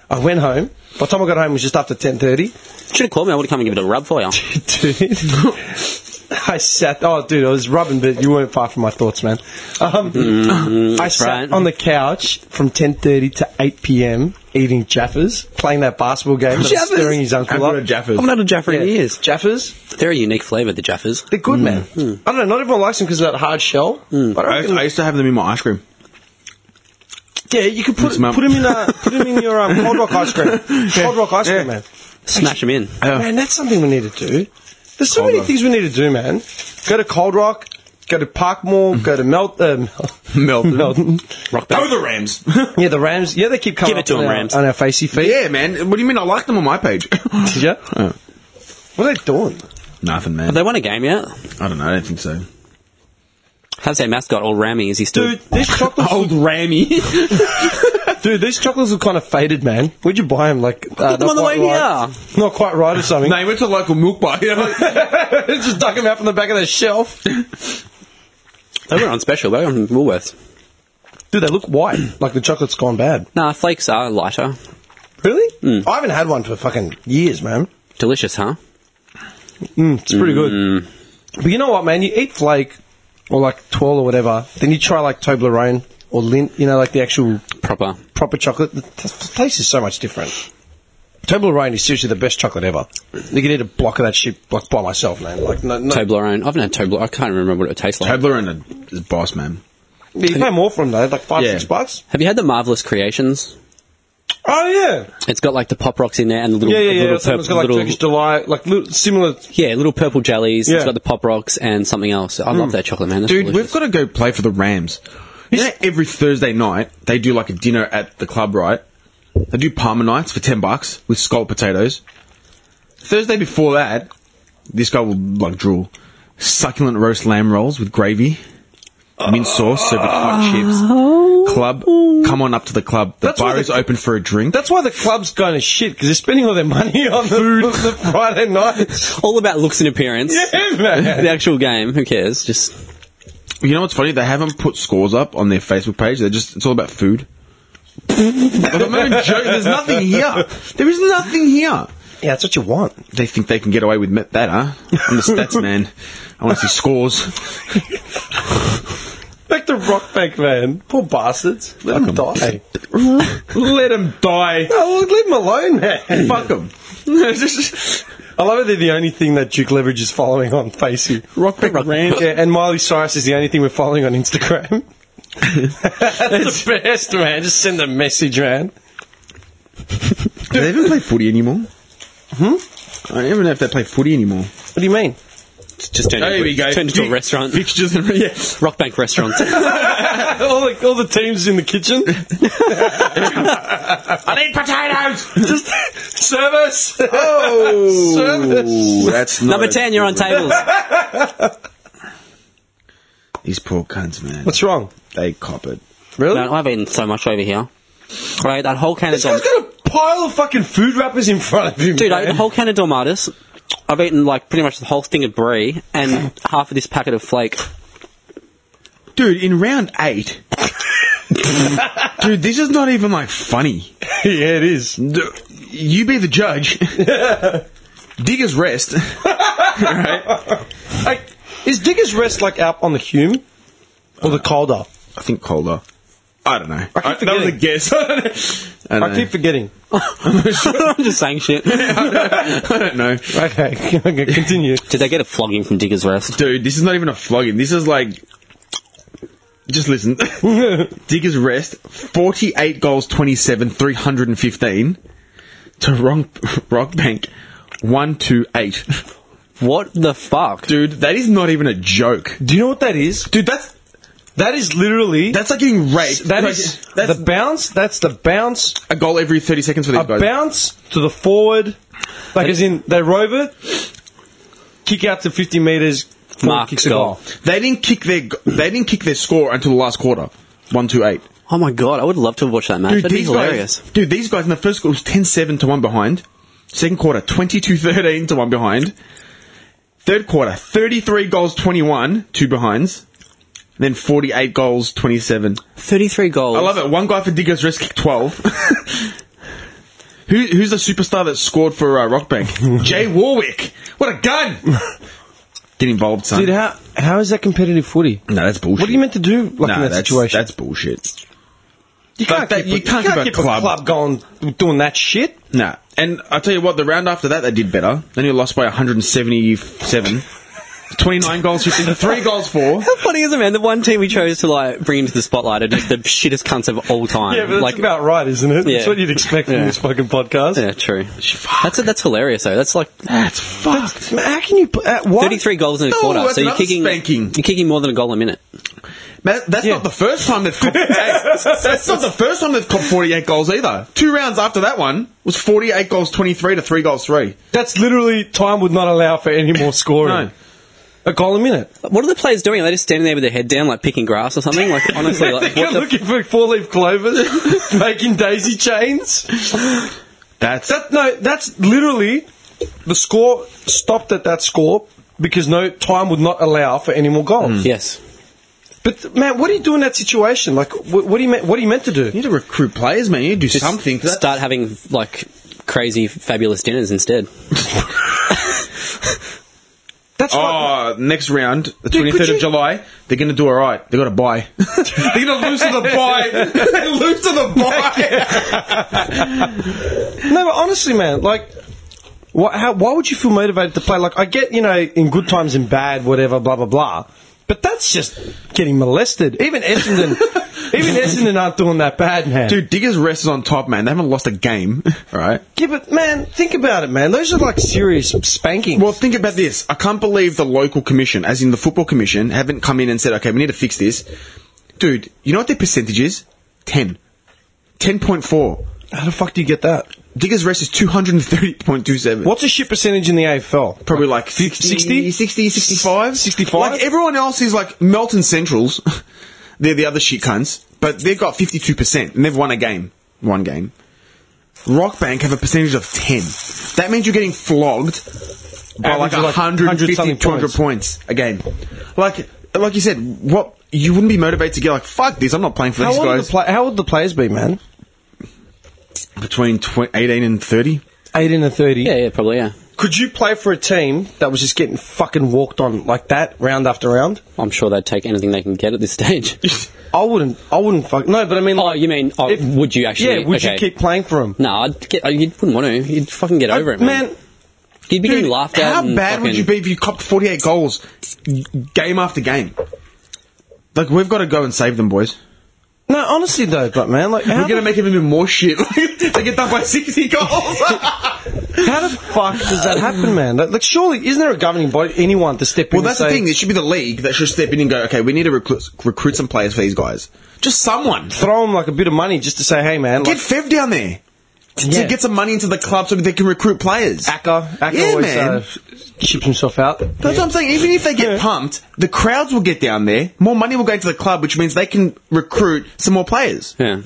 Speaker 5: I went home. By the time I got home, it was just after 10.30.
Speaker 6: Should have called me. I would have come and given it a rub for you.
Speaker 5: Dude. I sat. Oh, dude, I was rubbing, but you weren't far from my thoughts, man. Um, I sat
Speaker 6: Mm-hmm. right.
Speaker 5: on the couch from ten thirty to eight p.m. eating Jaffers, playing that basketball game, that I was
Speaker 6: Jaffers?
Speaker 5: stirring his uncle
Speaker 7: I've
Speaker 5: up.
Speaker 7: got a Jaffa.
Speaker 6: I've not had a Jaffa
Speaker 5: Yeah.
Speaker 6: in years. Mm.
Speaker 5: Jaffers,
Speaker 6: They're a unique flavour, the Jaffas.
Speaker 5: they're good, man. I don't know. Not everyone likes them because of that hard shell.
Speaker 6: Mm.
Speaker 5: But I
Speaker 7: I used,
Speaker 5: reckon,
Speaker 7: I used to have them in my ice cream.
Speaker 5: yeah, you could put
Speaker 7: It's my-
Speaker 5: put them in a, put them in your um, cold rock ice cream. Cold rock ice cream, man.
Speaker 6: Smash them in.
Speaker 5: Man, that's something we need to do. There's so
Speaker 7: Cold
Speaker 5: many
Speaker 7: Rock.
Speaker 5: things we need to do, man. Go to Cold Rock, go to Parkmore, go to Melt. Uh, Mel-
Speaker 7: Melton.
Speaker 5: Melton.
Speaker 6: Rock
Speaker 7: They
Speaker 6: band.
Speaker 7: were the Rams.
Speaker 5: Yeah, the Rams. Yeah, they keep coming
Speaker 6: Give it
Speaker 5: up
Speaker 6: to
Speaker 5: on,
Speaker 6: 'em,
Speaker 5: our,
Speaker 6: Rams.
Speaker 5: on our facey feet.
Speaker 7: yeah, man. What do you mean? I like them on my page.
Speaker 5: Did ya? What are they doing?
Speaker 7: Nothing, man.
Speaker 6: Have they won a game yet?
Speaker 7: I don't know. I don't think so.
Speaker 6: How's their mascot, old Ramy? Is he still...
Speaker 5: Dude,
Speaker 7: Oh.
Speaker 5: this chocolate.
Speaker 7: Old Rammy.
Speaker 5: Dude, these chocolates are kind of faded, man. Where'd you buy them? Like, uh,
Speaker 6: them
Speaker 5: not
Speaker 6: on the
Speaker 5: quite
Speaker 6: way
Speaker 5: right- Not quite right or something.
Speaker 7: No, he went to local milk bar. You know?
Speaker 5: Just dug them out from the back of their shelf.
Speaker 6: They were on special. They were on Woolworths.
Speaker 5: Dude, they look white. Like the chocolate's gone bad. Hmm.
Speaker 6: Nah, flakes are lighter.
Speaker 5: Really? I haven't had one for fucking years, man.
Speaker 6: Delicious, huh?
Speaker 5: Mm, it's pretty good. But you know what, man? You eat flake or like twirl or whatever, then you try like Toblerone or Lint, you know, like the actual
Speaker 6: Proper.
Speaker 5: proper chocolate. The, t- the taste is so much different. Toblerone is seriously the best chocolate ever. You can eat a block of that shit like by myself, man. Like no, no.
Speaker 6: Toblerone. I've had Toblerone. I can't remember what it tastes like.
Speaker 7: Toblerone is boss, man.
Speaker 5: you pay more for them though, like five,
Speaker 7: Yeah.
Speaker 5: six bucks.
Speaker 6: Have you had the Marvelous Creations?
Speaker 5: Oh yeah,
Speaker 6: It's got like the pop rocks in there and the little
Speaker 5: yeah, yeah, yeah.
Speaker 6: little,
Speaker 5: Someone's
Speaker 6: purple,
Speaker 5: got like
Speaker 6: little
Speaker 5: Turkish delight, like little, similar.
Speaker 6: yeah little purple jellies.
Speaker 5: Yeah.
Speaker 6: It's got the pop rocks and something else. I love that chocolate man. That's
Speaker 7: Dude,
Speaker 6: delicious.
Speaker 7: we've got to go play for the Rams. You know, every Thursday night they do like a dinner at the club, right? They do Palmer nights for ten bucks with scallop potatoes. Thursday before that, this guy will like drool. Succulent roast lamb rolls with gravy, mint sauce served with hot chips. Club, come on up to the club.
Speaker 5: Oh.
Speaker 7: The
Speaker 5: That's
Speaker 7: bar
Speaker 5: what
Speaker 7: is
Speaker 5: the-
Speaker 7: open for a drink.
Speaker 5: That's why the club's going to shit because they're spending all their money on the, food the Friday night.
Speaker 6: all about looks and appearance.
Speaker 5: yeah, man.
Speaker 6: The actual game, who cares? Just
Speaker 7: You know what's funny? They haven't put scores up on their Facebook page. They're just it's all about food. Like, I'm not even joking. There's nothing here. There is nothing here.
Speaker 5: Yeah, that's what you want.
Speaker 7: They think they can get away with me- that, huh? I'm the stats man. I want to see scores.
Speaker 5: Back to Rock Bank, man. Poor bastards. Let them die.
Speaker 7: Let them die.
Speaker 5: Oh, leave them alone, man.
Speaker 7: Fuck them.
Speaker 5: I love it. They're the only thing that Duke Leverage is following on Facey.
Speaker 7: Rock back rant.
Speaker 5: Yeah, and Miley Cyrus is the only thing we're following on Instagram. That's the best, man. Just send a message, man.
Speaker 7: Do they even play footy anymore? Hmm? I don't even know if they play footy anymore.
Speaker 5: What do you mean?
Speaker 6: just turn
Speaker 7: There
Speaker 6: into,
Speaker 7: we go.
Speaker 6: Turn into a
Speaker 7: Fi-
Speaker 6: restaurant.
Speaker 7: Fixtures and yeah.
Speaker 6: Rock Bank restaurant. I
Speaker 5: all, the, all the teams in the kitchen.
Speaker 6: need potatoes.
Speaker 5: Just service.
Speaker 7: Oh,
Speaker 5: Service.
Speaker 7: that's not
Speaker 6: Number
Speaker 7: a-
Speaker 6: ten, you're on tables.
Speaker 7: These poor cunts, man.
Speaker 5: What's wrong?
Speaker 7: They cop it.
Speaker 5: Really?
Speaker 6: no, I've eaten so much over here. I ate that whole can of
Speaker 5: This guy's
Speaker 6: dom-
Speaker 5: got a pile of fucking food wrappers in front of him,
Speaker 6: dude. I
Speaker 5: Man.
Speaker 6: ate the whole can of Dalmatis. I've eaten like pretty much the whole thing of brie and half of this packet of flake.
Speaker 7: Dude, in round eight. dude, this is not even like funny.
Speaker 5: yeah, it is.
Speaker 7: D- You be the judge. Diggers rest.
Speaker 5: Like, is Digger's Rest like out on the Hume or the Calder?
Speaker 7: I think colder. I don't know. I
Speaker 5: keep
Speaker 7: Uh, that was a
Speaker 5: forgetting.
Speaker 7: guess. I, don't
Speaker 5: I
Speaker 7: know.
Speaker 5: keep forgetting.
Speaker 6: I'm just saying shit. Did
Speaker 7: I don't know.
Speaker 5: Okay, okay, continue.
Speaker 6: they get a flogging from Digger's Rest?
Speaker 7: Dude, this is not even a flogging. This is like. Just listen. Diggers rest. 48 goals, 27, 315. To wrong, Rock Bank, 128.
Speaker 6: What the fuck?
Speaker 7: Dude, that is not even a joke.
Speaker 5: Do you know what that is, dude? That's that is literally
Speaker 7: That's like getting raped.
Speaker 5: that
Speaker 7: Like,
Speaker 5: is
Speaker 7: that's
Speaker 5: the bounce. That's the bounce.
Speaker 7: a goal every 30 seconds for these
Speaker 5: A
Speaker 7: guys.
Speaker 5: bounce to the forward, like as in they rove it, kick out to fifty meters, forward
Speaker 6: Mark
Speaker 5: kicks a
Speaker 6: goal.
Speaker 5: goal.
Speaker 7: They didn't kick their go- they didn't kick their score until the last quarter. One two eight.
Speaker 6: Oh my god, I would love to watch that match. That'd be hilarious.
Speaker 7: guys, dude, these guys in the first quarter was 10-7 to one behind. Second quarter 22-13 to one behind. Third quarter 33 goals 21 two behinds. And then 48 goals 27.
Speaker 6: 33 goals.
Speaker 7: I love it. One guy for Diggers Rest kicked 12. Who, who's the superstar that scored for uh, Rock Bank? Jay Warwick. What a gun! Get involved, son.
Speaker 5: Dude, how how is that competitive footy?
Speaker 7: no, that's bullshit.
Speaker 5: What are you meant to do like
Speaker 7: no,
Speaker 5: in that
Speaker 7: that's,
Speaker 5: situation?
Speaker 7: That's bullshit.
Speaker 5: you
Speaker 7: like that-
Speaker 5: keep,
Speaker 7: you can't keep a club-
Speaker 5: going doing that shit.
Speaker 7: Nah. And I tell you what, the round after that, they did better. Then you lost by 177. 29 goals, 15, 3 goals, 4.
Speaker 6: How funny is it, man? The one team we chose to like bring into the spotlight are just the shittest cunts of all time.
Speaker 5: Yeah, but that's
Speaker 6: like,
Speaker 5: about right, isn't it? That's
Speaker 6: Yeah.
Speaker 5: what you'd expect from
Speaker 6: Yeah.
Speaker 5: this fucking podcast.
Speaker 6: yeah, true. That's that's hilarious though. That's like
Speaker 7: That's fucked.
Speaker 5: Man, How can you? Uh, what?
Speaker 6: 33 goals in a
Speaker 7: No,
Speaker 6: quarter.
Speaker 7: that's
Speaker 6: So you're
Speaker 7: another
Speaker 6: kicking,
Speaker 7: spanking.
Speaker 6: you're kicking more than a goal a minute.
Speaker 7: Man, that's
Speaker 5: Yeah.
Speaker 7: not the first time they've copped, Hey, That's not the first time they've copped 48 goals either. Two rounds after that one was 48 goals, 23 to 3 goals, 3.
Speaker 5: That's literally time would not allow for any more scoring.
Speaker 7: No.
Speaker 5: a goal a minute.
Speaker 6: What are the players doing? Are they just standing there with their head down, like picking grass or something? Like, honestly, like,
Speaker 5: You're
Speaker 6: what the
Speaker 5: looking for four leaf clovers, making daisy chains.
Speaker 7: That's
Speaker 5: That no, that's literally the score stopped at that score because no time would not allow for any more goals.
Speaker 6: Yes.
Speaker 5: But man, what do you do in that situation? Like, what, what do you me- what are you meant to do?
Speaker 7: you need to recruit players, man. You need to do something. 'cause that-
Speaker 6: Start having, like, crazy, fabulous dinners instead.
Speaker 5: That's not.
Speaker 7: Oh, next round, the
Speaker 5: Dude,
Speaker 7: twenty
Speaker 5: could
Speaker 7: third
Speaker 5: you-
Speaker 7: of July, they're gonna do all right. They got to buy. they're gonna lose to the buy. they lose to the buy.
Speaker 5: No, but honestly, man, like. Why, how, why would you feel motivated to play? Like, I get, you know, in good times and bad, whatever, blah, blah, blah. But that's just getting molested. Even Essendon, even Essendon aren't doing that bad, man.
Speaker 7: Dude, Diggers rest is on top, man. They haven't lost a game. All right.
Speaker 5: Yeah, but man, think about it, man. Those are like serious spankings.
Speaker 7: Well, think about this. I can't believe the local commission, as in the football commission, haven't come in and said, okay, we need to fix this. Dude, you know what their percentage is? 10. 10.4.
Speaker 5: how the fuck do you get that?
Speaker 7: Diggers rest is 230.27.
Speaker 5: What's a shit percentage in the AFL?
Speaker 7: Probably like 60,
Speaker 5: 60?
Speaker 7: 60, 65?
Speaker 5: 65?
Speaker 7: Like everyone else is like Melton Centrals. They're the other shit cunts. But they've got 52% and they've won a game. One game. Rockbank have a percentage of 10. That means you're getting flogged by
Speaker 5: Average
Speaker 7: like
Speaker 5: of, like,
Speaker 7: 150,
Speaker 5: 100-something
Speaker 7: 200
Speaker 5: points.
Speaker 7: points a game. Like, like you said, what, you wouldn't be motivated to get like, fuck this, I'm not playing for
Speaker 5: How
Speaker 7: these
Speaker 5: old, are the
Speaker 7: guys.
Speaker 5: pla- how old the players be, man?
Speaker 7: Between tw- 18 and 30.
Speaker 5: 18 and 30.
Speaker 6: Yeah, yeah, probably, yeah.
Speaker 5: Could you play for a team that was just getting fucking walked on like that round after round?
Speaker 6: I'm sure they'd take anything they can get at this stage.
Speaker 5: I wouldn't. I wouldn't fuck. No, but I mean.
Speaker 6: oh,
Speaker 5: like,
Speaker 6: you mean, oh,
Speaker 5: if-
Speaker 6: would you actually?
Speaker 5: Yeah, would
Speaker 6: okay.
Speaker 5: you keep playing for them?
Speaker 6: No, I'd get, you wouldn't want to. You'd fucking get over it, man.
Speaker 5: man.
Speaker 6: You'd be getting laughed at.
Speaker 7: How
Speaker 6: and
Speaker 7: bad would
Speaker 6: fucking-
Speaker 7: you be if you copped 48 goals g- game after game? Like, we've got to go and save them, boys.
Speaker 5: No, honestly though, but man, like, how,
Speaker 7: We're going to
Speaker 5: the,
Speaker 7: make them even more shit. they get done by 60 goals.
Speaker 5: how the fuck does that happen, man? Like, like, surely isn't there a governing body, anyone to step
Speaker 7: well,
Speaker 5: in? and
Speaker 7: that's the
Speaker 5: say-
Speaker 7: thing. It should be the league that should step in and go, okay, we need to recruit, recruit some players for these guys. Just someone.
Speaker 5: Throw them like a bit of money just to say, hey, man,
Speaker 7: Get
Speaker 5: like,
Speaker 7: Fev down there. To,
Speaker 5: Yeah.
Speaker 7: to get some money into the club so they can recruit players.
Speaker 5: Acker, Acker
Speaker 7: Yeah,
Speaker 5: always
Speaker 7: man.
Speaker 5: Uh, ships himself out.
Speaker 7: That's what I'm saying. Even if they get pumped, the crowds will get down there. More money will go into the club, which means they can recruit some more players.
Speaker 6: Yeah.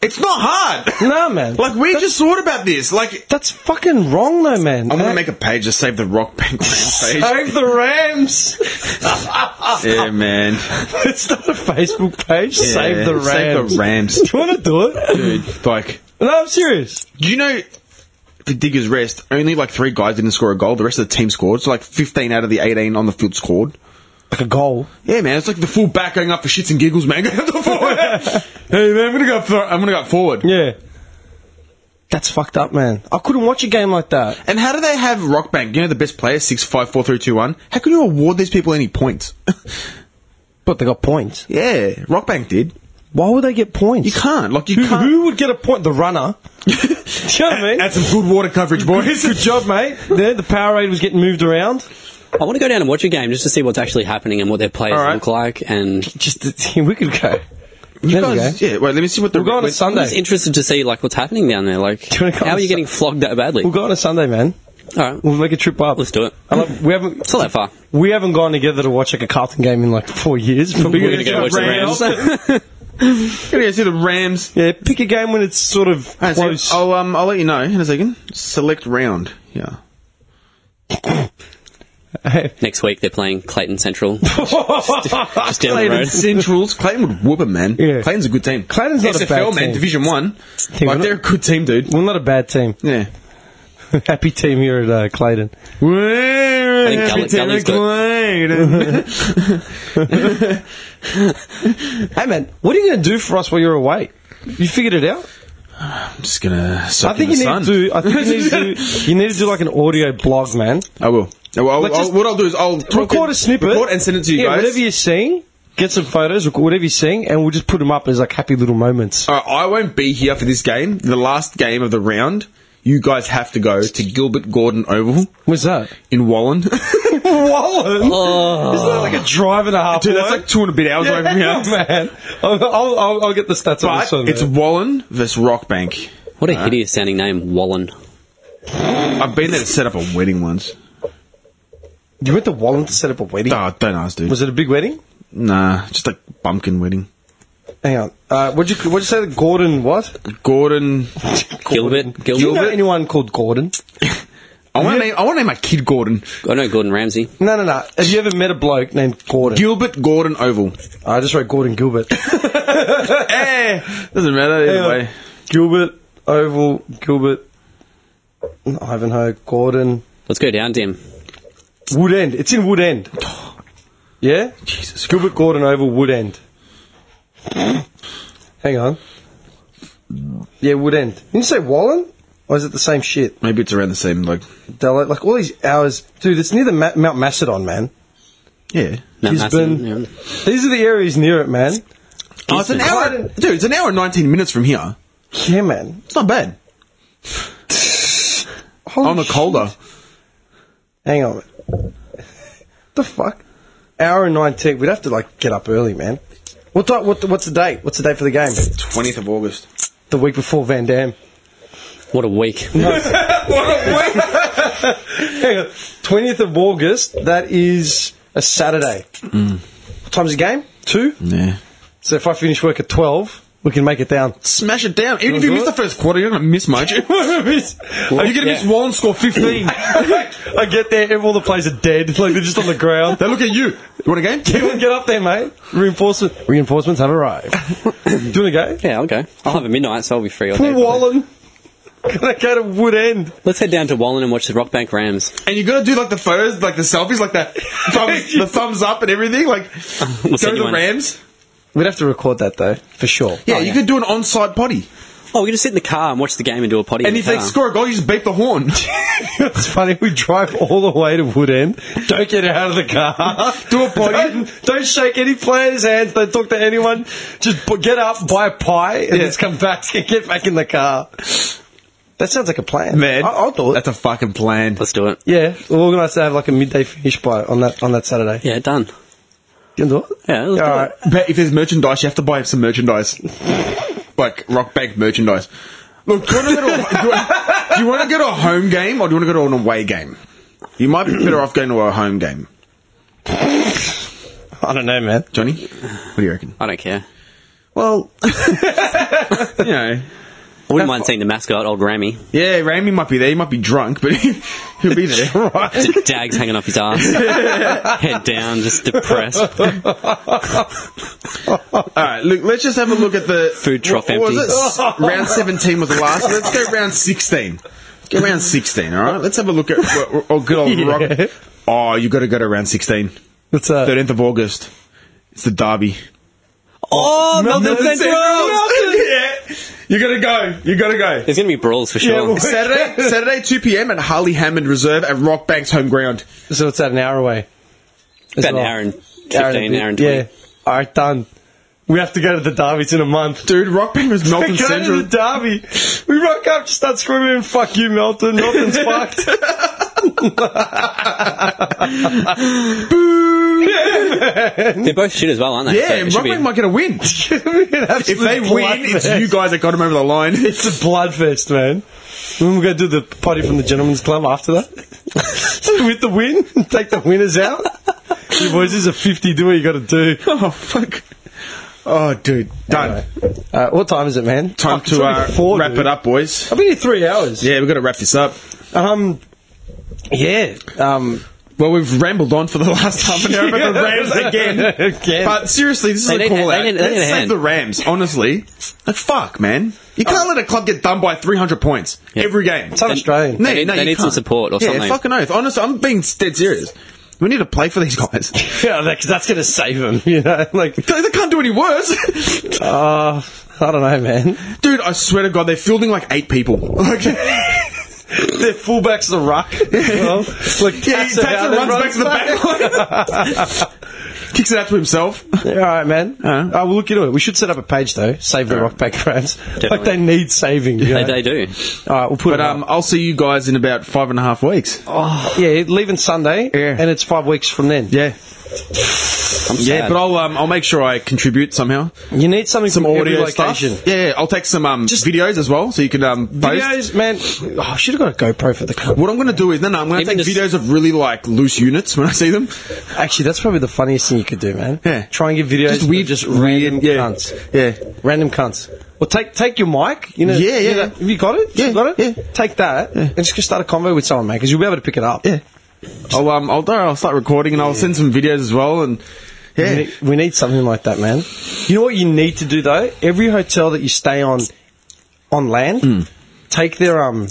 Speaker 7: It's not hard.
Speaker 5: No, man.
Speaker 7: Like we
Speaker 5: That's-
Speaker 7: just thought about this. Like
Speaker 5: That's fucking wrong, though, man.
Speaker 7: I'm gonna make a page to save the Rock Bank page.
Speaker 5: Save the Rams.
Speaker 7: yeah, man.
Speaker 5: it's not a Facebook page. Save the Rams.
Speaker 7: Save the Rams,
Speaker 5: Do you want to do it?
Speaker 7: dude. Like,
Speaker 5: No, I'm serious.
Speaker 7: do you know the Diggers rest? Only like three guys didn't score a goal. The rest of the team scored. So like 15 out of the 18 on the field scored.
Speaker 5: Like a goal.
Speaker 7: Yeah, man. It's like the full back going up for shits and giggles, man. Going up the forward. hey, man. I'm gonna go. up For, I'm gonna go up forward.
Speaker 5: Yeah. That's fucked up, man. I couldn't watch a game like that.
Speaker 7: And how do they have Rock Bank? You know the best player, six five four three two one. How can you award these people any points?
Speaker 5: But they got points.
Speaker 7: yeah, Rock Bank did.
Speaker 5: Why would they get points?
Speaker 7: You can't. Like you
Speaker 5: Who,
Speaker 7: can't.
Speaker 5: who would get a point? The runner. Do you know what I mean?
Speaker 7: That's some good water coverage, boys.
Speaker 5: Good job, mate. There, the Powerade was getting moved around.
Speaker 6: I want to go down and watch a game just to see what's actually happening and what their players
Speaker 5: All right.
Speaker 6: look like. And
Speaker 5: Just we could go.
Speaker 7: You
Speaker 5: There we
Speaker 7: guys,
Speaker 5: go.
Speaker 7: yeah. Wait, let me see what the
Speaker 5: We'll go on a
Speaker 7: wait,
Speaker 6: I'm just
Speaker 5: Sunday.
Speaker 6: interested to see like what's happening down there. Like,
Speaker 5: you wanna go on
Speaker 6: how are you
Speaker 5: Sun-
Speaker 6: getting flogged that badly?
Speaker 5: We'll go on a Sunday, man.
Speaker 6: All right,
Speaker 5: We'll make a trip up.
Speaker 6: let's do it.
Speaker 5: I love, we haven't.
Speaker 6: It's not that far.
Speaker 5: We haven't gone together to watch like a Carlton game in like four years. But we're,
Speaker 6: gonna go watch the Rams.
Speaker 7: Gotta go see the Rams.
Speaker 5: yeah, pick a game when it's sort of
Speaker 7: Hang on a second.
Speaker 5: close.
Speaker 6: oh.
Speaker 7: I'll um, I'll let you know in a second. Select round. Yeah.
Speaker 6: Next week they're playing Clayton Central. just down the
Speaker 7: Clayton
Speaker 6: road.
Speaker 7: Centrals. Clayton would whoop 'em, man.
Speaker 5: Yeah.
Speaker 7: Clayton's a good team.
Speaker 5: Clayton's not a
Speaker 7: SFL,
Speaker 5: bad
Speaker 7: man.
Speaker 5: team.
Speaker 7: Division One.
Speaker 5: we're
Speaker 7: Like
Speaker 5: not-
Speaker 7: they're a good team, dude.
Speaker 5: We're not a bad team.
Speaker 7: Yeah.
Speaker 5: Happy team here at uh, Clayton.
Speaker 7: We're
Speaker 6: think
Speaker 7: happy
Speaker 6: Gully- Gully's
Speaker 7: to Clayton.
Speaker 5: Hey man, what are you going to do for us while you're away? You figured it out.
Speaker 7: I'm just gonna. Soak
Speaker 5: I think
Speaker 7: in
Speaker 5: you
Speaker 7: the
Speaker 5: need
Speaker 7: sun.
Speaker 5: to. I think you need to. You need to do like an audio blog, man.
Speaker 7: I will. I will- I'll-
Speaker 5: Like,
Speaker 7: I'll-
Speaker 5: just
Speaker 7: what I'll do is I'll talk
Speaker 5: record
Speaker 7: in-
Speaker 5: a snippet
Speaker 7: record and send it to you
Speaker 5: yeah,
Speaker 7: guys.
Speaker 5: Whatever you're seeing, get some photos, record whatever you're seeing, and we'll just put them up as like happy little moments.
Speaker 7: All right, I won't be here for this game. The last game of the round. You guys have to go to Gilbert Gordon Oval
Speaker 5: What's that? Oh.
Speaker 7: in Wallen.
Speaker 5: Wallen. Isn't that like a drive and a half?
Speaker 7: Dude, that's
Speaker 5: away?
Speaker 7: like two and a bit hours away from
Speaker 5: yeah,
Speaker 7: here.
Speaker 5: man. I'll, I'll, I'll- I'll get the stats on
Speaker 7: But
Speaker 5: this one.
Speaker 7: it's
Speaker 5: man.
Speaker 7: Wallen versus Rockbank.
Speaker 6: What a hideous sounding name, Wallen.
Speaker 7: I've been there to set up a wedding once.
Speaker 5: You went to Wallen to set up a wedding.
Speaker 7: Oh, don't ask, dude.
Speaker 5: Was it a big wedding?
Speaker 7: nah, just like bumpkin wedding.
Speaker 5: Hang on. Uh, what'd you what'd you say? that Gordon what?
Speaker 7: Gordon.
Speaker 6: Gilbert.
Speaker 5: Do you know
Speaker 6: Gilbert.
Speaker 5: anyone called Gordon?
Speaker 7: I want to name. I want to name my kid Gordon.
Speaker 6: I know Oh, Gordon Ramsay.
Speaker 5: No, no, no. Have you ever met a bloke named Gordon?
Speaker 7: Gilbert Gordon Oval.
Speaker 5: I just wrote Gordon Gilbert.
Speaker 7: eh, doesn't matter
Speaker 5: Hang
Speaker 7: either
Speaker 5: on.
Speaker 7: way.
Speaker 5: Gilbert Oval Gilbert Ivanhoe Gordon
Speaker 6: Let's go down, Tim.
Speaker 5: Wood End. It's in Wood End. Yeah? Jesus. Gilbert Gordon Oval Wood End. Hang on. Yeah, Wood End. Didn't you say Wallen? Or is it the same shit?
Speaker 7: Maybe it's around the same. Like,
Speaker 5: Delo, like all these hours. Dude, it's near the Ma- Mount Macedon, man.
Speaker 7: yeah.
Speaker 6: No,
Speaker 5: Gisborne.
Speaker 6: Mason,
Speaker 5: These are the areas near it, man.
Speaker 7: Oh, it's an
Speaker 5: Houston.
Speaker 7: hour, dude. It's an hour and nineteen minutes from here.
Speaker 5: Yeah, man.
Speaker 7: It's not bad.
Speaker 5: Holy
Speaker 7: on the
Speaker 5: Oh, shit.
Speaker 7: colder.
Speaker 5: Hang on. the fuck? Hour and 19. We'd have to, like, get up early, man. What time, what, what's the date? What's the date for the game?
Speaker 7: Twentieth of August.
Speaker 5: The week before Van Dam.
Speaker 6: yeah. What a week.
Speaker 5: Hang on. 20th of August, that is a Saturday. What time's the game? Two?
Speaker 7: Yeah.
Speaker 5: So if I finish work at 12, we can make it down.
Speaker 7: Smash it down. Even
Speaker 5: You
Speaker 7: if you
Speaker 5: wanna
Speaker 7: miss
Speaker 5: do
Speaker 7: the first quarter, you're not gonna miss much. you're
Speaker 5: You're
Speaker 7: gonna miss one score fifteen.
Speaker 5: I get there, and all the players are dead. Like, they're just on the ground.
Speaker 7: they look at you. You want a game?
Speaker 5: Everyone get up there, mate. Reinforcement. Reinforcements have arrived. Do you want to go?
Speaker 6: Yeah, I'll go. I'll have a midnight, so I'll be free all day.
Speaker 5: From Wallen. They go to Wood End.
Speaker 6: Let's head down to Wallen and watch the Rock Bank Rams.
Speaker 7: And you gotta do like the photos, like the selfies, like that thumbs, the thumbs up and everything. Like,
Speaker 6: We'll
Speaker 7: go
Speaker 6: send
Speaker 7: to
Speaker 6: you
Speaker 7: the
Speaker 6: one.
Speaker 7: Rams.
Speaker 5: We'd have to record that though, for sure.
Speaker 7: Oh, Yeah, you could do an on-site potty.
Speaker 6: Oh, we can just sit in the car and watch the game and do a potty.
Speaker 7: And
Speaker 6: in
Speaker 7: if
Speaker 6: the
Speaker 7: they
Speaker 6: car.
Speaker 7: score a goal, you just beep the horn.
Speaker 5: it's funny. We drive all the way to Wood End. Don't get out of the car.
Speaker 7: Do a potty.
Speaker 5: Don't, don't shake any players' hands. Don't talk to anyone. Just bu- get up, buy a pie, and just come back and get back in the car. That sounds like a plan, Oh.
Speaker 7: Man,
Speaker 5: I, I'll do it.
Speaker 7: That's a fucking plan.
Speaker 6: Let's do it.
Speaker 5: yeah, we'll organise to have like a midday finish by on that on that Saturday.
Speaker 6: Yeah, done.
Speaker 5: You can do it.
Speaker 6: Yeah, let's do
Speaker 5: All right.
Speaker 7: Uh, But if there's merchandise, you have to buy some merchandise, like Rock Bank merchandise. Look, do you, want to go to a, do, you, want to go to a home game or do you want to go to an away game? You might be better off going to a home game,
Speaker 5: I don't know, man.
Speaker 7: Johnny. What do you reckon?
Speaker 6: I don't care.
Speaker 7: Well, you know,
Speaker 6: I wouldn't mind seeing the mascot, old Ramy.
Speaker 7: yeah, Ramy might be there. He might be drunk, but he'll be there. right.
Speaker 6: Dags hanging off his ass. Head down, just depressed.
Speaker 7: All right, look. Let's just have a look at the
Speaker 6: Food trough
Speaker 7: what, what
Speaker 6: empty.
Speaker 7: Was it? round seventeen was the last. Let's go round sixteen. Let's go round sixteen. All right. Let's have a look at what, oh, good old rock. Oh, you got to go to round sixteen.
Speaker 5: What's that?
Speaker 7: Thirteenth of August. It's the derby.
Speaker 6: Oh, Melbourne Central!
Speaker 7: yeah. You gotta go. You gotta go.
Speaker 6: There's going to be brawls for sure.
Speaker 5: well-
Speaker 7: Saturday, Saturday, two p.m. at Harley Hammond Reserve at Rock Bank's home ground.
Speaker 5: So it's at an hour away. As
Speaker 6: About an
Speaker 5: well.
Speaker 6: hour and 15,
Speaker 5: Hour
Speaker 6: hour
Speaker 5: and a
Speaker 6: and,
Speaker 5: bit.
Speaker 6: 20.
Speaker 5: Yeah. All right, done. We have to go to the derbies in a month.
Speaker 7: Dude, Rock Bank was
Speaker 5: We
Speaker 7: Melbourne
Speaker 5: go to
Speaker 7: Central.
Speaker 5: the derby. We rock up, just start screaming, "Fuck you, Melton! Melton's fucked."
Speaker 6: They're both shit as well, aren't they? So
Speaker 7: yeah,
Speaker 6: it should
Speaker 7: Rock
Speaker 6: be-
Speaker 7: Bank might get a win. If
Speaker 5: if
Speaker 7: they win, it's you guys that got them over the line.
Speaker 5: It's a bloodfest, man. Then we'll go do the potty from the gentlemen's club after that. With the win, take the winners out. You boys, this is a fifty. Do what you got to do.
Speaker 7: Oh fuck. Oh, dude, done.
Speaker 5: Uh, what time is it, man? Oh,
Speaker 7: Time
Speaker 5: Fuck, it's
Speaker 7: to uh,
Speaker 5: already four,
Speaker 7: wrap
Speaker 5: dude.
Speaker 7: it up, boys.
Speaker 5: I've been here three hours.
Speaker 7: Yeah, we've got to wrap this up.
Speaker 5: Um. Yeah. Um.
Speaker 7: Well, we've rambled on for the last half an hour about the Rams again.
Speaker 5: again.
Speaker 7: But seriously, this is
Speaker 6: They
Speaker 7: a
Speaker 6: need-
Speaker 7: call
Speaker 6: they
Speaker 7: out.
Speaker 6: need- they
Speaker 7: Let's
Speaker 6: need a
Speaker 7: save
Speaker 6: hand. Oh.
Speaker 7: the Rams, honestly. Like, fuck, man. You can't let a club get done by 300 points every game.
Speaker 5: It's Australian.
Speaker 7: No,
Speaker 6: They need-
Speaker 7: no,
Speaker 6: they
Speaker 7: you
Speaker 6: need some
Speaker 7: can't.
Speaker 6: support or
Speaker 7: yeah,
Speaker 6: something.
Speaker 7: fucking oath. Honestly, I'm being dead serious. We need to play for these guys.
Speaker 5: Yeah, because that's going to save him, you know? Like,
Speaker 7: they they can't do any worse.
Speaker 5: uh, I don't know, man.
Speaker 7: Dude, I swear to God, they're fielding like eight people. Like,
Speaker 5: Their fullback's the ruck. well, like,
Speaker 7: yeah, he takes
Speaker 5: Tatsa out
Speaker 7: and
Speaker 5: and
Speaker 7: runs back to the back line. Kicks it out to himself.
Speaker 5: Yeah, all right, man.
Speaker 7: Uh-huh.
Speaker 5: Uh, we'll look into it. We should set up a page, though. Save the Rock Pack Rams. Like, they need saving. You
Speaker 6: They,
Speaker 5: know?
Speaker 6: they do.
Speaker 5: All right, we'll put
Speaker 7: But
Speaker 5: it
Speaker 7: um,
Speaker 5: up.
Speaker 7: I'll see you guys in about five and a half weeks.
Speaker 5: oh. Yeah, leaving Sunday,
Speaker 7: Yeah.
Speaker 5: and it's five weeks from then.
Speaker 7: Yeah.
Speaker 6: I'm
Speaker 7: Yeah,
Speaker 6: sad.
Speaker 7: but I'll um, I'll make sure I contribute somehow.
Speaker 5: You need something
Speaker 7: Some
Speaker 5: from every
Speaker 7: audio stuff.
Speaker 5: location.
Speaker 7: Yeah, yeah, I'll take some um, videos as well, so you can um, post.
Speaker 5: Videos, man. Oh, I should have got a GoPro for the camera.
Speaker 7: What I'm going to do is no, no, I'm going to
Speaker 6: Even
Speaker 7: take
Speaker 6: just-
Speaker 7: videos of really like loose units when I see them.
Speaker 5: Actually, that's probably the funniest thing you could do, man.
Speaker 7: Yeah.
Speaker 5: Try and get videos
Speaker 7: Just
Speaker 5: of
Speaker 7: weird-
Speaker 5: just
Speaker 7: weird,
Speaker 5: random
Speaker 7: yeah.
Speaker 5: cunts.
Speaker 7: Yeah.
Speaker 5: Random cunts. Well, take take your mic. You know.
Speaker 7: Yeah, yeah,
Speaker 5: you know,
Speaker 7: that-
Speaker 5: Have you got it?
Speaker 7: Yeah,
Speaker 5: You got it.
Speaker 7: yeah.
Speaker 5: Take that and just go start a convo with someone, man, because you'll be able to pick it up.
Speaker 7: Yeah. I'll um, I'll I'll start recording and I'll send some videos as well and
Speaker 5: We
Speaker 7: yeah.
Speaker 5: need, we need something like that, man. You know what you need to do though? Every hotel that you stay on on land,
Speaker 7: Hmm.
Speaker 5: take their um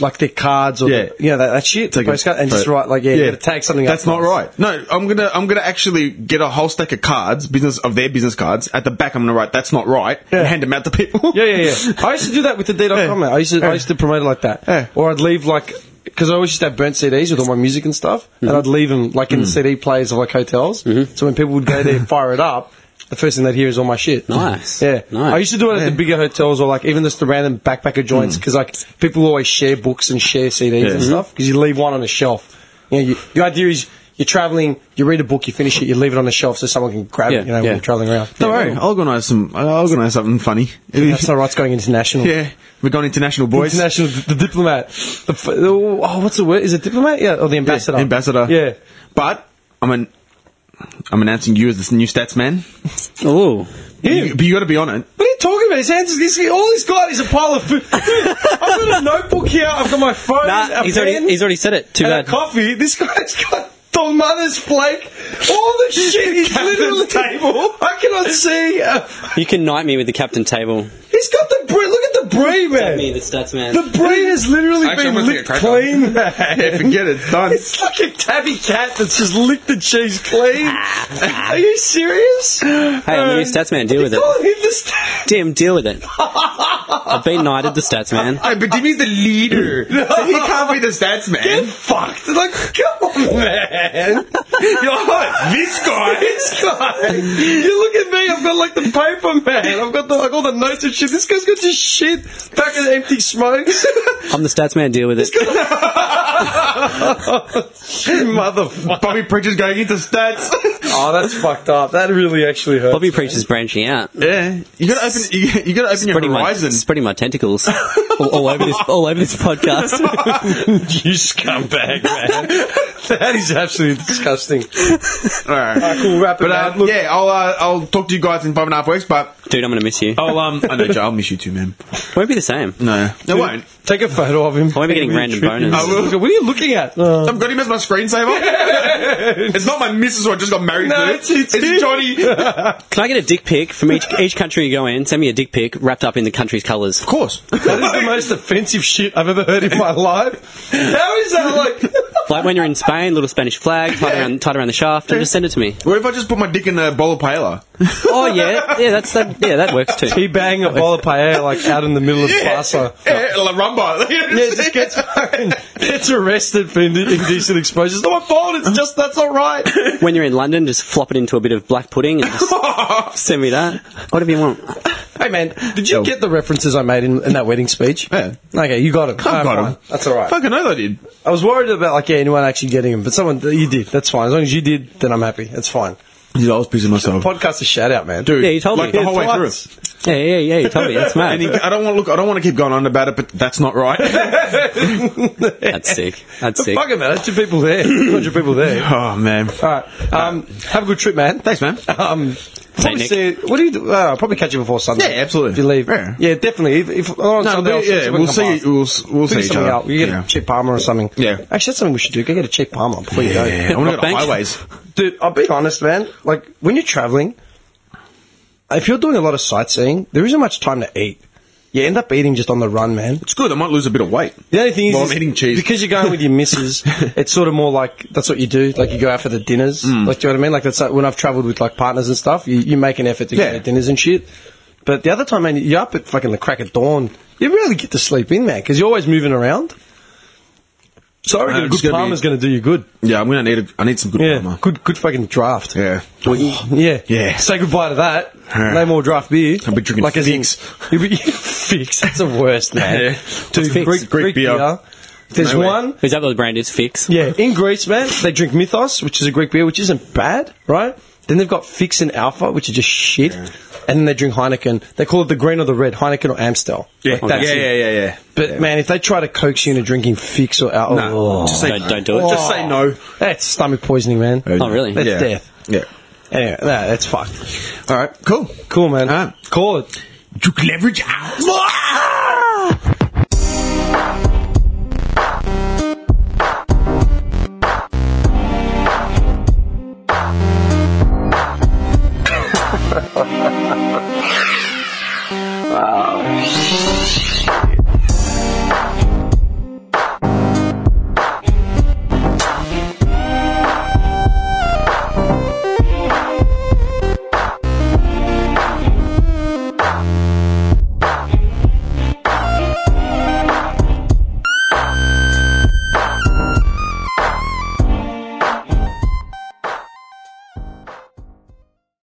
Speaker 5: like their cards or
Speaker 7: Yeah.
Speaker 5: the, you know that, that shit, the
Speaker 7: Take a
Speaker 5: postcard, and just
Speaker 7: photo.
Speaker 5: write like yeah, you gotta tag something. up
Speaker 7: That's
Speaker 5: for
Speaker 7: not
Speaker 5: us.
Speaker 7: right. No, I'm gonna I'm gonna actually get a whole stack of cards, business of their business cards. At the back, I'm gonna write "That's not right" and hand them out to people.
Speaker 5: Yeah, yeah, yeah. I used to do that with the D.com.
Speaker 7: Yeah.
Speaker 5: man. I used to, I
Speaker 7: Yeah.
Speaker 5: used to promote it like that.
Speaker 7: Yeah.
Speaker 5: Or I'd leave like because I always used to have burnt CDs with all my music and stuff, and I'd leave them like in the CD players of like hotels. So when people would go there and fire it up, the first thing they'd hear is all my shit.
Speaker 6: Nice.
Speaker 5: Yeah.
Speaker 6: Nice.
Speaker 5: I used to do it at the bigger hotels or like even just the random backpacker joints because like people always share books and share CDs and stuff because you leave one on a shelf. You know, you, your idea is. You're traveling. You read a book. You finish it. You leave it on the shelf so someone can grab
Speaker 6: Yeah,
Speaker 5: it. You know,
Speaker 6: yeah.
Speaker 5: when you're traveling around.
Speaker 7: Don't worry, I'll organise some. I'll organise something funny.
Speaker 5: That's all right. It's going international.
Speaker 7: yeah, we're going international, boys.
Speaker 5: International, the, the diplomat. The, f- the- oh, what's the word? Is it diplomat? Yeah, or the ambassador.
Speaker 7: Yeah, ambassador.
Speaker 5: Yeah.
Speaker 7: But I'm an, I'm announcing you as this new stats man.
Speaker 6: Oh,
Speaker 7: You- but you got to be on it.
Speaker 5: What are you talking about? His hands is this. All he's got is a pile of food. Dude, I've got a notebook here. I've got my phone.
Speaker 6: nah,
Speaker 5: a
Speaker 6: he's
Speaker 5: pen,
Speaker 6: already he's already said it. Too
Speaker 5: and
Speaker 6: bad.
Speaker 5: a coffee. This guy's got the mother's flake. All the shit is literally table. I cannot see. Uh,
Speaker 6: You can knight me with the captain table.
Speaker 5: he's got the brie. Look at the brie, man.
Speaker 6: the stats man.
Speaker 5: The brie has literally
Speaker 11: Actually, I'm
Speaker 5: been
Speaker 11: gonna take
Speaker 5: licked
Speaker 11: a crack on it.
Speaker 5: clean, man.
Speaker 7: Yeah, forget it. It's done.
Speaker 5: It's like a tabby cat that's just licked the cheese clean. Are you serious? Hey,
Speaker 6: Hey, I'm the new stats man. Deal with it.
Speaker 5: Calling him the st-
Speaker 6: Damn, deal with it. I've been knighted the stats man.
Speaker 7: Hey, but Jimmy's the leader. so he can't be the stats man.
Speaker 5: fucked. Like, come on, man. You're like, this guy. This guy. You look at me. I've got like the paper, man. I've got the, like all the notes and shit. This guy's got just shit. Pack of empty smokes.
Speaker 6: I'm the stats man. Deal with it.
Speaker 7: Motherfucker. Bobby Preacher's going into stats.
Speaker 5: oh, that's fucked up. That really actually hurt.
Speaker 6: Bobby Preacher's branching out.
Speaker 7: yeah, you got to open. You, you got to open your
Speaker 6: Spreading my,
Speaker 7: horizon.
Speaker 6: spreading my tentacles all, all over this all over this podcast.
Speaker 5: you scumbag, man. that is absolutely disgusting.
Speaker 7: All right.
Speaker 5: Alright, cool, wrap it
Speaker 7: but,
Speaker 5: up.
Speaker 7: um,
Speaker 5: Look-
Speaker 7: yeah, I'll uh, I'll talk to you guys in five and a half weeks. But
Speaker 6: Dude, I'm gonna miss you.
Speaker 7: I'll um. I know, Joe. I'll miss you too, man.
Speaker 6: Won't be the same.
Speaker 7: No, I won't.
Speaker 5: Take a photo of him. Oh,
Speaker 6: I won't be getting random bonus.
Speaker 7: I will.
Speaker 5: Look, what are you looking at?
Speaker 7: I've got him as my screensaver. it's not my missus who I just got married
Speaker 5: No,
Speaker 7: to.
Speaker 5: it's- it's him.
Speaker 7: Johnny. of
Speaker 6: Can I get a dick pic from each each country you go in? Send me a dick pic wrapped up in the country's colours.
Speaker 7: course.
Speaker 5: That is the most offensive shit I've ever heard in my life. How is that like?
Speaker 6: Like when you're in Spain, little Spanish flag tied around tied around the shaft, and just send it to me.
Speaker 7: What if I just put my dick in a bowl of paella?
Speaker 6: Oh yeah, yeah, that's that. Yeah, that works too.
Speaker 5: He bang a bowl of paella like out in the middle of Barca.
Speaker 7: Yeah, Eh, La Rumba.
Speaker 5: Yeah, just gets fucking- gets arrested for ind- indecent exposure. It's not my fault. It's just that's not right.
Speaker 6: When you're in London, just flop it into a bit of black pudding and just send me that. Whatever you want.
Speaker 5: Hey man, did you get the references I made in, in that wedding speech?
Speaker 7: Yeah.
Speaker 5: Okay, you got it.
Speaker 7: I've got him.
Speaker 5: That's all right.
Speaker 7: Fucking know I did.
Speaker 5: I was worried about like yeah, anyone actually getting them, but someone you did. That's fine. As long as you did, then I'm happy. That's fine.
Speaker 7: Dude, I was pissing myself.
Speaker 5: Podcast a shout out, man.
Speaker 7: Dude,
Speaker 6: Yeah, you told
Speaker 7: like
Speaker 6: me.
Speaker 7: the whole way through.
Speaker 5: Twice.
Speaker 6: Yeah, yeah, yeah. You told me that's
Speaker 7: And he,
Speaker 6: mad.
Speaker 7: I don't want to look. I don't want to keep going on about it, but that's not right.
Speaker 6: That's sick. That's sick.
Speaker 5: Fuck it, man. That's Two people there. Hundred people there.
Speaker 7: oh man.
Speaker 5: All right. Um, have a good trip, man.
Speaker 7: Thanks, man.
Speaker 5: Um, probably
Speaker 6: Nick.
Speaker 5: see, what do you do? Uh, I'll probably catch you before Sunday.
Speaker 7: Yeah, absolutely.
Speaker 5: If you leave.
Speaker 7: Yeah.
Speaker 5: definitely. If, if oh,
Speaker 7: No,
Speaker 5: Sunday, I'll
Speaker 7: we, yeah,
Speaker 5: you when
Speaker 7: we'll
Speaker 5: I come
Speaker 7: see.
Speaker 5: past.
Speaker 7: We'll, s- we'll see
Speaker 5: Figure
Speaker 7: each
Speaker 5: something
Speaker 7: other.
Speaker 5: out. You get
Speaker 7: yeah.
Speaker 5: a cheap palmer or something.
Speaker 7: Yeah.
Speaker 5: Actually, that's something we should do. Go get a cheap palmer before you go.
Speaker 7: Yeah, I want
Speaker 6: Rock
Speaker 7: to go to
Speaker 6: bank.
Speaker 7: highways.
Speaker 5: Dude, I'll be honest, man. Like, when you're traveling, if you're doing a lot of sightseeing, there isn't much time to eat. You end up eating just on the run, man.
Speaker 7: It's good. I might lose a bit of weight.
Speaker 5: The only thing is,
Speaker 7: While
Speaker 5: is
Speaker 7: I'm eating cheese.
Speaker 5: because you're going with your missus, it's sort of more like that's what you do. Like you go out for the dinners. Like do you know what I mean? Like that's like when I've travelled with like partners and stuff. You, you make an effort to
Speaker 7: Yeah.
Speaker 5: go to dinners and shit. But the other time, man, you're up at fucking the crack of dawn. You really get to sleep in, man, because you're always moving around. So I reckon
Speaker 7: Uh,
Speaker 5: a
Speaker 7: it's
Speaker 5: good
Speaker 7: gonna be-
Speaker 5: palmer's going to do you good.
Speaker 7: Yeah, I'm gonna need. A, I need some good
Speaker 5: Yeah,
Speaker 7: armor.
Speaker 5: good, good fucking draft.
Speaker 7: Yeah. Oh,
Speaker 5: Yeah.
Speaker 7: Yeah.
Speaker 5: Say goodbye to that.
Speaker 7: Yeah.
Speaker 5: No more draft beer.
Speaker 7: I'll be drinking
Speaker 5: as in-
Speaker 7: Fix.
Speaker 5: You'll be- fix. That's the worst, man.
Speaker 7: Yeah.
Speaker 5: Dude,
Speaker 7: Fix?
Speaker 5: Greek, Greek,
Speaker 7: Greek
Speaker 5: beer.
Speaker 7: beer.
Speaker 5: There's
Speaker 7: Nowhere.
Speaker 5: one
Speaker 6: Is that what the brand is? Fix.
Speaker 5: Yeah, in Greece, man, they drink Mythos, which is a Greek beer, which isn't bad, right? Then they've got Fix and Alpha, which are just shit. And then they drink Heineken. They call it the green or the red, Heineken or Amstel. Like, that's
Speaker 7: yeah,
Speaker 5: it.
Speaker 7: yeah, yeah, yeah.
Speaker 5: But man, if they try to coax you into drinking Fix or Alpha,
Speaker 7: No, just say
Speaker 6: Don't-
Speaker 7: no.
Speaker 6: don't do it.
Speaker 7: Just say no.
Speaker 5: that's stomach poisoning, man.
Speaker 6: Oh, really?
Speaker 5: That's
Speaker 7: Yeah.
Speaker 5: death.
Speaker 7: Yeah.
Speaker 5: Anyway, no, that's fucked.
Speaker 7: All right. Cool.
Speaker 5: Cool, man.
Speaker 7: Ah.
Speaker 5: Call it.
Speaker 7: Duke leverage out.